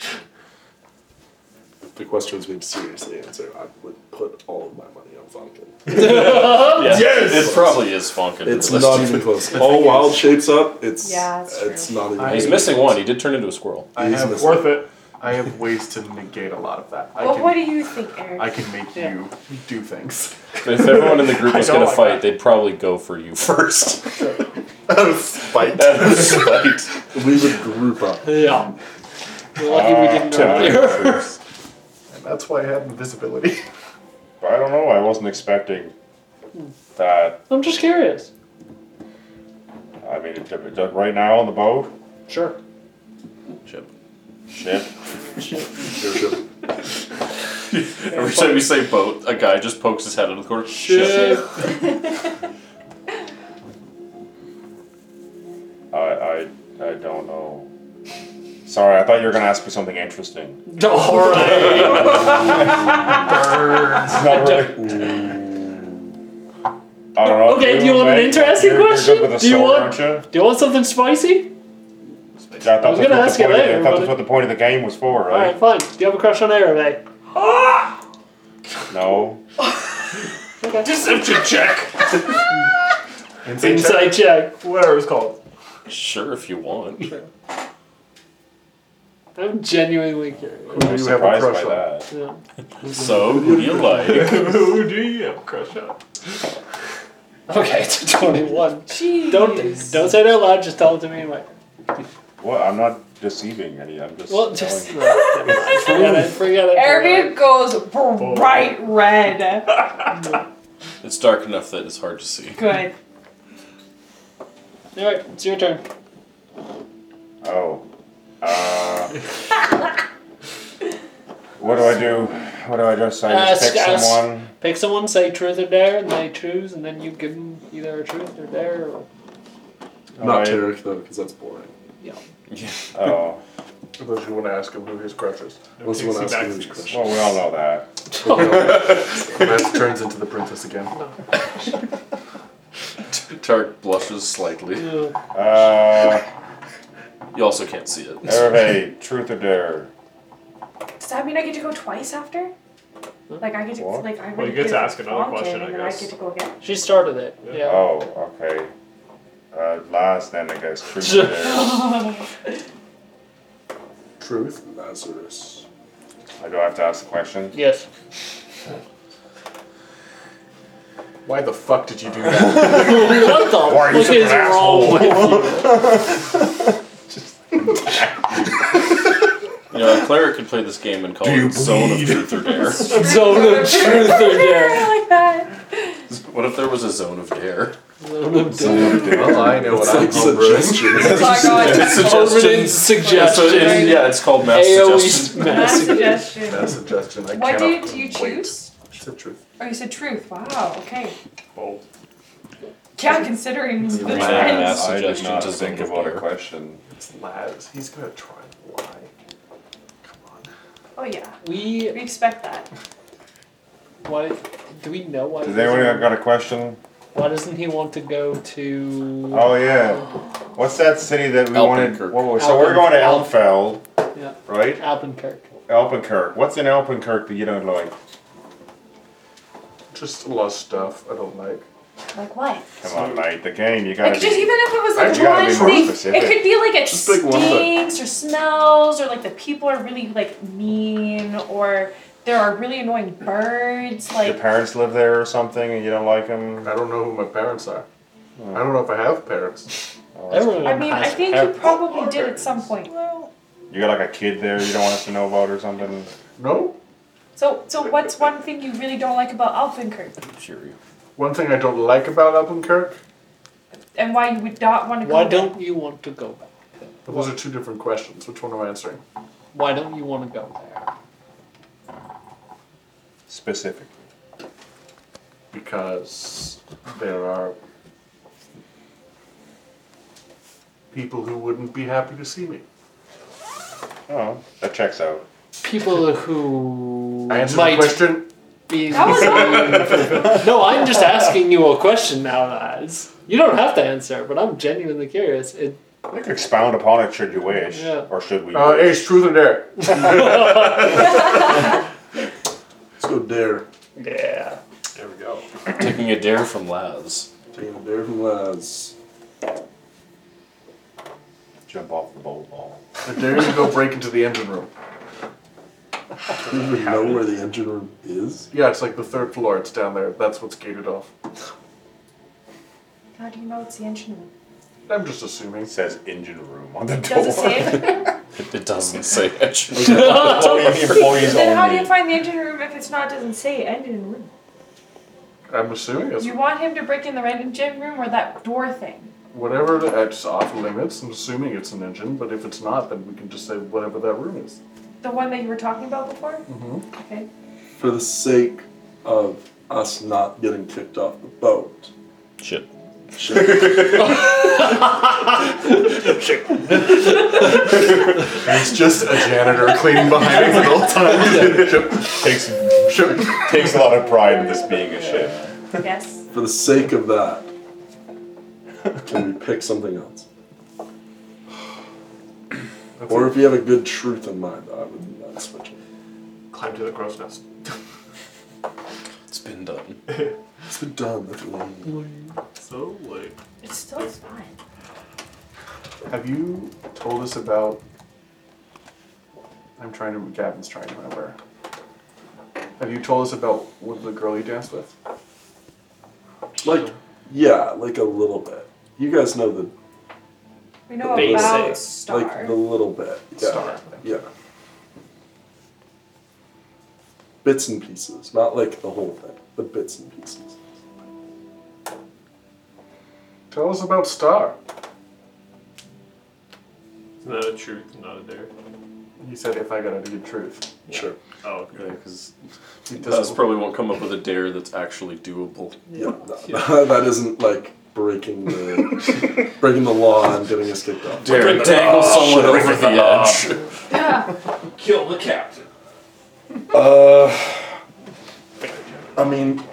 [SPEAKER 2] The question's been seriously answered. I would put all of my money on Funkin.
[SPEAKER 1] Yeah,
[SPEAKER 7] Yes!
[SPEAKER 1] it probably is funkin.
[SPEAKER 2] It's
[SPEAKER 1] Let's
[SPEAKER 2] not
[SPEAKER 1] do-
[SPEAKER 2] even close. All wild shapes up. It's
[SPEAKER 9] Yeah, that's true.
[SPEAKER 2] it's not even.
[SPEAKER 1] He's missing one. He did turn into a squirrel.
[SPEAKER 5] I
[SPEAKER 2] He's
[SPEAKER 5] have,
[SPEAKER 2] missing-
[SPEAKER 7] Worth it.
[SPEAKER 5] I have ways to negate a lot of that. I
[SPEAKER 4] Well,
[SPEAKER 5] can,
[SPEAKER 4] what do you think, Eric?
[SPEAKER 5] I can make
[SPEAKER 3] Yeah.
[SPEAKER 5] you do things.
[SPEAKER 1] But if everyone in the group was
[SPEAKER 7] don't
[SPEAKER 1] going to
[SPEAKER 7] like
[SPEAKER 1] fight, they'd probably go for you first.
[SPEAKER 2] spite.
[SPEAKER 1] Out of spite.
[SPEAKER 2] we would group up.
[SPEAKER 3] Yeah. We're lucky
[SPEAKER 6] Uh,
[SPEAKER 3] we didn't know earlier.
[SPEAKER 5] And that's why I have invisibility.
[SPEAKER 6] I don't know. I wasn't expecting that.
[SPEAKER 3] I'm just curious.
[SPEAKER 6] I mean, it- it- right now on the boat,
[SPEAKER 3] Sure.
[SPEAKER 1] Chip.
[SPEAKER 6] shit.
[SPEAKER 1] Every time you say boat, a guy just pokes his head out of the corner. Shit.
[SPEAKER 6] I, I I don't know. Sorry, I thought you were gonna ask me something interesting.
[SPEAKER 3] All right.
[SPEAKER 6] It's not really. I don't know.
[SPEAKER 3] Okay, do you want an
[SPEAKER 6] mate,
[SPEAKER 3] interesting
[SPEAKER 6] you're- you're
[SPEAKER 3] question?
[SPEAKER 6] Good with a
[SPEAKER 3] Do you
[SPEAKER 6] sword,
[SPEAKER 3] want-
[SPEAKER 6] Aren't you?
[SPEAKER 3] Do you want something spicy?
[SPEAKER 6] Yeah, I, thought
[SPEAKER 3] was
[SPEAKER 6] that's
[SPEAKER 3] gonna
[SPEAKER 6] what
[SPEAKER 3] ask
[SPEAKER 6] the
[SPEAKER 3] you
[SPEAKER 6] point of
[SPEAKER 3] later,
[SPEAKER 6] the- I thought
[SPEAKER 3] but-
[SPEAKER 6] that's what the point of the game was for,
[SPEAKER 3] All
[SPEAKER 6] right?
[SPEAKER 3] right, fine. Do you have a crush on Aramay?
[SPEAKER 6] No.
[SPEAKER 7] Deception check.
[SPEAKER 3] Inside check.
[SPEAKER 7] Whatever it's called.
[SPEAKER 1] Sure, if you want.
[SPEAKER 3] I'm genuinely curious.
[SPEAKER 5] Who
[SPEAKER 6] I'm
[SPEAKER 5] do you have a
[SPEAKER 6] surprised by
[SPEAKER 5] crush on?
[SPEAKER 6] that.
[SPEAKER 3] Yeah.
[SPEAKER 1] So, who do you like?
[SPEAKER 7] Who do you have a crush on?
[SPEAKER 3] Okay, it's a 21.
[SPEAKER 9] Jeez.
[SPEAKER 3] Don't don't say it out loud. Just tell it to me. Like,
[SPEAKER 6] Well, I'm not deceiving any. I'm just.
[SPEAKER 3] well,
[SPEAKER 6] telling-
[SPEAKER 3] just no, never mind. forget it. Forget it.
[SPEAKER 4] Arabic goes bright red.
[SPEAKER 1] It's dark enough that it's hard to see.
[SPEAKER 4] Good.
[SPEAKER 3] All right, it's your turn.
[SPEAKER 6] Oh. Uh, what do I do? What do I just? I
[SPEAKER 3] Ask-
[SPEAKER 6] just pick
[SPEAKER 3] ask-
[SPEAKER 6] someone.
[SPEAKER 3] Pick someone, say truth or dare, and they choose, and then you give them either a truth or dare. Or...
[SPEAKER 2] Not
[SPEAKER 6] Alright.
[SPEAKER 2] Tarek though, because that's boring.
[SPEAKER 6] Oh,
[SPEAKER 5] Unless you want to ask him who his crush is.
[SPEAKER 2] Unless you want to ask me
[SPEAKER 7] Maxis.
[SPEAKER 2] these questions.
[SPEAKER 6] well, we all know that.
[SPEAKER 2] Beth turns into the princess again.
[SPEAKER 1] Tark blushes slightly.
[SPEAKER 3] Yeah.
[SPEAKER 6] Uh,
[SPEAKER 1] You also can't see it.
[SPEAKER 6] Hervé, truth or dare?
[SPEAKER 4] Does that mean I get to go twice after? Like I get to
[SPEAKER 6] What?
[SPEAKER 4] like I
[SPEAKER 7] Well, you
[SPEAKER 4] already
[SPEAKER 7] get
[SPEAKER 4] did
[SPEAKER 7] to
[SPEAKER 4] it
[SPEAKER 7] ask another
[SPEAKER 4] wrong
[SPEAKER 7] question,
[SPEAKER 4] day,
[SPEAKER 7] I
[SPEAKER 4] and then
[SPEAKER 7] guess.
[SPEAKER 4] I get to go again.
[SPEAKER 3] She started it.
[SPEAKER 7] Yeah.
[SPEAKER 3] Yeah.
[SPEAKER 6] Oh, okay. Uh, last then I guess truth or dare.
[SPEAKER 2] Truth, Lazarus.
[SPEAKER 6] I do have to ask the question.
[SPEAKER 3] Yes.
[SPEAKER 5] Why the fuck did you do that?
[SPEAKER 3] what the
[SPEAKER 6] Why are you
[SPEAKER 3] fuck
[SPEAKER 6] such an
[SPEAKER 3] is wrong
[SPEAKER 6] asshole?
[SPEAKER 3] with
[SPEAKER 1] You
[SPEAKER 3] you?
[SPEAKER 1] know, a cleric could play this game and call
[SPEAKER 6] Do you
[SPEAKER 1] it Zone of
[SPEAKER 6] believe?
[SPEAKER 1] Truth or Dare.
[SPEAKER 3] Zone of truth or dare.
[SPEAKER 4] I like that.
[SPEAKER 1] what if there was a Zone of Dare?
[SPEAKER 3] Zone of dare.
[SPEAKER 5] well, I know what I'm
[SPEAKER 2] suggestion.
[SPEAKER 4] Oh
[SPEAKER 5] homebrewing.
[SPEAKER 3] Overridden
[SPEAKER 1] So
[SPEAKER 3] suggestion.
[SPEAKER 1] it- yeah, it's called Mass Suggestion.
[SPEAKER 3] AOE
[SPEAKER 11] Last
[SPEAKER 3] mass.
[SPEAKER 11] suggestion.
[SPEAKER 2] That suggestion. I
[SPEAKER 4] What
[SPEAKER 2] cannot
[SPEAKER 4] did you
[SPEAKER 2] wait.
[SPEAKER 4] choose?
[SPEAKER 2] It's the truth.
[SPEAKER 4] Oh, you said truth. Wow. Okay.
[SPEAKER 7] Bold.
[SPEAKER 4] Yeah, considering the
[SPEAKER 1] Read
[SPEAKER 4] trends.
[SPEAKER 1] that mass
[SPEAKER 6] I did
[SPEAKER 1] suggestion
[SPEAKER 6] not
[SPEAKER 1] to Zone
[SPEAKER 6] think
[SPEAKER 1] of
[SPEAKER 6] about a
[SPEAKER 1] Dare.
[SPEAKER 6] question.
[SPEAKER 2] It's Laz. He's gonna try and lie. Come on.
[SPEAKER 4] Oh yeah.
[SPEAKER 3] We
[SPEAKER 4] We expect that.
[SPEAKER 3] what? Do we know why?
[SPEAKER 6] Does
[SPEAKER 3] he doesn't-
[SPEAKER 6] anyone got a question?
[SPEAKER 3] Why doesn't he want to go to?
[SPEAKER 6] Oh yeah. What's that city that we wanted?
[SPEAKER 1] Alpenkirk.
[SPEAKER 6] Whoa, so we're going to
[SPEAKER 3] Alpen-
[SPEAKER 6] Elfeld,
[SPEAKER 3] Yeah.
[SPEAKER 6] right?
[SPEAKER 3] Alpenkirk.
[SPEAKER 6] Alpenkirk. What's in Alpenkirk that you don't like?
[SPEAKER 5] Just a lot of stuff I don't like.
[SPEAKER 4] Like what?
[SPEAKER 6] Come on, mate. The game. You
[SPEAKER 4] Like
[SPEAKER 6] gotta.
[SPEAKER 4] just even
[SPEAKER 6] Be,
[SPEAKER 4] if it was like
[SPEAKER 6] Right, you gotta be more
[SPEAKER 4] one thing,
[SPEAKER 6] specific.
[SPEAKER 4] it could be like it
[SPEAKER 5] Just pick one thing.
[SPEAKER 4] stinks or smells or like the people are really like mean or there are really annoying birds.
[SPEAKER 6] your
[SPEAKER 4] Like
[SPEAKER 6] parents live there or something, and you don't like them.
[SPEAKER 5] I don't know who my parents are. I don't know if I have parents.
[SPEAKER 3] Everyone
[SPEAKER 4] I mean, I
[SPEAKER 3] has
[SPEAKER 4] think you
[SPEAKER 3] parents.
[SPEAKER 4] probably did at some point.
[SPEAKER 6] You got like a kid there you don't want us to know about or something.
[SPEAKER 5] No?
[SPEAKER 4] So so what's one thing you really don't like about Alfenkirk
[SPEAKER 1] Cheerio.
[SPEAKER 5] One thing I don't like about Alpenkirk?
[SPEAKER 4] and why you would not want to go?
[SPEAKER 3] Why
[SPEAKER 4] there?
[SPEAKER 3] don't you want to go back?
[SPEAKER 5] Those are two different questions. Which one am I answering?
[SPEAKER 3] Why don't you want to go there?
[SPEAKER 6] Specific.
[SPEAKER 5] Because there are people who wouldn't be happy to see me.
[SPEAKER 6] Oh, that checks out.
[SPEAKER 3] People who
[SPEAKER 5] I answered the
[SPEAKER 3] might
[SPEAKER 5] question.
[SPEAKER 3] be.
[SPEAKER 4] That was
[SPEAKER 3] no, I'm just asking you a question now, Laz. You don't have to answer, but I'm genuinely curious. It,
[SPEAKER 6] You could expound upon it should you wish,
[SPEAKER 3] Yeah.
[SPEAKER 6] or should we?
[SPEAKER 5] Uh, hey,
[SPEAKER 6] wish?
[SPEAKER 5] it's truth or dare.
[SPEAKER 2] Let's go dare.
[SPEAKER 3] yeah.
[SPEAKER 2] There we go.
[SPEAKER 1] Taking a dare from Laz.
[SPEAKER 2] Taking a dare from Laz.
[SPEAKER 6] Jump off the bowl ball.
[SPEAKER 5] I dare you to go break into the engine room.
[SPEAKER 2] Do you even know where the engine room is?
[SPEAKER 5] Yeah, it's like the third floor. It's down there. That's what's gated off.
[SPEAKER 4] How do you know it's the engine?
[SPEAKER 5] I'm just assuming.
[SPEAKER 6] It says engine room on the door.
[SPEAKER 4] Does it say? it?
[SPEAKER 1] It, it doesn't say engine.
[SPEAKER 6] Employees, employees
[SPEAKER 11] Then how do you
[SPEAKER 6] only.
[SPEAKER 11] find the engine room if it's not doesn't say engine room?
[SPEAKER 5] I'm assuming it's
[SPEAKER 4] You want him to break in the random gym room or that door thing?
[SPEAKER 5] whatever that's off limits. I'm assuming it's an engine, but if it's not, then we can just say whatever that room is.
[SPEAKER 4] The one that you were talking about before? Mm-hmm. Okay.
[SPEAKER 2] For the sake of us not getting kicked off the boat.
[SPEAKER 1] Shit.
[SPEAKER 2] Shit.
[SPEAKER 5] It's just a janitor cleaning behind him the whole time.
[SPEAKER 6] Takes, takes a lot of pride in this being a ship.
[SPEAKER 4] Yes.
[SPEAKER 2] For the sake of that, can we pick something else? or if you have a good truth in mind, I would not switch it.
[SPEAKER 7] Climb to the crow's nest.
[SPEAKER 1] It's been done.
[SPEAKER 2] It's been done. That's lame.
[SPEAKER 7] So like.
[SPEAKER 4] It's still fine.
[SPEAKER 5] Have you told us about? I'm trying to. Gavin's trying to remember. Have you told us about what the girl you danced with?
[SPEAKER 2] Like, yeah, like a little bit. You guys know the
[SPEAKER 4] We know
[SPEAKER 3] Basic.
[SPEAKER 4] Oh, about Star.
[SPEAKER 2] like the little bit. Yeah.
[SPEAKER 5] Star.
[SPEAKER 2] Yeah. Bits and pieces, not like the whole thing, but bits and pieces.
[SPEAKER 5] Tell us about Star.
[SPEAKER 7] Not a truth, not a dare.
[SPEAKER 12] He said if I got out a good truth.
[SPEAKER 2] Sure.
[SPEAKER 13] Oh, okay.
[SPEAKER 2] Yeah, because it
[SPEAKER 1] That's
[SPEAKER 2] doesn't.
[SPEAKER 1] probably won't come up with a dare that's actually doable.
[SPEAKER 2] Yeah, that, that isn't like breaking the breaking the law and getting us kicked off.
[SPEAKER 1] Dare to dangle someone over the edge.
[SPEAKER 14] Yeah.
[SPEAKER 7] Kill the captain.
[SPEAKER 2] Uh, I mean,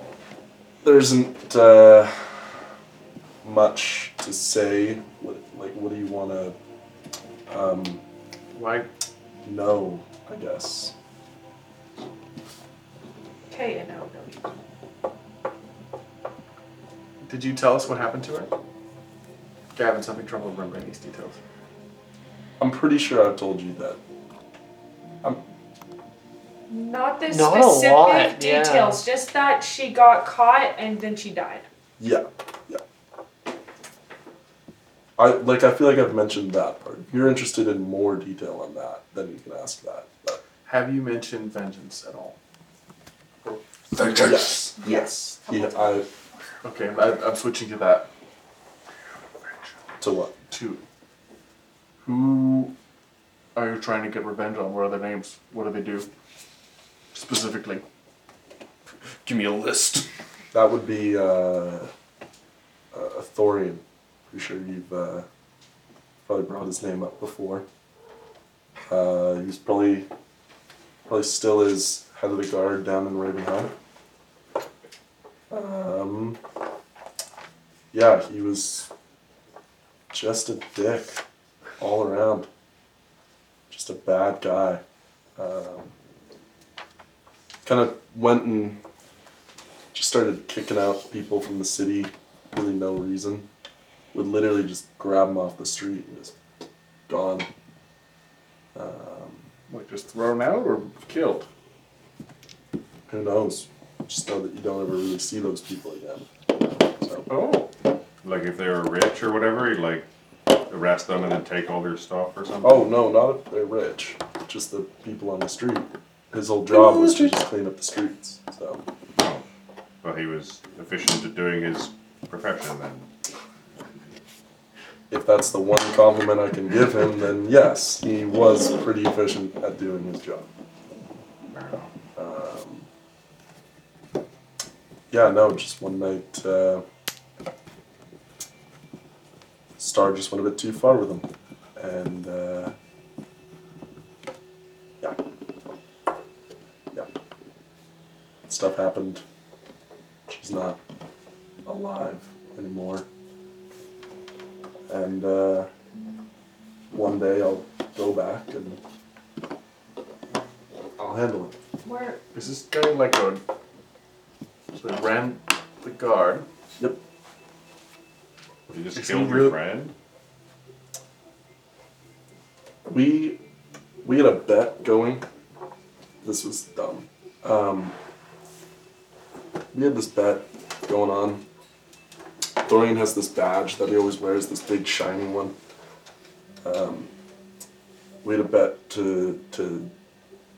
[SPEAKER 2] there isn't uh, much to say. What, like, what do you want to um,
[SPEAKER 5] Like,
[SPEAKER 2] know? I guess.
[SPEAKER 4] Okay, and no, no.
[SPEAKER 5] did you tell us what happened to her? Okay, I'm having something trouble remembering these details.
[SPEAKER 2] I'm pretty sure I've told you that.
[SPEAKER 4] Not the
[SPEAKER 3] Not a
[SPEAKER 4] specific
[SPEAKER 3] lot, yeah.
[SPEAKER 4] details, just that she got caught and then she died.
[SPEAKER 2] Yeah, yeah. I like. I feel like I've mentioned that part. If you're interested in more detail on that, then you can ask that. But
[SPEAKER 5] Have you mentioned vengeance at all?
[SPEAKER 2] yes, yes. Yeah, I,
[SPEAKER 5] Okay, I, I'm switching to that.
[SPEAKER 2] to what?
[SPEAKER 5] Two. Who are you trying to get revenge on? What are their names? What do they do? Specifically.
[SPEAKER 1] Give me a list.
[SPEAKER 2] That would be uh, uh, a Thorian. Pretty sure you've uh, probably brought his name up before. Uh, he's probably probably still is head of the guard down in Ravenheim. Um, yeah, he was just a dick all around. Just a bad guy. Um, kind of went and just started kicking out people from the city, really no reason. Would literally just grab them off the street and just gone. Um,
[SPEAKER 5] Like just thrown out or killed?
[SPEAKER 2] who knows? Just know that you don't ever really see those people again. So
[SPEAKER 5] Oh.
[SPEAKER 6] Like if they were rich or whatever, he'd like arrest them and then take all their stuff or something.
[SPEAKER 2] Oh no, not if they're rich. Just the people on the street. His whole job was to just clean up the streets. So
[SPEAKER 6] Well, he was efficient at doing his profession then.
[SPEAKER 2] if that's the one compliment I can give him, then yes, he was pretty efficient at doing his job. Um, yeah, no, just one night, uh, Star just went a bit too far with him. And, uh, yeah. Yeah. Stuff happened. She's not alive anymore. And, uh, one day I'll go back and I'll handle it.
[SPEAKER 14] We're
[SPEAKER 5] Is this guy like a. So they ran the guard.
[SPEAKER 2] Yep.
[SPEAKER 6] You just
[SPEAKER 5] Is he
[SPEAKER 6] killed your
[SPEAKER 5] really-
[SPEAKER 6] friend.
[SPEAKER 2] We we had a bet going. This was dumb. Um, we had this bet going on. Dorian has this badge that he always wears, this big shiny one. Um, we had a bet to to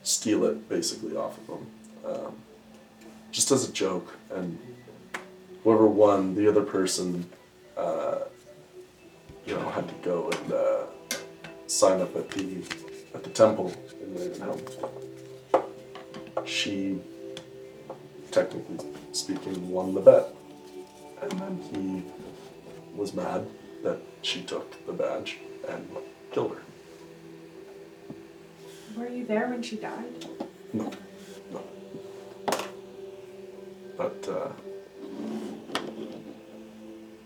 [SPEAKER 2] steal it basically off of him, um, just as a joke. And whoever won, the other person, uh, you know, had to go and. Uh, sign up at the at the temple in Ravenhelm. She, technically speaking, won the bet, and then he was mad that she took the badge and killed her.
[SPEAKER 4] Were you there when she died?
[SPEAKER 2] No, no. But uh,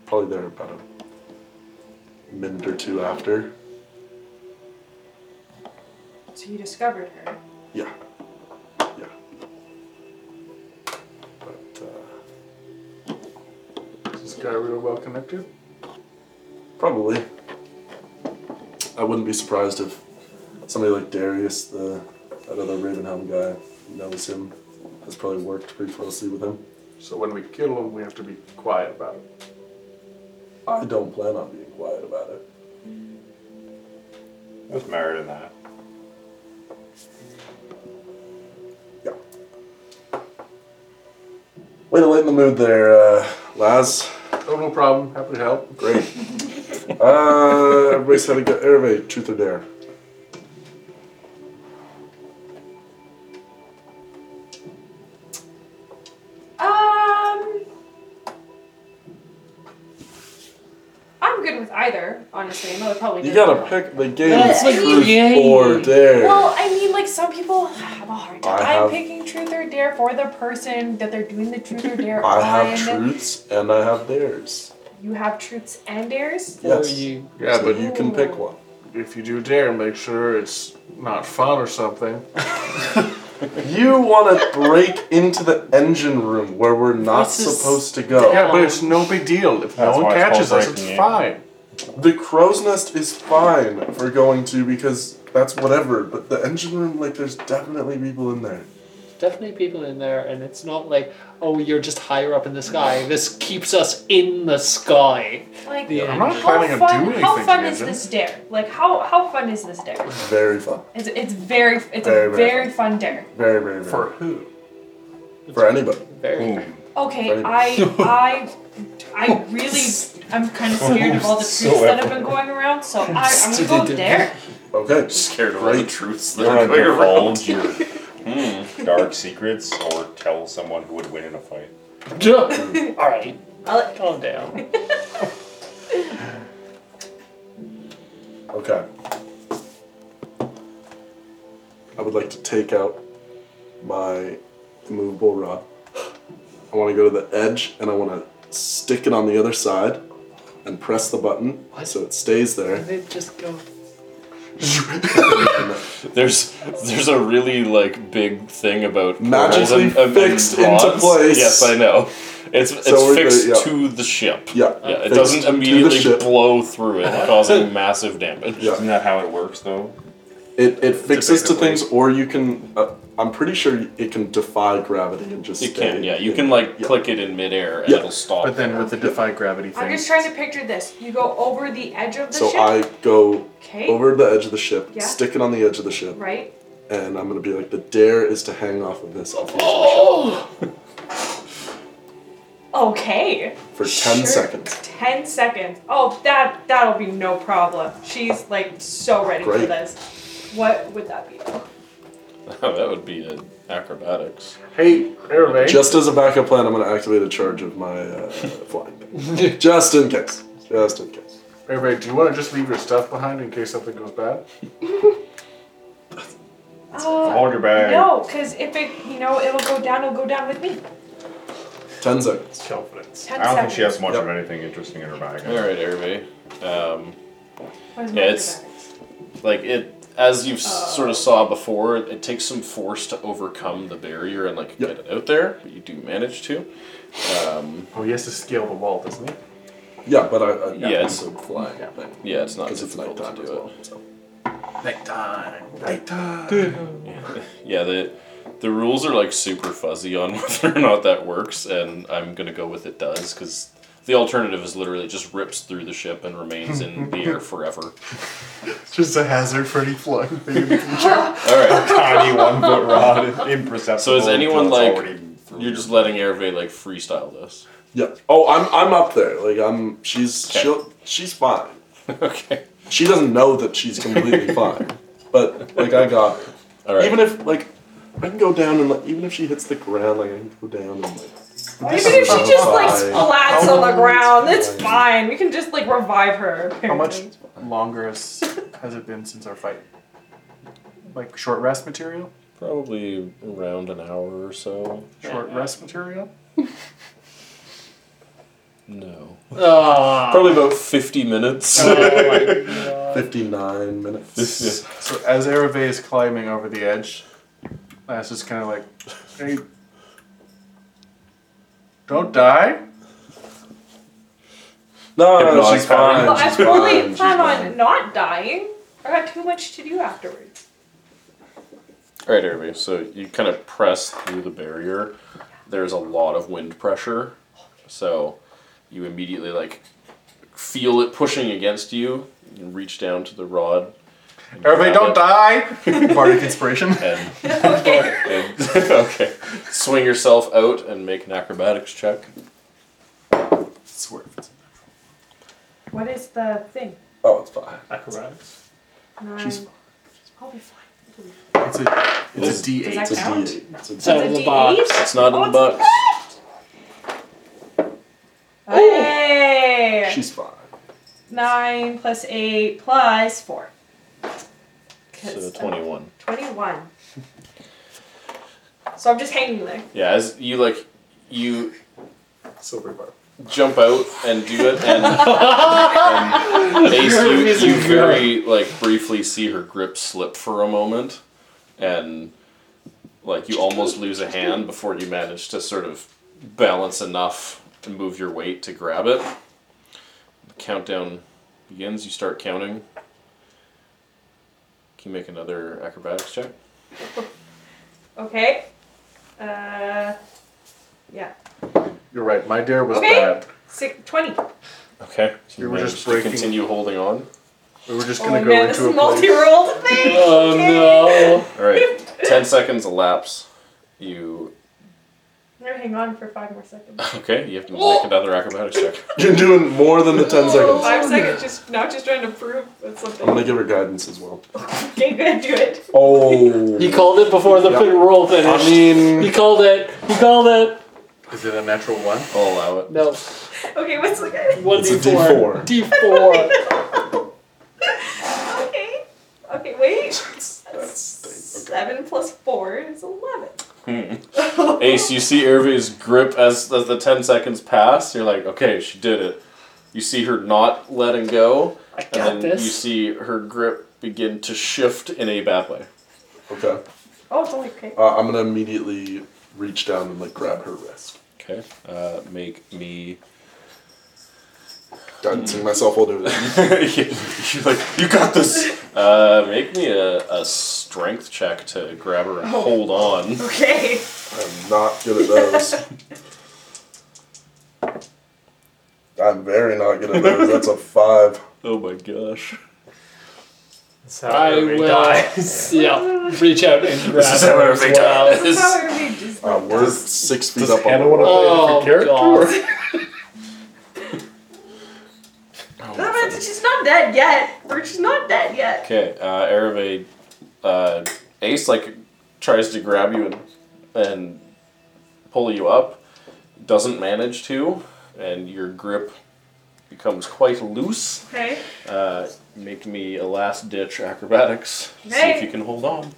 [SPEAKER 2] probably there about a minute or two after.
[SPEAKER 4] So you discovered her.
[SPEAKER 2] Yeah. Yeah. But uh,
[SPEAKER 5] Is this guy real well connected?
[SPEAKER 2] probably. I wouldn't be surprised if somebody like Darius, the that other Ravenhelm guy, knows him. Has probably worked pretty closely with him.
[SPEAKER 5] So when we kill him, we have to be quiet about it.
[SPEAKER 2] I don't plan on being quiet about it.
[SPEAKER 6] I was married in that.
[SPEAKER 2] Yeah. Way to lighten the mood there, uh, Laz.
[SPEAKER 5] Oh, no problem. Happy to help.
[SPEAKER 2] Great. uh, everybody's had a good. Everybody, truth or dare.
[SPEAKER 4] Um. good with either, honestly. I know it probably
[SPEAKER 2] You
[SPEAKER 4] did.
[SPEAKER 2] gotta pick the game
[SPEAKER 3] That's like
[SPEAKER 2] truth
[SPEAKER 3] yay.
[SPEAKER 2] or dare.
[SPEAKER 9] Well, I mean, like some people have a hard
[SPEAKER 2] I
[SPEAKER 9] time
[SPEAKER 2] have-
[SPEAKER 9] picking truth or dare for the person that they're doing the truth or dare
[SPEAKER 2] I
[SPEAKER 9] on.
[SPEAKER 2] have truths and I have dares.
[SPEAKER 9] You have truths and dares.
[SPEAKER 2] Yes.
[SPEAKER 3] Or you
[SPEAKER 8] Yeah,
[SPEAKER 2] So
[SPEAKER 8] but
[SPEAKER 2] you can pick one.
[SPEAKER 8] if you do dare, make sure it's not fun or something.
[SPEAKER 2] You want to break into the engine room where we're not
[SPEAKER 3] This is-
[SPEAKER 2] supposed to go.
[SPEAKER 8] Yeah, but it's no big deal. If
[SPEAKER 6] That's
[SPEAKER 8] no
[SPEAKER 6] why
[SPEAKER 8] one
[SPEAKER 6] it's called
[SPEAKER 8] catches us, it's
[SPEAKER 6] breaking in.
[SPEAKER 8] fine.
[SPEAKER 2] The crow's nest is fine for going to because that's whatever. But the engine room, like, there's definitely people in there.
[SPEAKER 3] definitely people in there, and it's not like, oh, you're just higher up in the sky. This keeps us in the sky.
[SPEAKER 9] Like,
[SPEAKER 3] Yeah, I'm
[SPEAKER 8] not
[SPEAKER 9] how
[SPEAKER 8] planning on
[SPEAKER 9] fun,
[SPEAKER 8] doing
[SPEAKER 9] How
[SPEAKER 8] anything,
[SPEAKER 9] fun is
[SPEAKER 8] Angela.
[SPEAKER 9] this dare? Like, how how fun is this dare?
[SPEAKER 2] Very fun.
[SPEAKER 9] It's, it's very it's
[SPEAKER 2] Very,
[SPEAKER 9] a
[SPEAKER 2] very
[SPEAKER 9] very fun dare.
[SPEAKER 2] Very, very, very
[SPEAKER 8] For who?
[SPEAKER 2] for anybody.
[SPEAKER 3] Very.
[SPEAKER 9] Okay,
[SPEAKER 2] Right.
[SPEAKER 9] I I I really I'm kind of scared of all the truths
[SPEAKER 6] So
[SPEAKER 9] that have been going around, so I, I'm gonna go with dare.
[SPEAKER 2] Okay.
[SPEAKER 1] Scared of all the truths that
[SPEAKER 6] You're
[SPEAKER 1] are
[SPEAKER 6] on
[SPEAKER 1] going
[SPEAKER 6] your own
[SPEAKER 1] around.
[SPEAKER 6] your dark secrets or tell someone who would win in a fight.
[SPEAKER 3] All right,
[SPEAKER 9] I'll-
[SPEAKER 3] calm down.
[SPEAKER 2] Okay. I would like to take out my immovable rod. I want to go to the edge and I want to stick it on the other side and press the button so it stays there.
[SPEAKER 3] They just go.
[SPEAKER 1] There's there's a really like big thing about
[SPEAKER 2] Magically
[SPEAKER 1] portals and- and
[SPEAKER 2] fixed
[SPEAKER 1] rods.
[SPEAKER 2] into place.
[SPEAKER 1] Yes, I know. It's it's
[SPEAKER 2] we're gonna-
[SPEAKER 1] fixed
[SPEAKER 2] yeah.
[SPEAKER 1] to the ship.
[SPEAKER 2] Yeah.
[SPEAKER 1] Yeah, it
[SPEAKER 2] fixed
[SPEAKER 1] doesn't
[SPEAKER 2] to the
[SPEAKER 1] immediately
[SPEAKER 2] ship.
[SPEAKER 1] blow through it, causing massive damage.
[SPEAKER 2] Yeah.
[SPEAKER 6] Isn't that how it works though?
[SPEAKER 2] It, it fixes to
[SPEAKER 6] Typically.
[SPEAKER 2] things, or you can. Uh, I'm pretty sure it can defy gravity and just.
[SPEAKER 1] You
[SPEAKER 2] stay
[SPEAKER 1] can, yeah. You
[SPEAKER 2] in-
[SPEAKER 1] can like
[SPEAKER 2] yeah.
[SPEAKER 1] click it in midair and
[SPEAKER 2] Yeah.
[SPEAKER 1] it'll stop.
[SPEAKER 8] But then with the defy gravity thing.
[SPEAKER 4] I'm just trying to picture this. You go over the edge of the
[SPEAKER 2] So
[SPEAKER 4] ship,
[SPEAKER 2] I go
[SPEAKER 4] Okay.
[SPEAKER 2] over the edge of the ship,
[SPEAKER 4] Yeah.
[SPEAKER 2] stick it on the edge of the ship,
[SPEAKER 4] right?
[SPEAKER 2] and I'm gonna be like, the dare is to hang off of this off the edge
[SPEAKER 1] Oh,
[SPEAKER 4] Okay.
[SPEAKER 2] for 10
[SPEAKER 4] Sure.
[SPEAKER 2] seconds.
[SPEAKER 4] Ten seconds. Oh, that that'll be no problem. She's like so ready for
[SPEAKER 2] Great.
[SPEAKER 4] this. What would that be?
[SPEAKER 9] Uh,
[SPEAKER 4] though?
[SPEAKER 1] that would be an acrobatics.
[SPEAKER 8] hey, everybody.
[SPEAKER 2] Just as a backup plan, I'm gonna activate a charge of my uh, flying. just in case. Just in case.
[SPEAKER 8] Everybody, do you want to just leave your stuff behind in case something goes bad?
[SPEAKER 4] Uh,
[SPEAKER 6] Hold your bag.
[SPEAKER 4] no, because if it, you know, it'll go down. It'll go down with me.
[SPEAKER 2] 10 seconds.
[SPEAKER 8] Confidence.
[SPEAKER 4] Ten
[SPEAKER 6] I don't think
[SPEAKER 4] seconds.
[SPEAKER 6] she has much
[SPEAKER 2] Yep.
[SPEAKER 6] of anything interesting in her bag.
[SPEAKER 1] All right, everybody. Um,
[SPEAKER 4] Where's my
[SPEAKER 1] Yeah, it's-
[SPEAKER 4] acrobatics?
[SPEAKER 1] like it, as you have sort of saw before, it, it takes some force to overcome the barrier and like
[SPEAKER 2] Yep.
[SPEAKER 1] get it out there. But you do manage to. Um,
[SPEAKER 8] Oh, he has to scale the wall, doesn't he?
[SPEAKER 2] Yeah, but I. I
[SPEAKER 1] Yeah,
[SPEAKER 2] it's
[SPEAKER 1] it's-
[SPEAKER 2] a flying thing.
[SPEAKER 1] yeah, it's not
[SPEAKER 2] Because it's
[SPEAKER 1] difficult
[SPEAKER 2] nighttime
[SPEAKER 1] to
[SPEAKER 2] as
[SPEAKER 1] do
[SPEAKER 2] well.
[SPEAKER 1] it.
[SPEAKER 2] So.
[SPEAKER 8] Nighttime.
[SPEAKER 1] Yeah, the the rules are like super fuzzy on whether or not that works, and I'm gonna go with it does because. The alternative is literally it just rips through the ship and remains in the air forever.
[SPEAKER 5] It's just a hazard for any flying thing in the future.
[SPEAKER 1] All right,
[SPEAKER 6] Tiny one foot rod, imperceptible.
[SPEAKER 1] So is anyone,
[SPEAKER 6] until it's
[SPEAKER 1] like,
[SPEAKER 6] already through
[SPEAKER 1] you're
[SPEAKER 6] your-
[SPEAKER 1] just letting Hervé like freestyle this.
[SPEAKER 2] Yeah. Oh, I'm, I'm up there. Like, I'm. She's. She'll, she's fine.
[SPEAKER 1] okay.
[SPEAKER 2] She doesn't know that she's completely fine. But, like, I got. her.
[SPEAKER 1] All right.
[SPEAKER 2] Even if, like, I can go down and, like, even if she hits the ground, like, I can go down and, like.
[SPEAKER 4] Even if she just like
[SPEAKER 2] Fine.
[SPEAKER 4] splats on the ground, it's
[SPEAKER 2] fine.
[SPEAKER 4] fine. We can just like revive her.
[SPEAKER 8] How much
[SPEAKER 4] apparently.
[SPEAKER 8] longer has, has it been since our fight? Like short rest material?
[SPEAKER 1] Probably around an hour or so.
[SPEAKER 8] Short rest material?
[SPEAKER 1] No. Um,
[SPEAKER 3] Ah.
[SPEAKER 1] Probably about 50 minutes.
[SPEAKER 3] Oh my God.
[SPEAKER 2] 59 minutes.
[SPEAKER 8] So as Erebe is climbing over the edge, Lance is kind of like, hey, don't die.
[SPEAKER 2] no, no,
[SPEAKER 1] Hypnotic
[SPEAKER 2] she's fine.
[SPEAKER 4] Well, I
[SPEAKER 2] she's fine,
[SPEAKER 4] really
[SPEAKER 2] she's
[SPEAKER 4] plan
[SPEAKER 2] fine.
[SPEAKER 4] on not dying. I got too much to do afterwards.
[SPEAKER 1] All right, everybody. So you kind of press through the barrier. There's a lot of wind pressure, so you immediately like feel it pushing against you. You reach down to the rod. and
[SPEAKER 8] Erebe,
[SPEAKER 1] grab
[SPEAKER 8] don't
[SPEAKER 1] it
[SPEAKER 8] die. Bardic inspiration.
[SPEAKER 1] And,
[SPEAKER 4] Okay.
[SPEAKER 1] and okay, swing yourself out and make an acrobatics check.
[SPEAKER 8] Swerved.
[SPEAKER 4] what is the thing?
[SPEAKER 2] Oh, it's fine.
[SPEAKER 7] Acrobatics.
[SPEAKER 4] Nine.
[SPEAKER 8] She's fine.
[SPEAKER 4] I'll be fine.
[SPEAKER 8] It's a, it's a
[SPEAKER 1] Does
[SPEAKER 8] D8.
[SPEAKER 4] that
[SPEAKER 2] It's a
[SPEAKER 4] count?
[SPEAKER 2] D8. It's a
[SPEAKER 3] So-
[SPEAKER 2] D8.
[SPEAKER 4] Oh,
[SPEAKER 3] the box.
[SPEAKER 4] It's a D8?
[SPEAKER 1] It's not in the box.
[SPEAKER 4] Hey!
[SPEAKER 2] She's fine.
[SPEAKER 4] nine plus eight plus four. 'Cause
[SPEAKER 1] So
[SPEAKER 4] I'm
[SPEAKER 1] 21.
[SPEAKER 4] Twenty-one. so I'm just hanging there.
[SPEAKER 1] Yeah, as you like, you
[SPEAKER 5] Silver bar.
[SPEAKER 1] jump out and do it, and, and Ace, you, you very like briefly see her grip slip for a moment, and like you almost lose a hand before you manage to sort of balance enough to move your weight to grab it. The countdown begins. You start counting. Can you make another acrobatics check?
[SPEAKER 4] Okay. Uh, yeah.
[SPEAKER 5] You're right. My dare was
[SPEAKER 4] Okay.
[SPEAKER 5] bad.
[SPEAKER 4] Six, 20.
[SPEAKER 1] Okay. So you
[SPEAKER 5] We were
[SPEAKER 1] manage
[SPEAKER 5] just
[SPEAKER 1] to
[SPEAKER 5] breaking-
[SPEAKER 1] continue holding on.
[SPEAKER 5] We were just
[SPEAKER 4] Oh
[SPEAKER 5] gonna
[SPEAKER 4] man,
[SPEAKER 5] go
[SPEAKER 4] this
[SPEAKER 5] into a place.
[SPEAKER 4] is multi-rolled thing.
[SPEAKER 3] Oh no!
[SPEAKER 1] All right, ten seconds elapse. You
[SPEAKER 4] I'm gonna hang on for five more seconds.
[SPEAKER 1] okay? You have to make another acrobatics check.
[SPEAKER 2] You're doing more than the 10
[SPEAKER 5] Oh.
[SPEAKER 2] seconds.
[SPEAKER 4] Five seconds, just not just trying to prove that's
[SPEAKER 2] I'm
[SPEAKER 4] something.
[SPEAKER 2] gonna give her guidance as well.
[SPEAKER 4] Okay, good, do it.
[SPEAKER 2] Oh.
[SPEAKER 3] He called it before the big roll
[SPEAKER 2] I
[SPEAKER 3] finished. He
[SPEAKER 2] mean,
[SPEAKER 3] called it. He called it.
[SPEAKER 5] Is it a natural one?
[SPEAKER 1] I'll allow it.
[SPEAKER 3] No.
[SPEAKER 4] Okay, what's the guy?
[SPEAKER 3] One
[SPEAKER 2] It's a D4.
[SPEAKER 3] D4. D4.
[SPEAKER 4] Okay. Okay, wait. Seven plus four is eleven.
[SPEAKER 1] Ace, you see Irvi's grip as, as the ten seconds pass. You're like, okay, she did it. You see her not letting go,
[SPEAKER 3] I
[SPEAKER 1] and
[SPEAKER 3] got
[SPEAKER 1] then you
[SPEAKER 3] this.
[SPEAKER 1] see her grip begin to shift in a bad way.
[SPEAKER 2] okay.
[SPEAKER 4] Oh, it's only okay.
[SPEAKER 2] Uh, I'm gonna immediately reach down and like grab her wrist.
[SPEAKER 1] Okay, uh, make me.
[SPEAKER 5] Mm.
[SPEAKER 2] Guidancing myself while doing it.
[SPEAKER 1] You're like, you got this. Uh, make me a, a strength check to grab her
[SPEAKER 3] Oh.
[SPEAKER 1] and hold on.
[SPEAKER 4] Okay.
[SPEAKER 2] I'm not good at those. I'm very not good at those. That's a five.
[SPEAKER 1] Oh my gosh.
[SPEAKER 10] That's how
[SPEAKER 3] I
[SPEAKER 10] everybody
[SPEAKER 3] will.
[SPEAKER 10] dies.
[SPEAKER 3] Yeah. Reach out and grab
[SPEAKER 1] is how
[SPEAKER 3] her as
[SPEAKER 1] everybody
[SPEAKER 3] well.
[SPEAKER 4] This is how everybody just
[SPEAKER 2] Uh, we're six feet
[SPEAKER 5] Does
[SPEAKER 2] up
[SPEAKER 5] Hannah
[SPEAKER 2] on
[SPEAKER 5] want to
[SPEAKER 3] Oh,
[SPEAKER 5] play a different
[SPEAKER 3] God.
[SPEAKER 5] character?
[SPEAKER 4] No, but she's not dead yet. Or she's not dead yet.
[SPEAKER 1] Okay, uh, Erebe, uh, Ace like tries to grab you and and pull you up, doesn't manage to, and your grip becomes quite loose.
[SPEAKER 4] Okay.
[SPEAKER 1] Uh, make me a last ditch acrobatics. See if
[SPEAKER 4] Hey.
[SPEAKER 1] you can hold on.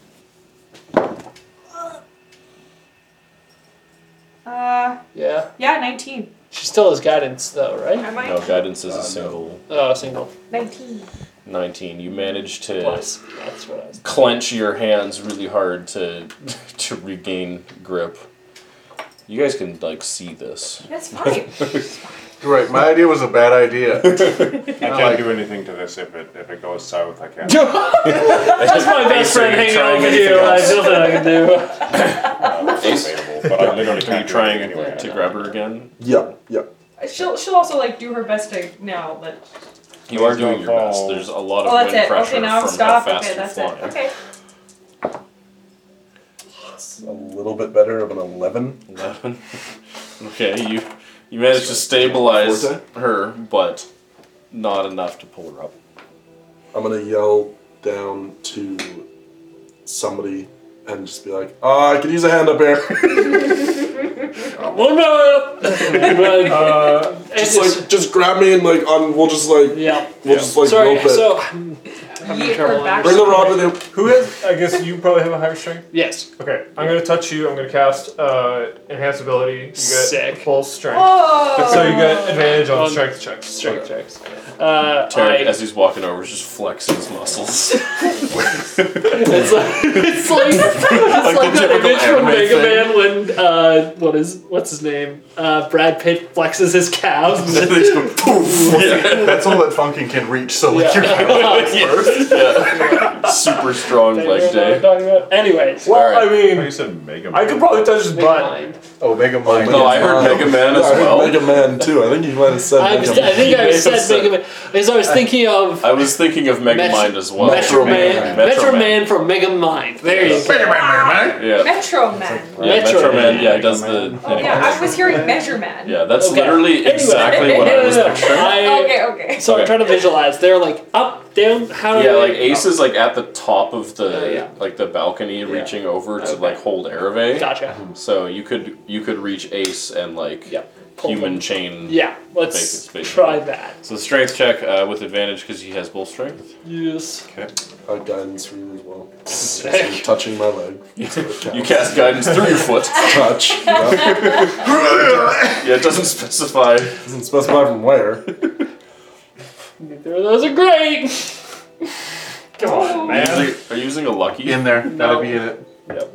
[SPEAKER 4] Uh,
[SPEAKER 3] Yeah.
[SPEAKER 4] yeah, 19.
[SPEAKER 3] She still has guidance though, right?
[SPEAKER 4] Am I?
[SPEAKER 1] No guidance is a single
[SPEAKER 3] Oh, single.
[SPEAKER 4] 19.
[SPEAKER 1] nineteen. You manage to
[SPEAKER 3] Plus. That's what I was.
[SPEAKER 1] clench your hands really hard to to regain grip. You guys can like see this.
[SPEAKER 4] That's fine.
[SPEAKER 5] You're right. My idea was a bad idea.
[SPEAKER 6] I can't do anything to this if it if it goes south. I can't. uh,
[SPEAKER 3] That's my best
[SPEAKER 1] Basically,
[SPEAKER 3] friend hanging
[SPEAKER 1] trying
[SPEAKER 3] out with
[SPEAKER 1] anything
[SPEAKER 3] you.
[SPEAKER 1] else.
[SPEAKER 3] There's nothing I can do.
[SPEAKER 6] Uh, it's available, but I literally
[SPEAKER 1] Are
[SPEAKER 6] can't
[SPEAKER 1] you
[SPEAKER 6] do anything
[SPEAKER 1] trying
[SPEAKER 6] anyway.
[SPEAKER 1] to grab her again?
[SPEAKER 2] Yeah, yeah.
[SPEAKER 4] Uh, she'll, she'll also, like, do her best to now, but...
[SPEAKER 1] You are
[SPEAKER 6] Please
[SPEAKER 1] doing
[SPEAKER 6] don't
[SPEAKER 1] your best.
[SPEAKER 6] fall.
[SPEAKER 1] There's a lot of
[SPEAKER 4] Oh, that's
[SPEAKER 1] wind
[SPEAKER 4] it.
[SPEAKER 1] pressure
[SPEAKER 4] Okay, now I'm
[SPEAKER 1] from how
[SPEAKER 4] stopped.
[SPEAKER 1] fast
[SPEAKER 4] Okay,
[SPEAKER 1] you're
[SPEAKER 4] that's
[SPEAKER 1] flying.
[SPEAKER 4] it. Okay.
[SPEAKER 2] It's a little bit better of an 11.
[SPEAKER 1] Eleven. okay, you you managed to stabilize
[SPEAKER 2] Forte?
[SPEAKER 1] her, but not enough to pull her up.
[SPEAKER 2] I'm gonna yell down to somebody and just be like, uh, I could use a hand up here.
[SPEAKER 3] One minute.
[SPEAKER 7] Uh,
[SPEAKER 3] It's
[SPEAKER 2] just like, just grab me and like, um, we'll just like,
[SPEAKER 3] yeah.
[SPEAKER 2] we'll just like
[SPEAKER 3] Sorry.
[SPEAKER 2] rope it.
[SPEAKER 3] So I'm having
[SPEAKER 4] Yeet
[SPEAKER 3] trouble.
[SPEAKER 4] her back.
[SPEAKER 2] Bring the rod with you.
[SPEAKER 7] who has? I guess you probably have a higher strength.
[SPEAKER 3] Yes.
[SPEAKER 7] Okay, I'm gonna touch you. I'm gonna cast uh, enhanced ability. You get
[SPEAKER 3] Sick.
[SPEAKER 7] full strength,
[SPEAKER 4] Oh!
[SPEAKER 7] so you get advantage on
[SPEAKER 3] On-
[SPEAKER 7] strength checks.
[SPEAKER 3] Strength checks. Uh,
[SPEAKER 1] Tarek,
[SPEAKER 3] I,
[SPEAKER 1] as he's walking over, is just flexing his muscles.
[SPEAKER 3] it's like it's like, it's like
[SPEAKER 1] the
[SPEAKER 3] the
[SPEAKER 1] typical
[SPEAKER 3] image from
[SPEAKER 1] anime
[SPEAKER 3] Mega
[SPEAKER 1] thing.
[SPEAKER 3] Man when uh, what is what's his name? Uh, Brad Pitt flexes his calves. And then,
[SPEAKER 5] That's all that Funkin can reach. So
[SPEAKER 3] Yeah.
[SPEAKER 5] like, you're kind of first.
[SPEAKER 1] yeah. Super strong leg day.
[SPEAKER 3] Anyways,
[SPEAKER 1] All
[SPEAKER 7] Well,
[SPEAKER 1] right.
[SPEAKER 7] I mean,
[SPEAKER 6] You said Mega
[SPEAKER 7] I could probably touch his butt.
[SPEAKER 5] Oh, Mega Mind.
[SPEAKER 1] No, I heard Mega Man as
[SPEAKER 2] I heard
[SPEAKER 1] well.
[SPEAKER 2] Mega Man too. I think you might have said
[SPEAKER 3] I,
[SPEAKER 2] Mega
[SPEAKER 3] was,
[SPEAKER 2] Man.
[SPEAKER 3] I think I
[SPEAKER 1] Mega
[SPEAKER 3] said
[SPEAKER 1] Man.
[SPEAKER 3] Mega Man because I was thinking of
[SPEAKER 1] I was thinking of Mega
[SPEAKER 3] Met-
[SPEAKER 1] Mind as well.
[SPEAKER 3] Metro
[SPEAKER 2] Man.
[SPEAKER 3] Man. Metro Man from Mega Mind. There you go.
[SPEAKER 1] Yeah.
[SPEAKER 4] Metro
[SPEAKER 1] Yeah,
[SPEAKER 4] Man.
[SPEAKER 3] Metro
[SPEAKER 1] Metro
[SPEAKER 3] Man.
[SPEAKER 1] Man, yeah, does the.
[SPEAKER 4] Oh, yeah, I was hearing Measure Man.
[SPEAKER 1] Yeah, that's
[SPEAKER 3] Okay.
[SPEAKER 1] literally
[SPEAKER 3] Anyway.
[SPEAKER 1] exactly what I was
[SPEAKER 3] No, no, no.
[SPEAKER 1] picturing.
[SPEAKER 3] I-
[SPEAKER 4] Okay, okay.
[SPEAKER 3] So
[SPEAKER 1] Okay.
[SPEAKER 3] I'm trying to visualize. They're like up, down. How do
[SPEAKER 1] Yeah,
[SPEAKER 3] I-
[SPEAKER 1] like Ace is like at the top of the
[SPEAKER 3] Oh, yeah.
[SPEAKER 1] like the balcony, reaching over to
[SPEAKER 3] Okay.
[SPEAKER 1] like hold Ereve.
[SPEAKER 3] Gotcha.
[SPEAKER 1] So you could you could reach Ace and like
[SPEAKER 3] Yeah. pull
[SPEAKER 1] human
[SPEAKER 3] them.
[SPEAKER 1] chain.
[SPEAKER 3] Yeah, let's
[SPEAKER 1] Make it space.
[SPEAKER 3] try that.
[SPEAKER 1] So the strength check uh, with advantage because he has bull strength.
[SPEAKER 3] Yes.
[SPEAKER 1] Okay.
[SPEAKER 2] I have guidance for you as well.
[SPEAKER 3] Sick.
[SPEAKER 2] So touching my leg.
[SPEAKER 1] You cast guidance through your foot.
[SPEAKER 2] Touch. yeah.
[SPEAKER 1] Yeah, it doesn't specify.
[SPEAKER 2] Doesn't specify from where.
[SPEAKER 3] Oh! Neither of those are great. Come on, man.
[SPEAKER 1] Using- are you using a lucky?
[SPEAKER 5] In there. That'll be in it.
[SPEAKER 1] Yep.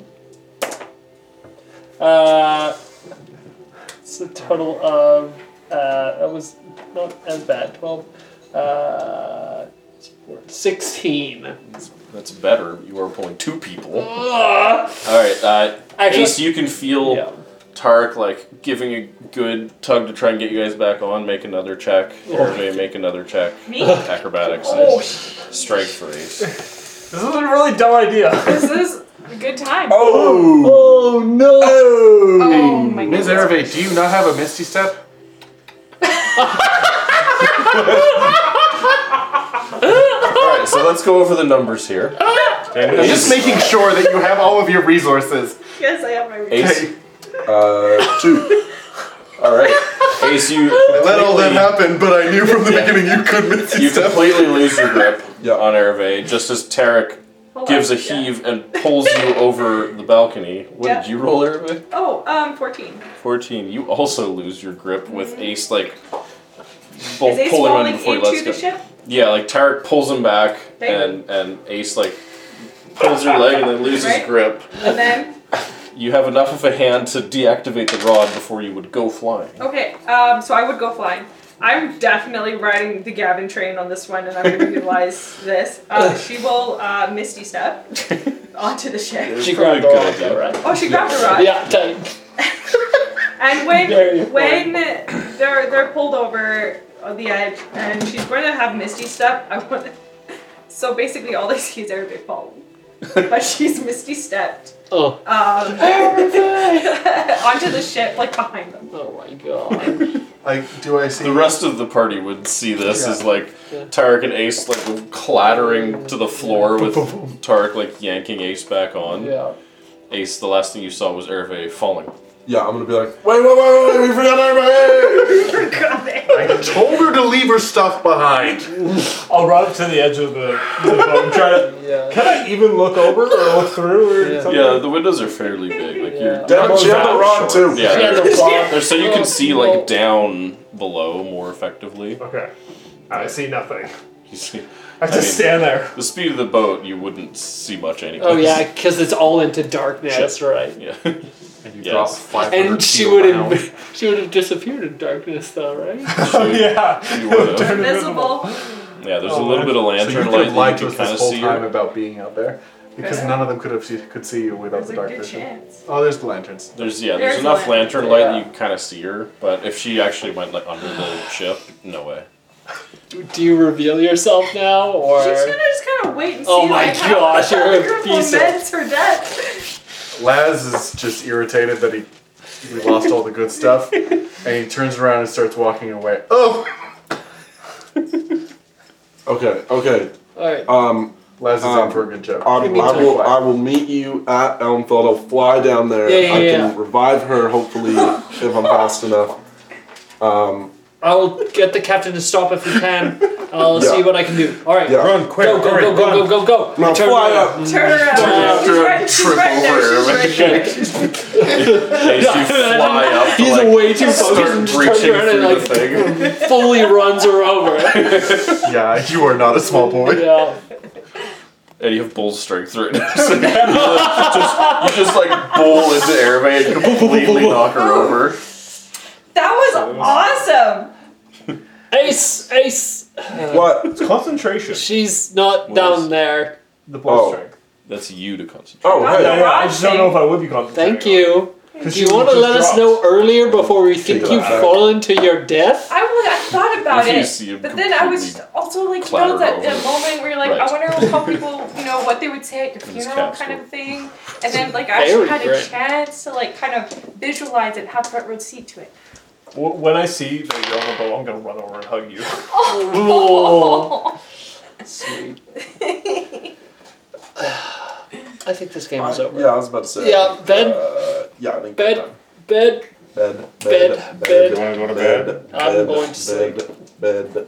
[SPEAKER 3] Uh, it's a total of uh, that was not as bad. Twelve. Uh, sixteen.
[SPEAKER 1] That's better. You are pulling two people.
[SPEAKER 3] Ugh.
[SPEAKER 1] All right. Uh,
[SPEAKER 3] Actually-
[SPEAKER 1] Ace, you can feel
[SPEAKER 3] Yeah.
[SPEAKER 1] Tark like giving a good tug to try and get you guys back on. Make another check. Or maybe make another check.
[SPEAKER 9] Me?
[SPEAKER 1] Acrobatics.
[SPEAKER 3] Oh,
[SPEAKER 1] and strength for Ace.
[SPEAKER 7] This is a really dumb idea.
[SPEAKER 9] This is a good time.
[SPEAKER 2] Oh.
[SPEAKER 3] oh no!
[SPEAKER 4] Oh my
[SPEAKER 5] Ms.
[SPEAKER 4] goodness.
[SPEAKER 5] Erve, do you not have a Misty Step?
[SPEAKER 1] All right. So let's go over the numbers here.
[SPEAKER 5] I'm just making sure that you have all of your resources.
[SPEAKER 4] Yes, I have my
[SPEAKER 1] Ace.
[SPEAKER 2] Uh, two.
[SPEAKER 1] All right. Ace, you
[SPEAKER 2] Let all that
[SPEAKER 1] completely-
[SPEAKER 2] happen, but I knew from the beginning you could miss
[SPEAKER 1] you completely lose your grip
[SPEAKER 2] Yeah.
[SPEAKER 1] on Erve just as Tarek
[SPEAKER 4] Hold
[SPEAKER 1] gives a
[SPEAKER 4] on, yeah.
[SPEAKER 1] heave and pulls you over the balcony. What did
[SPEAKER 4] Yeah.
[SPEAKER 1] you roll, Erve?
[SPEAKER 4] Oh, um, 14.
[SPEAKER 1] 14. You also lose your grip with Ace, like, pull,
[SPEAKER 4] Mm-hmm. Is Ace
[SPEAKER 1] pulling on
[SPEAKER 4] falling
[SPEAKER 1] him before he
[SPEAKER 4] into
[SPEAKER 1] lets
[SPEAKER 4] the
[SPEAKER 1] go.
[SPEAKER 4] ship?
[SPEAKER 1] Yeah, like, Tarek pulls him back,
[SPEAKER 4] There.
[SPEAKER 1] and, and Ace, like, pulls your leg and then loses
[SPEAKER 4] Right.
[SPEAKER 1] grip.
[SPEAKER 4] And then,
[SPEAKER 1] You have enough of a hand to deactivate the rod before you would go flying.
[SPEAKER 4] okay, um, so I would go flying. I'm definitely riding the Gavin train on this one, and I'm going to utilize this. Uh, she will uh, Misty Step onto the ship.
[SPEAKER 3] She grabbed the
[SPEAKER 1] Good
[SPEAKER 3] rock,
[SPEAKER 1] idea.
[SPEAKER 3] right?
[SPEAKER 4] Oh, she grabbed a rod.
[SPEAKER 3] Yeah, tight.
[SPEAKER 4] And when
[SPEAKER 3] Very
[SPEAKER 4] when they're they're pulled over on the edge, and she's going to have Misty Step. I want. So basically, all they see is Arabic falling, but she's Misty Stepped
[SPEAKER 3] Oh,
[SPEAKER 4] um, onto the ship, like behind them.
[SPEAKER 3] oh my god.
[SPEAKER 5] Like, do I see
[SPEAKER 1] The rest of the party would see this as, like, Tarek and Ace, like, clattering to the floor with Tarek, like, yanking Ace back on.
[SPEAKER 3] Yeah.
[SPEAKER 1] Ace, the last thing you saw was Erve falling.
[SPEAKER 2] Yeah, I'm gonna be like, wait, wait, wait, wait, we forgot everybody.
[SPEAKER 4] God, they-
[SPEAKER 5] I told her to leave her stuff behind.
[SPEAKER 7] I'll run up to the edge of the, the boat and try to.
[SPEAKER 3] Yeah.
[SPEAKER 7] Can I even look over or look through or
[SPEAKER 3] Yeah.
[SPEAKER 7] something?
[SPEAKER 1] Yeah, the windows are fairly big. Like, you're
[SPEAKER 3] Yeah.
[SPEAKER 2] Damn it, she had
[SPEAKER 7] That
[SPEAKER 2] the
[SPEAKER 7] was
[SPEAKER 2] rod too.
[SPEAKER 1] Yeah.
[SPEAKER 3] Yeah, the rock.
[SPEAKER 1] There's- so you
[SPEAKER 3] Oh,
[SPEAKER 1] can see
[SPEAKER 3] people.
[SPEAKER 1] like down below more effectively.
[SPEAKER 7] Okay. I see nothing.
[SPEAKER 1] You see
[SPEAKER 7] I just
[SPEAKER 1] mean-
[SPEAKER 7] stand there.
[SPEAKER 1] the speed of the boat, you wouldn't see much anyway.
[SPEAKER 3] Oh yeah, because it's all into darkness,
[SPEAKER 1] Shit.
[SPEAKER 3] That's right?
[SPEAKER 1] Yeah.
[SPEAKER 5] And you
[SPEAKER 1] Yes.
[SPEAKER 5] drop 500
[SPEAKER 3] And she
[SPEAKER 5] feet
[SPEAKER 3] would
[SPEAKER 5] around.
[SPEAKER 3] have she would have disappeared in darkness, though, right?
[SPEAKER 7] Oh, yeah.
[SPEAKER 1] You would've.
[SPEAKER 7] Turn invisible.
[SPEAKER 4] Invisible.
[SPEAKER 1] Yeah, there's a little bit of
[SPEAKER 5] Oh, So you
[SPEAKER 1] lantern
[SPEAKER 5] could
[SPEAKER 1] light
[SPEAKER 5] have lied
[SPEAKER 1] that you
[SPEAKER 5] to
[SPEAKER 1] can kind
[SPEAKER 5] us
[SPEAKER 1] of
[SPEAKER 5] this whole
[SPEAKER 1] see.
[SPEAKER 5] time
[SPEAKER 1] her.
[SPEAKER 5] about being out there. Because
[SPEAKER 4] Yeah.
[SPEAKER 5] none of them could have see, could see you without
[SPEAKER 4] There's
[SPEAKER 5] the
[SPEAKER 4] a
[SPEAKER 5] dark
[SPEAKER 4] good
[SPEAKER 5] vision.
[SPEAKER 4] chance.
[SPEAKER 5] Oh, there's the lanterns.
[SPEAKER 1] There's yeah, there's
[SPEAKER 4] There's
[SPEAKER 1] enough
[SPEAKER 4] a
[SPEAKER 1] lantern
[SPEAKER 4] lantern,
[SPEAKER 1] light that you kind of see her, but if she actually went like under the ship, no way.
[SPEAKER 3] Do you reveal yourself now, or
[SPEAKER 4] She's gonna just kind of wait and see.
[SPEAKER 3] Oh my
[SPEAKER 4] like, how-
[SPEAKER 3] gosh,
[SPEAKER 4] how
[SPEAKER 3] you're a
[SPEAKER 4] Europe
[SPEAKER 3] piece of-
[SPEAKER 4] laments her death.
[SPEAKER 5] Laz is just irritated that he we lost all the good stuff, and he turns around and starts walking away. Oh,
[SPEAKER 2] Okay, okay.
[SPEAKER 3] all right?
[SPEAKER 2] Um,
[SPEAKER 5] Laz is
[SPEAKER 2] Um,
[SPEAKER 5] in for a good joke.
[SPEAKER 2] I, I
[SPEAKER 3] me time.
[SPEAKER 2] will. I will meet you at Elmfield. I'll fly down there.
[SPEAKER 3] Yeah, yeah,
[SPEAKER 2] I
[SPEAKER 3] yeah.
[SPEAKER 2] can revive her hopefully if I'm fast enough. Um,
[SPEAKER 3] I'll get the captain to stop if we can. I'll
[SPEAKER 2] Yeah.
[SPEAKER 3] see what I can do. All right,
[SPEAKER 2] Yeah.
[SPEAKER 6] Run quick,
[SPEAKER 3] go, go,
[SPEAKER 6] hurry,
[SPEAKER 3] go,
[SPEAKER 6] run.
[SPEAKER 3] go, go, go, go.
[SPEAKER 2] now
[SPEAKER 3] Turn
[SPEAKER 2] fly
[SPEAKER 3] around.
[SPEAKER 2] up.
[SPEAKER 4] Turn around.
[SPEAKER 3] Yeah.
[SPEAKER 4] She's right. She's
[SPEAKER 1] Trip
[SPEAKER 4] right there.
[SPEAKER 1] over her.
[SPEAKER 4] She's right there.
[SPEAKER 1] Ace, you fly up, to,
[SPEAKER 3] He's
[SPEAKER 1] like,
[SPEAKER 3] way too focused
[SPEAKER 1] start
[SPEAKER 3] and just
[SPEAKER 1] breaching
[SPEAKER 3] turns around
[SPEAKER 1] through
[SPEAKER 3] and
[SPEAKER 1] the
[SPEAKER 3] like
[SPEAKER 1] thing.
[SPEAKER 3] fully runs her over.
[SPEAKER 5] yeah, you are not a small boy.
[SPEAKER 3] yeah.
[SPEAKER 1] and you have bull strength right now. So you, just, you just like bull into Airway and completely knock her over.
[SPEAKER 4] That was awesome.
[SPEAKER 3] Ace, Ace.
[SPEAKER 2] What?
[SPEAKER 7] It's concentration.
[SPEAKER 3] She's not
[SPEAKER 1] What else?
[SPEAKER 3] down there.
[SPEAKER 7] The blood
[SPEAKER 2] Oh.
[SPEAKER 7] strength.
[SPEAKER 1] That's you to concentrate.
[SPEAKER 2] Oh
[SPEAKER 4] Wow.
[SPEAKER 2] hey.
[SPEAKER 7] Yeah, yeah, I just don't know if I would be concentrating.
[SPEAKER 3] Thank you.
[SPEAKER 7] Because
[SPEAKER 3] Do
[SPEAKER 7] she
[SPEAKER 3] you want to
[SPEAKER 7] just
[SPEAKER 3] let us
[SPEAKER 7] dropped.
[SPEAKER 3] know earlier before we think
[SPEAKER 2] it
[SPEAKER 3] you
[SPEAKER 2] out.
[SPEAKER 3] fall into your death?
[SPEAKER 4] I, was, I thought about
[SPEAKER 1] If you
[SPEAKER 4] it,
[SPEAKER 1] see him
[SPEAKER 4] but then I was
[SPEAKER 1] completely
[SPEAKER 4] also like, you
[SPEAKER 1] clatter
[SPEAKER 4] know, that,
[SPEAKER 1] over.
[SPEAKER 4] that moment where you're like,
[SPEAKER 1] Right.
[SPEAKER 4] I wonder how people, you know, what they would say at your
[SPEAKER 1] This
[SPEAKER 4] funeral
[SPEAKER 1] capsule.
[SPEAKER 4] kind of thing. And then like I
[SPEAKER 3] Very
[SPEAKER 4] actually had a
[SPEAKER 3] great.
[SPEAKER 4] chance to like kind of visualize it and have front row seat to it.
[SPEAKER 7] W- When I see that you're on the boat, I'm going to run over and hug you.
[SPEAKER 3] Oh. Sweet. I think this game is over.
[SPEAKER 2] Yeah, I was about to say.
[SPEAKER 3] Yeah, bed.
[SPEAKER 2] Uh, yeah, I think
[SPEAKER 3] Bed. Bed.
[SPEAKER 2] Bed, bed,
[SPEAKER 3] Bed, bed.
[SPEAKER 6] You want to go to bed?
[SPEAKER 3] I'm
[SPEAKER 2] bed,
[SPEAKER 3] going to
[SPEAKER 2] bed, Bed.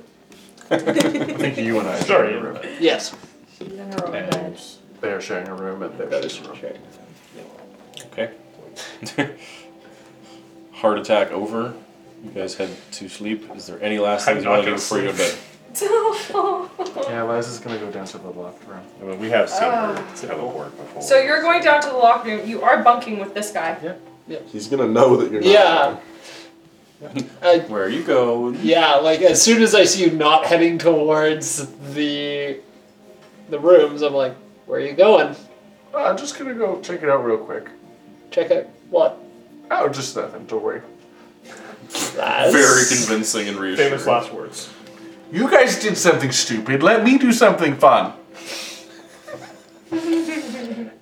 [SPEAKER 5] I think you and I share
[SPEAKER 7] Sorry.
[SPEAKER 5] a room.
[SPEAKER 3] Yes.
[SPEAKER 15] She's in her own bed.
[SPEAKER 5] And they are sharing a room, and they're sharing a room.
[SPEAKER 1] Okay. Heart attack over. You guys head to sleep. Is there any last
[SPEAKER 7] I'm
[SPEAKER 1] things you want
[SPEAKER 7] not
[SPEAKER 1] to do
[SPEAKER 7] gonna
[SPEAKER 1] before you go to bed?
[SPEAKER 5] Yeah, Laz is gonna go down to the locked room.
[SPEAKER 6] I mean, we have seen
[SPEAKER 15] Oh.
[SPEAKER 6] her teleport before.
[SPEAKER 4] So you're going down to the locker room. You are bunking with this guy.
[SPEAKER 2] He's gonna know that you're not.
[SPEAKER 3] Yeah. Uh,
[SPEAKER 1] Where you go?
[SPEAKER 3] yeah. Like as soon as I see you not heading towards the the rooms, I'm like, where are you going?
[SPEAKER 5] Uh, I'm just gonna go check it out real quick.
[SPEAKER 3] Check out what?
[SPEAKER 5] Oh, just nothing. Don't worry.
[SPEAKER 3] That's
[SPEAKER 1] Very convincing and reassuring.
[SPEAKER 7] Famous last words.
[SPEAKER 5] You guys did something stupid. Let me do something fun.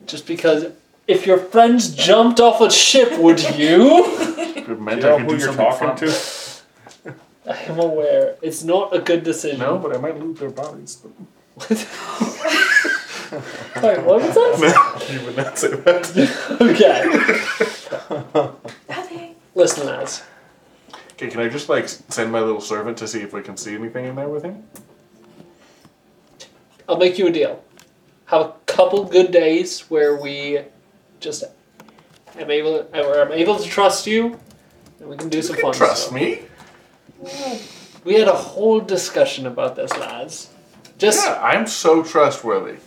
[SPEAKER 3] Just because if your friends jumped off a ship, would you?
[SPEAKER 5] Good
[SPEAKER 6] Do
[SPEAKER 5] meant I
[SPEAKER 6] you know
[SPEAKER 5] could
[SPEAKER 6] who
[SPEAKER 5] do
[SPEAKER 6] you're
[SPEAKER 5] something
[SPEAKER 6] talking
[SPEAKER 5] fun.
[SPEAKER 6] to?
[SPEAKER 3] I'm aware. It's not a good decision.
[SPEAKER 5] No, but I might loot their bodies.
[SPEAKER 3] Wait, what was that?
[SPEAKER 6] You would not say that.
[SPEAKER 3] okay.
[SPEAKER 15] Nothing.
[SPEAKER 3] Listen, lads.
[SPEAKER 5] Okay, can I just like send my little servant to see if we can see anything in there with him?
[SPEAKER 3] I'll make you a deal. Have a couple good days where we just am able where I'm able to trust you, and we can do some fun
[SPEAKER 5] Trust
[SPEAKER 3] stuff.
[SPEAKER 5] me.
[SPEAKER 3] We had a whole discussion about this, lads. Just
[SPEAKER 5] Yeah, I'm so trustworthy.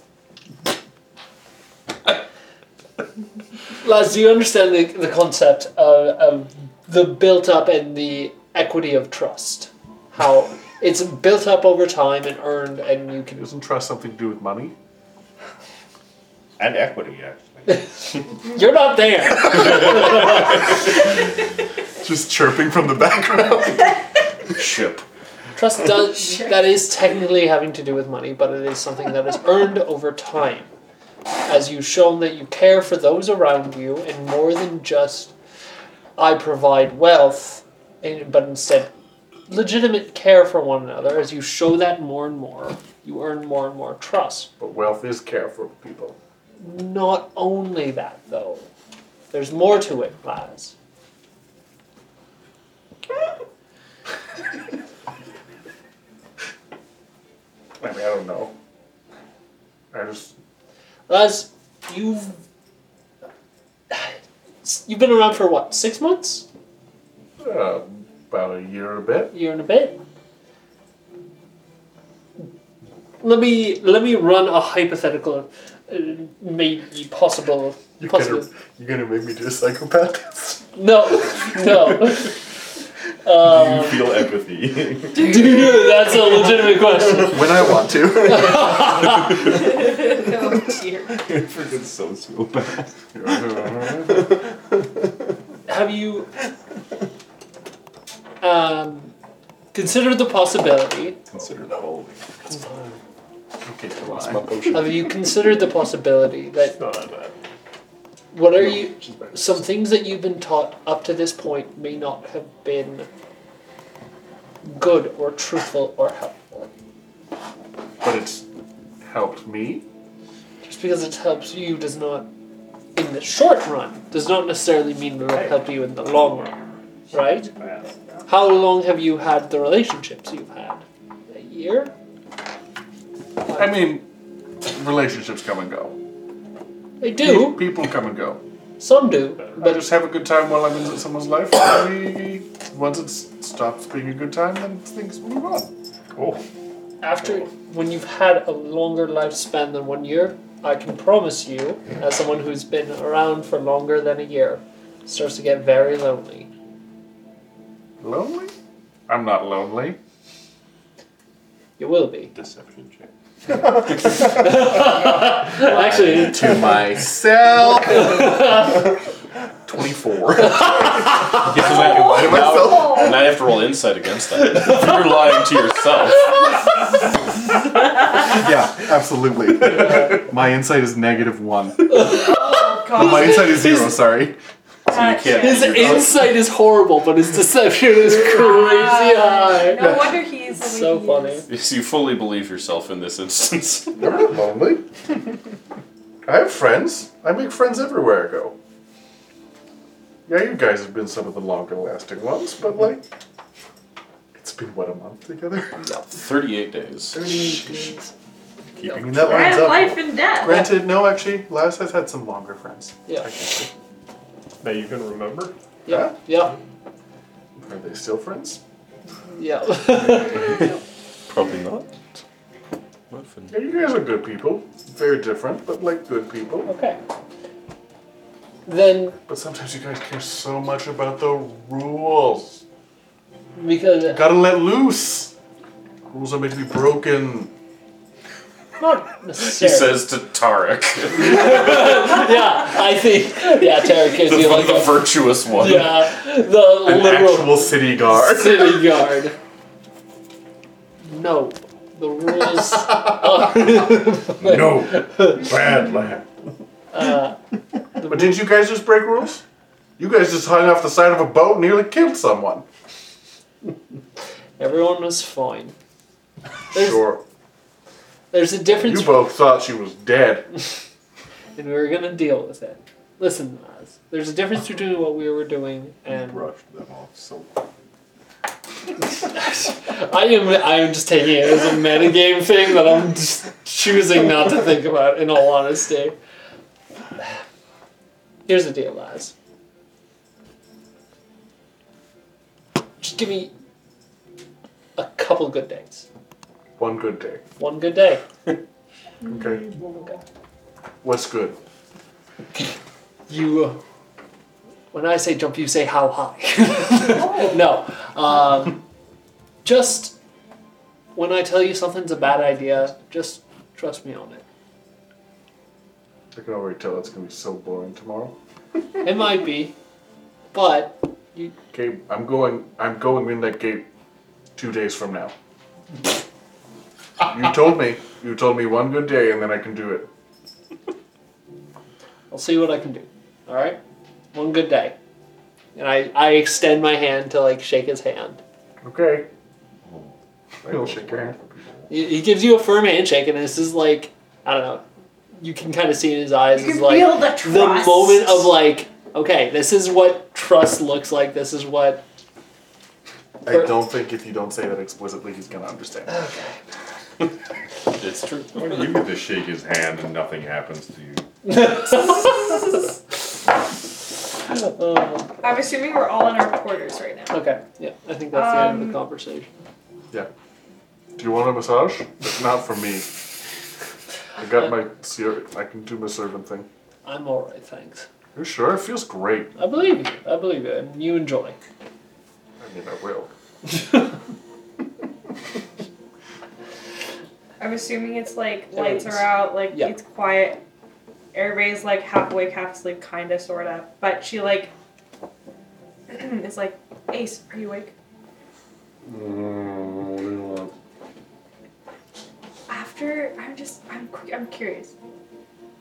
[SPEAKER 3] lads, do you understand the, the concept of, of the built up and the equity of trust? How it's built up over time and earned, and you can
[SPEAKER 5] Isn't trust something to do with money?
[SPEAKER 6] And equity, actually.
[SPEAKER 3] you're not there.
[SPEAKER 5] Just chirping from the background.
[SPEAKER 1] Ship.
[SPEAKER 3] Trust does that is technically having to do with money, but it is something that is earned over time. As you've shown that you care for those around you and more than just I provide wealth and, but instead legitimate care for one another, as you show that more and more, you earn more and more trust.
[SPEAKER 5] but wealth is care for people.
[SPEAKER 3] Not only that though. There's more to it, Laz.
[SPEAKER 5] I mean, I don't know. I just
[SPEAKER 3] Laz, you've you've been around for what, six months?
[SPEAKER 5] uh, about a year and a bit.
[SPEAKER 3] year and a bit. Let me let me run a hypothetical, uh, maybe possible.
[SPEAKER 16] You're
[SPEAKER 3] possible.
[SPEAKER 16] gonna, you're gonna make me do a psychopath?
[SPEAKER 3] No, no. Um,
[SPEAKER 6] you feel empathy.
[SPEAKER 3] Dude, that's a legitimate question.
[SPEAKER 16] when I want to.
[SPEAKER 4] Oh dear.
[SPEAKER 6] Freaking sociopath.
[SPEAKER 3] Have you um, considered the possibility?
[SPEAKER 6] Consider that holy.
[SPEAKER 5] Okay,
[SPEAKER 2] It's
[SPEAKER 5] July.
[SPEAKER 2] my potion.
[SPEAKER 3] Have you considered the possibility that
[SPEAKER 7] Not that bad.
[SPEAKER 3] What are you?
[SPEAKER 5] she's better.
[SPEAKER 3] Some things that you've been taught up to this point may not have been good or truthful or helpful.
[SPEAKER 5] But it's helped me.
[SPEAKER 3] Just because it helps you does not, in the short run, does not necessarily mean it'll help you in the long run, right? How long have you had the relationships you've had? A year?
[SPEAKER 5] I mean, relationships come and go.
[SPEAKER 3] They do.
[SPEAKER 5] People come and go.
[SPEAKER 3] Some do,
[SPEAKER 5] I
[SPEAKER 3] but
[SPEAKER 5] just have a good time while I'm in someone's life. Maybe once it stops being a good time, then things move on.
[SPEAKER 6] Oh,
[SPEAKER 3] after when you've had a longer lifespan than one year, I can promise you, as someone who's been around for longer than a year, it starts to get very lonely.
[SPEAKER 5] Lonely? I'm not lonely.
[SPEAKER 3] You will be.
[SPEAKER 6] deception check.
[SPEAKER 3] Actually,
[SPEAKER 16] to myself. 24.
[SPEAKER 1] Oh,
[SPEAKER 4] Oh,
[SPEAKER 1] And I have to roll insight against that. You're lying to yourself.
[SPEAKER 16] yeah, absolutely. My insight is negative one.
[SPEAKER 15] Oh, God.
[SPEAKER 16] My insight is zero, sorry.
[SPEAKER 3] his
[SPEAKER 1] You're-
[SPEAKER 3] insight is horrible, but his deception is crazy high.
[SPEAKER 4] No wonder he's the way
[SPEAKER 3] So
[SPEAKER 4] he
[SPEAKER 3] funny.
[SPEAKER 4] is.
[SPEAKER 1] Yes, you fully believe yourself in this instance.
[SPEAKER 5] I'm not lonely. I have friends. I make friends everywhere I go. Yeah, you guys have been some of the longer lasting ones, but like, it's been what a month together.
[SPEAKER 1] 38 days.
[SPEAKER 5] Keeping that lines
[SPEAKER 4] Right,
[SPEAKER 5] up.
[SPEAKER 4] life and death.
[SPEAKER 5] Granted, no, actually, Laz has had some longer friends.
[SPEAKER 3] Yeah.
[SPEAKER 7] That you can remember?
[SPEAKER 3] Yeah. Yeah.
[SPEAKER 5] Are they still friends?
[SPEAKER 3] Yeah.
[SPEAKER 1] Probably not. Muffin.
[SPEAKER 5] Yeah, you guys are good people. Very different, but like good people.
[SPEAKER 3] okay. Then
[SPEAKER 5] But sometimes you guys care so much about the rules.
[SPEAKER 3] because
[SPEAKER 5] Gotta let loose. Rules are made to be broken.
[SPEAKER 3] not
[SPEAKER 1] He
[SPEAKER 3] necessarily.
[SPEAKER 1] says to Tarek,
[SPEAKER 3] yeah, I think. Yeah, Tarek gives
[SPEAKER 1] the,
[SPEAKER 3] you like
[SPEAKER 1] the
[SPEAKER 3] a,
[SPEAKER 1] virtuous one.
[SPEAKER 3] yeah, the
[SPEAKER 5] An
[SPEAKER 3] literal
[SPEAKER 5] actual city guard.
[SPEAKER 3] city guard. No, the rules.
[SPEAKER 6] No. Bad lad.
[SPEAKER 3] uh,
[SPEAKER 5] But didn't you guys just break rules? You guys just hung off the side of a boat and nearly killed someone.
[SPEAKER 3] everyone was fine. There's,
[SPEAKER 5] sure.
[SPEAKER 3] there's a difference,
[SPEAKER 5] You both thought she was dead.
[SPEAKER 3] and we were gonna deal with it. Listen, Oz, there's a difference between what we were doing and
[SPEAKER 6] Brushed them off so
[SPEAKER 3] I am. I am just taking it as a metagame thing that I'm just choosing not to think about. In all honesty, here's the deal, guys. Just give me a couple good days.
[SPEAKER 5] One good day.
[SPEAKER 3] One good day.
[SPEAKER 5] Okay. What's good?
[SPEAKER 3] You. uh, When I say jump, you say how high. no. Um, just when I tell you something's a bad idea, just trust me on it.
[SPEAKER 5] I can already tell it's gonna be so boring tomorrow.
[SPEAKER 3] It might be, but
[SPEAKER 5] Okay, I'm going. I'm going in that gate two days from now. you told me. You told me one good day, and then I can do it.
[SPEAKER 3] I'll see what I can do. All right, one good day. And I, I extend my hand to like shake his hand.
[SPEAKER 5] Okay. I'll shake your hand.
[SPEAKER 3] He, he gives you a firm handshake, and this is like I don't know. You can kind of see in his eyes.
[SPEAKER 4] You
[SPEAKER 3] is
[SPEAKER 4] can
[SPEAKER 3] like
[SPEAKER 4] feel the
[SPEAKER 3] the
[SPEAKER 4] trust.
[SPEAKER 3] moment of like, okay, this is what trust looks like. This is what
[SPEAKER 5] I don't think if you don't say that explicitly, he's gonna understand.
[SPEAKER 1] It's true.
[SPEAKER 6] Why do you get to shake his hand and nothing happens to you?
[SPEAKER 3] Uh,
[SPEAKER 4] I'm assuming we're all in our quarters right now.
[SPEAKER 3] okay, yeah, I think that's the end of
[SPEAKER 4] Um,
[SPEAKER 3] the conversation.
[SPEAKER 5] Yeah. Do you want a massage? It's not for me. I got my. ser- I can do my servant thing.
[SPEAKER 3] I'm all right, thanks.
[SPEAKER 5] You sure? It feels great.
[SPEAKER 3] I believe you. I believe you, and you enjoy.
[SPEAKER 5] I mean, I will.
[SPEAKER 4] I'm assuming it's like
[SPEAKER 3] Yeah,
[SPEAKER 4] lights
[SPEAKER 3] it's-
[SPEAKER 4] are out, like
[SPEAKER 3] yeah.
[SPEAKER 4] it's quiet. Everybody's like half awake, half asleep, kinda, sorta. But she like is like, Ace, are you awake?
[SPEAKER 2] Mm, what do you want?
[SPEAKER 4] After I'm just I'm cu- I'm curious.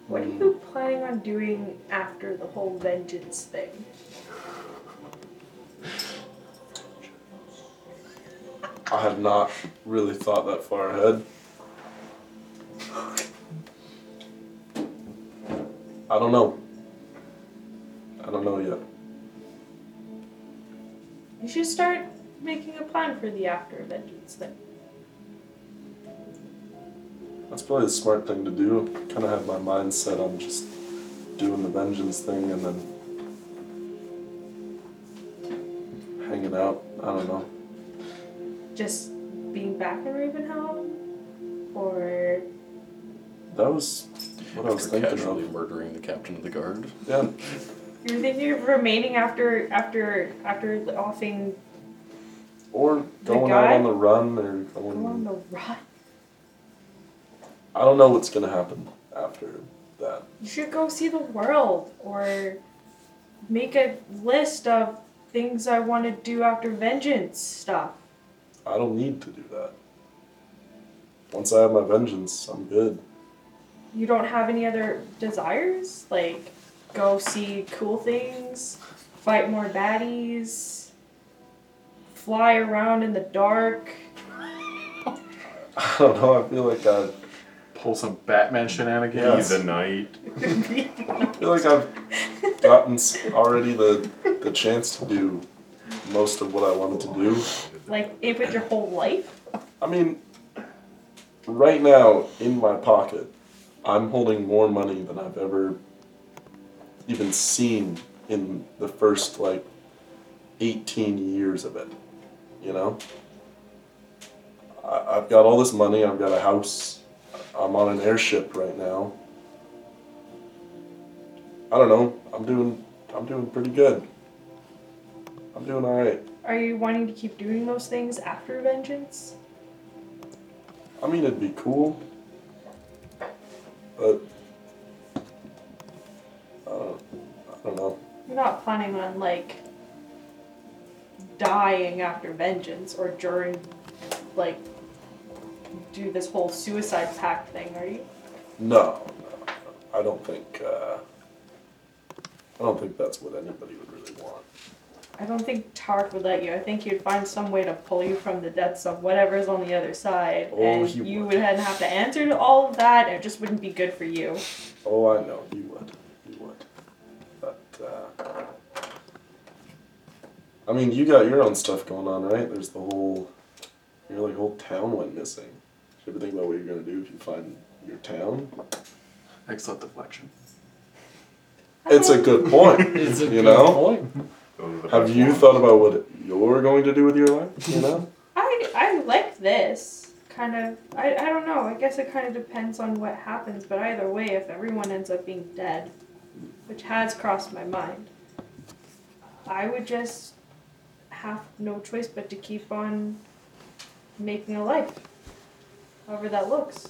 [SPEAKER 4] What are you planning on doing after the whole vengeance thing?
[SPEAKER 2] I had not really thought that far ahead. I don't know. I don't know yet.
[SPEAKER 4] You should start making a plan for the after vengeance thing.
[SPEAKER 2] That's probably the smart thing to do. Kind of have my mind set on just doing the vengeance thing and then hanging out. I don't know.
[SPEAKER 4] Just being back in Ravenhelm? Or
[SPEAKER 2] That was what I was
[SPEAKER 1] After
[SPEAKER 2] thinking
[SPEAKER 1] casually
[SPEAKER 2] of.
[SPEAKER 1] murdering the captain of the guard.
[SPEAKER 2] Yeah.
[SPEAKER 4] you're thinking of remaining after after after offing
[SPEAKER 2] Or
[SPEAKER 4] The
[SPEAKER 2] going out
[SPEAKER 4] guy?
[SPEAKER 2] on the run or
[SPEAKER 4] go on
[SPEAKER 2] going.
[SPEAKER 4] the run?
[SPEAKER 2] I don't know what's gonna happen after that.
[SPEAKER 4] You should go see the world or make a list of things I want to do after vengeance stuff.
[SPEAKER 2] I don't need to do that. Once I have my vengeance, I'm good.
[SPEAKER 4] You don't have any other desires? Like go see cool things, fight more baddies, fly around in the dark.
[SPEAKER 2] I don't know. I feel like I
[SPEAKER 5] Pull some Batman shenanigans.
[SPEAKER 6] Be the night.
[SPEAKER 2] I feel like I've gotten s- already the the chance to do most of what I wanted to do.
[SPEAKER 4] Like it with your whole life?
[SPEAKER 2] I mean, right now in my pocket, I'm holding more money than I've ever even seen in the first like 18 years of it. You know, I, I've got all this money. I've got a house. I'm on an airship right now. I don't know. I'm doing. I'm doing pretty good. I'm doing all right.
[SPEAKER 4] Are you wanting to keep doing those things after vengeance?
[SPEAKER 2] I mean, it'd be cool, but uh, I don't know.
[SPEAKER 4] You're not planning on like dying after vengeance or during like do this whole suicide pact thing, are you?
[SPEAKER 2] No, I don't think. Uh, I don't think that's what anybody would really want.
[SPEAKER 4] I don't think Tark would let you. I think you'd find some way to pull you from the depths of whatever's on the other side.
[SPEAKER 2] Oh,
[SPEAKER 4] and
[SPEAKER 2] he
[SPEAKER 4] you
[SPEAKER 2] would.
[SPEAKER 4] would then have to answer to all of that, and it just wouldn't be good for you.
[SPEAKER 2] Oh, I know he would. He would. But uh, I mean, you got your own stuff going on, right? There's the whole. Your like whole town went missing. Should you ever think about what you're gonna do if you find your town?
[SPEAKER 8] Excellent deflection.
[SPEAKER 2] It's a good point.
[SPEAKER 3] It's a
[SPEAKER 2] you
[SPEAKER 3] good
[SPEAKER 2] know.
[SPEAKER 3] point.
[SPEAKER 2] Have you thought about what you're going to do with your life? You know?
[SPEAKER 4] I, I like this. Kind of. I, I don't know. I guess it kind of depends on what happens, but either way, if everyone ends up being dead, which has crossed my mind, I would just have no choice but to keep on making a life, however that looks.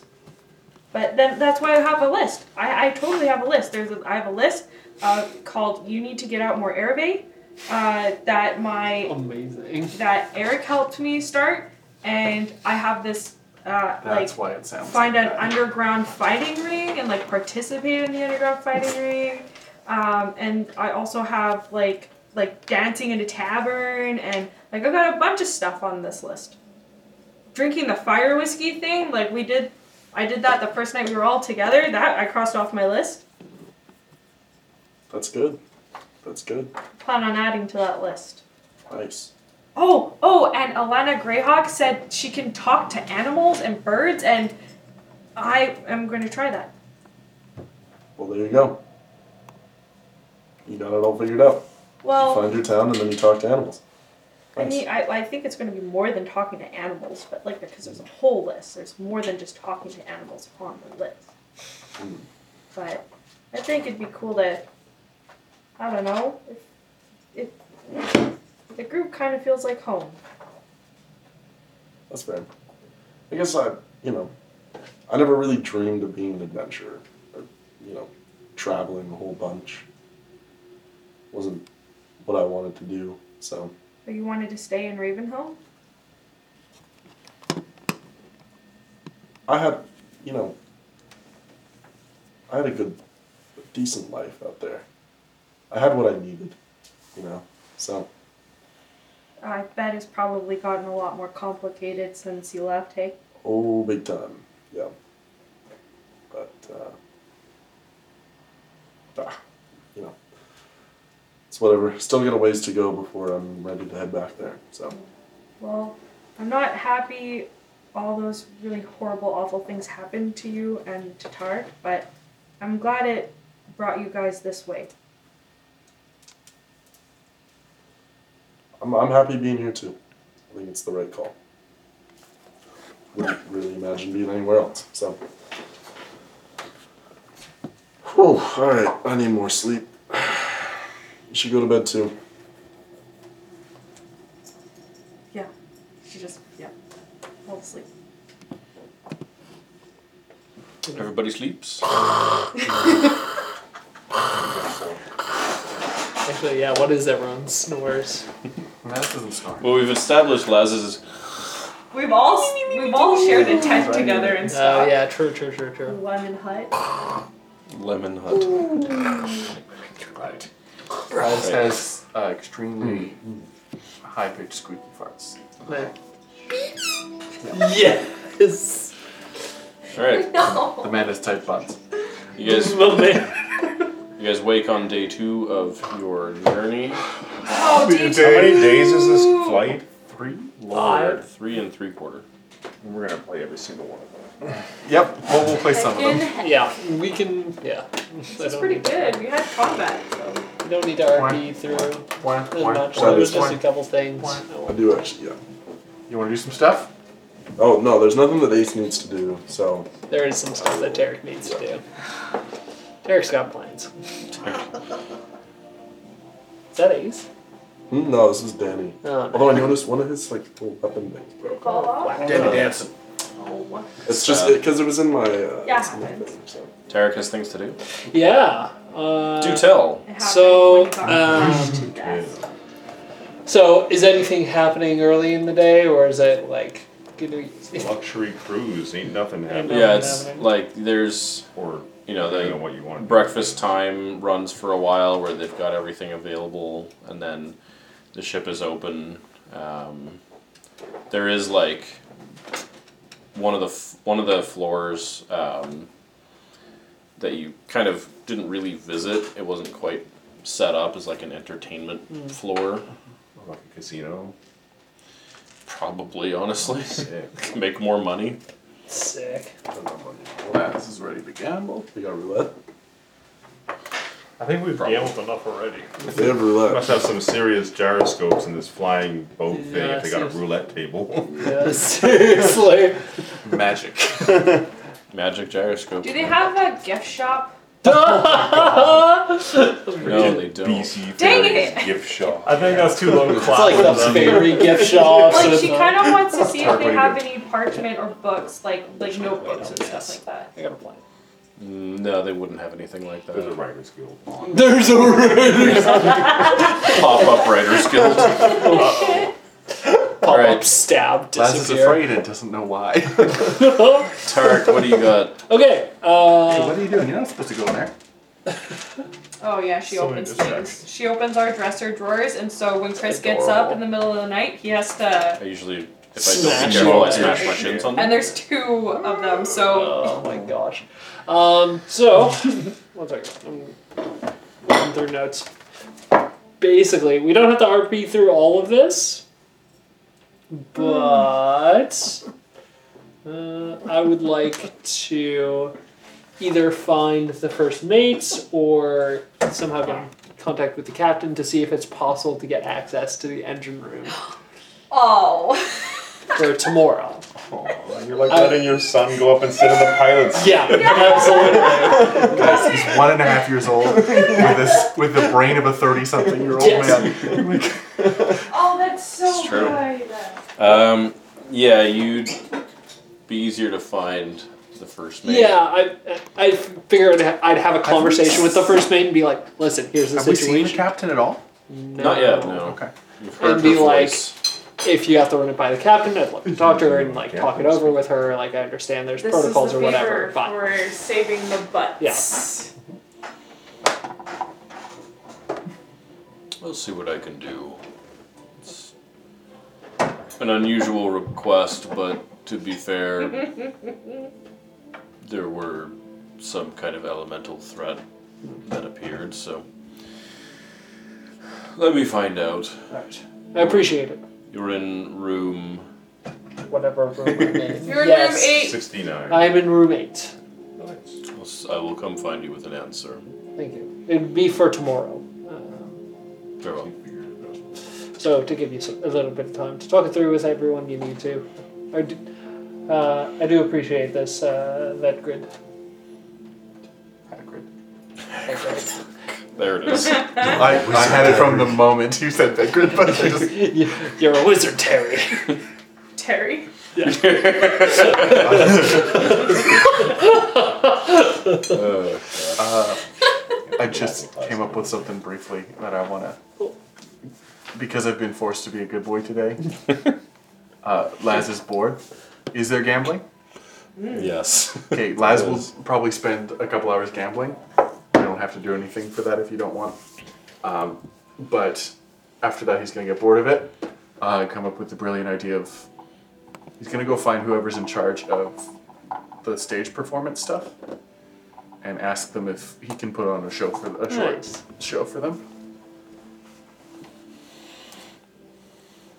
[SPEAKER 4] But then that's why I have a list. I, I totally have a list. There's a, I have a list uh, called "You Need to Get Out More Airbay," uh, that my
[SPEAKER 3] Amazing.
[SPEAKER 4] that Eric helped me start, and I have this uh, like
[SPEAKER 8] That's why it sounds.
[SPEAKER 4] find
[SPEAKER 8] like
[SPEAKER 4] an
[SPEAKER 8] that.
[SPEAKER 4] underground fighting ring and like participate in the underground fighting ring. Um, and I also have like like dancing in a tavern and like I got a bunch of stuff on this list. Drinking the fire whiskey thing, like we did, I did that the first night we were all together. That I crossed off my list.
[SPEAKER 2] That's good. That's good.
[SPEAKER 4] Plan on adding to that list.
[SPEAKER 2] Nice.
[SPEAKER 4] Oh, oh, and Alana Greyhawk said she can talk to animals and birds, and I am going to try that.
[SPEAKER 2] Well, there you go. You got it all figured out. You
[SPEAKER 4] Well,
[SPEAKER 2] find your town and then you talk to animals.
[SPEAKER 4] Oh. I
[SPEAKER 2] Nice.
[SPEAKER 4] mean, I, I think it's going to be more than talking to animals, but like because there's a whole list, there's more than just talking to animals on the list. But I think it'd be cool to, I don't know, if, if the group kind of feels like home.
[SPEAKER 2] That's fair. I guess I, you know, I never really dreamed of being an adventurer or, you know, traveling a whole bunch. Wasn't what I wanted to do, so.
[SPEAKER 4] But you wanted to stay in Ravenhill?
[SPEAKER 2] I had, you know, I had a good, decent life out there. I had what I needed, you know. So
[SPEAKER 4] I bet it's probably gotten a lot more complicated since you left, hey?
[SPEAKER 2] oh, big time, yeah. But uh, ah, you know, it's whatever. Still got a ways to go before I'm ready to head back there. So
[SPEAKER 4] Well, I'm not happy all those really horrible, awful things happened to you and to Tark, but I'm glad it brought you guys this way.
[SPEAKER 2] I'm I'm happy being here too. I think it's the right call. Wouldn't really imagine being anywhere else. So. Whew, all right, I need more sleep. You should go to bed too.
[SPEAKER 4] Yeah. She just, yeah, fell asleep.
[SPEAKER 1] Everybody sleeps.
[SPEAKER 3] Actually, yeah, what is everyone snores?
[SPEAKER 8] Matt doesn't snore.
[SPEAKER 1] Well, we've established Laz is
[SPEAKER 4] We've all we've all shared a tent together and
[SPEAKER 3] Oh, yeah, true, true, true, true.
[SPEAKER 4] Lemon hut.
[SPEAKER 1] Lemon Hut.
[SPEAKER 8] Right. Bryce has uh, extremely
[SPEAKER 3] Mm.
[SPEAKER 8] high pitched squeaky farts.
[SPEAKER 3] Yes!
[SPEAKER 1] All right,
[SPEAKER 8] The man has tight butts.
[SPEAKER 1] you guys.
[SPEAKER 3] Well, man.
[SPEAKER 1] You guys wake on day two of your journey.
[SPEAKER 4] Oh, day
[SPEAKER 6] How many
[SPEAKER 4] two.
[SPEAKER 6] days is this flight?
[SPEAKER 8] Three?
[SPEAKER 1] Lord, three and three quarter.
[SPEAKER 6] We're gonna play every single one of them.
[SPEAKER 5] Yep. Well, we'll play some of them.
[SPEAKER 9] Freaking
[SPEAKER 3] Yeah, we can. Yeah,
[SPEAKER 4] That's pretty good. We had combat. So.
[SPEAKER 3] We don't need to RP through as
[SPEAKER 8] Wah, wah,
[SPEAKER 3] much.
[SPEAKER 8] wah.
[SPEAKER 3] There was just a couple things.
[SPEAKER 2] I do actually, yeah.
[SPEAKER 8] You want to do some stuff?
[SPEAKER 2] Oh no, there's nothing that Ace needs to do. So
[SPEAKER 3] There is some stuff that Derek needs to do. Derek's got plans. Is that Ace?
[SPEAKER 2] Hmm, no, this is Danny.
[SPEAKER 3] Oh, no.
[SPEAKER 2] Although I noticed one of his like little weapon things broke.
[SPEAKER 9] Fall off?
[SPEAKER 7] Danny dancing.
[SPEAKER 4] Oh.
[SPEAKER 2] It's just because it, was in my. Uh,
[SPEAKER 4] Yeah,
[SPEAKER 2] it's in my
[SPEAKER 4] happens.
[SPEAKER 2] thing, so.
[SPEAKER 1] Tarek has things to do.
[SPEAKER 3] Yeah. Uh,
[SPEAKER 1] Do tell.
[SPEAKER 4] It happened
[SPEAKER 3] So,
[SPEAKER 4] when it got
[SPEAKER 3] um,
[SPEAKER 4] crushed to death.
[SPEAKER 3] So, is anything happening early in the day, or is it like? Gonna,
[SPEAKER 6] Luxury cruise, ain't nothing happening.
[SPEAKER 3] Nothing
[SPEAKER 1] Yeah, it's
[SPEAKER 3] happening.
[SPEAKER 1] like there's
[SPEAKER 6] Or
[SPEAKER 1] you know
[SPEAKER 6] depending on
[SPEAKER 1] the
[SPEAKER 6] what you want.
[SPEAKER 1] breakfast time runs for a while where they've got everything available, and then the ship is open. Um, there is like one of the f- one of the floors um, that you kind of didn't really visit. It wasn't quite set up as like an entertainment floor,
[SPEAKER 6] Like a casino.
[SPEAKER 1] probably. Honestly,
[SPEAKER 6] Sick.
[SPEAKER 1] make more money.
[SPEAKER 3] Sick.
[SPEAKER 5] This is ready to gamble.
[SPEAKER 2] We got roulette.
[SPEAKER 7] I think we've
[SPEAKER 6] Probably.
[SPEAKER 7] gambled enough already.
[SPEAKER 2] They have roulette.
[SPEAKER 6] Must have some serious gyroscopes in this flying boat thing
[SPEAKER 3] Yeah,
[SPEAKER 6] if they got a
[SPEAKER 3] seriously.
[SPEAKER 6] roulette table.
[SPEAKER 3] Yeah, seriously.
[SPEAKER 5] Magic.
[SPEAKER 1] Magic gyroscope.
[SPEAKER 4] Do they have a gift shop?
[SPEAKER 1] No, they don't.
[SPEAKER 6] BC
[SPEAKER 4] Dang
[SPEAKER 6] Ferries
[SPEAKER 4] it.
[SPEAKER 6] gift shop.
[SPEAKER 7] I think that's too low to
[SPEAKER 3] It's like the fairy gift shops.
[SPEAKER 4] Like
[SPEAKER 3] and
[SPEAKER 4] she
[SPEAKER 3] the-
[SPEAKER 4] kind of wants to see if they
[SPEAKER 5] Everybody
[SPEAKER 4] have any parchment or books, like like notebooks and stuff like that.
[SPEAKER 3] I got a plan.
[SPEAKER 1] No, they wouldn't have anything like that.
[SPEAKER 6] There's a writer's guild.
[SPEAKER 3] There's a
[SPEAKER 1] Pop up Writers Guild.
[SPEAKER 3] pop
[SPEAKER 1] Alright.
[SPEAKER 3] up stab
[SPEAKER 5] Laz is
[SPEAKER 3] disappear.
[SPEAKER 5] afraid and doesn't know why.
[SPEAKER 1] Tarek, what do you got?
[SPEAKER 3] okay. Uh,
[SPEAKER 5] are you doing? You're not supposed to go in there.
[SPEAKER 4] Oh yeah, she
[SPEAKER 7] So many
[SPEAKER 4] opens things.
[SPEAKER 7] distractions.
[SPEAKER 4] She opens our dresser drawers, and so when Chris gets up
[SPEAKER 7] adorable.
[SPEAKER 4] in the middle of the night, he has to.
[SPEAKER 1] I usually, if I
[SPEAKER 3] Smash
[SPEAKER 1] don't be careful, I
[SPEAKER 3] it.
[SPEAKER 1] smash my shins on
[SPEAKER 4] And
[SPEAKER 1] them.
[SPEAKER 4] there's two of them, so
[SPEAKER 3] oh my gosh. Um, so, one second. I'm going through notes. Basically, we don't have to RP through all of this, but uh, I would like to either find the first mate or somehow get in contact with the captain to see if it's possible to get access to the engine room
[SPEAKER 4] oh,
[SPEAKER 3] for tomorrow.
[SPEAKER 6] Aw, you're like
[SPEAKER 3] I-
[SPEAKER 6] letting your son go up and sit in the pilot's seat.
[SPEAKER 3] Yeah, absolutely.
[SPEAKER 5] Guys, he's one and a half years old with this with the brain of a thirty-something-year-old
[SPEAKER 3] Yes.
[SPEAKER 5] man. Like,
[SPEAKER 9] Oh, that's so
[SPEAKER 1] It's true.
[SPEAKER 9] good.
[SPEAKER 1] Um, yeah, you'd be easier to find the first mate.
[SPEAKER 3] Yeah, I I figured I'd have a conversation with the first mate and be like, listen, here's the
[SPEAKER 5] have we seen the
[SPEAKER 3] situation.
[SPEAKER 5] captain at all?
[SPEAKER 3] No.
[SPEAKER 1] Not yet, no.
[SPEAKER 5] Okay.
[SPEAKER 1] You've heard
[SPEAKER 3] And be
[SPEAKER 1] her
[SPEAKER 3] like-
[SPEAKER 1] voice.
[SPEAKER 3] If you have to run it by the captain, I'd love to talk to her and like talk it
[SPEAKER 6] Captain's-
[SPEAKER 3] over with her. Like I understand there's
[SPEAKER 4] this is the
[SPEAKER 3] protocols
[SPEAKER 4] favor
[SPEAKER 3] or whatever, but
[SPEAKER 4] for saving the butts.
[SPEAKER 1] I'll see what I can do. It's an unusual request, but to be fair, there were some kind of elemental threat that appeared, so. Let me find out.
[SPEAKER 3] I appreciate it.
[SPEAKER 1] You're in room
[SPEAKER 3] Whatever room I'm in.
[SPEAKER 4] You're in
[SPEAKER 3] yes.
[SPEAKER 4] room eight.
[SPEAKER 6] 69.
[SPEAKER 3] I'm in room eight.
[SPEAKER 1] I'll s- I will come find you with an answer.
[SPEAKER 3] Thank you. It'd be for tomorrow. Um,
[SPEAKER 1] Very well.
[SPEAKER 3] So to give you s- a little bit of time to talk it through with everyone you need to. I do, uh, I do appreciate this uh, that grid. That grid.
[SPEAKER 1] There it is.
[SPEAKER 5] I, I had it from the moment you said that, Grid, but I just
[SPEAKER 3] You- You're a wizard, Terry.
[SPEAKER 4] Terry.
[SPEAKER 5] I just came up with something briefly that I want to. Because I've been forced to be a good boy today. uh, Laz is bored. Is there gambling?
[SPEAKER 1] yes.
[SPEAKER 5] Okay, Laz will probably spend a couple hours gambling. You don't have to do anything for that if you don't want. Um, but after that, he's going to get bored of it. Uh, come up with the brilliant idea of he's going to go find whoever's in charge of the stage performance stuff and ask them if he can put on a show for a short
[SPEAKER 3] Nice.
[SPEAKER 5] show for them.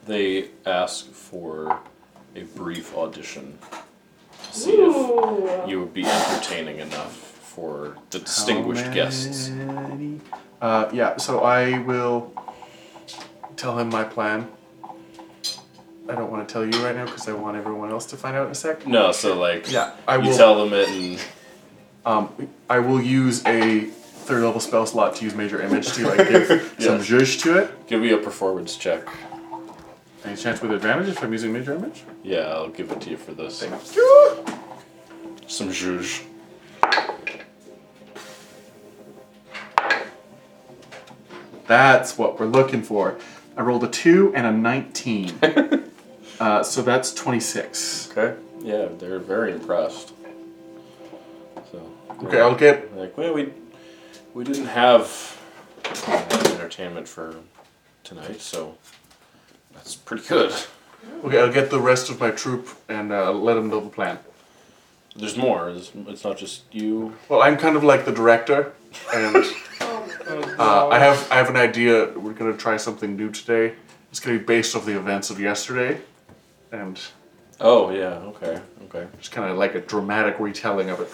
[SPEAKER 1] They ask for a brief audition. to See
[SPEAKER 4] Ooh.
[SPEAKER 1] if you would be entertaining enough for the distinguished guests.
[SPEAKER 5] many? Uh, yeah, so I will tell him my plan. I don't want to tell you right now because I want everyone else to find out in a sec.
[SPEAKER 1] No, so like
[SPEAKER 5] Yeah, I
[SPEAKER 1] you
[SPEAKER 5] will.
[SPEAKER 1] tell them it and
[SPEAKER 5] Um, I will use a third level spell slot to use major image to like give some zhuzh to it.
[SPEAKER 1] give me a performance check.
[SPEAKER 5] Any chance with advantage if I'm using major image?
[SPEAKER 1] Yeah, I'll give it to you for this. Some zhuzh.
[SPEAKER 5] That's what we're looking for. I rolled a two and a nineteen, uh, so that's twenty six.
[SPEAKER 1] Okay. Yeah, they're very impressed. So
[SPEAKER 17] Okay, I'll get.
[SPEAKER 1] Like, well, we we didn't have uh, entertainment for tonight, so that's pretty good.
[SPEAKER 5] Okay, I'll get the rest of my troop and uh, let them know the plan.
[SPEAKER 1] There's more. It's, it's not just you.
[SPEAKER 5] Well, I'm kind of like the director, and uh, I have I have an idea. We're gonna try something new today. It's gonna be based off the events of yesterday, and
[SPEAKER 1] Oh yeah. Okay. Okay.
[SPEAKER 5] just kind of like a dramatic retelling of it.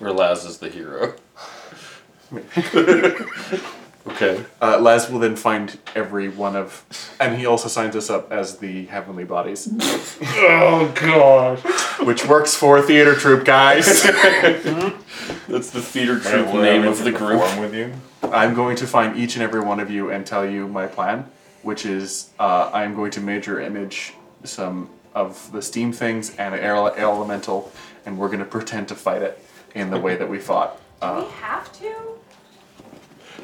[SPEAKER 1] Where Laz is the hero. okay.
[SPEAKER 5] Uh, Laz will then find every one of, and he also signs us up as the heavenly bodies,
[SPEAKER 18] Oh god.
[SPEAKER 5] which works for theater troupe guys.
[SPEAKER 1] That's the theater
[SPEAKER 6] Where-
[SPEAKER 1] troupe
[SPEAKER 6] where
[SPEAKER 1] name
[SPEAKER 6] I'm
[SPEAKER 1] of
[SPEAKER 6] to
[SPEAKER 1] the group.
[SPEAKER 6] perform with you.
[SPEAKER 5] I'm going to find each and every one of you and tell you my plan, which is uh, I'm going to major image some of the steam things and an air elemental, and we're going to pretend to fight it in the way that we fought.
[SPEAKER 6] Uh.
[SPEAKER 4] we have to?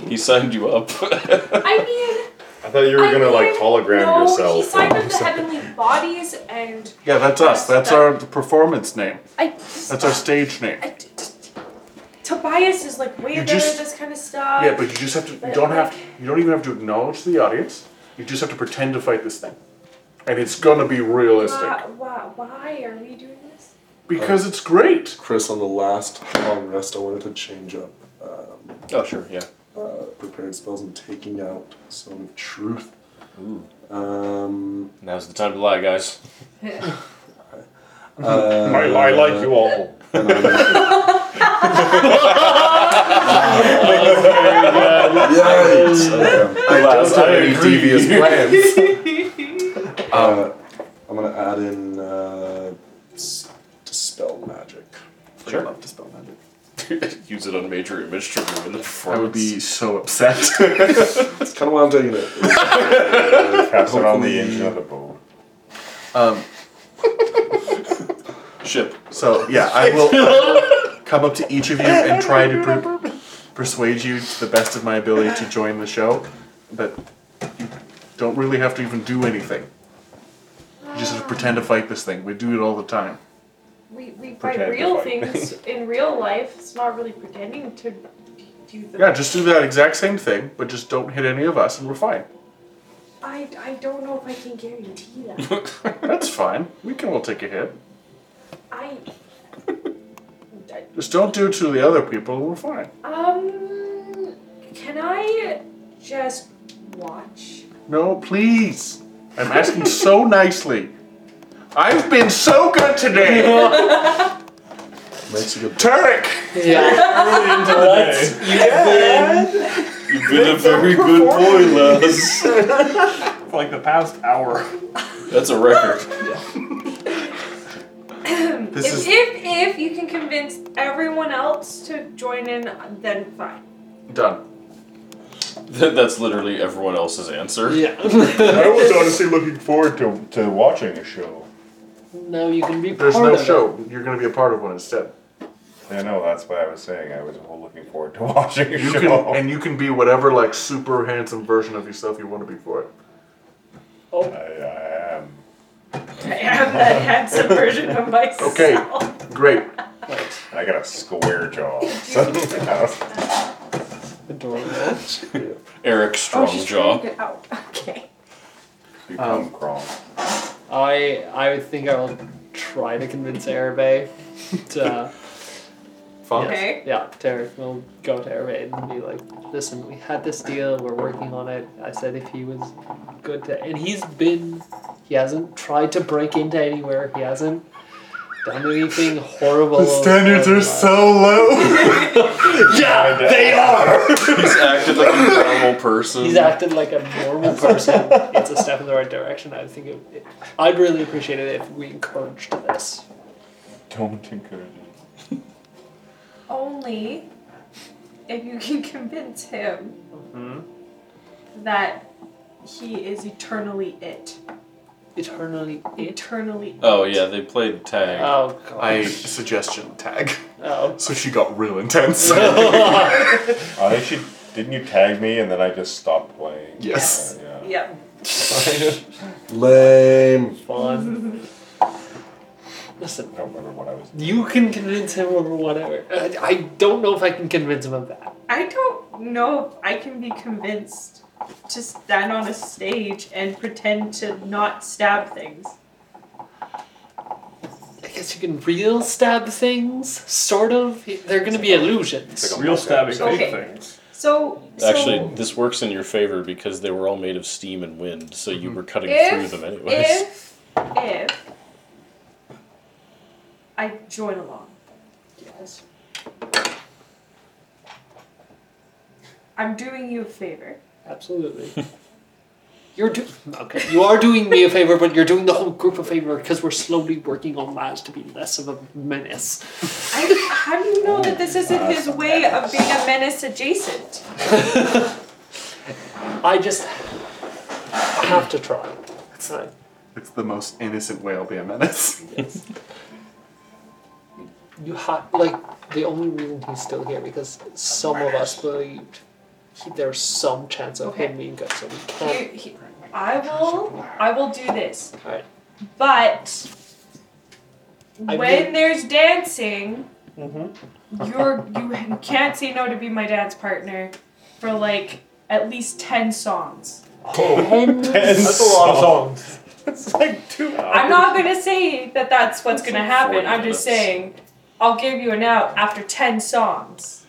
[SPEAKER 1] He signed you up.
[SPEAKER 4] I mean,
[SPEAKER 6] I thought you were
[SPEAKER 4] I
[SPEAKER 6] gonna like
[SPEAKER 4] mean,
[SPEAKER 6] hologram
[SPEAKER 4] no, He
[SPEAKER 6] yourself.
[SPEAKER 4] signed up the heavenly bodies, and
[SPEAKER 5] Yeah, that's us. That's our performance name.
[SPEAKER 4] I. Just,
[SPEAKER 5] That's our stage name.
[SPEAKER 4] I d- d- d- Tobias is like way
[SPEAKER 5] You
[SPEAKER 4] better
[SPEAKER 5] just-
[SPEAKER 4] at this kind of stuff.
[SPEAKER 5] Yeah, but you just have to. You don't have. To, you don't even have to acknowledge the audience. You just have to pretend to fight this thing, and it's gonna be realistic
[SPEAKER 4] why, why, why are we doing this?
[SPEAKER 5] because it's great.
[SPEAKER 2] Chris, on the last long rest, I wanted to change up um,
[SPEAKER 1] oh sure. Yeah.
[SPEAKER 2] uh, prepared spells and taking out some truth. Um,
[SPEAKER 1] Now's the time to lie, guys.
[SPEAKER 18] I, I like you all.
[SPEAKER 2] yikes! Okay. I don't have any
[SPEAKER 18] agree.
[SPEAKER 2] devious plans. uh, I'm gonna add in uh, s- dispel magic.
[SPEAKER 1] Sure.
[SPEAKER 5] I love dispel magic.
[SPEAKER 1] Use it on major image to ruin the
[SPEAKER 5] I
[SPEAKER 1] performance.
[SPEAKER 5] would be so upset.
[SPEAKER 2] That's kind of why I'm taking it.
[SPEAKER 6] Cast it on
[SPEAKER 2] Hopefully-
[SPEAKER 6] the engine of the boat.
[SPEAKER 5] um,
[SPEAKER 1] ship.
[SPEAKER 5] So yeah, I will uh, come up to each of you and try to per- persuade you to the best of my ability to join the show, but you don't really have to even do anything. You just have to pretend to fight this thing. We do it all the time.
[SPEAKER 4] We we buy
[SPEAKER 6] Pretend to
[SPEAKER 4] real
[SPEAKER 6] fight.
[SPEAKER 4] things in real life. It's not really pretending to do the.
[SPEAKER 5] Yeah, just do that exact same thing, but just don't hit any of us, and we're fine.
[SPEAKER 4] I, I don't know if I can guarantee that.
[SPEAKER 5] That's fine. We can all take a hit.
[SPEAKER 4] I. I-
[SPEAKER 5] Just don't do it to the other people, and we're fine.
[SPEAKER 4] Um, can I just watch?
[SPEAKER 5] No, please. I'm asking so nicely. I've been so good today,
[SPEAKER 2] Makes you good.
[SPEAKER 5] Turek.
[SPEAKER 3] Yeah.
[SPEAKER 18] That's
[SPEAKER 1] You've been a very good boy, Laz.
[SPEAKER 18] for like the past hour.
[SPEAKER 1] That's a record.
[SPEAKER 5] This
[SPEAKER 4] if,
[SPEAKER 5] is-
[SPEAKER 4] if if you can convince everyone else to join in, then fine.
[SPEAKER 5] Done.
[SPEAKER 1] That- That's literally everyone else's answer.
[SPEAKER 3] yeah.
[SPEAKER 6] I was honestly looking forward to, to watching a show.
[SPEAKER 3] now you can be
[SPEAKER 5] There's
[SPEAKER 3] part
[SPEAKER 5] no
[SPEAKER 3] of it.
[SPEAKER 5] show. You're going to be a part of one instead.
[SPEAKER 6] I know that's what I was saying. I was looking forward to watching a
[SPEAKER 5] You
[SPEAKER 6] show.
[SPEAKER 5] can, and you can be whatever like super handsome version of yourself you want to be for it.
[SPEAKER 6] I, I am.
[SPEAKER 4] I am that handsome version of myself.
[SPEAKER 5] Okay, great.
[SPEAKER 6] I got a square jaw. So, I
[SPEAKER 3] Adorable.
[SPEAKER 1] Eric
[SPEAKER 4] Oh,
[SPEAKER 3] Oh,
[SPEAKER 1] Strongjaw.
[SPEAKER 4] get out. Okay.
[SPEAKER 6] become Kronk.
[SPEAKER 3] I I would think I will try to convince Arabe to
[SPEAKER 5] Funk?
[SPEAKER 4] Okay.
[SPEAKER 3] Yeah, Derek will go to Airmaid and be like, listen, we had this deal, we're working on it. I said if he was good to. And he's been. He hasn't tried to break into anywhere, he hasn't done anything horrible.
[SPEAKER 5] The standards are so low.
[SPEAKER 3] Yeah, they are!
[SPEAKER 1] He's acted like a normal person.
[SPEAKER 3] He's acted like a normal person. It's a step in the right direction. I think it, it, I'd really appreciate it if we encouraged this.
[SPEAKER 6] Don't encourage it.
[SPEAKER 4] Only if you can convince him
[SPEAKER 1] Hmm?
[SPEAKER 4] that he is eternally it.
[SPEAKER 3] Eternally it.
[SPEAKER 4] Eternally.
[SPEAKER 1] Oh yeah, they played tag.
[SPEAKER 3] Oh,
[SPEAKER 5] I
[SPEAKER 3] gosh.
[SPEAKER 5] suggestion tag.
[SPEAKER 3] Oh.
[SPEAKER 5] So she got real intense.
[SPEAKER 6] I think she didn't you tag me and then I just stopped playing.
[SPEAKER 5] yes.
[SPEAKER 6] Uh, yeah.
[SPEAKER 4] Yep.
[SPEAKER 2] Lame.
[SPEAKER 3] Fun. Listen,
[SPEAKER 6] I don't remember what I was.
[SPEAKER 3] you can convince him over whatever. I, I don't know if I can convince him of that.
[SPEAKER 4] I don't know if I can be convinced to stand on a stage and pretend to not stab things.
[SPEAKER 3] I guess you can real stab things, sort of. They're gonna be illusions.
[SPEAKER 7] Real stabbing
[SPEAKER 4] Okay.
[SPEAKER 7] big things.
[SPEAKER 4] So, so
[SPEAKER 1] Actually, this works in your favor because they were all made of steam and wind, so
[SPEAKER 7] Mhm.
[SPEAKER 1] you were cutting
[SPEAKER 4] if,
[SPEAKER 1] through them anyways.
[SPEAKER 4] if if I join along,
[SPEAKER 3] Yes.
[SPEAKER 4] I'm doing you a favor.
[SPEAKER 3] Absolutely. You're do- okay. You are doing me a favor, but you're doing the whole group a favor because we're slowly working on Laz to be less of a menace.
[SPEAKER 4] I, how do you know that this isn't his way of being a menace adjacent?
[SPEAKER 3] I just I have to try. I,
[SPEAKER 5] It's the most innocent way I'll be a menace.
[SPEAKER 3] you have like the only reason he's still here because some of us believed he, there's some chance of him being good, so we
[SPEAKER 4] Here-
[SPEAKER 3] can't.
[SPEAKER 4] he- I will I will do this.
[SPEAKER 3] Alright.
[SPEAKER 4] But
[SPEAKER 3] I
[SPEAKER 4] when
[SPEAKER 3] will-
[SPEAKER 4] there's dancing,
[SPEAKER 3] Mhm.
[SPEAKER 4] you're you can't say no to be my dance partner for like at least ten songs.
[SPEAKER 7] That's a lot of songs.
[SPEAKER 10] It's like two
[SPEAKER 3] Oh,
[SPEAKER 10] hours.
[SPEAKER 4] I'm not gonna say that that's what's gonna happen.
[SPEAKER 1] 40
[SPEAKER 4] I'm
[SPEAKER 1] minutes.
[SPEAKER 4] just saying I'll give you an out after ten songs.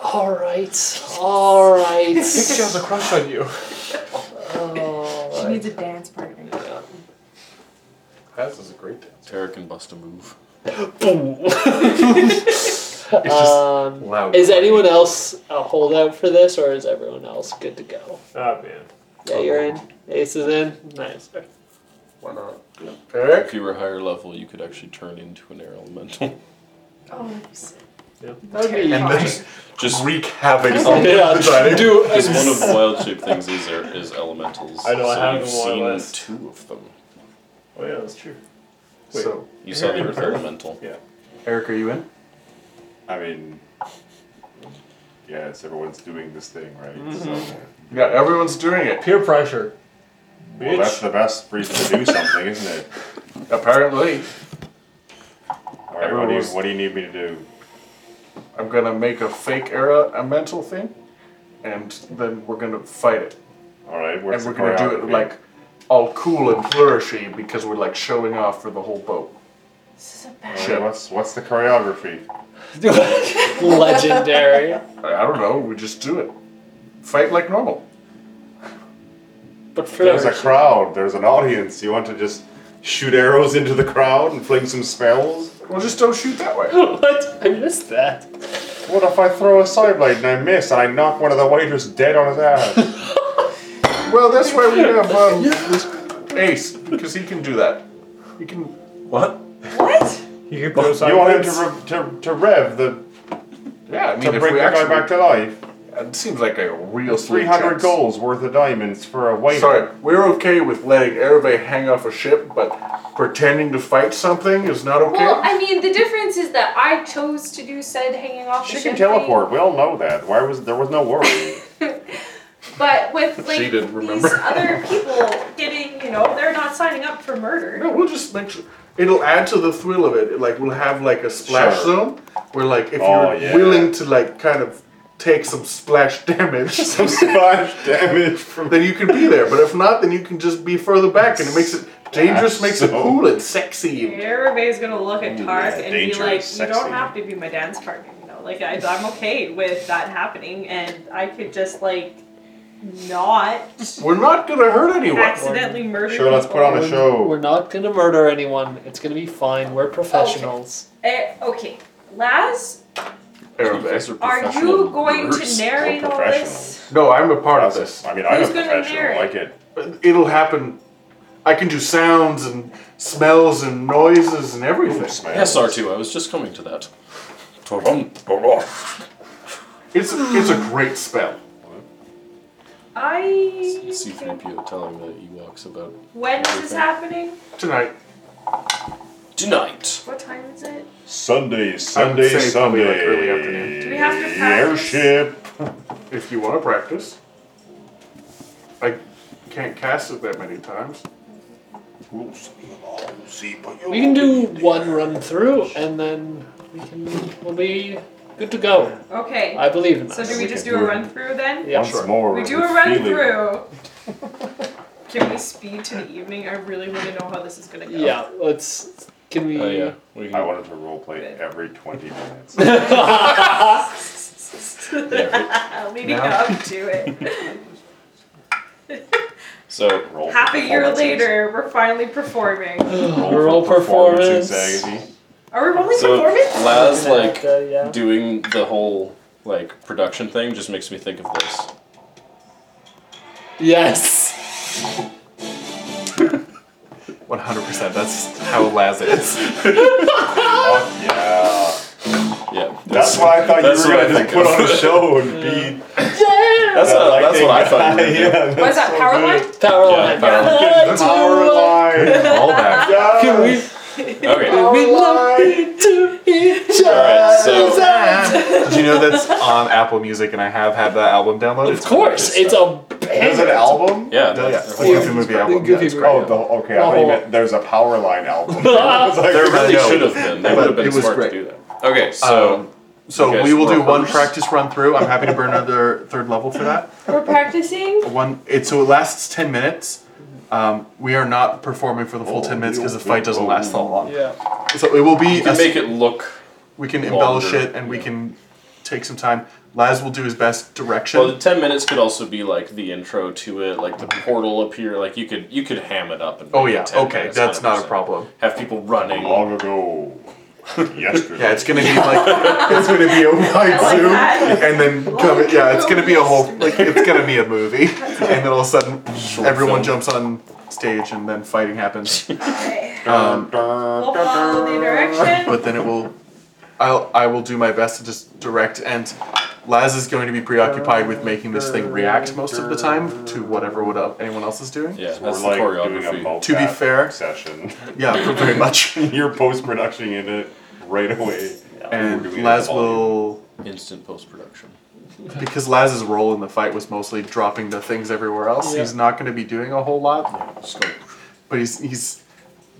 [SPEAKER 3] All right. All right.
[SPEAKER 7] She has a crush on you.
[SPEAKER 4] She
[SPEAKER 3] All right.
[SPEAKER 4] needs a dance partner.
[SPEAKER 7] Paz is a great dance.
[SPEAKER 1] Tara can bust a move.
[SPEAKER 3] Boom.
[SPEAKER 5] It's just
[SPEAKER 3] Um,
[SPEAKER 5] Uh, loud.
[SPEAKER 3] Is anyone else a holdout for this, or is everyone else good to go?
[SPEAKER 7] Ah, man.
[SPEAKER 3] Yeah, you're in. Ace is in. Nice.
[SPEAKER 5] Why not?
[SPEAKER 1] If you were higher level, you could actually turn into an air elemental.
[SPEAKER 4] Oh,
[SPEAKER 3] That would be
[SPEAKER 5] And
[SPEAKER 4] terrifying.
[SPEAKER 5] then just
[SPEAKER 1] Just
[SPEAKER 5] wreak havoc on
[SPEAKER 3] yeah,
[SPEAKER 5] the dining
[SPEAKER 3] do
[SPEAKER 1] because one of the wild shaped things is there is elementals.
[SPEAKER 7] I know, I
[SPEAKER 1] so
[SPEAKER 7] have
[SPEAKER 1] you've
[SPEAKER 7] them on
[SPEAKER 1] seen
[SPEAKER 7] my list.
[SPEAKER 1] two of them.
[SPEAKER 7] Oh yeah, that's true. Wait.
[SPEAKER 5] So,
[SPEAKER 1] You saw the
[SPEAKER 7] You're in
[SPEAKER 1] earth
[SPEAKER 7] Perth?
[SPEAKER 1] elemental.
[SPEAKER 5] Eric, are you in?
[SPEAKER 6] I mean, yes, everyone's doing this thing, right?
[SPEAKER 5] Mm-hmm.
[SPEAKER 6] So,
[SPEAKER 5] Yeah, everyone's doing it.
[SPEAKER 7] Peer pressure.
[SPEAKER 6] well, that's
[SPEAKER 7] Bitch.
[SPEAKER 6] the best reason to do something, isn't it?
[SPEAKER 5] Apparently,
[SPEAKER 6] All right, what do you what do you need me to do?
[SPEAKER 5] I'm gonna make a fake era a mental thing, and then we're gonna fight it.
[SPEAKER 6] All right, what's
[SPEAKER 5] and we're
[SPEAKER 6] the
[SPEAKER 5] gonna do it
[SPEAKER 6] choreography?
[SPEAKER 5] like all cool and flourishy because we're like showing off for the whole boat.
[SPEAKER 4] this is a
[SPEAKER 6] All
[SPEAKER 4] bad
[SPEAKER 6] right,
[SPEAKER 5] shit.
[SPEAKER 6] what's what's the choreography?
[SPEAKER 3] legendary,
[SPEAKER 5] I, I don't know. We just do it. Fight like normal.
[SPEAKER 3] but
[SPEAKER 6] There's a
[SPEAKER 3] flourish.
[SPEAKER 6] crowd. There's an audience. You want to just shoot arrows into the crowd and fling some spells?
[SPEAKER 5] Well, just don't shoot that way.
[SPEAKER 3] what? I missed that.
[SPEAKER 6] What if I throw a side blade and I miss and I knock one of the waiters dead on his ass?
[SPEAKER 5] Well, that's why we have um, Ace because he can do that. He can.
[SPEAKER 7] What?
[SPEAKER 4] What?
[SPEAKER 7] You can throw
[SPEAKER 6] you want him to, re- to to rev the
[SPEAKER 5] Yeah, I mean,
[SPEAKER 6] to
[SPEAKER 5] if
[SPEAKER 6] bring
[SPEAKER 5] we
[SPEAKER 6] the guy
[SPEAKER 5] actually,
[SPEAKER 6] back to life?
[SPEAKER 5] it seems like a real
[SPEAKER 6] Three
[SPEAKER 5] slim
[SPEAKER 6] hundred
[SPEAKER 5] chance.
[SPEAKER 6] golds worth of diamonds for a waiter.
[SPEAKER 5] Sorry, we're okay with letting Erve hang off a ship, but pretending to fight something is not okay.
[SPEAKER 4] Well, I mean, the difference is that I chose to do said hanging off the
[SPEAKER 6] She
[SPEAKER 4] ship
[SPEAKER 6] can
[SPEAKER 4] thing,
[SPEAKER 6] teleport. We all know that. Why was there was no worry?
[SPEAKER 4] but with like
[SPEAKER 5] didn't
[SPEAKER 4] these
[SPEAKER 5] remember.
[SPEAKER 4] other people getting, you know, they're not signing up for murder.
[SPEAKER 5] No, we'll just make sure it'll add to the thrill of it. Like we'll have like a splash
[SPEAKER 6] Sure.
[SPEAKER 5] zone where like if
[SPEAKER 6] Oh,
[SPEAKER 5] you're
[SPEAKER 6] yeah.
[SPEAKER 5] willing to like kind of take some splash damage,
[SPEAKER 6] some splash damage from
[SPEAKER 5] then you can be there. But if not, then you can just be further back, and it makes it
[SPEAKER 19] Dangerous makes it
[SPEAKER 6] So-
[SPEAKER 19] cool and sexy.
[SPEAKER 4] Everybody's gonna look at
[SPEAKER 6] Ooh,
[SPEAKER 4] Tark
[SPEAKER 6] yeah,
[SPEAKER 4] and be like,
[SPEAKER 6] dangerous,
[SPEAKER 4] "You
[SPEAKER 6] sexy."
[SPEAKER 4] don't have to be my dance partner." You know, like I, I'm okay with that happening, and I could just like not
[SPEAKER 19] We're not gonna hurt anyone.
[SPEAKER 4] accidentally murder.
[SPEAKER 6] Sure, let's put on a
[SPEAKER 4] people.
[SPEAKER 6] show.
[SPEAKER 3] We're not gonna murder anyone. It's gonna be fine. We're professionals.
[SPEAKER 4] Eh, okay, Laz,
[SPEAKER 1] You guys are
[SPEAKER 4] are
[SPEAKER 1] professional
[SPEAKER 4] you going
[SPEAKER 1] brewers.
[SPEAKER 4] to narrate all this?
[SPEAKER 19] No, I'm a part of this.
[SPEAKER 6] I mean, I'm a
[SPEAKER 4] Who's gonna
[SPEAKER 6] professional.
[SPEAKER 4] narrate?
[SPEAKER 6] I could.
[SPEAKER 19] It'll happen. I can do sounds and smells and noises and everything.
[SPEAKER 1] Yes, R2, I was just coming to that.
[SPEAKER 19] It's a, it's a great spell.
[SPEAKER 4] I.
[SPEAKER 1] C3PO telling the Ewoks about
[SPEAKER 4] When is this happening?
[SPEAKER 19] Tonight,
[SPEAKER 1] tonight.
[SPEAKER 4] What time is it?
[SPEAKER 6] Sunday, Sunday,
[SPEAKER 19] say probably,
[SPEAKER 6] Sunday.
[SPEAKER 19] like, early afternoon.
[SPEAKER 4] Do we have to
[SPEAKER 6] The
[SPEAKER 4] practice?
[SPEAKER 6] Airship.
[SPEAKER 19] if you want to practice, I can't cast it that many times.
[SPEAKER 3] We can do one run through, and then we can we'll be good to go.
[SPEAKER 4] Okay.
[SPEAKER 3] I believe in
[SPEAKER 4] so
[SPEAKER 3] that.
[SPEAKER 4] do we just
[SPEAKER 6] can
[SPEAKER 4] do a
[SPEAKER 6] do it.
[SPEAKER 4] run through then?
[SPEAKER 3] Yeah,
[SPEAKER 6] Once
[SPEAKER 3] sure.
[SPEAKER 6] more.
[SPEAKER 4] We do a
[SPEAKER 6] with
[SPEAKER 4] run
[SPEAKER 6] feeling.
[SPEAKER 4] through. Can we speed to the evening? I really want to know how this is gonna go.
[SPEAKER 3] Yeah, let's. Can we?
[SPEAKER 7] Mm.
[SPEAKER 1] Oh, yeah. We
[SPEAKER 6] I
[SPEAKER 1] can,
[SPEAKER 6] wanted to roleplay every 20 minutes.
[SPEAKER 4] Leading up to it.
[SPEAKER 1] so,
[SPEAKER 6] Role
[SPEAKER 4] Half a year
[SPEAKER 6] performances.
[SPEAKER 4] later, we're finally performing.
[SPEAKER 6] Role,
[SPEAKER 3] Roll
[SPEAKER 6] for
[SPEAKER 3] performance.
[SPEAKER 6] anxiety.
[SPEAKER 4] Are we rolling
[SPEAKER 1] so
[SPEAKER 4] performance?
[SPEAKER 1] Laz, like,
[SPEAKER 3] Uh, yeah.
[SPEAKER 1] doing the whole, like, production thing just makes me think of this.
[SPEAKER 3] Yes.
[SPEAKER 5] 100%. That's how Laz is.
[SPEAKER 6] Fuck yeah.
[SPEAKER 1] Yeah.
[SPEAKER 6] That's why I thought you
[SPEAKER 1] That's
[SPEAKER 6] were
[SPEAKER 1] what I
[SPEAKER 6] going to
[SPEAKER 1] think
[SPEAKER 6] put
[SPEAKER 1] of.
[SPEAKER 6] on a show and be.
[SPEAKER 1] That's,
[SPEAKER 6] that
[SPEAKER 1] what, that's what I
[SPEAKER 6] lightning
[SPEAKER 1] thought you
[SPEAKER 6] guy.
[SPEAKER 1] were doing.
[SPEAKER 6] yeah,
[SPEAKER 4] What is that, power line?
[SPEAKER 3] Power
[SPEAKER 1] Yeah,
[SPEAKER 3] line.
[SPEAKER 1] power line.
[SPEAKER 3] One, two, one.
[SPEAKER 5] All that.
[SPEAKER 3] Can we?
[SPEAKER 1] Okay.
[SPEAKER 3] we
[SPEAKER 6] Oh
[SPEAKER 3] love into each
[SPEAKER 1] Alright, so.
[SPEAKER 5] Did you know that's on Apple Music and I have had that album downloaded?
[SPEAKER 3] Of course, it's a
[SPEAKER 6] There's
[SPEAKER 3] banger.
[SPEAKER 6] an album?
[SPEAKER 1] Yeah,
[SPEAKER 5] Yeah,
[SPEAKER 1] that's-
[SPEAKER 5] it's a Goofy movie album. Yeah, it's
[SPEAKER 3] Goofy
[SPEAKER 5] great.
[SPEAKER 6] Oh, the, okay. I thought you meant there's a power line album.
[SPEAKER 1] there really
[SPEAKER 5] No.
[SPEAKER 1] should have been. They
[SPEAKER 5] But
[SPEAKER 1] would have been
[SPEAKER 5] it was
[SPEAKER 1] smart
[SPEAKER 5] great.
[SPEAKER 1] to do that. Okay, so.
[SPEAKER 5] Um, so
[SPEAKER 1] Okay,
[SPEAKER 5] we will do
[SPEAKER 1] roll
[SPEAKER 5] one
[SPEAKER 1] first.
[SPEAKER 5] practice run through. I'm happy to burn another third level for that.
[SPEAKER 20] We're practicing.
[SPEAKER 5] One, it so it lasts ten minutes. Um, we are not performing for the full
[SPEAKER 19] Oh,
[SPEAKER 5] ten minutes because the fight doesn't last that long.
[SPEAKER 3] Yeah.
[SPEAKER 5] So it will be.
[SPEAKER 1] you can
[SPEAKER 5] a-
[SPEAKER 1] make it look.
[SPEAKER 5] we can embellish
[SPEAKER 1] longer,
[SPEAKER 5] it and we
[SPEAKER 1] yeah.
[SPEAKER 5] can take some time. Laz will do his best direction.
[SPEAKER 1] Well, the ten minutes could also be like the intro to it, like the portal appear. Like you could you could ham it up. And
[SPEAKER 5] oh
[SPEAKER 1] make it
[SPEAKER 5] yeah,
[SPEAKER 1] 10
[SPEAKER 5] okay,
[SPEAKER 1] minutes,
[SPEAKER 5] that's not a
[SPEAKER 1] 100%.
[SPEAKER 5] problem.
[SPEAKER 1] Have people running.
[SPEAKER 6] Long ago. Yesterday.
[SPEAKER 5] Yeah, it's gonna be like it's gonna be a wide
[SPEAKER 4] like
[SPEAKER 5] zoom,
[SPEAKER 4] that.
[SPEAKER 5] and then come, yeah, it's gonna be a whole like it's gonna be a movie, and then all of a sudden everyone
[SPEAKER 1] film.
[SPEAKER 5] jumps on stage and then fighting happens.
[SPEAKER 4] Okay.
[SPEAKER 5] Um,
[SPEAKER 4] We'll follow the direction.
[SPEAKER 5] but then it will, I'll I will do my best to just direct and. Laz is going to be preoccupied with making this thing react most of the time to whatever would uh, anyone else is doing.
[SPEAKER 1] Yeah,
[SPEAKER 6] We're
[SPEAKER 1] that's
[SPEAKER 6] like
[SPEAKER 1] the
[SPEAKER 6] doing a
[SPEAKER 1] choreography.
[SPEAKER 6] mocap
[SPEAKER 5] To be fair-
[SPEAKER 6] session.
[SPEAKER 5] Yeah, very much.
[SPEAKER 6] You're post production in it right away. We're doing it
[SPEAKER 5] And
[SPEAKER 6] at
[SPEAKER 5] Laz
[SPEAKER 6] volume.
[SPEAKER 5] will,
[SPEAKER 1] Instant post production.
[SPEAKER 5] because Laz's role in the fight was mostly dropping the things everywhere else.
[SPEAKER 3] Yeah.
[SPEAKER 5] He's not going to be doing a whole lot,
[SPEAKER 1] Just like
[SPEAKER 5] but he's he's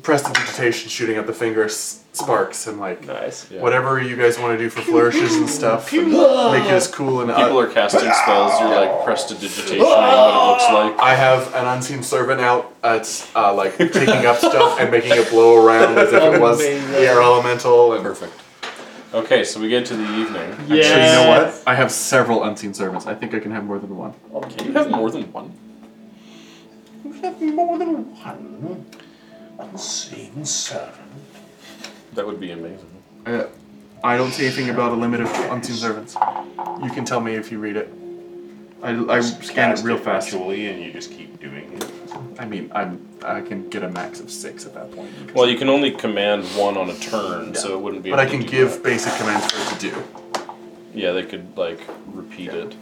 [SPEAKER 5] prestidigitation, shooting at the finger s- sparks and like
[SPEAKER 3] Nice.
[SPEAKER 1] yeah.
[SPEAKER 5] whatever you guys want to do for flourishes and stuff, and make it as cool and.
[SPEAKER 1] People
[SPEAKER 5] Uh,
[SPEAKER 1] are casting spells. You're like prestidigitation. what it looks like.
[SPEAKER 5] I have an unseen servant out. Uh, it's uh, like taking up stuff and making it blow around as if it was
[SPEAKER 3] Amazing.
[SPEAKER 5] the air elemental. And
[SPEAKER 1] Perfect. Okay, so we get to the evening.
[SPEAKER 3] Yeah.
[SPEAKER 5] Actually, you know what? I have several unseen servants. I think I can have more than one.
[SPEAKER 1] Can you have more than one?
[SPEAKER 6] more than one unseen servant.
[SPEAKER 1] That would be amazing.
[SPEAKER 5] Uh, I don't see anything about a limit of unseen servants. You can tell me if you read it. I, I scanned it real fast.
[SPEAKER 6] Actually, and you just keep doing it.
[SPEAKER 5] I mean, I'm I can get a max of six at that point.
[SPEAKER 1] Well, you can only command one on a turn, so it wouldn't be.
[SPEAKER 5] but I
[SPEAKER 1] able to
[SPEAKER 5] can
[SPEAKER 1] do
[SPEAKER 5] give
[SPEAKER 1] that.
[SPEAKER 5] basic commands for it to do.
[SPEAKER 1] Yeah, they could like repeat it.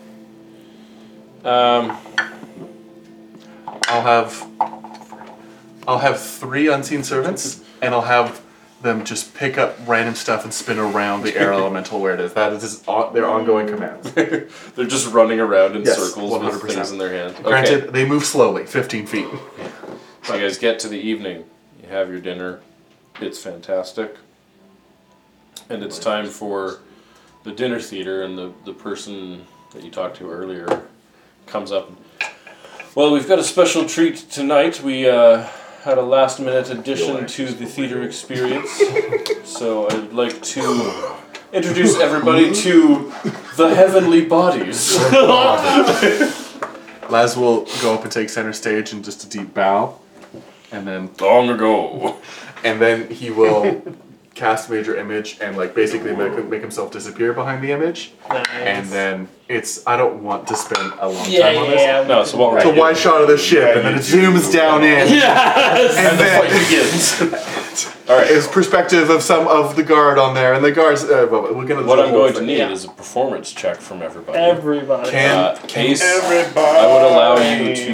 [SPEAKER 1] Um.
[SPEAKER 5] I'll have I'll have three unseen servants, and I'll have them just pick up random stuff and spin around the air elemental where it is. That is just on, their ongoing commands.
[SPEAKER 1] They're just running around in
[SPEAKER 5] Yes,
[SPEAKER 1] circles with
[SPEAKER 5] 100%.
[SPEAKER 1] things in their hand. Okay.
[SPEAKER 5] Granted, they move slowly, 15 feet.
[SPEAKER 1] so you guys get to the evening. You have your dinner. It's fantastic. And it's time for the dinner theater, and the, the person that you talked to earlier comes up. Well, we've got a special treat tonight. We uh, had a last minute addition to the theater experience. so I'd like to introduce everybody to the heavenly bodies.
[SPEAKER 5] Laz will go up and take center stage and just a deep bow, and then
[SPEAKER 1] Long ago.
[SPEAKER 5] and then he will cast major image and like basically make, make himself disappear behind the image,
[SPEAKER 21] Nice.
[SPEAKER 5] and then it's I don't want to spend a long
[SPEAKER 3] Yeah,
[SPEAKER 5] time on
[SPEAKER 3] yeah,
[SPEAKER 5] this.
[SPEAKER 3] yeah.
[SPEAKER 1] No, so what we're
[SPEAKER 5] It's a wide shot of the ship,
[SPEAKER 6] Yeah,
[SPEAKER 5] and then
[SPEAKER 6] you
[SPEAKER 5] it zooms
[SPEAKER 6] do.
[SPEAKER 5] down in.
[SPEAKER 3] Yes!
[SPEAKER 5] And then
[SPEAKER 1] begins.
[SPEAKER 5] it's perspective of some of the guard on there, and the guards. Uh, well, we're gonna.
[SPEAKER 1] What I'm going to need
[SPEAKER 3] Yeah.
[SPEAKER 1] is a performance check from everybody.
[SPEAKER 3] Everybody.
[SPEAKER 5] Can-
[SPEAKER 1] uh, Ace,
[SPEAKER 6] Everybody.
[SPEAKER 1] I would allow you to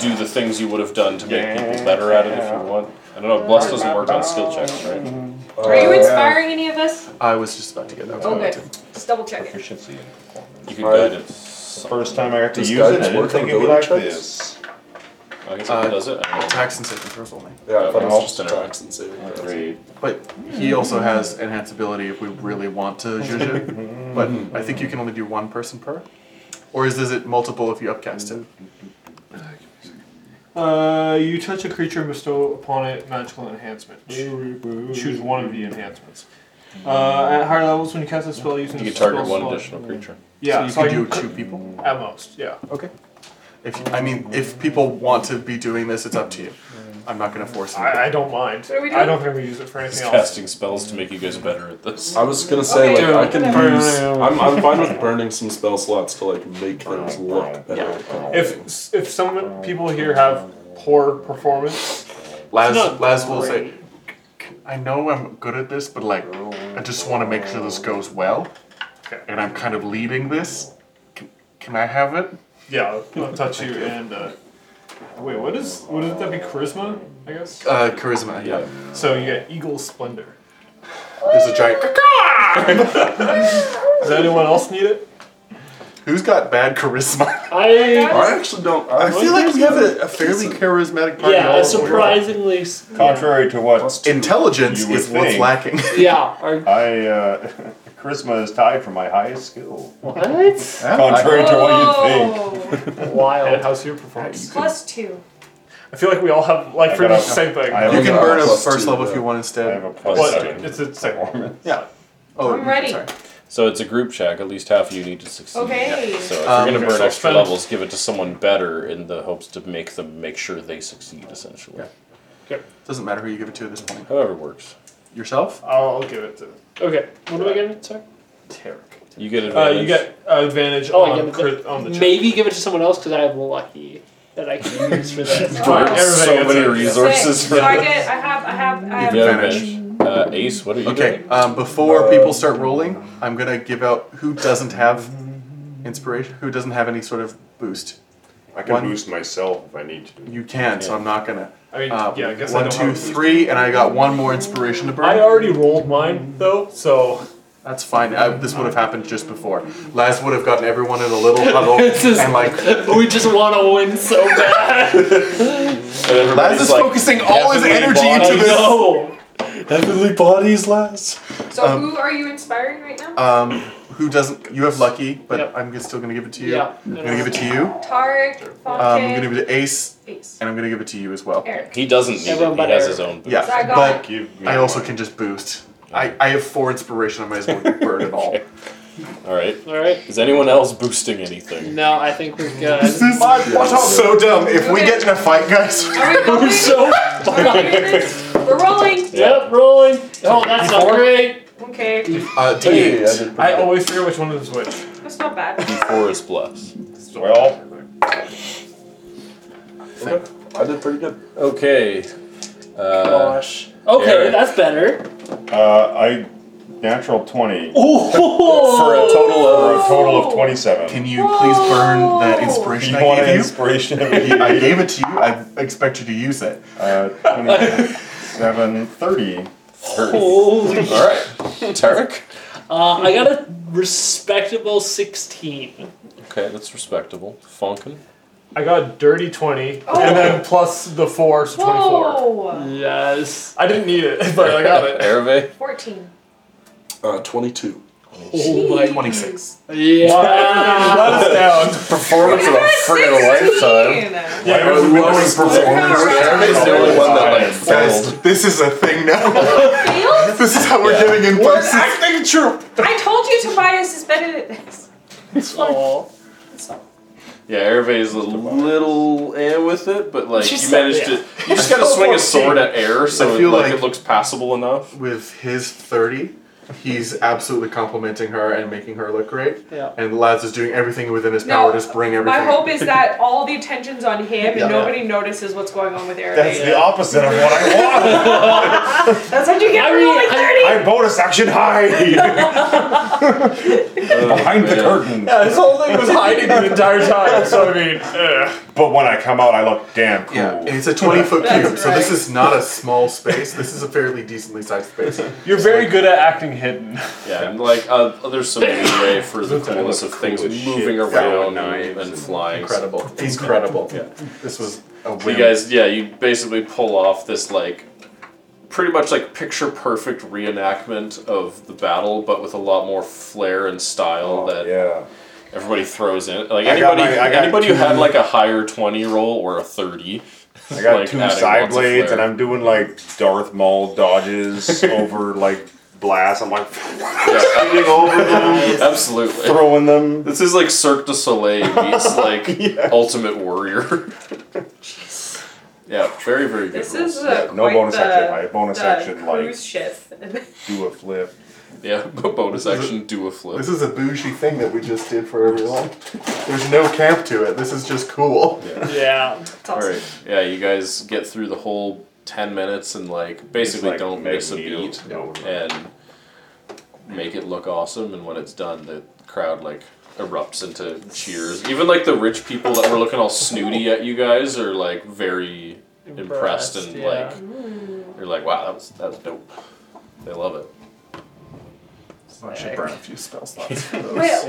[SPEAKER 1] do the things you would have done to make people better at it if you want. I don't know, Bless doesn't work on skill checks, right?
[SPEAKER 2] Oh,
[SPEAKER 4] Are
[SPEAKER 2] Uh,
[SPEAKER 4] you inspiring any of us?
[SPEAKER 5] I was just about to get that.
[SPEAKER 4] Oh, good. Just double check it.
[SPEAKER 6] Proficiency in performance.
[SPEAKER 1] You can
[SPEAKER 2] Alright.
[SPEAKER 1] guide it.
[SPEAKER 6] First time I got to
[SPEAKER 2] Does
[SPEAKER 6] use it, I
[SPEAKER 2] guidance
[SPEAKER 6] didn't
[SPEAKER 2] work on
[SPEAKER 6] think it'd be like
[SPEAKER 2] ability
[SPEAKER 6] this.
[SPEAKER 1] I guess
[SPEAKER 5] Uh,
[SPEAKER 1] it does it. I don't know.
[SPEAKER 5] Tax and saving throws only.
[SPEAKER 2] Yeah, I thought it
[SPEAKER 1] I'll
[SPEAKER 2] was just
[SPEAKER 1] just enter.
[SPEAKER 2] attacks and saving throws.
[SPEAKER 6] Three.
[SPEAKER 5] But he also has enhanced ability if we really want to zhuzh it. But I think you can only do one person per. Or is, is it multiple if you upcast it?
[SPEAKER 7] Uh, you touch a creature and bestow upon it magical enhancement. Choose one of the enhancements. Uh, at higher levels, when you cast a spell using
[SPEAKER 1] You
[SPEAKER 7] a
[SPEAKER 1] can target
[SPEAKER 7] spell
[SPEAKER 1] one
[SPEAKER 7] slot-
[SPEAKER 1] additional creature.
[SPEAKER 7] Yeah,
[SPEAKER 5] so you
[SPEAKER 7] I
[SPEAKER 5] can
[SPEAKER 7] can-
[SPEAKER 5] do two people.
[SPEAKER 7] at most. Yeah.
[SPEAKER 5] Okay. If I mean, if people want to be doing this, it's up to you. I'm not going to force it.
[SPEAKER 7] I, I don't mind.
[SPEAKER 4] What are we
[SPEAKER 7] I
[SPEAKER 4] doing?
[SPEAKER 7] don't think we use it for
[SPEAKER 1] It's
[SPEAKER 7] anything else.
[SPEAKER 1] casting spells to make you guys better at this.
[SPEAKER 2] I was gonna say
[SPEAKER 4] Okay.
[SPEAKER 2] like I can
[SPEAKER 4] Whatever.
[SPEAKER 2] use. I'm, I'm fine with burning some spell slots to like make things look better.
[SPEAKER 7] If if some people here have poor performance,
[SPEAKER 5] Laz,
[SPEAKER 7] not
[SPEAKER 5] Laz will say,
[SPEAKER 7] great.
[SPEAKER 5] I know I'm good at this, but like, I just want to make sure this goes well.
[SPEAKER 7] Okay.
[SPEAKER 5] And I'm kind of leading this. Can, can I have it?
[SPEAKER 7] yeah, I'll touch you and. Uh, wait, what is would it that be charisma? I guess.
[SPEAKER 5] Uh, charisma, yeah.
[SPEAKER 7] So you get eagle splendor.
[SPEAKER 5] There's a giant.
[SPEAKER 7] Does anyone else need it?
[SPEAKER 5] Who's got bad charisma?
[SPEAKER 3] I,
[SPEAKER 2] I actually don't. I,
[SPEAKER 5] I feel like we have a, a fairly
[SPEAKER 2] decent-
[SPEAKER 5] charismatic party.
[SPEAKER 3] yeah,
[SPEAKER 5] all
[SPEAKER 3] surprisingly. s-
[SPEAKER 6] Contrary to what
[SPEAKER 5] Intelligence
[SPEAKER 6] You would
[SPEAKER 5] is what's
[SPEAKER 6] think.
[SPEAKER 5] lacking.
[SPEAKER 3] Yeah. Our,
[SPEAKER 6] I, uh, charisma is tied for my highest skill.
[SPEAKER 3] what?
[SPEAKER 6] Contrary to
[SPEAKER 10] Oh.
[SPEAKER 6] what you think.
[SPEAKER 7] And
[SPEAKER 3] Wild.
[SPEAKER 7] how's your performance?
[SPEAKER 4] Oh, Plus two.
[SPEAKER 7] I feel like we all have like
[SPEAKER 6] I
[SPEAKER 7] pretty
[SPEAKER 6] got
[SPEAKER 7] much
[SPEAKER 6] a-
[SPEAKER 7] the same thing.
[SPEAKER 6] I have
[SPEAKER 5] you can
[SPEAKER 6] a-
[SPEAKER 5] burn a
[SPEAKER 2] plus
[SPEAKER 5] first
[SPEAKER 2] two,
[SPEAKER 5] level if
[SPEAKER 2] yeah.
[SPEAKER 5] you want
[SPEAKER 6] I have
[SPEAKER 5] instead.
[SPEAKER 6] a plus
[SPEAKER 7] But
[SPEAKER 6] two.
[SPEAKER 7] it's the same.
[SPEAKER 6] performance.
[SPEAKER 5] Yeah. Oh,
[SPEAKER 4] I'm ready.
[SPEAKER 5] Sorry.
[SPEAKER 1] So it's a group check. At least half of you need to succeed.
[SPEAKER 4] Okay.
[SPEAKER 1] So if
[SPEAKER 5] Um,
[SPEAKER 1] you're going to
[SPEAKER 7] okay,
[SPEAKER 1] burn
[SPEAKER 7] so
[SPEAKER 1] extra
[SPEAKER 7] spend-
[SPEAKER 1] levels, give it to someone better in the hopes to make them make sure they succeed, essentially.
[SPEAKER 5] Doesn't matter who you give it to at this point.
[SPEAKER 1] However works.
[SPEAKER 5] Yourself?
[SPEAKER 7] I'll give it to
[SPEAKER 3] Okay, what do I get? Sorry.
[SPEAKER 7] Tarek.
[SPEAKER 1] You get
[SPEAKER 7] Uh,
[SPEAKER 1] advantage.
[SPEAKER 7] you get uh, advantage
[SPEAKER 3] Oh, I
[SPEAKER 7] on,
[SPEAKER 3] get advantage.
[SPEAKER 7] crit, on the check.
[SPEAKER 3] Maybe give it to someone else because I'm lucky that I can use for this.
[SPEAKER 1] Burn
[SPEAKER 4] Oh,
[SPEAKER 7] Alright, everybody
[SPEAKER 1] so
[SPEAKER 7] gets
[SPEAKER 1] many
[SPEAKER 7] it.
[SPEAKER 1] resources
[SPEAKER 4] Six.
[SPEAKER 1] for
[SPEAKER 4] So I
[SPEAKER 1] that.
[SPEAKER 4] get. I have. I have. I have.
[SPEAKER 1] You have
[SPEAKER 5] Advantage.
[SPEAKER 1] advantage. Uh, Ace, what are you
[SPEAKER 5] Okay,
[SPEAKER 1] doing?
[SPEAKER 5] um,
[SPEAKER 7] Uh,
[SPEAKER 5] before people start rolling, I'm gonna give out who doesn't have inspiration, who doesn't have any sort of boost.
[SPEAKER 6] I can
[SPEAKER 5] One-
[SPEAKER 6] boost myself if I need to.
[SPEAKER 5] You can, so I'm not gonna.
[SPEAKER 7] I mean,
[SPEAKER 5] Uh,
[SPEAKER 7] yeah, I guess I
[SPEAKER 5] one,
[SPEAKER 7] don't
[SPEAKER 5] two,
[SPEAKER 7] have a-
[SPEAKER 5] three, and I got one more inspiration to burn.
[SPEAKER 7] I already rolled mine though, so
[SPEAKER 5] That's fine. I, this would have happened just before. Laz would have gotten everyone in a little huddle
[SPEAKER 3] is-
[SPEAKER 5] and like
[SPEAKER 3] we just want to win so bad.
[SPEAKER 1] And everybody's
[SPEAKER 5] Laz is
[SPEAKER 1] like,
[SPEAKER 5] focusing all his
[SPEAKER 1] heavenly
[SPEAKER 5] energy
[SPEAKER 1] bodies.
[SPEAKER 5] into this.
[SPEAKER 3] no.
[SPEAKER 2] Heavenly bodies, Laz.
[SPEAKER 4] So who are you inspiring right now?
[SPEAKER 5] Um, who doesn't? You have lucky, but
[SPEAKER 3] Yep.
[SPEAKER 5] I'm still gonna give it to you.
[SPEAKER 3] Yeah.
[SPEAKER 5] I'm gonna give it to you. Um,
[SPEAKER 4] Tarek,
[SPEAKER 5] I'm gonna
[SPEAKER 4] Falcon,
[SPEAKER 5] give it to Ace,
[SPEAKER 4] Ace,
[SPEAKER 5] and I'm gonna give it to you as well.
[SPEAKER 4] Eric.
[SPEAKER 1] He doesn't need
[SPEAKER 3] Everyone
[SPEAKER 1] it.
[SPEAKER 3] but
[SPEAKER 1] He has
[SPEAKER 3] Eric.
[SPEAKER 1] his own.
[SPEAKER 5] Yeah,
[SPEAKER 4] So I got
[SPEAKER 5] but
[SPEAKER 6] Give me
[SPEAKER 5] I also
[SPEAKER 6] one.
[SPEAKER 5] can just boost. I, I have four inspiration. I might as well burn it all.
[SPEAKER 1] All right.
[SPEAKER 3] All right.
[SPEAKER 1] Is anyone else boosting anything?
[SPEAKER 3] No, I think we're good.
[SPEAKER 5] is so dumb. If we
[SPEAKER 4] Okay.
[SPEAKER 5] get in a fight, guys,
[SPEAKER 4] Are we rolling?
[SPEAKER 3] We're so
[SPEAKER 4] We're rolling.
[SPEAKER 3] yep, rolling. Oh, that's not great.
[SPEAKER 4] Okay,
[SPEAKER 5] uh, D8.
[SPEAKER 7] I always figure which one is which.
[SPEAKER 4] that's not bad.
[SPEAKER 1] D4 is plus.
[SPEAKER 6] Well,
[SPEAKER 2] Okay. I did pretty good.
[SPEAKER 1] Okay. Uh,
[SPEAKER 3] Gosh. Okay,
[SPEAKER 1] Eric.
[SPEAKER 3] that's better.
[SPEAKER 6] uh, I natural twenty
[SPEAKER 1] for a total
[SPEAKER 6] for a
[SPEAKER 1] of.
[SPEAKER 6] total of twenty-seven.
[SPEAKER 5] Can you please burn that
[SPEAKER 6] If
[SPEAKER 5] inspiration
[SPEAKER 6] you
[SPEAKER 5] I
[SPEAKER 6] want an
[SPEAKER 5] gave you?
[SPEAKER 6] inspiration of a
[SPEAKER 5] I gave it to you. I expect you to use it.
[SPEAKER 6] uh, 27, 30.
[SPEAKER 3] Holy.
[SPEAKER 1] All right. Tarek?
[SPEAKER 3] Uh, I got a respectable 16.
[SPEAKER 1] Okay, that's respectable. Funkin.
[SPEAKER 7] I got a dirty twenty,
[SPEAKER 4] Oh.
[SPEAKER 7] and then plus the four, so twenty-four.
[SPEAKER 4] Whoa,
[SPEAKER 3] Yes.
[SPEAKER 7] I didn't need it, but I got it.
[SPEAKER 1] Erve?
[SPEAKER 4] fourteen.
[SPEAKER 2] Uh, twenty-two.
[SPEAKER 3] Oh my.
[SPEAKER 5] 26.
[SPEAKER 3] Yeah.
[SPEAKER 5] Let us down.
[SPEAKER 6] Performance of a friggin' lifetime.
[SPEAKER 5] Yeah,
[SPEAKER 6] Why would we always perform? Jeremy's the only one that like
[SPEAKER 5] Guys,
[SPEAKER 6] failed.
[SPEAKER 5] this is a thing now.
[SPEAKER 4] Failed?
[SPEAKER 5] this is how we're getting in places.
[SPEAKER 6] acting troupe.
[SPEAKER 4] I told you Tobias is better at this.
[SPEAKER 3] Aw.
[SPEAKER 1] Yeah, Hervé is a little eh with it, but like
[SPEAKER 3] She's
[SPEAKER 1] you managed
[SPEAKER 3] so-
[SPEAKER 1] to. You just gotta swing a sword at air, so
[SPEAKER 5] I
[SPEAKER 1] it,
[SPEAKER 5] feel
[SPEAKER 1] like,
[SPEAKER 5] like-
[SPEAKER 1] it looks passable enough.
[SPEAKER 5] With his 30, he's absolutely complimenting her and making her look great.
[SPEAKER 3] Yeah.
[SPEAKER 5] And Laz is doing everything within his
[SPEAKER 4] No,
[SPEAKER 5] power to just bring everything.
[SPEAKER 4] My hope is that all the attention's on him
[SPEAKER 5] Yeah.
[SPEAKER 4] and nobody notices what's going on with Eric.
[SPEAKER 6] That's the opposite of what I want.
[SPEAKER 4] That's what you get
[SPEAKER 3] I
[SPEAKER 4] for
[SPEAKER 3] mean,
[SPEAKER 4] rolling
[SPEAKER 3] I-
[SPEAKER 4] 30!
[SPEAKER 6] I bonus action hide Uh, behind the curtain.
[SPEAKER 10] Yeah, this whole thing was hiding the entire time. So I mean, ugh.
[SPEAKER 6] But when I come out, I look damn cool.
[SPEAKER 5] Yeah, and it's a 20 foot cube,
[SPEAKER 4] That's
[SPEAKER 5] so this
[SPEAKER 4] right.
[SPEAKER 5] is not a small space. This is a fairly decently sized space.
[SPEAKER 7] You're very good at acting hidden.
[SPEAKER 1] Yeah, and like uh, there's some leeway for the
[SPEAKER 6] Looks like it
[SPEAKER 1] coolness of
[SPEAKER 6] looks
[SPEAKER 1] things
[SPEAKER 6] cool as shit.
[SPEAKER 1] moving
[SPEAKER 6] Throwing
[SPEAKER 1] around and,
[SPEAKER 6] knives
[SPEAKER 1] and
[SPEAKER 6] and-
[SPEAKER 1] flying.
[SPEAKER 5] Incredible. Incredible. Yeah. This was a
[SPEAKER 1] So
[SPEAKER 5] win.
[SPEAKER 1] you guys, yeah, you basically pull off this like pretty much like picture perfect reenactment of the battle, but with a lot more flair and style
[SPEAKER 6] Oh,
[SPEAKER 1] that
[SPEAKER 6] yeah.
[SPEAKER 1] everybody throws in. Like
[SPEAKER 6] I got
[SPEAKER 1] anybody,
[SPEAKER 6] my- I got
[SPEAKER 1] anybody who had
[SPEAKER 6] two-
[SPEAKER 1] like a higher twenty roll or a thirty.
[SPEAKER 6] I got
[SPEAKER 1] like,
[SPEAKER 6] two
[SPEAKER 1] adding
[SPEAKER 6] side
[SPEAKER 1] lots of
[SPEAKER 6] blades,
[SPEAKER 1] flair.
[SPEAKER 6] and I'm doing like Darth Maul dodges over like blasts. I'm like
[SPEAKER 1] Yeah,
[SPEAKER 6] running over them,
[SPEAKER 1] absolutely.
[SPEAKER 6] throwing them.
[SPEAKER 1] This is like Cirque du Soleil meets like Ultimate Warrior. yeah, very very good.
[SPEAKER 4] This
[SPEAKER 1] rules.
[SPEAKER 4] is
[SPEAKER 1] yeah.
[SPEAKER 4] uh,
[SPEAKER 6] no
[SPEAKER 4] quite
[SPEAKER 6] bonus
[SPEAKER 4] the,
[SPEAKER 6] action, right? Bonus
[SPEAKER 4] the
[SPEAKER 6] action, like-
[SPEAKER 4] cruise ship.
[SPEAKER 6] Do a flip.
[SPEAKER 1] yeah, bonus action, do a flip.
[SPEAKER 5] This is a bougie thing that we just did for everyone. There's no camp to it. This is just cool.
[SPEAKER 3] Yeah.
[SPEAKER 4] It's
[SPEAKER 1] All
[SPEAKER 4] awesome.
[SPEAKER 1] right. Yeah, you guys get through the whole ten minutes and like basically
[SPEAKER 6] like
[SPEAKER 1] don't miss a
[SPEAKER 6] Magneto.
[SPEAKER 1] beat
[SPEAKER 6] No.
[SPEAKER 1] and make it look awesome. And when it's done, the crowd like erupts into cheers. Even like the rich people that were looking all snooty at you guys are like very impressed, and
[SPEAKER 3] yeah.
[SPEAKER 1] like you're like, wow, that was that was dope. They love it.
[SPEAKER 5] I should burn a few spell slots.
[SPEAKER 4] Wait,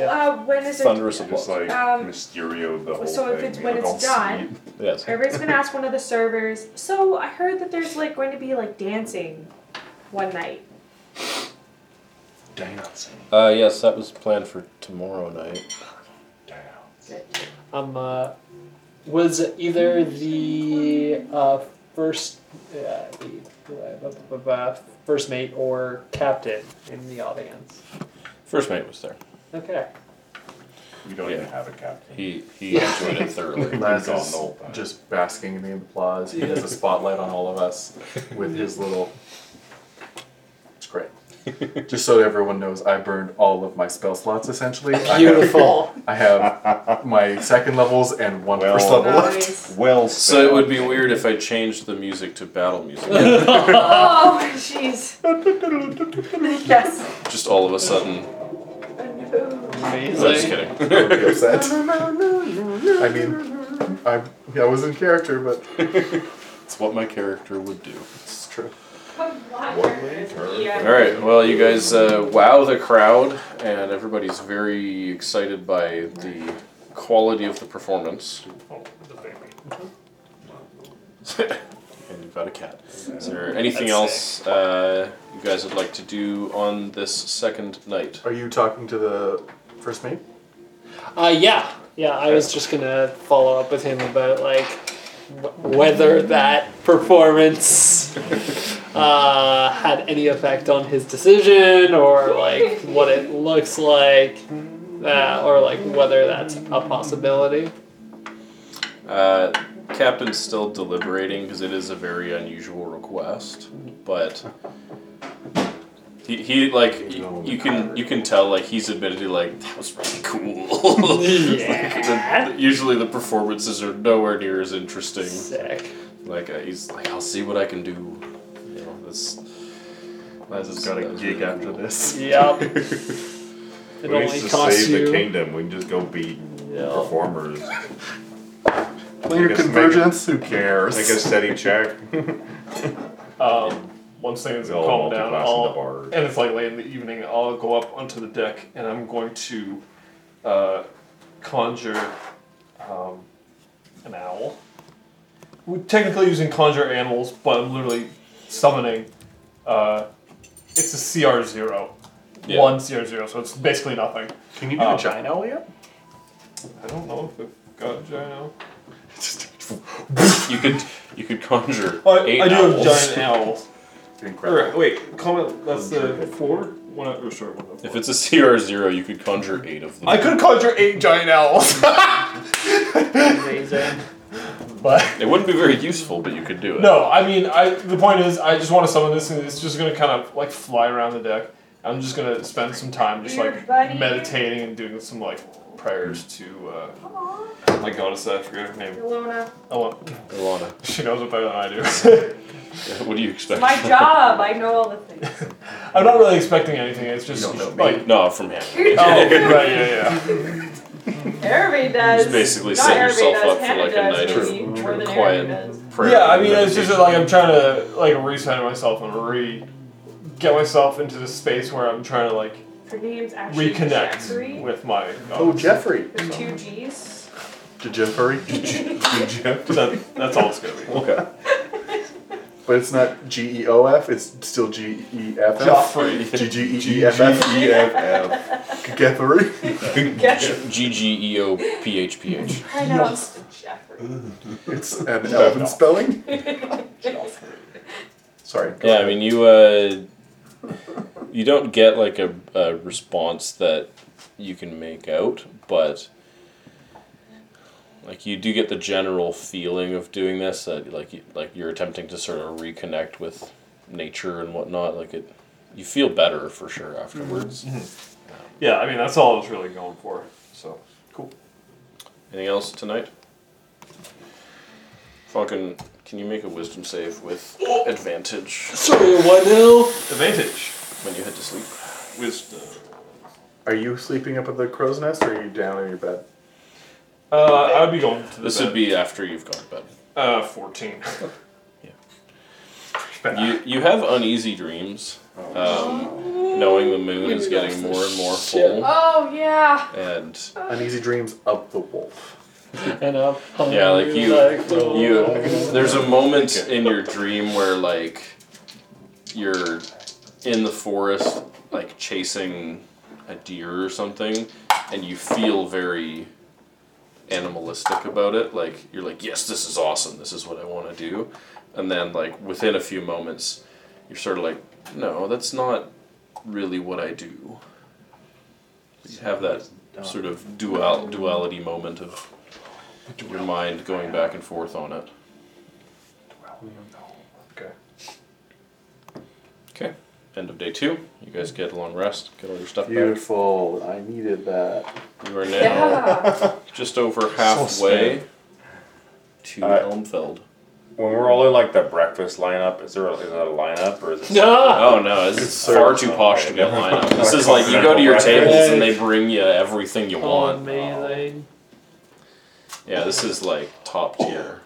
[SPEAKER 4] uh, when is it?
[SPEAKER 1] Thunderous applause.
[SPEAKER 6] Just like
[SPEAKER 4] Um,
[SPEAKER 6] Mysterio, the whole
[SPEAKER 4] so if
[SPEAKER 6] thing.
[SPEAKER 4] it's- when
[SPEAKER 6] like,
[SPEAKER 4] it's
[SPEAKER 6] all
[SPEAKER 4] done-
[SPEAKER 6] sweet.
[SPEAKER 1] Yes.
[SPEAKER 4] Everybody's gonna ask one of the servers. So I heard that there's like going to be like dancing one night.
[SPEAKER 6] Dance,
[SPEAKER 1] Uh, yes, that was planned for tomorrow night.
[SPEAKER 6] dance.
[SPEAKER 3] Um, uh, was either the uh, first uh, the, uh, bu- bu- bu- uh, first mate or captain in the audience?
[SPEAKER 1] First mate was there.
[SPEAKER 3] Okay.
[SPEAKER 6] We don't
[SPEAKER 1] Yeah.
[SPEAKER 6] even have a captain.
[SPEAKER 1] He he enjoyed it thoroughly.
[SPEAKER 5] Laz
[SPEAKER 6] He's all
[SPEAKER 5] is
[SPEAKER 6] null back.
[SPEAKER 5] just basking in the applause. He has a spotlight on all of us with his little. It's great. Just so everyone knows, I burned all of my spell slots essentially. I have,
[SPEAKER 3] Beautiful.
[SPEAKER 5] I have my second levels and one
[SPEAKER 6] Well-
[SPEAKER 5] first level left.
[SPEAKER 4] Nice.
[SPEAKER 6] Well,
[SPEAKER 1] So it would
[SPEAKER 6] spelled.
[SPEAKER 1] be weird if I changed the music to battle music.
[SPEAKER 4] oh, jeez. yes.
[SPEAKER 1] Just all of a sudden. No, just
[SPEAKER 3] Amazing.
[SPEAKER 1] kidding.
[SPEAKER 5] I would be upset. I mean, I, I was in character, but
[SPEAKER 1] It's what my character would do.
[SPEAKER 5] it's true.
[SPEAKER 1] All right. Well, you guys uh, wow the crowd, and everybody's very excited by the quality of the performance. and you've got a cat. Is there anything else uh, you guys would like to do on this second night?
[SPEAKER 5] Are you talking to the first mate?
[SPEAKER 3] Uh, yeah. Yeah, I was just gonna follow up with him about like wh- whether that performance uh, had any effect on his decision or like what it looks like, uh, or like whether that's a possibility.
[SPEAKER 1] Uh, Captain's still deliberating because it is a very unusual request, but he, he like y- you can you can tell like he's admittedly like that was really cool.
[SPEAKER 3] Yeah.
[SPEAKER 1] Like, the- usually the performances are nowhere near as interesting.
[SPEAKER 3] Sick.
[SPEAKER 1] Like uh, he's like I'll see what I can do. You know this.
[SPEAKER 5] Laz has got a
[SPEAKER 1] that was
[SPEAKER 5] gig
[SPEAKER 1] really
[SPEAKER 5] after
[SPEAKER 1] cool.
[SPEAKER 5] this.
[SPEAKER 3] Yep. It
[SPEAKER 6] We can
[SPEAKER 3] only
[SPEAKER 6] just
[SPEAKER 3] costs
[SPEAKER 6] save the
[SPEAKER 3] you.
[SPEAKER 6] kingdom. We can just go beat
[SPEAKER 3] Yeah.
[SPEAKER 6] performers.
[SPEAKER 5] Player
[SPEAKER 6] Make us- make-
[SPEAKER 5] convergence? Who cares?
[SPEAKER 6] Make a steady check.
[SPEAKER 7] Um, once things
[SPEAKER 6] They'll
[SPEAKER 7] calm down,
[SPEAKER 6] multi-class
[SPEAKER 7] I'll,
[SPEAKER 6] into bard.
[SPEAKER 7] and it's like late in the evening, I'll go up onto the deck and I'm going to uh, conjure um, an owl. We're technically using conjure animals, but I'm literally summoning. Uh, it's a CR zero.
[SPEAKER 1] Yeah.
[SPEAKER 7] one zero zero, so it's basically nothing.
[SPEAKER 8] Can you do
[SPEAKER 6] Uh,
[SPEAKER 7] Um,
[SPEAKER 8] a gyno yet?
[SPEAKER 7] I don't know if I've got a giant owl.
[SPEAKER 1] You could you could conjure
[SPEAKER 7] I,
[SPEAKER 1] eight
[SPEAKER 7] I do
[SPEAKER 1] owls.
[SPEAKER 7] have giant owls.
[SPEAKER 6] Incredible.
[SPEAKER 7] Alright, wait, comment. That's the four? One, or sorry, one oh. of the
[SPEAKER 1] If
[SPEAKER 7] four.
[SPEAKER 1] it's a CR zero, you could conjure eight of them.
[SPEAKER 7] I could conjure eight giant owls,
[SPEAKER 10] Amazing.
[SPEAKER 7] but.
[SPEAKER 1] It wouldn't be very useful, but you could do it.
[SPEAKER 7] No, I mean, I. The point is, I just want to summon this, and it's just gonna kind of like fly around the deck. I'm just gonna spend some time just like
[SPEAKER 4] Everybody.
[SPEAKER 7] meditating and doing some like prayers to uh,
[SPEAKER 4] Aw,
[SPEAKER 7] my goddess. I forget her name.
[SPEAKER 4] Ilona.
[SPEAKER 7] Oh,
[SPEAKER 1] Alana,
[SPEAKER 7] she knows it better than I do.
[SPEAKER 1] what do you expect?
[SPEAKER 4] My job. I know all the things.
[SPEAKER 7] I'm not really expecting anything. It's just
[SPEAKER 8] don't know me.
[SPEAKER 7] like.
[SPEAKER 1] no, from him.
[SPEAKER 7] Oh, right, yeah, yeah.
[SPEAKER 4] Everybody does.
[SPEAKER 1] Just basically
[SPEAKER 4] Not
[SPEAKER 1] set
[SPEAKER 4] everybody
[SPEAKER 1] yourself
[SPEAKER 4] does,
[SPEAKER 1] up for,
[SPEAKER 4] Hannah
[SPEAKER 1] like, a
[SPEAKER 4] does,
[SPEAKER 1] night of
[SPEAKER 4] maybe, more than
[SPEAKER 1] quiet.
[SPEAKER 4] Aaron does.
[SPEAKER 1] Prayer
[SPEAKER 7] Yeah, I mean, it's
[SPEAKER 1] meditation.
[SPEAKER 7] just that, like I'm trying to like reset myself and re get myself into this space where I'm trying to like
[SPEAKER 4] Her name's actually
[SPEAKER 7] reconnect
[SPEAKER 4] Jeffrey.
[SPEAKER 7] with my. um,
[SPEAKER 8] Oh, Jeffrey.
[SPEAKER 4] There's two G's.
[SPEAKER 8] To Jeffrey.
[SPEAKER 7] That, that's all it's gonna be.
[SPEAKER 1] Okay.
[SPEAKER 8] But it's not G E O F, it's still G E F F.
[SPEAKER 7] Joffrey.
[SPEAKER 8] G G E E F F. Jeffrey.
[SPEAKER 1] G G E O P H P H.
[SPEAKER 4] Pronounced Jeffrey.
[SPEAKER 8] It's an Elven spelling. Sorry. go
[SPEAKER 1] Yeah, I
[SPEAKER 8] ahead.
[SPEAKER 1] mean, you uh, you don't get like a, a response that you can make out, but like you do get the general feeling of doing this that like you, like you're attempting to sort of reconnect with nature and whatnot. Like it, you feel better for sure afterwards.
[SPEAKER 7] Yeah, I mean that's all I was really going for. So cool.
[SPEAKER 1] Anything else tonight? Falcon, can you make a wisdom save with advantage
[SPEAKER 3] Sorry, what now?
[SPEAKER 7] Advantage.
[SPEAKER 1] when you head to sleep?
[SPEAKER 7] Wisdom.
[SPEAKER 8] Are you sleeping up at the crow's nest or are you down in your bed?
[SPEAKER 7] Uh, I would be going to the
[SPEAKER 1] This
[SPEAKER 7] bed.
[SPEAKER 1] would be after you've gone to bed.
[SPEAKER 7] uh fourteen.
[SPEAKER 1] Yeah.
[SPEAKER 7] Bad.
[SPEAKER 1] You you have uneasy dreams, um, knowing the moon is getting more and more full,
[SPEAKER 9] Oh yeah.
[SPEAKER 1] and
[SPEAKER 8] Uneasy dreams of the wolf.
[SPEAKER 3] And up.
[SPEAKER 1] Yeah, like you-
[SPEAKER 3] the
[SPEAKER 1] you
[SPEAKER 3] wolf.
[SPEAKER 1] there's a moment in your dream where like you're in the forest, like chasing a deer or something, and you feel very animalistic about it. Like you're like, yes, this is awesome. This is what I want to do, and then like within a few moments, you're sort of like, no, that's not really what I do. You have that sort of dual duality moment of your mind going back and forth on it.
[SPEAKER 7] Okay.
[SPEAKER 1] Okay. End of day two. You guys get a long rest. Get all your stuff back.
[SPEAKER 8] Beautiful. I needed that.
[SPEAKER 1] You are now
[SPEAKER 9] Yeah.
[SPEAKER 1] just over halfway to
[SPEAKER 6] All right.
[SPEAKER 1] Elmfeld.
[SPEAKER 6] When we're all in like the breakfast lineup, is there is it a lineup or is it?
[SPEAKER 3] Ah!
[SPEAKER 1] Oh no, this is far too posh to be a lineup. This is like you go to your tables and they bring you everything you want.
[SPEAKER 3] Amazing.
[SPEAKER 1] Yeah, this is like top tier.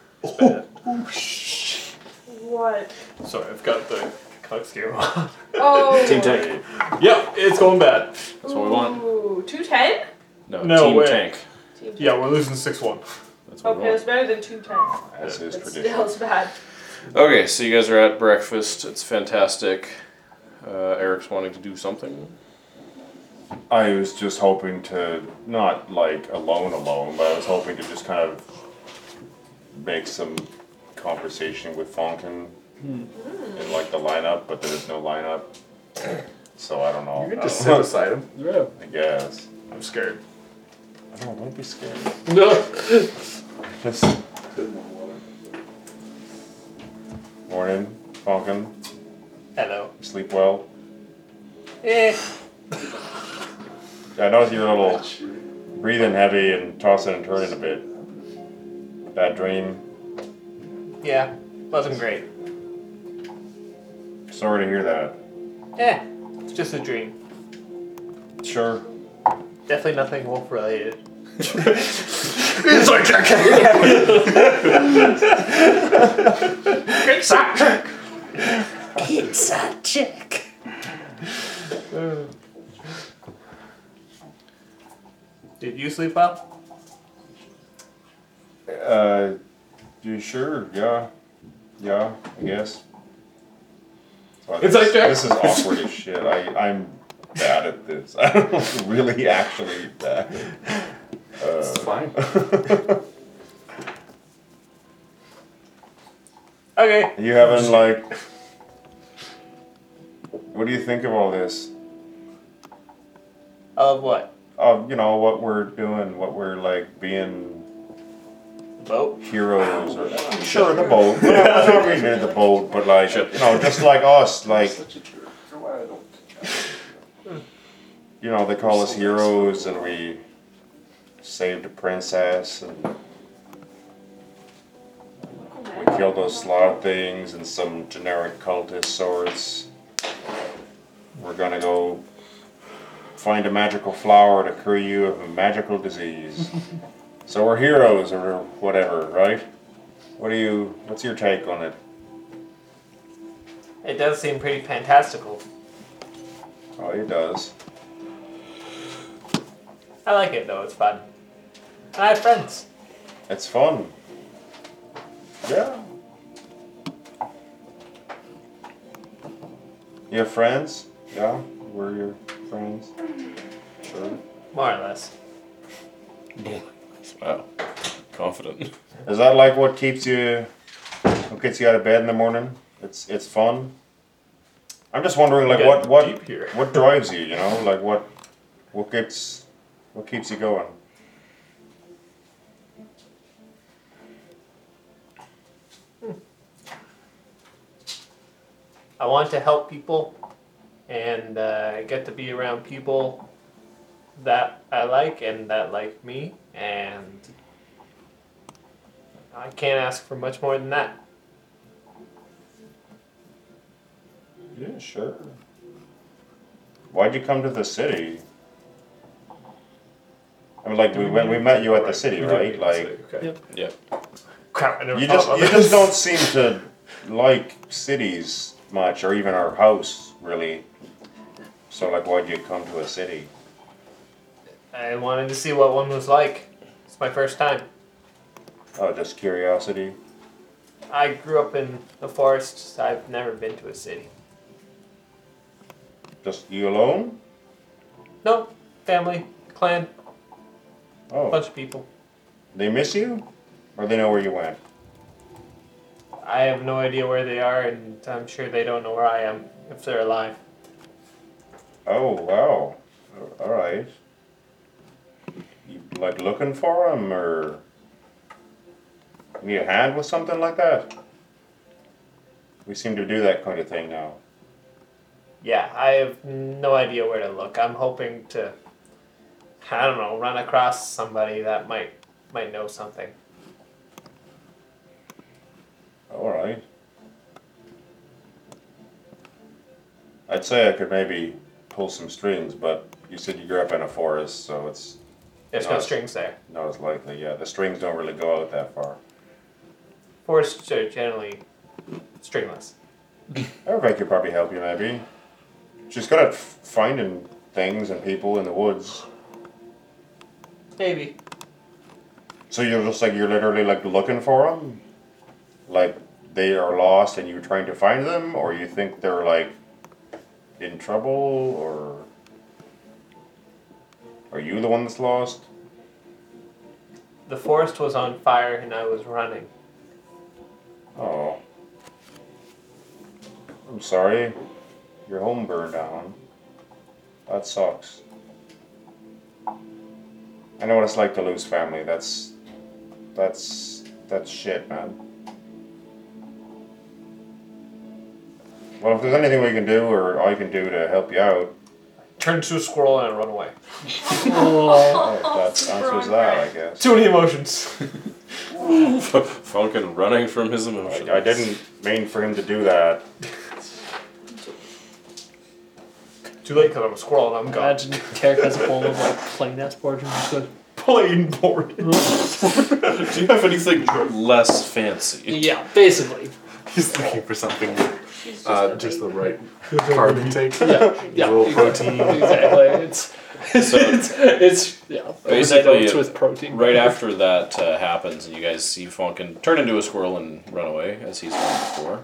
[SPEAKER 4] What?
[SPEAKER 7] Sorry, I've got the Cox game on.
[SPEAKER 9] Oh.
[SPEAKER 1] Team Tank.
[SPEAKER 7] yep, it's going bad.
[SPEAKER 1] That's what we want.
[SPEAKER 4] Ooh, 210?
[SPEAKER 1] No,
[SPEAKER 7] No
[SPEAKER 1] Team
[SPEAKER 7] way.
[SPEAKER 1] Tank.
[SPEAKER 7] Yeah, we're losing six one.
[SPEAKER 1] That's what we
[SPEAKER 4] Okay,
[SPEAKER 1] want.
[SPEAKER 4] it's better than 210.
[SPEAKER 6] As is
[SPEAKER 4] But
[SPEAKER 6] tradition.
[SPEAKER 4] still, it's bad.
[SPEAKER 1] Okay, so you guys are at breakfast. It's fantastic. Uh, Eric's wanting to do something.
[SPEAKER 6] I was just hoping to not like alone alone, but I was hoping to just kind of make some conversation with Fonkin in like the lineup, but there is no lineup. So I don't know.
[SPEAKER 8] You can just sit beside him.
[SPEAKER 6] I guess.
[SPEAKER 7] I'm scared.
[SPEAKER 6] No, don't be scared.
[SPEAKER 3] No.
[SPEAKER 6] Just Morning, Falcon.
[SPEAKER 7] Hello.
[SPEAKER 6] Sleep well.
[SPEAKER 10] Eh.
[SPEAKER 6] I noticed you're a little breathing heavy and tossing and turning a bit. Bad dream.
[SPEAKER 10] Yeah. Wasn't great.
[SPEAKER 6] Sorry to hear that.
[SPEAKER 10] Eh. It's just a dream.
[SPEAKER 6] Sure.
[SPEAKER 10] Definitely nothing wolf related.
[SPEAKER 8] It's like that.
[SPEAKER 10] Did you sleep well?
[SPEAKER 6] Uh, you sure? Yeah. Yeah, I guess. So
[SPEAKER 7] It's like that.
[SPEAKER 6] This is awkward as shit. I, I'm bad at this. I don't really actually. Uh, it's
[SPEAKER 8] fine.
[SPEAKER 10] Okay.
[SPEAKER 6] You haven't like. What do you think of all this?
[SPEAKER 10] Of what?
[SPEAKER 6] Of you know what we're doing, what we're like being
[SPEAKER 10] Boat?
[SPEAKER 6] heroes or sure in the boat. No, I'm not really in the boat, but like you know, just like us, like you know, they call us heroes and we saved a princess and we killed those slot things and some generic cultist sorts. We're gonna go find a magical flower to cure you of a magical disease. so we're heroes or whatever, right? What do you? What's your take on it?
[SPEAKER 10] It does seem pretty fantastical.
[SPEAKER 6] Oh, it does.
[SPEAKER 10] I like it though, it's fun. And I have friends.
[SPEAKER 6] It's fun. Yeah. You have friends? Yeah, we're your friends. Sure.
[SPEAKER 10] More or less.
[SPEAKER 1] Wow. Confident.
[SPEAKER 6] Is that like what keeps you, what gets you out of bed in the morning? It's it's fun. I'm just wondering, like, what
[SPEAKER 7] Getting
[SPEAKER 6] what
[SPEAKER 7] deep here.
[SPEAKER 6] what drives you? You know, like what what gets what keeps you going?
[SPEAKER 10] I want to help people and uh, get to be around people that I like and that like me, and I can't ask for much more than that.
[SPEAKER 6] Yeah, sure. Why'd you come to the city? I mean, like we when we met you at the city, right? Like
[SPEAKER 7] okay.
[SPEAKER 1] Yeah.
[SPEAKER 10] Crap, I never
[SPEAKER 6] you
[SPEAKER 10] thought
[SPEAKER 6] just
[SPEAKER 10] about
[SPEAKER 6] you
[SPEAKER 10] that.
[SPEAKER 6] just don't seem to like cities much, or even our house really. So like, why'd you come to a city?
[SPEAKER 10] I wanted to see what one was like. It's my first time.
[SPEAKER 6] Oh, just curiosity.
[SPEAKER 10] I grew up in the forest. So I've never been to a city.
[SPEAKER 6] Just you alone?
[SPEAKER 10] No, family, clan,
[SPEAKER 6] Oh,
[SPEAKER 10] bunch of people.
[SPEAKER 6] they miss you, or they know where you went.
[SPEAKER 10] I have no idea where they are, and I'm sure they don't know where I am if they're alive.
[SPEAKER 6] Oh wow! All right. You like looking for him, or need a hand with something like that? We seem to do that kind of thing now.
[SPEAKER 10] Yeah, I have no idea where to look. I'm hoping to, I don't know, run across somebody that might might know something.
[SPEAKER 6] All right. I'd say I could maybe pull some strings, but you said you grew up in a forest, so it's
[SPEAKER 10] There's no
[SPEAKER 6] Nice.
[SPEAKER 10] strings there.
[SPEAKER 6] not as likely. Yeah, the strings don't really go out that far.
[SPEAKER 10] Forests are generally stringless.
[SPEAKER 6] Everybody could probably help you, maybe. She's good at f- finding things and people in the woods.
[SPEAKER 10] Maybe.
[SPEAKER 6] So you're just like, you're literally like looking for them? Like they are lost and you're trying to find them? Or you think they're like in trouble? Or are you the one that's lost?
[SPEAKER 10] The forest was on fire and I was running.
[SPEAKER 6] Oh. I'm sorry. Your home burned down. That sucks. I know what it's like to lose family. That's. That's. That's shit, man. Well, if there's anything we can do or I can do to help you out,
[SPEAKER 10] Turn into a squirrel and I run away.
[SPEAKER 3] Oh,
[SPEAKER 6] oh, that answers that, I guess.
[SPEAKER 10] Too many emotions.
[SPEAKER 1] Falcon running from his emotions.
[SPEAKER 6] I, I didn't mean for him to do that.
[SPEAKER 10] Too late because I'm a squirrel and I'm gone.
[SPEAKER 3] imagine Carrick has a bowl of like plain ass porridge and just goes,
[SPEAKER 7] Plain boring.
[SPEAKER 1] Do you have anything less fancy?
[SPEAKER 3] yeah, basically.
[SPEAKER 8] He's looking for something
[SPEAKER 4] She's just
[SPEAKER 5] Uh,
[SPEAKER 4] a
[SPEAKER 5] just the
[SPEAKER 4] baby.
[SPEAKER 5] right carb intake.
[SPEAKER 3] Yeah, yeah.
[SPEAKER 5] Little
[SPEAKER 3] exactly.
[SPEAKER 5] protein.
[SPEAKER 3] Exactly. It's, it's,
[SPEAKER 1] So-
[SPEAKER 3] it's, it's yeah.
[SPEAKER 1] Basically, uh,
[SPEAKER 3] it's
[SPEAKER 1] it-
[SPEAKER 3] with protein.
[SPEAKER 1] Right after that uh, happens, and you guys see Falcon turn into a squirrel and run away, as he's done before. Uh,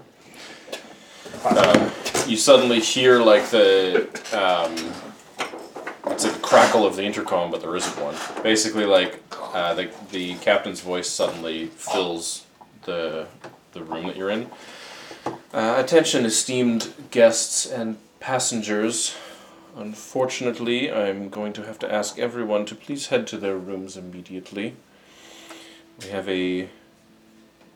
[SPEAKER 1] Um, you suddenly hear like the um, crackle of the intercom, but there isn't one. Basically, like uh, the the captain's voice suddenly fills the the room that you're in. Uh, attention, esteemed guests and passengers. Unfortunately, I'm going to have to ask everyone to please head to their rooms immediately. We have a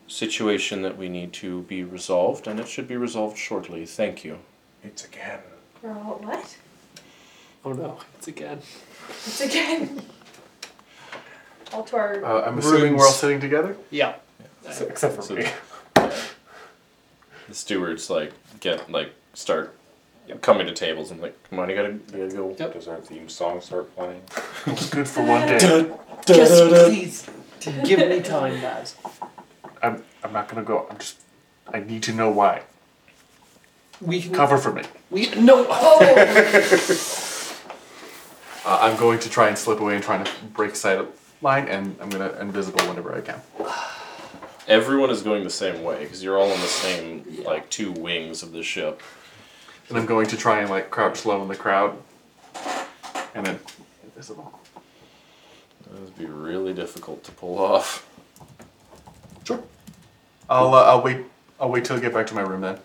[SPEAKER 1] situation that we need to be resolved, and it should be resolved shortly. Thank you.
[SPEAKER 6] It's again.
[SPEAKER 9] Girl, what?
[SPEAKER 3] Oh no, it's again.
[SPEAKER 9] It's again. All to our.
[SPEAKER 5] Uh, I'm assuming we're all sitting together.
[SPEAKER 3] Yeah.
[SPEAKER 7] Except for
[SPEAKER 1] So-
[SPEAKER 7] me.
[SPEAKER 1] The stewards like get like start coming to tables and like, come on, you gotta, you gotta go.
[SPEAKER 3] Yep.
[SPEAKER 6] Does our theme song start playing?
[SPEAKER 5] Good for one day.
[SPEAKER 3] Just please give me time, guys.
[SPEAKER 5] I'm, I'm not gonna go. I'm just. I need to know why.
[SPEAKER 3] We can
[SPEAKER 5] Cover for me.
[SPEAKER 3] We no.
[SPEAKER 9] Oh!
[SPEAKER 5] Uh, I'm going to try and slip away and trying to break sight of line, and I'm gonna invisible whenever I can.
[SPEAKER 1] Everyone is going the same way because you're all on the same like two wings of the ship.
[SPEAKER 5] And I'm going to try and like crouch low in the crowd, and then invisible.
[SPEAKER 1] That would be really difficult to pull off.
[SPEAKER 5] Sure. I'll uh, I'll wait. I'll wait till I get back to my room then.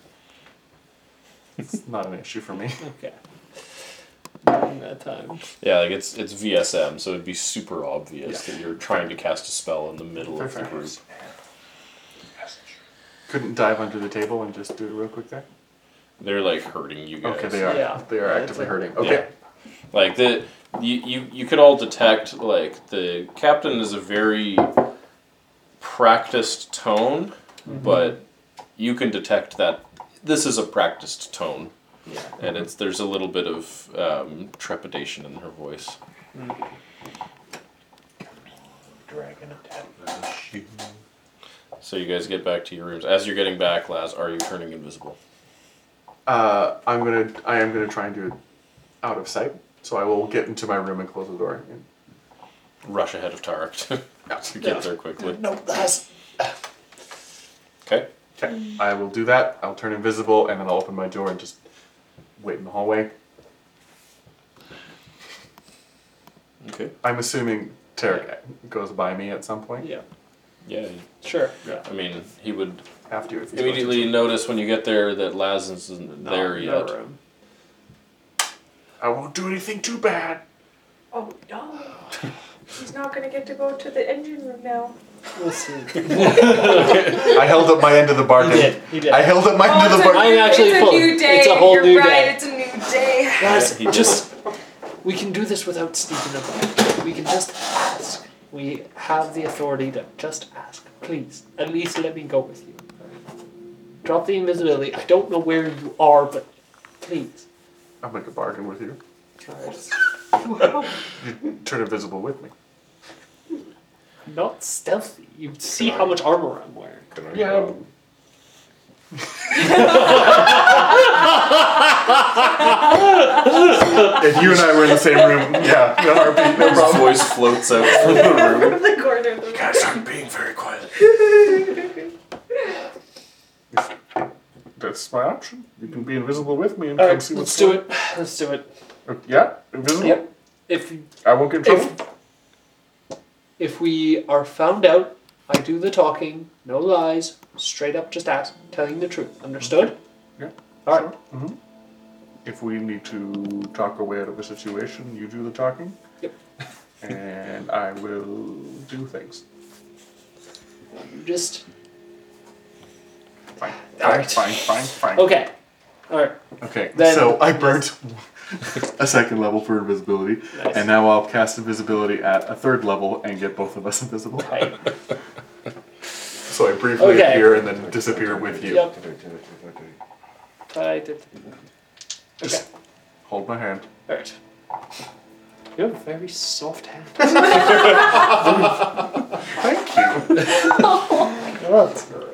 [SPEAKER 5] It's not an issue for me.
[SPEAKER 3] Okay. That time.
[SPEAKER 1] Yeah, like it's it's VSM, so it'd be super obvious that you're trying to cast a spell in the middle of the
[SPEAKER 5] Fair.
[SPEAKER 1] group.
[SPEAKER 5] Couldn't dive under the table and just do it real quick there.
[SPEAKER 1] They're like hurting you guys.
[SPEAKER 5] Okay, they are.
[SPEAKER 3] Yeah.
[SPEAKER 5] They are
[SPEAKER 3] Yeah, it's
[SPEAKER 5] actively
[SPEAKER 3] like-
[SPEAKER 5] hurting. Okay.
[SPEAKER 1] Like the you, you you could all detect like the captain is a very practiced tone, but you can detect that this is a practiced tone.
[SPEAKER 3] Yeah.
[SPEAKER 1] And it's there's a little bit of um, trepidation in her voice.
[SPEAKER 10] Dragon attack.
[SPEAKER 1] So you guys get back to your rooms. As you're getting back, Laz, are you turning invisible?
[SPEAKER 5] Uh, I'm gonna. I am gonna try and do it out of sight. So I will get into my room and close the door.
[SPEAKER 1] Rush ahead of Tarek to, to get there quickly.
[SPEAKER 5] No, that's.
[SPEAKER 1] Okay.
[SPEAKER 5] Okay. I will do that. I'll turn invisible and then I'll open my door and just wait in the hallway.
[SPEAKER 1] Okay.
[SPEAKER 5] I'm assuming Tarek goes by me at some point.
[SPEAKER 3] Yeah.
[SPEAKER 1] Yeah.
[SPEAKER 3] Sure.
[SPEAKER 1] I mean, he would
[SPEAKER 5] Have to if he's
[SPEAKER 1] immediately notice when you get there that Laz isn't
[SPEAKER 3] No,
[SPEAKER 1] there
[SPEAKER 3] no
[SPEAKER 1] yet.
[SPEAKER 3] room.
[SPEAKER 5] I won't do anything too bad.
[SPEAKER 9] Oh no. He's not gonna get to go to the engine room now.
[SPEAKER 3] We'll see.
[SPEAKER 5] I held up my end of the
[SPEAKER 3] He
[SPEAKER 5] bargain.
[SPEAKER 3] did. He did.
[SPEAKER 5] I held up my
[SPEAKER 9] Oh,
[SPEAKER 5] end of
[SPEAKER 9] it's,
[SPEAKER 5] the
[SPEAKER 9] a,
[SPEAKER 5] bargain.
[SPEAKER 3] I'm
[SPEAKER 9] new-
[SPEAKER 3] actually
[SPEAKER 9] it's
[SPEAKER 3] full.
[SPEAKER 9] a new day.
[SPEAKER 3] It's a whole
[SPEAKER 9] You're
[SPEAKER 3] new
[SPEAKER 9] right.
[SPEAKER 3] day.
[SPEAKER 9] It's a new day.
[SPEAKER 1] Yeah,
[SPEAKER 3] Guys,
[SPEAKER 1] he did.
[SPEAKER 3] just we can do this without sneaking up. We can just ask. We have the authority to just ask. Please, at least let me go with you. Drop the invisibility. I don't know where you are, but please.
[SPEAKER 5] I'll make a bargain with you.
[SPEAKER 9] Wow.
[SPEAKER 5] You turn invisible with me.
[SPEAKER 3] Not stealthy. You see how much armor I'm wearing.
[SPEAKER 6] Can I
[SPEAKER 5] Yeah.
[SPEAKER 6] go?
[SPEAKER 5] If you and I were in the same room, yeah, no heartbeat, no problem.
[SPEAKER 1] voice floats out from the room.
[SPEAKER 9] the corner of the room.
[SPEAKER 6] Guys, I'm being very quiet.
[SPEAKER 5] That's my option. You can be invisible with me and
[SPEAKER 3] All
[SPEAKER 5] come
[SPEAKER 3] right,
[SPEAKER 5] see
[SPEAKER 3] let's
[SPEAKER 5] what's
[SPEAKER 3] do it. Let's do it.
[SPEAKER 5] it. Yeah, invisible.
[SPEAKER 3] Yep. If
[SPEAKER 5] I won't get in trouble.
[SPEAKER 3] if if we are found out, I do the talking. No lies. Straight up, just ask, telling the truth. Understood?
[SPEAKER 5] Yeah, Mm-hmm.
[SPEAKER 3] All right.
[SPEAKER 5] If we need to talk our way out of a situation, you do the talking.
[SPEAKER 3] Yep.
[SPEAKER 5] And I will do things.
[SPEAKER 3] You just
[SPEAKER 5] Fine.
[SPEAKER 3] All
[SPEAKER 5] Fine,
[SPEAKER 3] right.
[SPEAKER 5] fine, fine, fine.
[SPEAKER 3] okay. All right.
[SPEAKER 5] Okay,
[SPEAKER 3] Then-
[SPEAKER 5] so I burnt a second level for invisibility,
[SPEAKER 3] Nice.
[SPEAKER 5] and now I'll cast invisibility at a third level and get both of us invisible.
[SPEAKER 3] Right.
[SPEAKER 5] So I briefly
[SPEAKER 3] Okay.
[SPEAKER 5] appear and then disappear with you.
[SPEAKER 3] Yep. I did.
[SPEAKER 5] Just hold my hand.
[SPEAKER 3] All right. You have a very soft hand.
[SPEAKER 5] Thank you.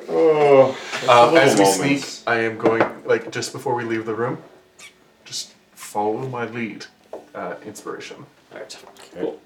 [SPEAKER 5] oh. Um, as we
[SPEAKER 6] moments.
[SPEAKER 5] sneak, I am going like just before we leave the room. Just follow my lead. Uh, inspiration.
[SPEAKER 3] All right. Cool.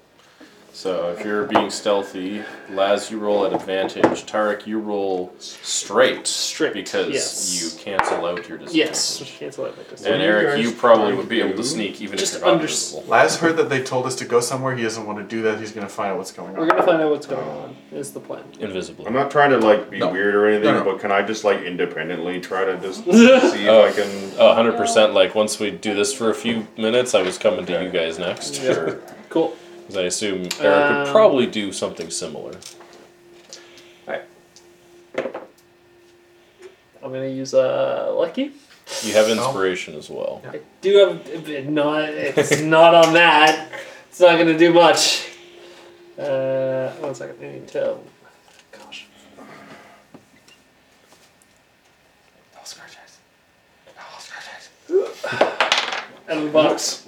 [SPEAKER 1] So if you're being stealthy, Laz, you roll at advantage. Tarek, you roll straight.
[SPEAKER 3] Straight,
[SPEAKER 1] Because
[SPEAKER 3] yes.
[SPEAKER 1] you cancel out your disadvantage.
[SPEAKER 3] Yes, which cancel out my disadvantage.
[SPEAKER 1] And Eric, you probably would be able to sneak even
[SPEAKER 3] Just
[SPEAKER 1] if you're not
[SPEAKER 3] under-
[SPEAKER 1] invisible.
[SPEAKER 8] Laz heard that they told us to go somewhere. He doesn't want to do that. He's going to find out what's going
[SPEAKER 3] We're
[SPEAKER 8] on.
[SPEAKER 3] gonna find out what's going on. Is the plan?
[SPEAKER 1] Invisible.
[SPEAKER 6] I'm not trying to like be
[SPEAKER 2] No.
[SPEAKER 6] weird or anything,
[SPEAKER 2] No, no.
[SPEAKER 6] but can I just like independently try to just see if I can?
[SPEAKER 1] A hundred percent. Like once we do this for a few minutes, I was coming to you guys next.
[SPEAKER 6] Sure.
[SPEAKER 3] Cool.
[SPEAKER 1] 'Cause I assume Eric would
[SPEAKER 3] Um,
[SPEAKER 1] probably do something similar.
[SPEAKER 3] I'm gonna use uh, lucky.
[SPEAKER 1] You have inspiration as well.
[SPEAKER 3] I do have but not. It's not on that. It's not gonna do much. Uh, one second. I need to. oh Gosh. Oh, scratch eyes. Oh, scratch eyes. Out of the box.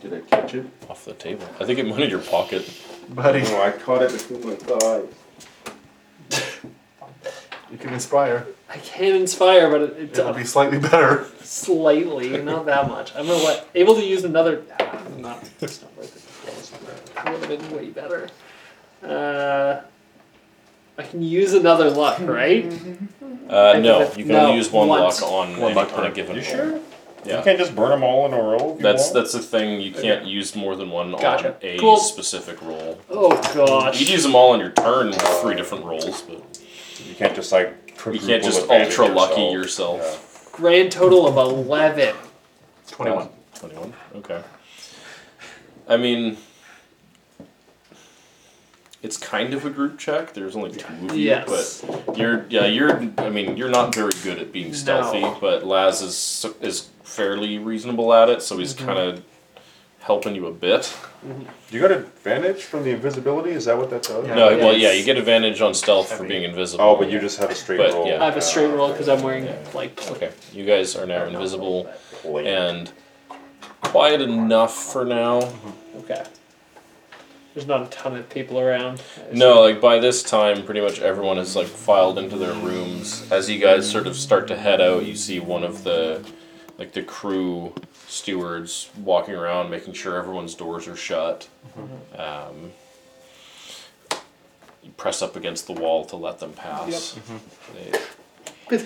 [SPEAKER 6] Did I catch it?
[SPEAKER 1] Off the table. I think it went in your pocket.
[SPEAKER 8] Buddy,
[SPEAKER 6] No, I caught it between my thighs.
[SPEAKER 8] you can inspire.
[SPEAKER 3] I can inspire, but it, it,
[SPEAKER 8] It'll be slightly better.
[SPEAKER 3] slightly, not that much. I'm gonna let able to use another. Ah, not, it's not worth it. Would have been way better. Uh, I can use another luck, right?
[SPEAKER 1] Uh,
[SPEAKER 3] think
[SPEAKER 1] no,
[SPEAKER 3] that's-
[SPEAKER 1] you can
[SPEAKER 3] no,
[SPEAKER 1] only use one
[SPEAKER 3] once.
[SPEAKER 1] lock on,
[SPEAKER 8] One
[SPEAKER 1] any-
[SPEAKER 8] lock
[SPEAKER 1] on a
[SPEAKER 8] per-
[SPEAKER 1] given
[SPEAKER 6] You
[SPEAKER 1] roll.
[SPEAKER 6] sure?
[SPEAKER 1] Yeah.
[SPEAKER 6] You can't just burn them all in a row. if you
[SPEAKER 1] That's
[SPEAKER 6] want?
[SPEAKER 1] that's the thing. You can't use more than one
[SPEAKER 3] Gotcha.
[SPEAKER 1] on a
[SPEAKER 3] Cool.
[SPEAKER 1] specific roll.
[SPEAKER 3] Oh
[SPEAKER 1] You
[SPEAKER 3] gosh.
[SPEAKER 1] can use them all on your turn with three different rolls, but
[SPEAKER 6] You can't just like.
[SPEAKER 1] you
[SPEAKER 6] quadruple
[SPEAKER 1] can't just
[SPEAKER 6] advantage
[SPEAKER 1] ultra lucky
[SPEAKER 6] yourself.
[SPEAKER 1] yourself.
[SPEAKER 3] Grand total of eleven.
[SPEAKER 8] 21.
[SPEAKER 1] 21. Okay. I mean, it's kind of a group check. There's only two of you,
[SPEAKER 3] Yes.
[SPEAKER 1] but you're yeah you're. I mean, you're not very good at being stealthy, but Laz is is fairly reasonable at it, so he's kind of helping you a bit.
[SPEAKER 6] You got advantage from the invisibility? Is that what that does?
[SPEAKER 8] Yeah.
[SPEAKER 1] No, well, yeah,
[SPEAKER 3] it's-
[SPEAKER 1] you get advantage on stealth for
[SPEAKER 8] heavy.
[SPEAKER 1] being invisible.
[SPEAKER 6] Oh, but you just have a straight
[SPEAKER 1] But,
[SPEAKER 6] roll.
[SPEAKER 1] yeah.
[SPEAKER 3] I have a straight roll because I'm wearing like.
[SPEAKER 1] Okay, you guys are now invisible
[SPEAKER 6] Plate.
[SPEAKER 1] and quiet enough for now.
[SPEAKER 3] Okay. There's not a ton of people around.
[SPEAKER 1] No, like by this time, pretty much everyone has like filed into their rooms. As you guys sort of start to head out, you see one of the, like the crew stewards walking around, making sure everyone's doors are shut. Um, you press up against the wall to let them pass. They-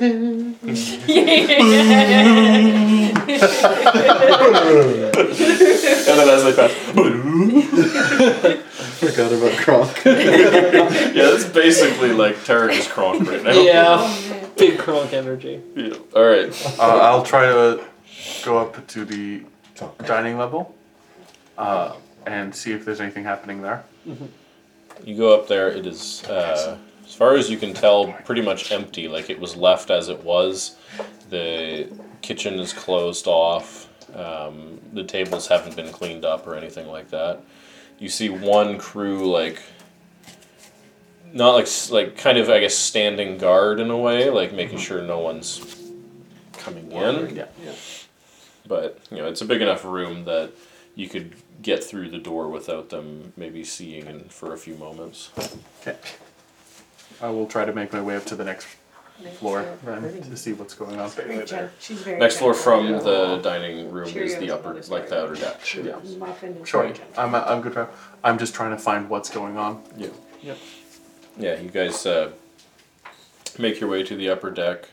[SPEAKER 1] and then as they pass,
[SPEAKER 8] Forgot about Kronk.
[SPEAKER 1] yeah, that's basically like Terrorist Kronk right now.
[SPEAKER 3] Yeah. Big crunk energy.
[SPEAKER 1] Yeah. All right.
[SPEAKER 8] Uh, I'll try to go up to the dining level uh, and see if there's anything happening there.
[SPEAKER 1] You go up there. It is, uh, as far as you can tell, pretty much empty. Like it was left as it was. The kitchen is closed off. Um, the tables haven't been cleaned up or anything like that. You see one crew like, not like s- like kind of I guess standing guard in a way, like making sure no one's coming in.
[SPEAKER 8] Mm-hmm. Yeah.
[SPEAKER 1] But you know it's a big enough room that you could get through the door without them maybe seeing in for a few moments.
[SPEAKER 8] Okay. I will try to make my way up to the next floor then to see what's going on.
[SPEAKER 4] Very gen- she's very
[SPEAKER 1] Next floor
[SPEAKER 4] gentle.
[SPEAKER 1] from the dining room is
[SPEAKER 4] Cheerios
[SPEAKER 1] the upper,
[SPEAKER 4] and
[SPEAKER 1] like the outer deck.
[SPEAKER 8] Yeah.
[SPEAKER 4] Muffin is
[SPEAKER 8] Sure.
[SPEAKER 4] very gentle.
[SPEAKER 8] I'm, I'm good. for- I'm just trying to find what's going on.
[SPEAKER 1] Yeah.
[SPEAKER 3] Yep.
[SPEAKER 1] Yeah, you guys uh, make your way to the upper deck.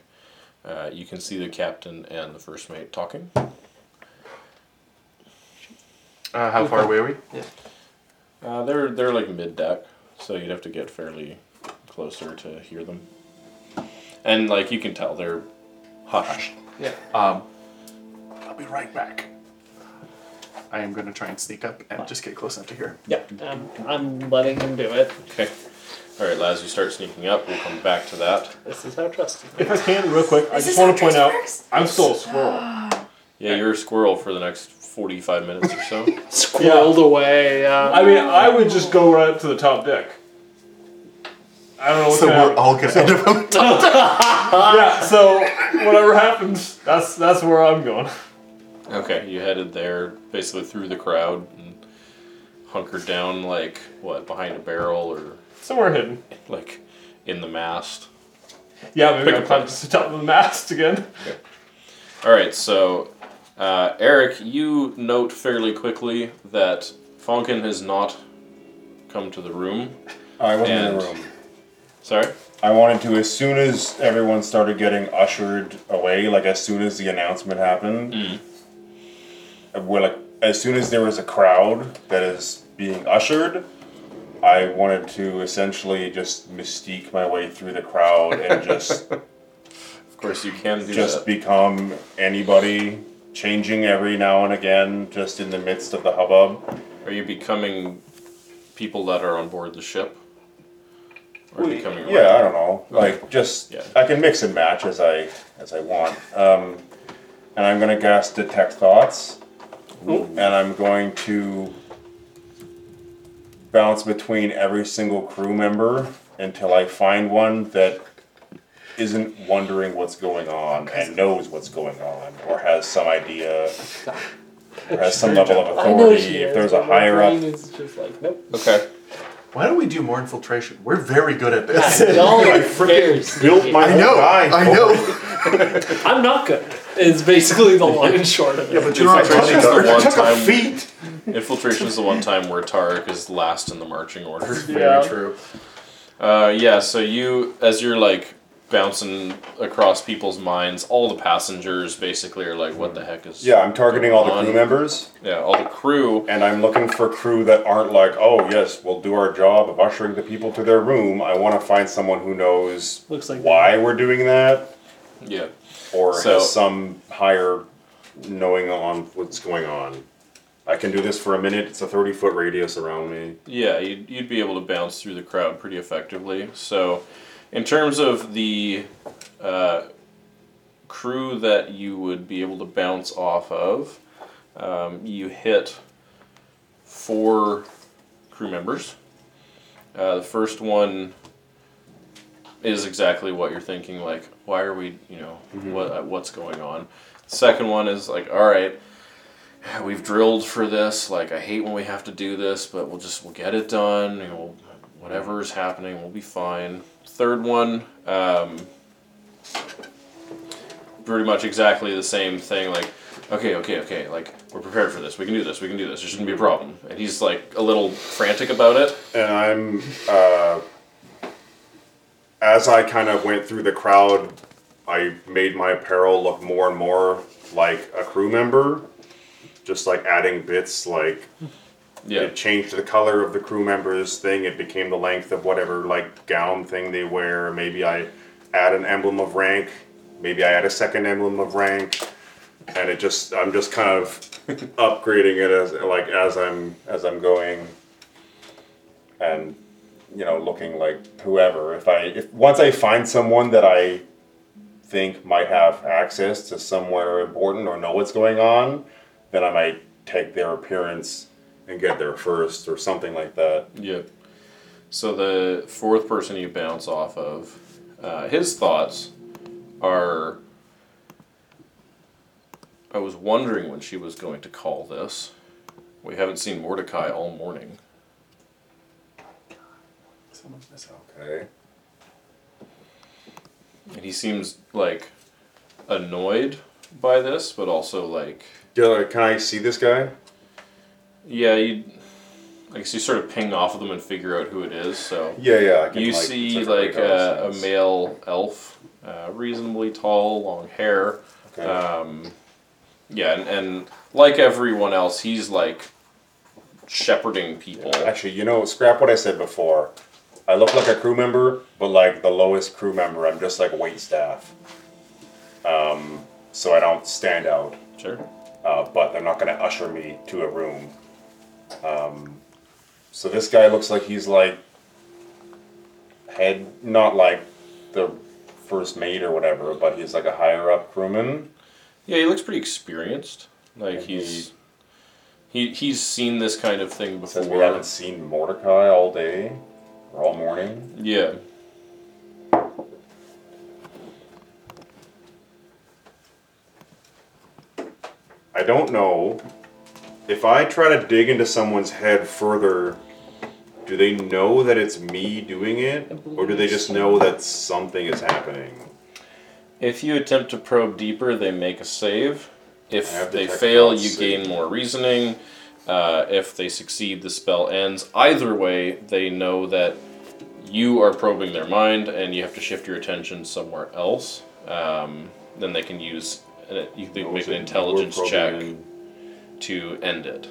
[SPEAKER 1] Uh, you can see the captain and the first mate talking.
[SPEAKER 8] Uh, how far away are we?
[SPEAKER 1] Uh, they're they're like mid deck, so you'd have to get fairly closer to hear them. And like you can tell, they're hushed.
[SPEAKER 3] Yeah.
[SPEAKER 8] Um, I'll be right back. I am going to try and sneak up and just get close enough to hear.
[SPEAKER 1] Yeah.
[SPEAKER 3] I'm, I'm letting him do it.
[SPEAKER 1] Okay. All right, Laz, you start sneaking up. We'll come back to that.
[SPEAKER 3] This is how trust is.
[SPEAKER 7] If I can, real quick, I
[SPEAKER 9] Is
[SPEAKER 7] just
[SPEAKER 9] this
[SPEAKER 7] want
[SPEAKER 9] how Oh.
[SPEAKER 7] to point out
[SPEAKER 9] drugs
[SPEAKER 7] I'm still a squirrel.
[SPEAKER 1] Yeah, you're a squirrel for the next forty-five minutes or so.
[SPEAKER 3] Squirreled away. Yeah.
[SPEAKER 7] I mean, I would just go right up to the top deck. I don't know what's
[SPEAKER 8] So
[SPEAKER 7] gonna
[SPEAKER 8] we're
[SPEAKER 7] happen.
[SPEAKER 8] all going to end up on top.
[SPEAKER 7] yeah, so whatever happens, that's that's where I'm going.
[SPEAKER 1] Okay, you headed there, basically through the crowd, and hunkered down like what behind a barrel or
[SPEAKER 7] Somewhere hidden.
[SPEAKER 1] like in the mast.
[SPEAKER 7] Yeah, maybe
[SPEAKER 1] Pick
[SPEAKER 7] I'll
[SPEAKER 1] a
[SPEAKER 7] climb
[SPEAKER 1] place.
[SPEAKER 7] to the top of the mast again.
[SPEAKER 1] All right, so uh, Eric, you note fairly quickly that Falcon has not come to the room.
[SPEAKER 6] I wasn't in
[SPEAKER 1] And-
[SPEAKER 6] the room.
[SPEAKER 1] Sorry?
[SPEAKER 6] I wanted to, as soon as everyone started getting ushered away, like as soon as the announcement happened, we're like, as soon as there was a crowd that is being ushered, I wanted to essentially just mystique my way through the crowd and just
[SPEAKER 1] Of course, you can do
[SPEAKER 6] just
[SPEAKER 1] that.
[SPEAKER 6] become anybody, changing every now and again, just in the midst of the hubbub.
[SPEAKER 1] Are you becoming people that are on board the ship? Or
[SPEAKER 6] Well,
[SPEAKER 1] becoming
[SPEAKER 6] Yeah, I don't know. Like just
[SPEAKER 1] Yeah.
[SPEAKER 6] I can mix and match as I as I want. Um, and I'm gonna cast detect thoughts. And I'm going to bounce between every single crew member until I find one that isn't wondering what's going on and knows what's going on or has some idea or has some level of
[SPEAKER 3] I know
[SPEAKER 6] authority.
[SPEAKER 3] she
[SPEAKER 6] If
[SPEAKER 3] is,
[SPEAKER 6] there's a
[SPEAKER 3] but my
[SPEAKER 6] higher up
[SPEAKER 3] brain is just like, nope.
[SPEAKER 1] Okay.
[SPEAKER 5] Why don't we do more infiltration? We're very good at this.
[SPEAKER 3] Y'all are bears.
[SPEAKER 6] Built my
[SPEAKER 5] I know.
[SPEAKER 6] whole guy
[SPEAKER 5] I
[SPEAKER 6] for
[SPEAKER 5] know.
[SPEAKER 6] it.
[SPEAKER 3] I'm not good. It's basically the long and short of it.
[SPEAKER 5] Yeah, but you're not
[SPEAKER 1] Infiltration's
[SPEAKER 5] touching
[SPEAKER 1] the one
[SPEAKER 5] Took a
[SPEAKER 1] time-
[SPEAKER 5] feet.
[SPEAKER 1] Infiltration is the one time where Tarek is last in the marching order.
[SPEAKER 3] Yeah.
[SPEAKER 5] True.
[SPEAKER 1] Uh, yeah, so you, as you're like bouncing across people's minds, all the passengers basically are like, what the heck is.
[SPEAKER 6] Yeah, I'm targeting all the crew
[SPEAKER 1] On-
[SPEAKER 6] members,
[SPEAKER 1] Yeah, all the crew.
[SPEAKER 6] and I'm looking for crew that aren't like, oh yes, we'll do our job of ushering the people to their room. I want to find someone who knows
[SPEAKER 3] Looks like
[SPEAKER 6] why we're doing that,
[SPEAKER 1] Yeah.
[SPEAKER 6] or
[SPEAKER 1] So-
[SPEAKER 6] has some higher knowing on what's going on. I can do this for a minute. It's a 30 foot radius around me.
[SPEAKER 1] Yeah, you'd, you'd be able to bounce through the crowd pretty effectively. So, in terms of the uh, crew that you would be able to bounce off of, um, you hit four crew members. Uh, the first one is exactly what you're thinking like, why are we, you know, what, uh, what's going on? Second one is like, all right, we've drilled for this. Like I hate when we have to do this, but we'll just we'll get it done. You know, whatever is happening, we'll be fine. Third one, um, pretty much exactly the same thing. Like, okay, okay, okay. Like we're prepared for this. We can do this. We can do this. There shouldn't be a problem. And he's like a little frantic about it.
[SPEAKER 6] and I'm uh, as I kind of went through the crowd, I made my apparel look more and more like a crew member, just like adding bits. Like
[SPEAKER 1] Yeah,
[SPEAKER 6] it changed the color of the crew member's thing. It became the length of whatever like gown thing they wear. Maybe I add an emblem of rank. Maybe I add a second emblem of rank. And it just I'm just kind of upgrading it as like as I'm as I'm going and you know looking like whoever if i if once i find someone that i think might have access to somewhere important or know what's going on then i might take their appearance and get there first or something like that
[SPEAKER 1] yeah. So the fourth person you bounce off of, uh, his thoughts are. I was wondering when she was going to call this. We haven't seen Mordecai all morning.
[SPEAKER 6] okay
[SPEAKER 1] And he seems like annoyed by this, but also like,
[SPEAKER 6] can i see this guy
[SPEAKER 1] yeah, you. I guess you sort of ping off of them and figure out who it is. So
[SPEAKER 6] yeah yeah I can,
[SPEAKER 1] you
[SPEAKER 6] like,
[SPEAKER 1] see
[SPEAKER 6] it's
[SPEAKER 1] like
[SPEAKER 6] radar
[SPEAKER 1] a, a
[SPEAKER 6] sense.
[SPEAKER 1] male elf, uh, reasonably tall, long hair.
[SPEAKER 6] okay.
[SPEAKER 1] Um, yeah, and, and like everyone else, he's like shepherding people.
[SPEAKER 6] actually you know scrap what i said before i look like a crew member but like the lowest crew member i'm just like wait staff um, so i don't stand out
[SPEAKER 1] Sure.
[SPEAKER 6] uh, but they're not going to usher me to a room. Um, so this guy looks like he's like head, not like the first mate or whatever, but he's like a higher up crewman.
[SPEAKER 1] Yeah, he looks pretty experienced. Like
[SPEAKER 6] And he-
[SPEAKER 1] he's he he's seen this kind of thing before.
[SPEAKER 6] Says we haven't seen Mordecai all day or all morning.
[SPEAKER 1] Yeah.
[SPEAKER 6] I don't know if I try to dig into someone's head further. Do they know that it's me doing it, or do they just know that something is happening?
[SPEAKER 1] If you attempt to probe deeper, they make a save. If
[SPEAKER 6] I have
[SPEAKER 1] they
[SPEAKER 6] detect
[SPEAKER 1] fail, you
[SPEAKER 6] thoughts,
[SPEAKER 1] gain more reasoning. Uh, if they succeed, the spell ends. Either way, they know that you are probing their mind and you have to shift your attention somewhere else. Um, then they can use, an- you can make an intelligence
[SPEAKER 6] We're
[SPEAKER 1] check
[SPEAKER 6] probing-
[SPEAKER 1] to end it.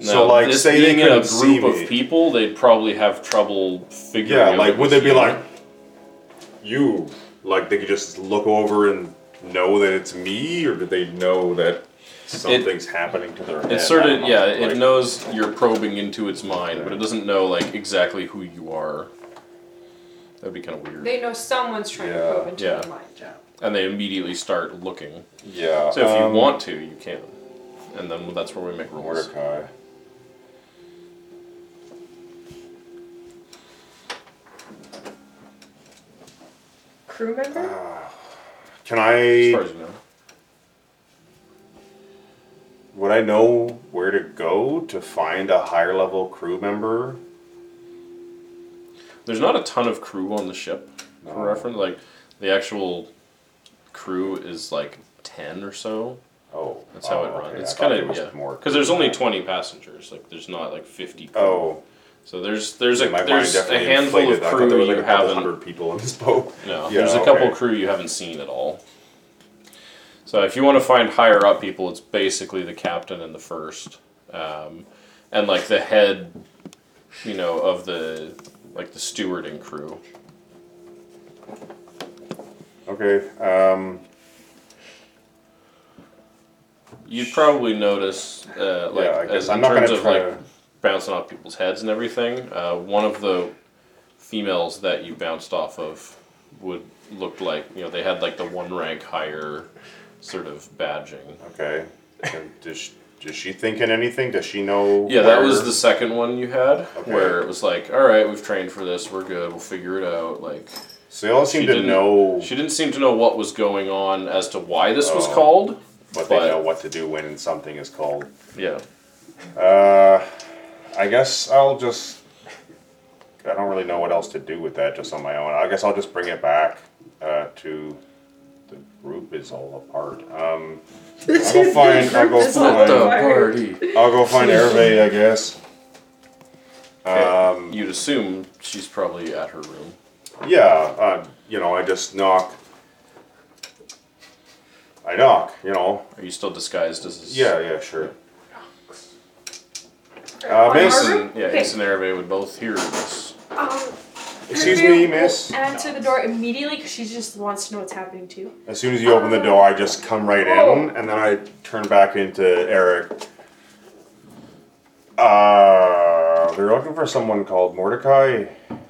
[SPEAKER 6] So, like,
[SPEAKER 1] this
[SPEAKER 6] say they
[SPEAKER 1] being in a
[SPEAKER 6] couldn't see
[SPEAKER 1] group of
[SPEAKER 6] me.
[SPEAKER 1] people, they'd probably have trouble figuring.
[SPEAKER 6] Yeah,
[SPEAKER 1] out
[SPEAKER 6] like
[SPEAKER 1] it was
[SPEAKER 6] would they be
[SPEAKER 1] you.
[SPEAKER 6] like you? Like they could just look over and know that it's me, or did they know that something's happening to their head?
[SPEAKER 1] It's sort
[SPEAKER 6] I
[SPEAKER 1] of
[SPEAKER 6] don't know,
[SPEAKER 1] yeah.
[SPEAKER 6] like-
[SPEAKER 1] It knows you're probing into its mind, but it doesn't know like exactly who you are. That'd be kind of weird.
[SPEAKER 4] They know someone's trying
[SPEAKER 6] Yeah.
[SPEAKER 4] to probe into
[SPEAKER 1] Yeah.
[SPEAKER 4] their mind.
[SPEAKER 1] and they immediately start looking.
[SPEAKER 6] Yeah.
[SPEAKER 1] So if
[SPEAKER 6] um,
[SPEAKER 1] you want to, you can. And then that's where we make rules.
[SPEAKER 6] Mordecai.
[SPEAKER 4] Crew member?
[SPEAKER 1] As
[SPEAKER 6] Can
[SPEAKER 1] far
[SPEAKER 6] I?
[SPEAKER 1] as you know.
[SPEAKER 6] Would I know where to go to find a higher level crew member?
[SPEAKER 1] There's not a ton of crew on the ship. For
[SPEAKER 6] No.
[SPEAKER 1] reference, like the actual crew is like ten or so.
[SPEAKER 6] Oh,
[SPEAKER 1] That's how
[SPEAKER 6] oh,
[SPEAKER 1] it runs.
[SPEAKER 6] okay,
[SPEAKER 1] It's
[SPEAKER 6] I thought
[SPEAKER 1] kind
[SPEAKER 6] there
[SPEAKER 1] of
[SPEAKER 6] was
[SPEAKER 1] yeah,
[SPEAKER 6] more
[SPEAKER 1] because there's only
[SPEAKER 6] than that.
[SPEAKER 1] twenty passengers. Like there's not like fifty. Crew.
[SPEAKER 6] Oh,
[SPEAKER 1] So there's there's
[SPEAKER 6] yeah,
[SPEAKER 1] a
[SPEAKER 6] my mind
[SPEAKER 1] there's a
[SPEAKER 6] definitely
[SPEAKER 1] handful of
[SPEAKER 6] inflated. I thought
[SPEAKER 1] crew
[SPEAKER 6] there was like
[SPEAKER 1] you
[SPEAKER 6] a couple
[SPEAKER 1] haven't
[SPEAKER 6] hundred people in this boat.
[SPEAKER 1] No,
[SPEAKER 6] Yeah,
[SPEAKER 1] there's a couple
[SPEAKER 6] okay.
[SPEAKER 1] crew you haven't seen at all. So if you want to find higher up people, it's basically the captain and the first, um, and like the head, you know, of the like the stewarding crew.
[SPEAKER 6] Okay. Um,
[SPEAKER 1] You'd probably notice, uh, like,
[SPEAKER 6] yeah, I
[SPEAKER 1] as
[SPEAKER 6] guess
[SPEAKER 1] in
[SPEAKER 6] I'm not gonna
[SPEAKER 1] terms of
[SPEAKER 6] try
[SPEAKER 1] like
[SPEAKER 6] to.
[SPEAKER 1] bouncing off people's heads and everything. Uh, one of the females that you bounced off of would looked like you know they had like the one rank higher sort of badging.
[SPEAKER 6] Okay. And Does she, does she thinking anything? Does she know?
[SPEAKER 1] Yeah, that was
[SPEAKER 6] where-
[SPEAKER 1] the second one you had,
[SPEAKER 6] Okay.
[SPEAKER 1] where it was like, all right, we've trained for this, we're good, we'll figure it out. Like,
[SPEAKER 6] So they all seem
[SPEAKER 1] she
[SPEAKER 6] to
[SPEAKER 1] didn't-
[SPEAKER 6] know,
[SPEAKER 1] she didn't seem to know what was going on as to why this was
[SPEAKER 6] Oh.
[SPEAKER 1] called.
[SPEAKER 6] but they
[SPEAKER 1] but-
[SPEAKER 6] know what to do when something is called.
[SPEAKER 1] Yeah,
[SPEAKER 6] Uh, I guess I'll just. I don't really know what else to do with that just on my own. I guess I'll just bring it back uh, to the group is all apart. Um, I'll go find. I'll go
[SPEAKER 4] It's not
[SPEAKER 6] find.
[SPEAKER 4] the-
[SPEAKER 6] I'll go find Hervé, I guess. Um,
[SPEAKER 1] You'd assume she's probably at her room.
[SPEAKER 6] yeah, uh, you know, I just knock. I knock, you know.
[SPEAKER 1] Are you still disguised as? this-
[SPEAKER 6] Yeah, yeah, sure.
[SPEAKER 4] On
[SPEAKER 6] Uh,
[SPEAKER 4] our
[SPEAKER 6] Mason,
[SPEAKER 4] room?
[SPEAKER 1] Yeah,
[SPEAKER 4] Okay.
[SPEAKER 1] Ace and Arabe would both hear this.
[SPEAKER 4] Um,
[SPEAKER 6] Excuse
[SPEAKER 4] Kirby
[SPEAKER 6] me,
[SPEAKER 4] will
[SPEAKER 6] miss?
[SPEAKER 4] Answer the door immediately because she just wants to know what's happening too.
[SPEAKER 6] As soon as you open the door, I just come right in, and then I turn back into Eric. Uh, they're looking for someone called Mordecai.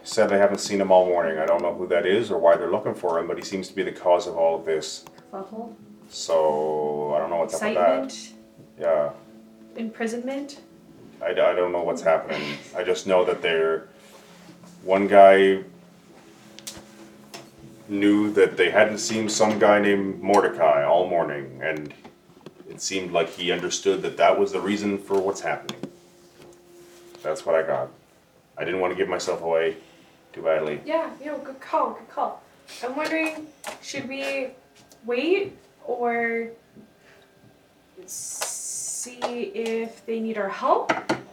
[SPEAKER 6] Said they haven't seen him all morning. I don't know who that is or why they're looking for him, but he seems to be the cause of all of this.
[SPEAKER 4] Level,
[SPEAKER 6] So I don't know what's up with
[SPEAKER 4] excitement,
[SPEAKER 6] that. Yeah,
[SPEAKER 4] imprisonment.
[SPEAKER 6] I, I don't know what's happening. I just know that they're one guy knew that they hadn't seen some guy named Mordecai all morning, and it seemed like he understood that that was the reason for what's happening. That's what I got. I didn't want to give myself away too badly.
[SPEAKER 4] Yeah, yeah, good call, good call. I'm wondering, should we wait or see if they need our help?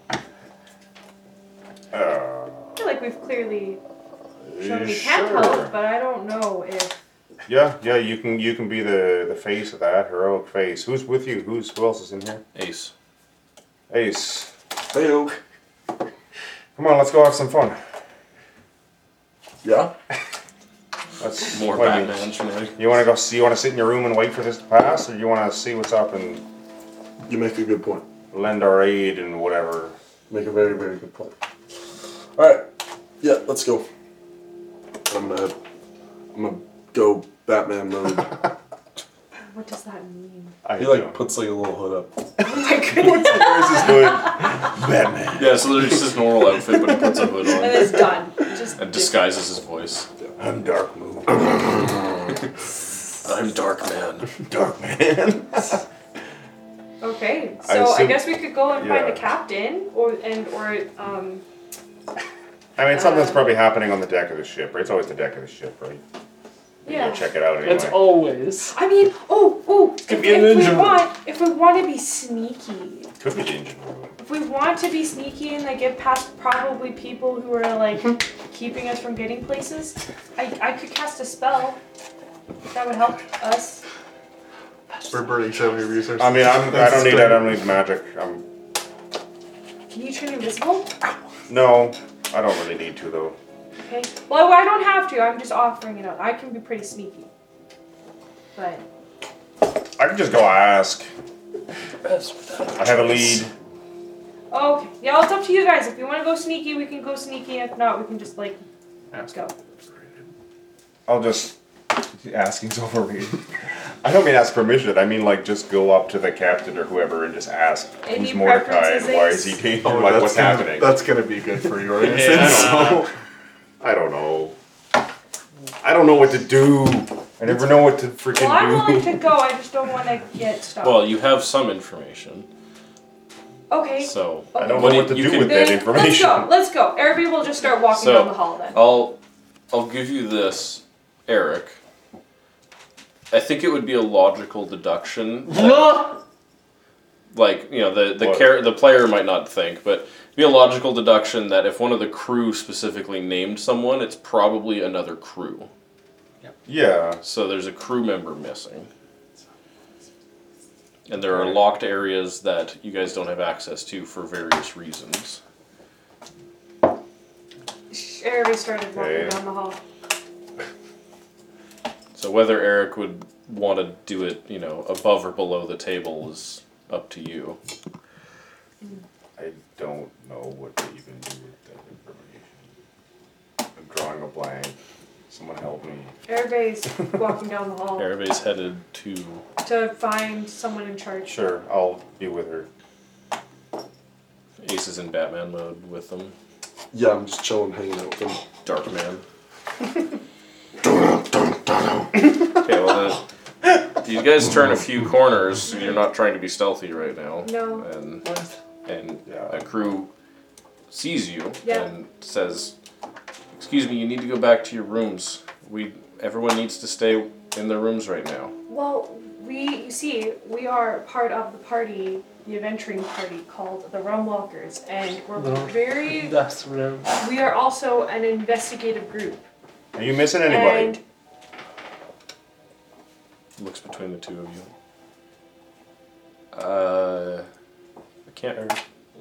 [SPEAKER 4] I
[SPEAKER 6] Uh,
[SPEAKER 4] feel like we've clearly shown we can
[SPEAKER 6] sure.
[SPEAKER 4] help, but I don't know if.
[SPEAKER 6] Yeah, yeah, you can you can be the the face of that heroic face. Who's with you? Who's who else is in here?
[SPEAKER 1] Ace.
[SPEAKER 6] Ace.
[SPEAKER 2] Heyo.
[SPEAKER 6] Come on, let's go have some fun.
[SPEAKER 2] Yeah.
[SPEAKER 6] That's
[SPEAKER 1] More
[SPEAKER 6] what I mean.
[SPEAKER 1] Batman shenanigans.
[SPEAKER 6] You want to go see? You want to sit in your room and wait for this to pass, or you want to see what's up and
[SPEAKER 2] You make a good point.
[SPEAKER 6] lend our aid and whatever?
[SPEAKER 2] Make a very, very good point. All right. Yeah, let's go. I'm gonna, I'm gonna go Batman mode.
[SPEAKER 4] What does that mean?
[SPEAKER 6] I
[SPEAKER 2] He like puts like a little hood up.
[SPEAKER 4] Oh my goodness.
[SPEAKER 6] where's his hood? Batman.
[SPEAKER 1] Yeah, so there's just his normal outfit, but he puts a hood on
[SPEAKER 4] and it's done. Just
[SPEAKER 1] and disguises his voice.
[SPEAKER 6] I'm Dark Moon.
[SPEAKER 1] I'm Dark Man.
[SPEAKER 6] Dark Man.
[SPEAKER 4] Okay,
[SPEAKER 6] I
[SPEAKER 4] so I,
[SPEAKER 6] assume-
[SPEAKER 4] guess we could go and
[SPEAKER 6] yeah.
[SPEAKER 4] find the captain, or and or um,
[SPEAKER 6] I mean, something's probably happening on the deck of the ship, right? It's always the deck of the ship, right? Go
[SPEAKER 4] Yeah.
[SPEAKER 6] check it out anyway.
[SPEAKER 3] It's always.
[SPEAKER 4] I mean, oh, oh.
[SPEAKER 7] Could
[SPEAKER 4] if,
[SPEAKER 7] be an
[SPEAKER 4] if
[SPEAKER 7] engine
[SPEAKER 4] we want, if we want to be sneaky,
[SPEAKER 6] Could be the engine room.
[SPEAKER 4] if we want to be sneaky and like get past probably people who are like keeping us from getting places, I, I could cast a spell. That would help us.
[SPEAKER 5] We're burning so many resources.
[SPEAKER 6] I mean, I'm, I
[SPEAKER 5] That's
[SPEAKER 6] don't need
[SPEAKER 5] the-
[SPEAKER 6] that. I don't need magic. I'm
[SPEAKER 4] Can you turn invisible?
[SPEAKER 6] no, I don't really need to though.
[SPEAKER 4] Okay. Well, I don't have to. I'm just offering it up. I can be pretty sneaky. But
[SPEAKER 6] I can just go ask. I have a lead.
[SPEAKER 4] oh, okay. Yeah, it's up to you guys. If you want to go sneaky, we can go sneaky. If not, we can just like go.
[SPEAKER 6] I'll just asking's over me. I don't mean ask permission. I mean like just go up to the captain or whoever and just ask
[SPEAKER 4] Any
[SPEAKER 6] who's Mordecai and why is
[SPEAKER 4] preferences?
[SPEAKER 6] he danger?
[SPEAKER 5] Oh,
[SPEAKER 6] like
[SPEAKER 5] that's
[SPEAKER 6] what's
[SPEAKER 5] gonna,
[SPEAKER 6] happening?
[SPEAKER 5] That's gonna be good for you, right?
[SPEAKER 6] Yeah, I don't know. I don't know. I don't know what to do. I never know what to
[SPEAKER 4] Well, I'm willing
[SPEAKER 6] freaking do.
[SPEAKER 4] to go. I just don't want to get stopped.
[SPEAKER 1] Well, you have some information,
[SPEAKER 4] okay.
[SPEAKER 1] so
[SPEAKER 6] I don't
[SPEAKER 1] What do
[SPEAKER 6] know what to
[SPEAKER 1] you
[SPEAKER 6] do
[SPEAKER 1] can-
[SPEAKER 6] with that
[SPEAKER 4] Then Let's
[SPEAKER 6] information.
[SPEAKER 4] go. Let's go. Everybody will just start walking
[SPEAKER 1] So-
[SPEAKER 4] down the hall then.
[SPEAKER 1] I'll I'll give you this, Eric. I think it would be a logical deduction. that- like you know, the the
[SPEAKER 6] What?
[SPEAKER 1] char- the player might not think, but it'd be a logical deduction that if one of the crew specifically named someone, it's probably another crew.
[SPEAKER 6] Yeah.
[SPEAKER 1] So there's a crew member missing. And there are locked areas that you guys don't have access to for various reasons.
[SPEAKER 4] Everybody started walking
[SPEAKER 6] Okay.
[SPEAKER 4] down the hall.
[SPEAKER 1] So whether Eric would want to do it, you know, above or below the table is up to you.
[SPEAKER 6] I don't know what to even do with that information. I'm drawing a blank. Someone help me.
[SPEAKER 4] Everybody's walking down the hall
[SPEAKER 1] Everybody's headed to.
[SPEAKER 4] to find someone in charge.
[SPEAKER 6] Sure, I'll be with her.
[SPEAKER 1] Ace is in Batman mode with them.
[SPEAKER 2] Yeah, I'm just chilling, hanging out with him.
[SPEAKER 1] Dark Man. okay, well, the, you guys turn a few corners. You're not trying to be stealthy right now.
[SPEAKER 4] No.
[SPEAKER 1] And, and uh,
[SPEAKER 6] Yeah.
[SPEAKER 1] a crew sees you
[SPEAKER 4] Yeah.
[SPEAKER 1] and says, Excuse me, you need to go back to your rooms. We Everyone needs to stay in their rooms right now.
[SPEAKER 4] Well, we, you see, we are part of the party, the adventuring party called the Rumwalkers, and we're very,
[SPEAKER 3] That's real.
[SPEAKER 4] we are also an investigative group.
[SPEAKER 6] Are you missing anybody?
[SPEAKER 4] And
[SPEAKER 1] Looks between the two of you. Uh, I can't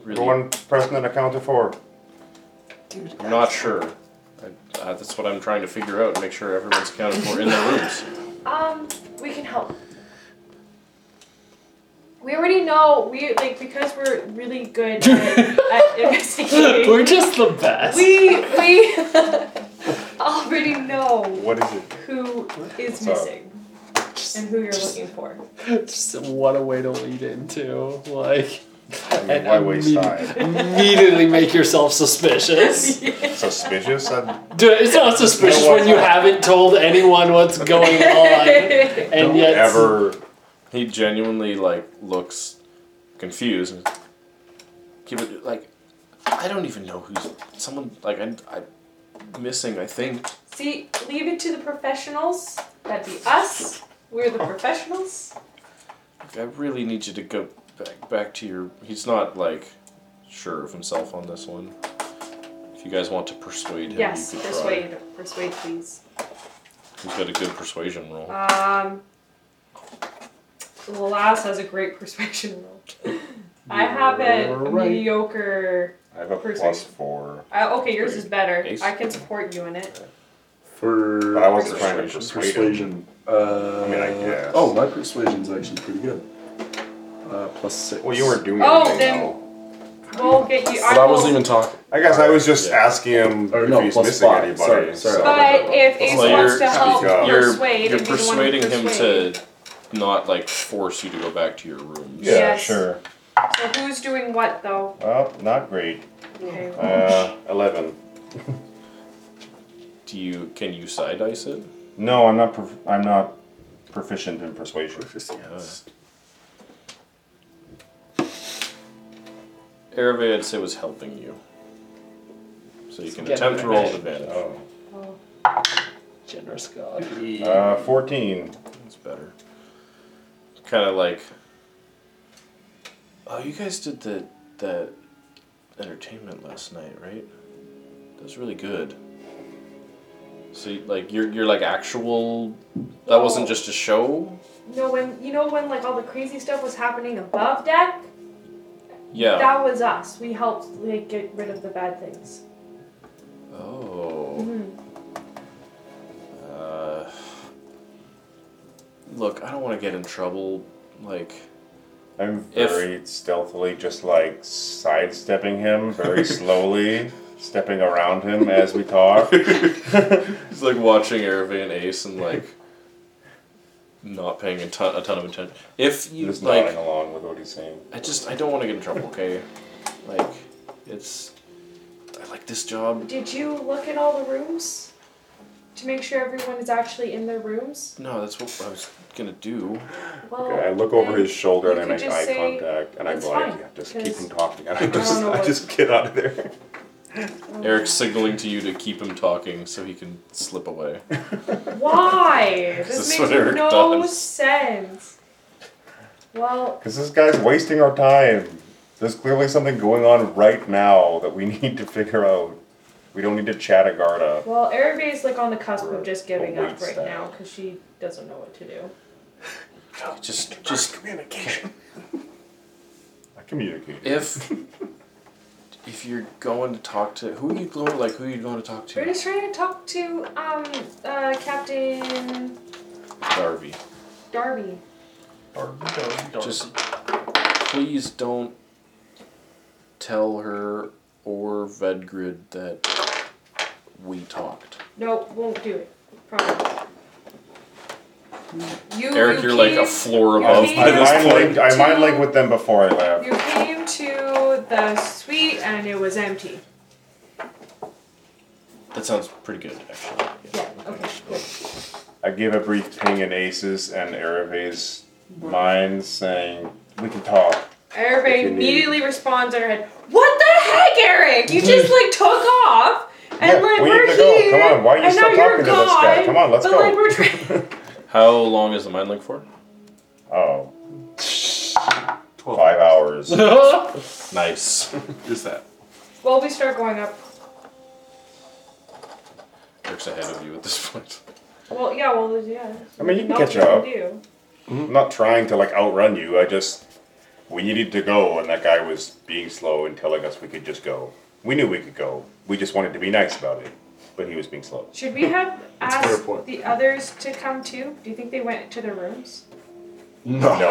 [SPEAKER 1] really.
[SPEAKER 6] The one person that accounted for.
[SPEAKER 1] I'm not sure. I, uh, that's what I'm trying to figure out. Make sure everyone's accounted for in their rooms.
[SPEAKER 4] Um, we can help. We already know we like because we're really good at, at investigating.
[SPEAKER 3] We're just the best.
[SPEAKER 4] We we already know
[SPEAKER 6] What is it?
[SPEAKER 4] who is
[SPEAKER 6] What's up?
[SPEAKER 4] missing and who you're looking for.
[SPEAKER 3] just what a way to lead into. Like,
[SPEAKER 6] I mean,
[SPEAKER 3] And
[SPEAKER 6] why waste
[SPEAKER 3] immediate-
[SPEAKER 6] time?
[SPEAKER 3] immediately make yourself suspicious.
[SPEAKER 6] Suspicious? I,
[SPEAKER 3] Dude, it's not suspicious
[SPEAKER 6] No one-
[SPEAKER 3] when you haven't told anyone what's going on, and yet
[SPEAKER 6] ever.
[SPEAKER 1] He genuinely like looks confused. and Keep it like I don't even know who's someone like I I missing. I think
[SPEAKER 4] See, leave it to the professionals. That'd be us. We're the professionals.
[SPEAKER 1] I really need you to go back back to your. He's not like sure of himself on this one. If you guys want to persuade him,
[SPEAKER 4] Yes,
[SPEAKER 1] you could
[SPEAKER 4] persuade, persuade, please.
[SPEAKER 1] try. He's got a good persuasion roll.
[SPEAKER 4] Um, Lalas has a great persuasion roll. I have a
[SPEAKER 3] Alright.
[SPEAKER 4] mediocre.
[SPEAKER 6] I have a plus
[SPEAKER 4] Persuasion.
[SPEAKER 6] four.
[SPEAKER 4] I, okay, yours is better.
[SPEAKER 1] Ace.
[SPEAKER 4] I can support you in it.
[SPEAKER 2] For
[SPEAKER 6] But I wasn't trying to
[SPEAKER 2] persuasion.
[SPEAKER 6] persuade him.
[SPEAKER 2] Uh,
[SPEAKER 6] I mean, I guess.
[SPEAKER 2] Oh, my persuasion's actually pretty good. Uh, plus six.
[SPEAKER 6] Well, you weren't doing
[SPEAKER 4] Oh,
[SPEAKER 6] anything,
[SPEAKER 4] then-
[SPEAKER 6] though.
[SPEAKER 4] We'll get you.
[SPEAKER 2] But I wasn't even talking.
[SPEAKER 6] I guess I was just
[SPEAKER 1] Yeah.
[SPEAKER 6] asking him
[SPEAKER 2] Or
[SPEAKER 6] if
[SPEAKER 2] no,
[SPEAKER 6] he's
[SPEAKER 2] plus
[SPEAKER 6] missing
[SPEAKER 2] five.
[SPEAKER 6] anybody.
[SPEAKER 2] Sorry, sorry.
[SPEAKER 6] so-
[SPEAKER 4] But if Ace
[SPEAKER 1] Well,
[SPEAKER 4] wants
[SPEAKER 1] you're-
[SPEAKER 4] to help
[SPEAKER 6] speak up.
[SPEAKER 1] you're,
[SPEAKER 4] persuade,
[SPEAKER 1] you're
[SPEAKER 4] and be the one who
[SPEAKER 1] persuading him
[SPEAKER 4] persuade.
[SPEAKER 1] to not like force you to go back to your rooms.
[SPEAKER 6] yeah,
[SPEAKER 4] Yes.
[SPEAKER 6] sure.
[SPEAKER 4] So who's doing what though?
[SPEAKER 6] Well, not great.
[SPEAKER 4] Okay.
[SPEAKER 6] Uh, 11.
[SPEAKER 1] Do you can you side dice it?
[SPEAKER 6] No, I'm not. Prof- I'm not proficient in persuasion.
[SPEAKER 1] Erve, I'd say was helping you, so you can
[SPEAKER 3] Get
[SPEAKER 1] attempt to roll with advantage.
[SPEAKER 6] Oh,
[SPEAKER 3] Generous God.
[SPEAKER 6] Uh, 14.
[SPEAKER 1] That's better. Kind of like. Oh, you guys did the that entertainment last night, right? That was really good. So, you- like, you're you're like actual. That
[SPEAKER 4] Oh.
[SPEAKER 1] wasn't just a show.
[SPEAKER 4] No, when you know when like all the crazy stuff was happening above deck,
[SPEAKER 1] Yeah.
[SPEAKER 4] that was us. We helped like get rid of the bad things.
[SPEAKER 1] Oh. Uh, look, I don't want to get in trouble. Like,
[SPEAKER 6] I'm
[SPEAKER 1] If-
[SPEAKER 6] very stealthily just like sidestepping him very slowly, stepping around him as we talk.
[SPEAKER 1] He's like watching Erevane Ace and like not paying a ton, a ton of attention. If you
[SPEAKER 6] just
[SPEAKER 1] like,
[SPEAKER 6] nodding along with what he's saying.
[SPEAKER 1] I just I don't want to get in trouble. Okay, like it's I like this job.
[SPEAKER 4] Did you look at all the rooms to make sure everyone is actually in their rooms?
[SPEAKER 1] No, that's what I was gonna do.
[SPEAKER 4] Well,
[SPEAKER 6] Okay, I look over
[SPEAKER 4] then-
[SPEAKER 6] his shoulder and
[SPEAKER 4] Oh, You
[SPEAKER 6] I
[SPEAKER 4] could
[SPEAKER 6] make
[SPEAKER 4] just
[SPEAKER 6] eye
[SPEAKER 4] say,
[SPEAKER 6] contact, and I'm
[SPEAKER 4] "It's
[SPEAKER 6] like,
[SPEAKER 4] fine,
[SPEAKER 6] yeah, just keep
[SPEAKER 4] 'cause
[SPEAKER 6] him talking, and I just,
[SPEAKER 4] know
[SPEAKER 6] I,
[SPEAKER 4] what-
[SPEAKER 6] just get out of there.
[SPEAKER 1] Eric's signaling to you to keep him talking so he can slip away.
[SPEAKER 4] Why?
[SPEAKER 1] This is
[SPEAKER 4] This makes
[SPEAKER 1] what Eric
[SPEAKER 4] no
[SPEAKER 1] does.
[SPEAKER 4] sense. Well,
[SPEAKER 6] Because this guy's wasting our time. There's clearly something going on right now that we need to figure out. We don't need to chat a guard up.
[SPEAKER 4] well, Arabe's like on the cusp of just giving
[SPEAKER 6] Or
[SPEAKER 4] up right
[SPEAKER 6] waitstaff.
[SPEAKER 4] now because she doesn't know what to do.
[SPEAKER 1] Just just
[SPEAKER 6] Communication. I communicate.
[SPEAKER 1] if if you're going to talk to who are you going like who are you going to talk to?
[SPEAKER 4] We're just trying to talk to um uh, Captain
[SPEAKER 1] Darby.
[SPEAKER 4] Darby.
[SPEAKER 1] Just please don't tell her or Vedgrid that we talked.
[SPEAKER 4] No, won't do it. Promise.
[SPEAKER 9] You,
[SPEAKER 1] Eric,
[SPEAKER 9] you
[SPEAKER 1] you're like a
[SPEAKER 9] came-
[SPEAKER 1] floor
[SPEAKER 4] you
[SPEAKER 1] above
[SPEAKER 4] came-
[SPEAKER 1] by
[SPEAKER 6] I
[SPEAKER 1] this
[SPEAKER 6] mind
[SPEAKER 1] point.
[SPEAKER 6] linked, I mind linked with them before I left.
[SPEAKER 4] You came to the suite and it was empty.
[SPEAKER 1] That sounds pretty good, actually.
[SPEAKER 4] Yeah. Okay. Good.
[SPEAKER 6] I give a brief ping in Aces and Arabe's mind saying, we can talk.
[SPEAKER 4] Arabe
[SPEAKER 6] you need-
[SPEAKER 4] immediately responds in her head. What the heck, Eric? You just like took off. And
[SPEAKER 6] Mm. Yeah,
[SPEAKER 4] like
[SPEAKER 6] we
[SPEAKER 4] are
[SPEAKER 6] need to go.
[SPEAKER 4] here,
[SPEAKER 6] Come on, why are you
[SPEAKER 4] and
[SPEAKER 6] still
[SPEAKER 4] now you're
[SPEAKER 6] talking to this guy?
[SPEAKER 4] gone,
[SPEAKER 6] Come on, let's
[SPEAKER 4] but,
[SPEAKER 6] go.
[SPEAKER 4] Like, we're trying-
[SPEAKER 1] How long is the mind link for?
[SPEAKER 6] Oh. Five hours.
[SPEAKER 1] Nice.
[SPEAKER 8] Just that.
[SPEAKER 4] well, we start going up.
[SPEAKER 1] Eric's ahead of you at this point.
[SPEAKER 4] Well, yeah. Well, yeah.
[SPEAKER 6] I mean, you can
[SPEAKER 4] Not
[SPEAKER 6] catch
[SPEAKER 4] what
[SPEAKER 6] up.
[SPEAKER 4] we do.
[SPEAKER 6] I'm not trying to like outrun you. I just we needed to go, and that guy was being slow and telling us we could just go. We knew we could go. We just wanted to be nice about it, but he was being slow.
[SPEAKER 4] Should we have
[SPEAKER 2] That's a fair
[SPEAKER 4] asked
[SPEAKER 2] point.
[SPEAKER 4] the others to come too? Do you think they went to their rooms?
[SPEAKER 2] No.
[SPEAKER 6] No,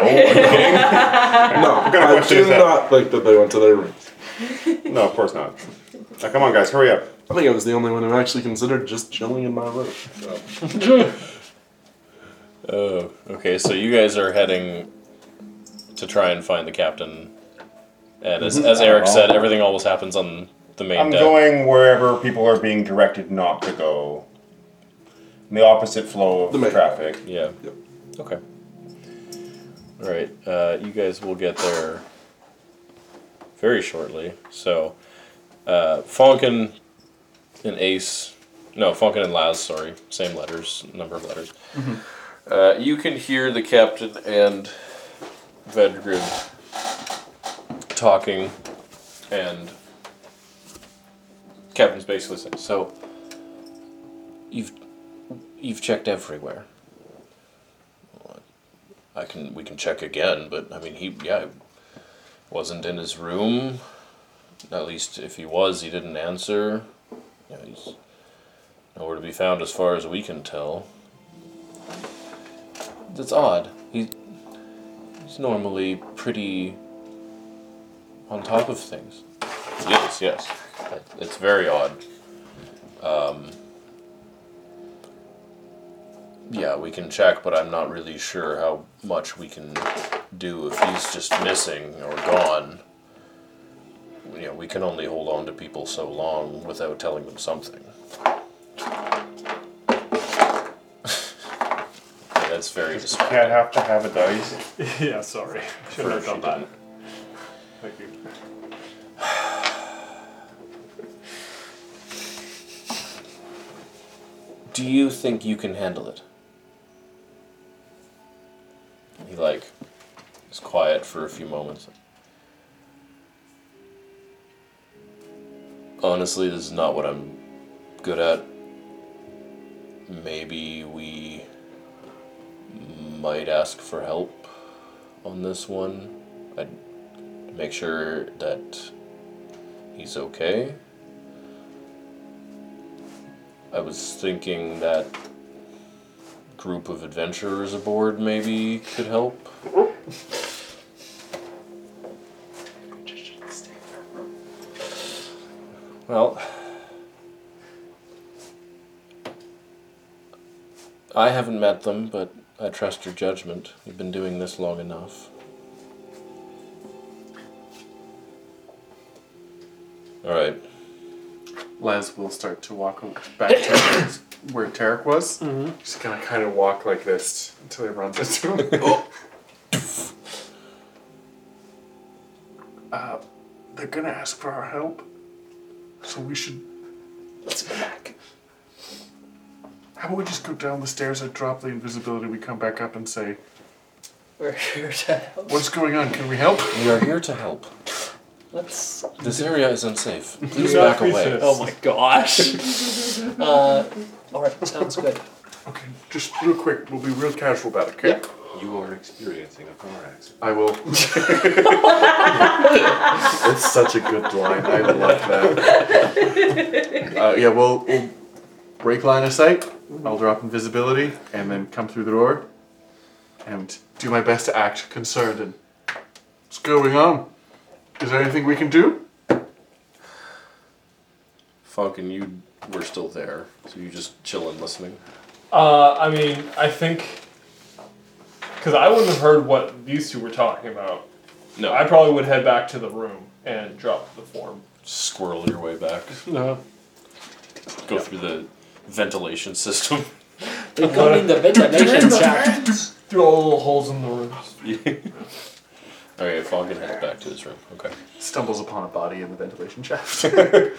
[SPEAKER 6] I'm
[SPEAKER 2] No,
[SPEAKER 6] gonna
[SPEAKER 2] I
[SPEAKER 6] question
[SPEAKER 2] do
[SPEAKER 6] is that-
[SPEAKER 2] not think that they went to their rooms.
[SPEAKER 6] kidding. no, of course not. Now come on, guys, hurry up.
[SPEAKER 2] I think I was the only one who actually considered just chilling in my room.
[SPEAKER 1] Oh, okay. So you guys are heading to try and find the captain. And as, as Eric said, everything always happens on the main
[SPEAKER 6] I'm
[SPEAKER 1] deck.
[SPEAKER 6] going wherever people are being directed not to go. In the opposite flow of
[SPEAKER 2] The main-
[SPEAKER 6] traffic.
[SPEAKER 1] Yeah.
[SPEAKER 2] Yep.
[SPEAKER 1] Okay. All right. Uh, you guys will get there very shortly. So, uh, Falcon and Ace, no, Falcon and Laz, sorry, same letters, number of letters. Uh, you can hear the captain and Vedgrid talking, and captain's basically saying, "So you've you've checked everywhere." I can we can check again, but I mean he yeah wasn't in his room. At least if he was, he didn't answer. Yeah, he's nowhere to be found as far as we can tell. That's odd. He he's normally pretty on top of things. Yes, yes. It's very odd. Um, yeah, we can check, but I'm not really sure how much we can do if he's just missing or gone. You know, we can only hold on to people so long without telling them something. Yeah, that's very distracting.
[SPEAKER 6] Can't have to have a dice.
[SPEAKER 7] yeah, sorry. Should have done that. Thank you.
[SPEAKER 1] Do you think you can handle it? He like is quiet for a few moments. Honestly, this is not what I'm good at. Maybe we might ask for help on this one. I'd make sure that he's okay. I was thinking that group of adventurers aboard maybe could help. Well, I haven't met them, but I trust your judgment. You've been doing this long enough. All right.
[SPEAKER 5] Les will start to walk back to where Tarek was. Just gonna kind of walk like this until he runs into him. uh, they're gonna ask for our help, so we should. Let's go back. How about we just go down the stairs and drop the invisibility? We come back up and say,
[SPEAKER 3] We're here to help.
[SPEAKER 5] "What's going on? Can we help?"
[SPEAKER 1] We are here to help.
[SPEAKER 3] Let's.
[SPEAKER 1] This area is unsafe. Please back away.
[SPEAKER 3] Oh my gosh. uh, all right, sounds good.
[SPEAKER 5] Okay, just real quick. We'll be real casual about it. Okay.
[SPEAKER 3] Yep.
[SPEAKER 6] You are experiencing a car accident.
[SPEAKER 5] I will. it's such a good line. I love that. Uh, yeah, we'll, we'll break line of sight. I'll drop invisibility and then come through the door and do my best to act concerned and what's going on? Is there anything we can do?
[SPEAKER 1] Funk and you were still there, so you just chilling, listening.
[SPEAKER 7] Uh, I mean, I think because I wouldn't have heard what these two were talking about.
[SPEAKER 1] No,
[SPEAKER 7] I probably would head back to the room and drop the form.
[SPEAKER 1] squirrel your way back.
[SPEAKER 5] Uh-huh.
[SPEAKER 7] No.
[SPEAKER 1] Go through the ventilation system.
[SPEAKER 3] They come in the ventilation shaft.
[SPEAKER 7] Through all the little holes in the room.
[SPEAKER 1] okay, Falcon heads back to his room. Okay.
[SPEAKER 5] Stumbles upon a body in the ventilation shaft.
[SPEAKER 1] Body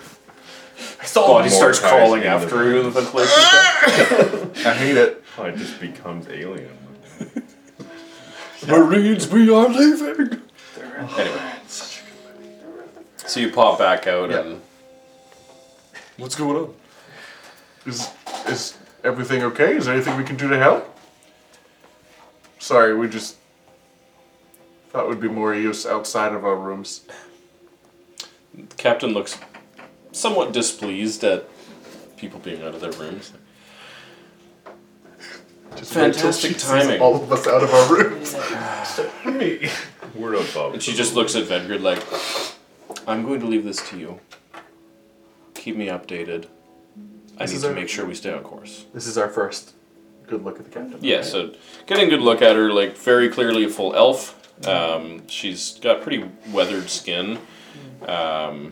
[SPEAKER 1] starts
[SPEAKER 6] Mordecai's
[SPEAKER 1] calling
[SPEAKER 6] in the
[SPEAKER 1] after you in the ventilation shaft.
[SPEAKER 5] I hate it.
[SPEAKER 6] Oh, it just becomes alien.
[SPEAKER 1] Marines, we are leaving. Anyway, so you pop back out
[SPEAKER 5] Yeah.
[SPEAKER 1] and what's going on?
[SPEAKER 5] Is is everything okay? Is there anything we can do to help? Sorry, we just thought would be more use outside of our rooms.
[SPEAKER 1] The captain looks somewhat displeased at people being out of their rooms.
[SPEAKER 5] Just
[SPEAKER 1] Fantastic
[SPEAKER 5] wait till she sees
[SPEAKER 1] timing.
[SPEAKER 5] All of us out of our rooms.
[SPEAKER 6] We're above.
[SPEAKER 1] And she just looks at Vedgrid like, I'm going to leave this to you. Keep me updated. I
[SPEAKER 5] This
[SPEAKER 1] need
[SPEAKER 5] is
[SPEAKER 1] to
[SPEAKER 5] our-
[SPEAKER 1] make sure we stay on course.
[SPEAKER 5] This is our first good look at the captain.
[SPEAKER 1] Yeah, so getting a good look at her, like very clearly a full elf. Um, she's got pretty weathered skin. Um,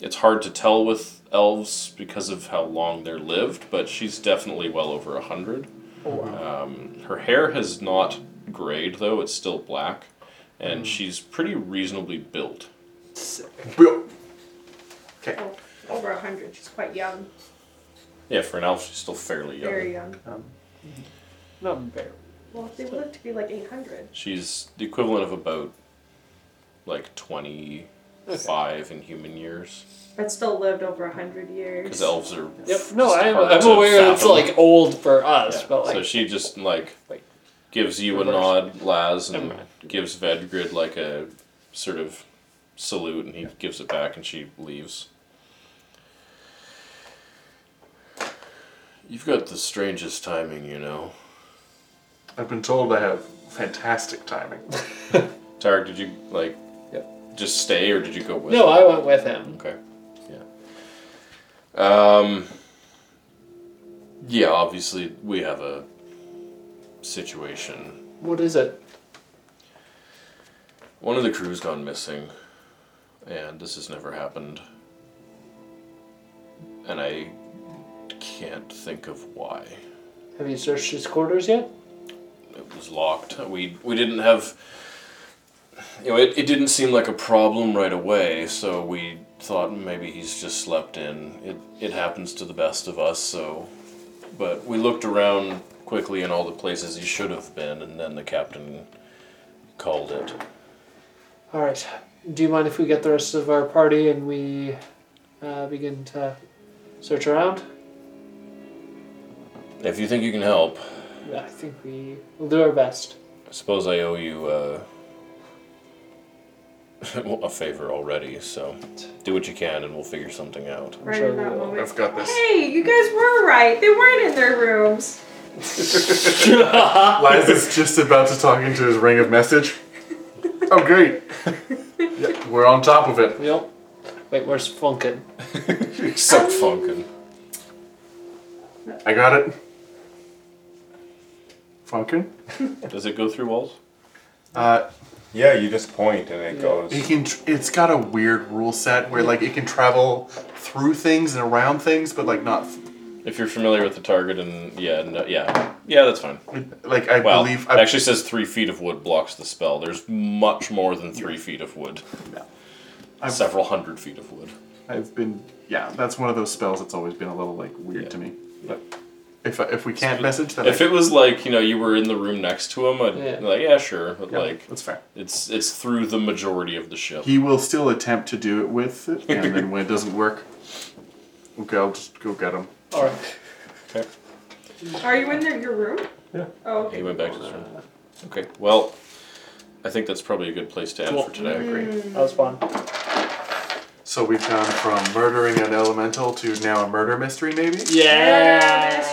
[SPEAKER 1] it's hard to tell with elves because of how long they're lived, but she's definitely well over a hundred. Um, her hair has not grayed though; it's still black, and she's pretty reasonably built.
[SPEAKER 5] Well,
[SPEAKER 4] Oh, over a hundred. She's quite young.
[SPEAKER 1] Yeah, for an elf, she's still fairly young.
[SPEAKER 4] Very young.
[SPEAKER 3] Not very.
[SPEAKER 4] Well, they would have to be like eight hundred.
[SPEAKER 1] She's the equivalent of about like twenty-five in human years.
[SPEAKER 4] But still lived over a hundred years.
[SPEAKER 1] Because elves are.
[SPEAKER 3] Yep. No,
[SPEAKER 1] just
[SPEAKER 3] I'm,
[SPEAKER 1] hard
[SPEAKER 3] I'm
[SPEAKER 1] to
[SPEAKER 3] aware it's
[SPEAKER 1] fathom.
[SPEAKER 3] like old for
[SPEAKER 1] Yeah.
[SPEAKER 3] us, but like
[SPEAKER 1] so she just like
[SPEAKER 3] Wait.
[SPEAKER 1] gives you a
[SPEAKER 3] Reverse.
[SPEAKER 1] nod, Laz, and
[SPEAKER 3] Never mind.
[SPEAKER 1] gives Vedgrid like a sort of salute, and he gives it back, and she leaves. You've got the strangest timing, you know.
[SPEAKER 5] I've been told I have fantastic timing.
[SPEAKER 1] Tarek, did you like
[SPEAKER 3] Yep.
[SPEAKER 1] just stay, or did you go with?
[SPEAKER 3] no,
[SPEAKER 1] her?
[SPEAKER 3] I went with him.
[SPEAKER 1] Okay. Yeah. Um. Yeah, obviously we have a situation.
[SPEAKER 3] What is it?
[SPEAKER 1] One of the crew's gone missing, and this has never happened. And I can't think of why.
[SPEAKER 3] Have you searched his quarters yet?
[SPEAKER 1] It was locked. We we didn't have you know, it, it didn't seem like a problem right away, so we thought maybe he's just slept in. It it happens to the best of us, so but we looked around quickly in all the places he should have been, and then the captain called it.
[SPEAKER 3] All right. Do you mind if we get the rest of our party and we uh, begin to search around?
[SPEAKER 1] If you think you can help,
[SPEAKER 3] I think we will do our best.
[SPEAKER 1] I suppose I owe you uh, a favor already, so do what you can and we'll figure something out.
[SPEAKER 4] Right
[SPEAKER 3] sure
[SPEAKER 4] in
[SPEAKER 3] we
[SPEAKER 4] that
[SPEAKER 3] will.
[SPEAKER 4] moment.
[SPEAKER 5] I've got this.
[SPEAKER 4] Hey, you guys were right. They weren't in their rooms.
[SPEAKER 5] Liz is just about to talk into his ring of message. Oh, great. Yeah, we're on top of it.
[SPEAKER 3] Yep. Wait, where's Funkin?
[SPEAKER 1] Except Funkin.
[SPEAKER 5] I got it. Funkin?
[SPEAKER 1] Does it go through walls?
[SPEAKER 5] Uh,
[SPEAKER 6] Yeah, you just point and it goes.
[SPEAKER 5] it can. Tr- it's got a weird rule set where like it can travel through things and around things, but like not.
[SPEAKER 1] If you're familiar with the target and yeah, no, yeah, yeah, that's fine.
[SPEAKER 5] Like I
[SPEAKER 1] Well,
[SPEAKER 5] believe.
[SPEAKER 1] it
[SPEAKER 5] I,
[SPEAKER 1] actually says three feet of wood blocks the spell. There's much more than three feet of wood.
[SPEAKER 5] I've-
[SPEAKER 1] Several hundred feet of wood.
[SPEAKER 5] I've been. Yeah, that's one of those spells that's always been a little like weird
[SPEAKER 1] Yeah.
[SPEAKER 5] to me. But if if we can't message, then I-
[SPEAKER 1] If it was like you know you were in the room next to him, I'd
[SPEAKER 3] Yeah.
[SPEAKER 1] be like yeah, sure, but
[SPEAKER 5] yeah,
[SPEAKER 1] like
[SPEAKER 5] that's fair.
[SPEAKER 1] it's it's through the majority of the ship.
[SPEAKER 5] He will still attempt to do it with it, and then when it doesn't work, okay, I'll just go get him.
[SPEAKER 3] All right.
[SPEAKER 4] Are you in their, your room?
[SPEAKER 22] Yeah.
[SPEAKER 4] Oh,
[SPEAKER 1] He went back to his room. Okay, well, I think that's probably a good place to end
[SPEAKER 3] Cool.
[SPEAKER 1] for today.
[SPEAKER 3] Great. That was fun.
[SPEAKER 5] So we've gone from murdering an elemental to now a murder mystery, maybe.
[SPEAKER 3] Yeah.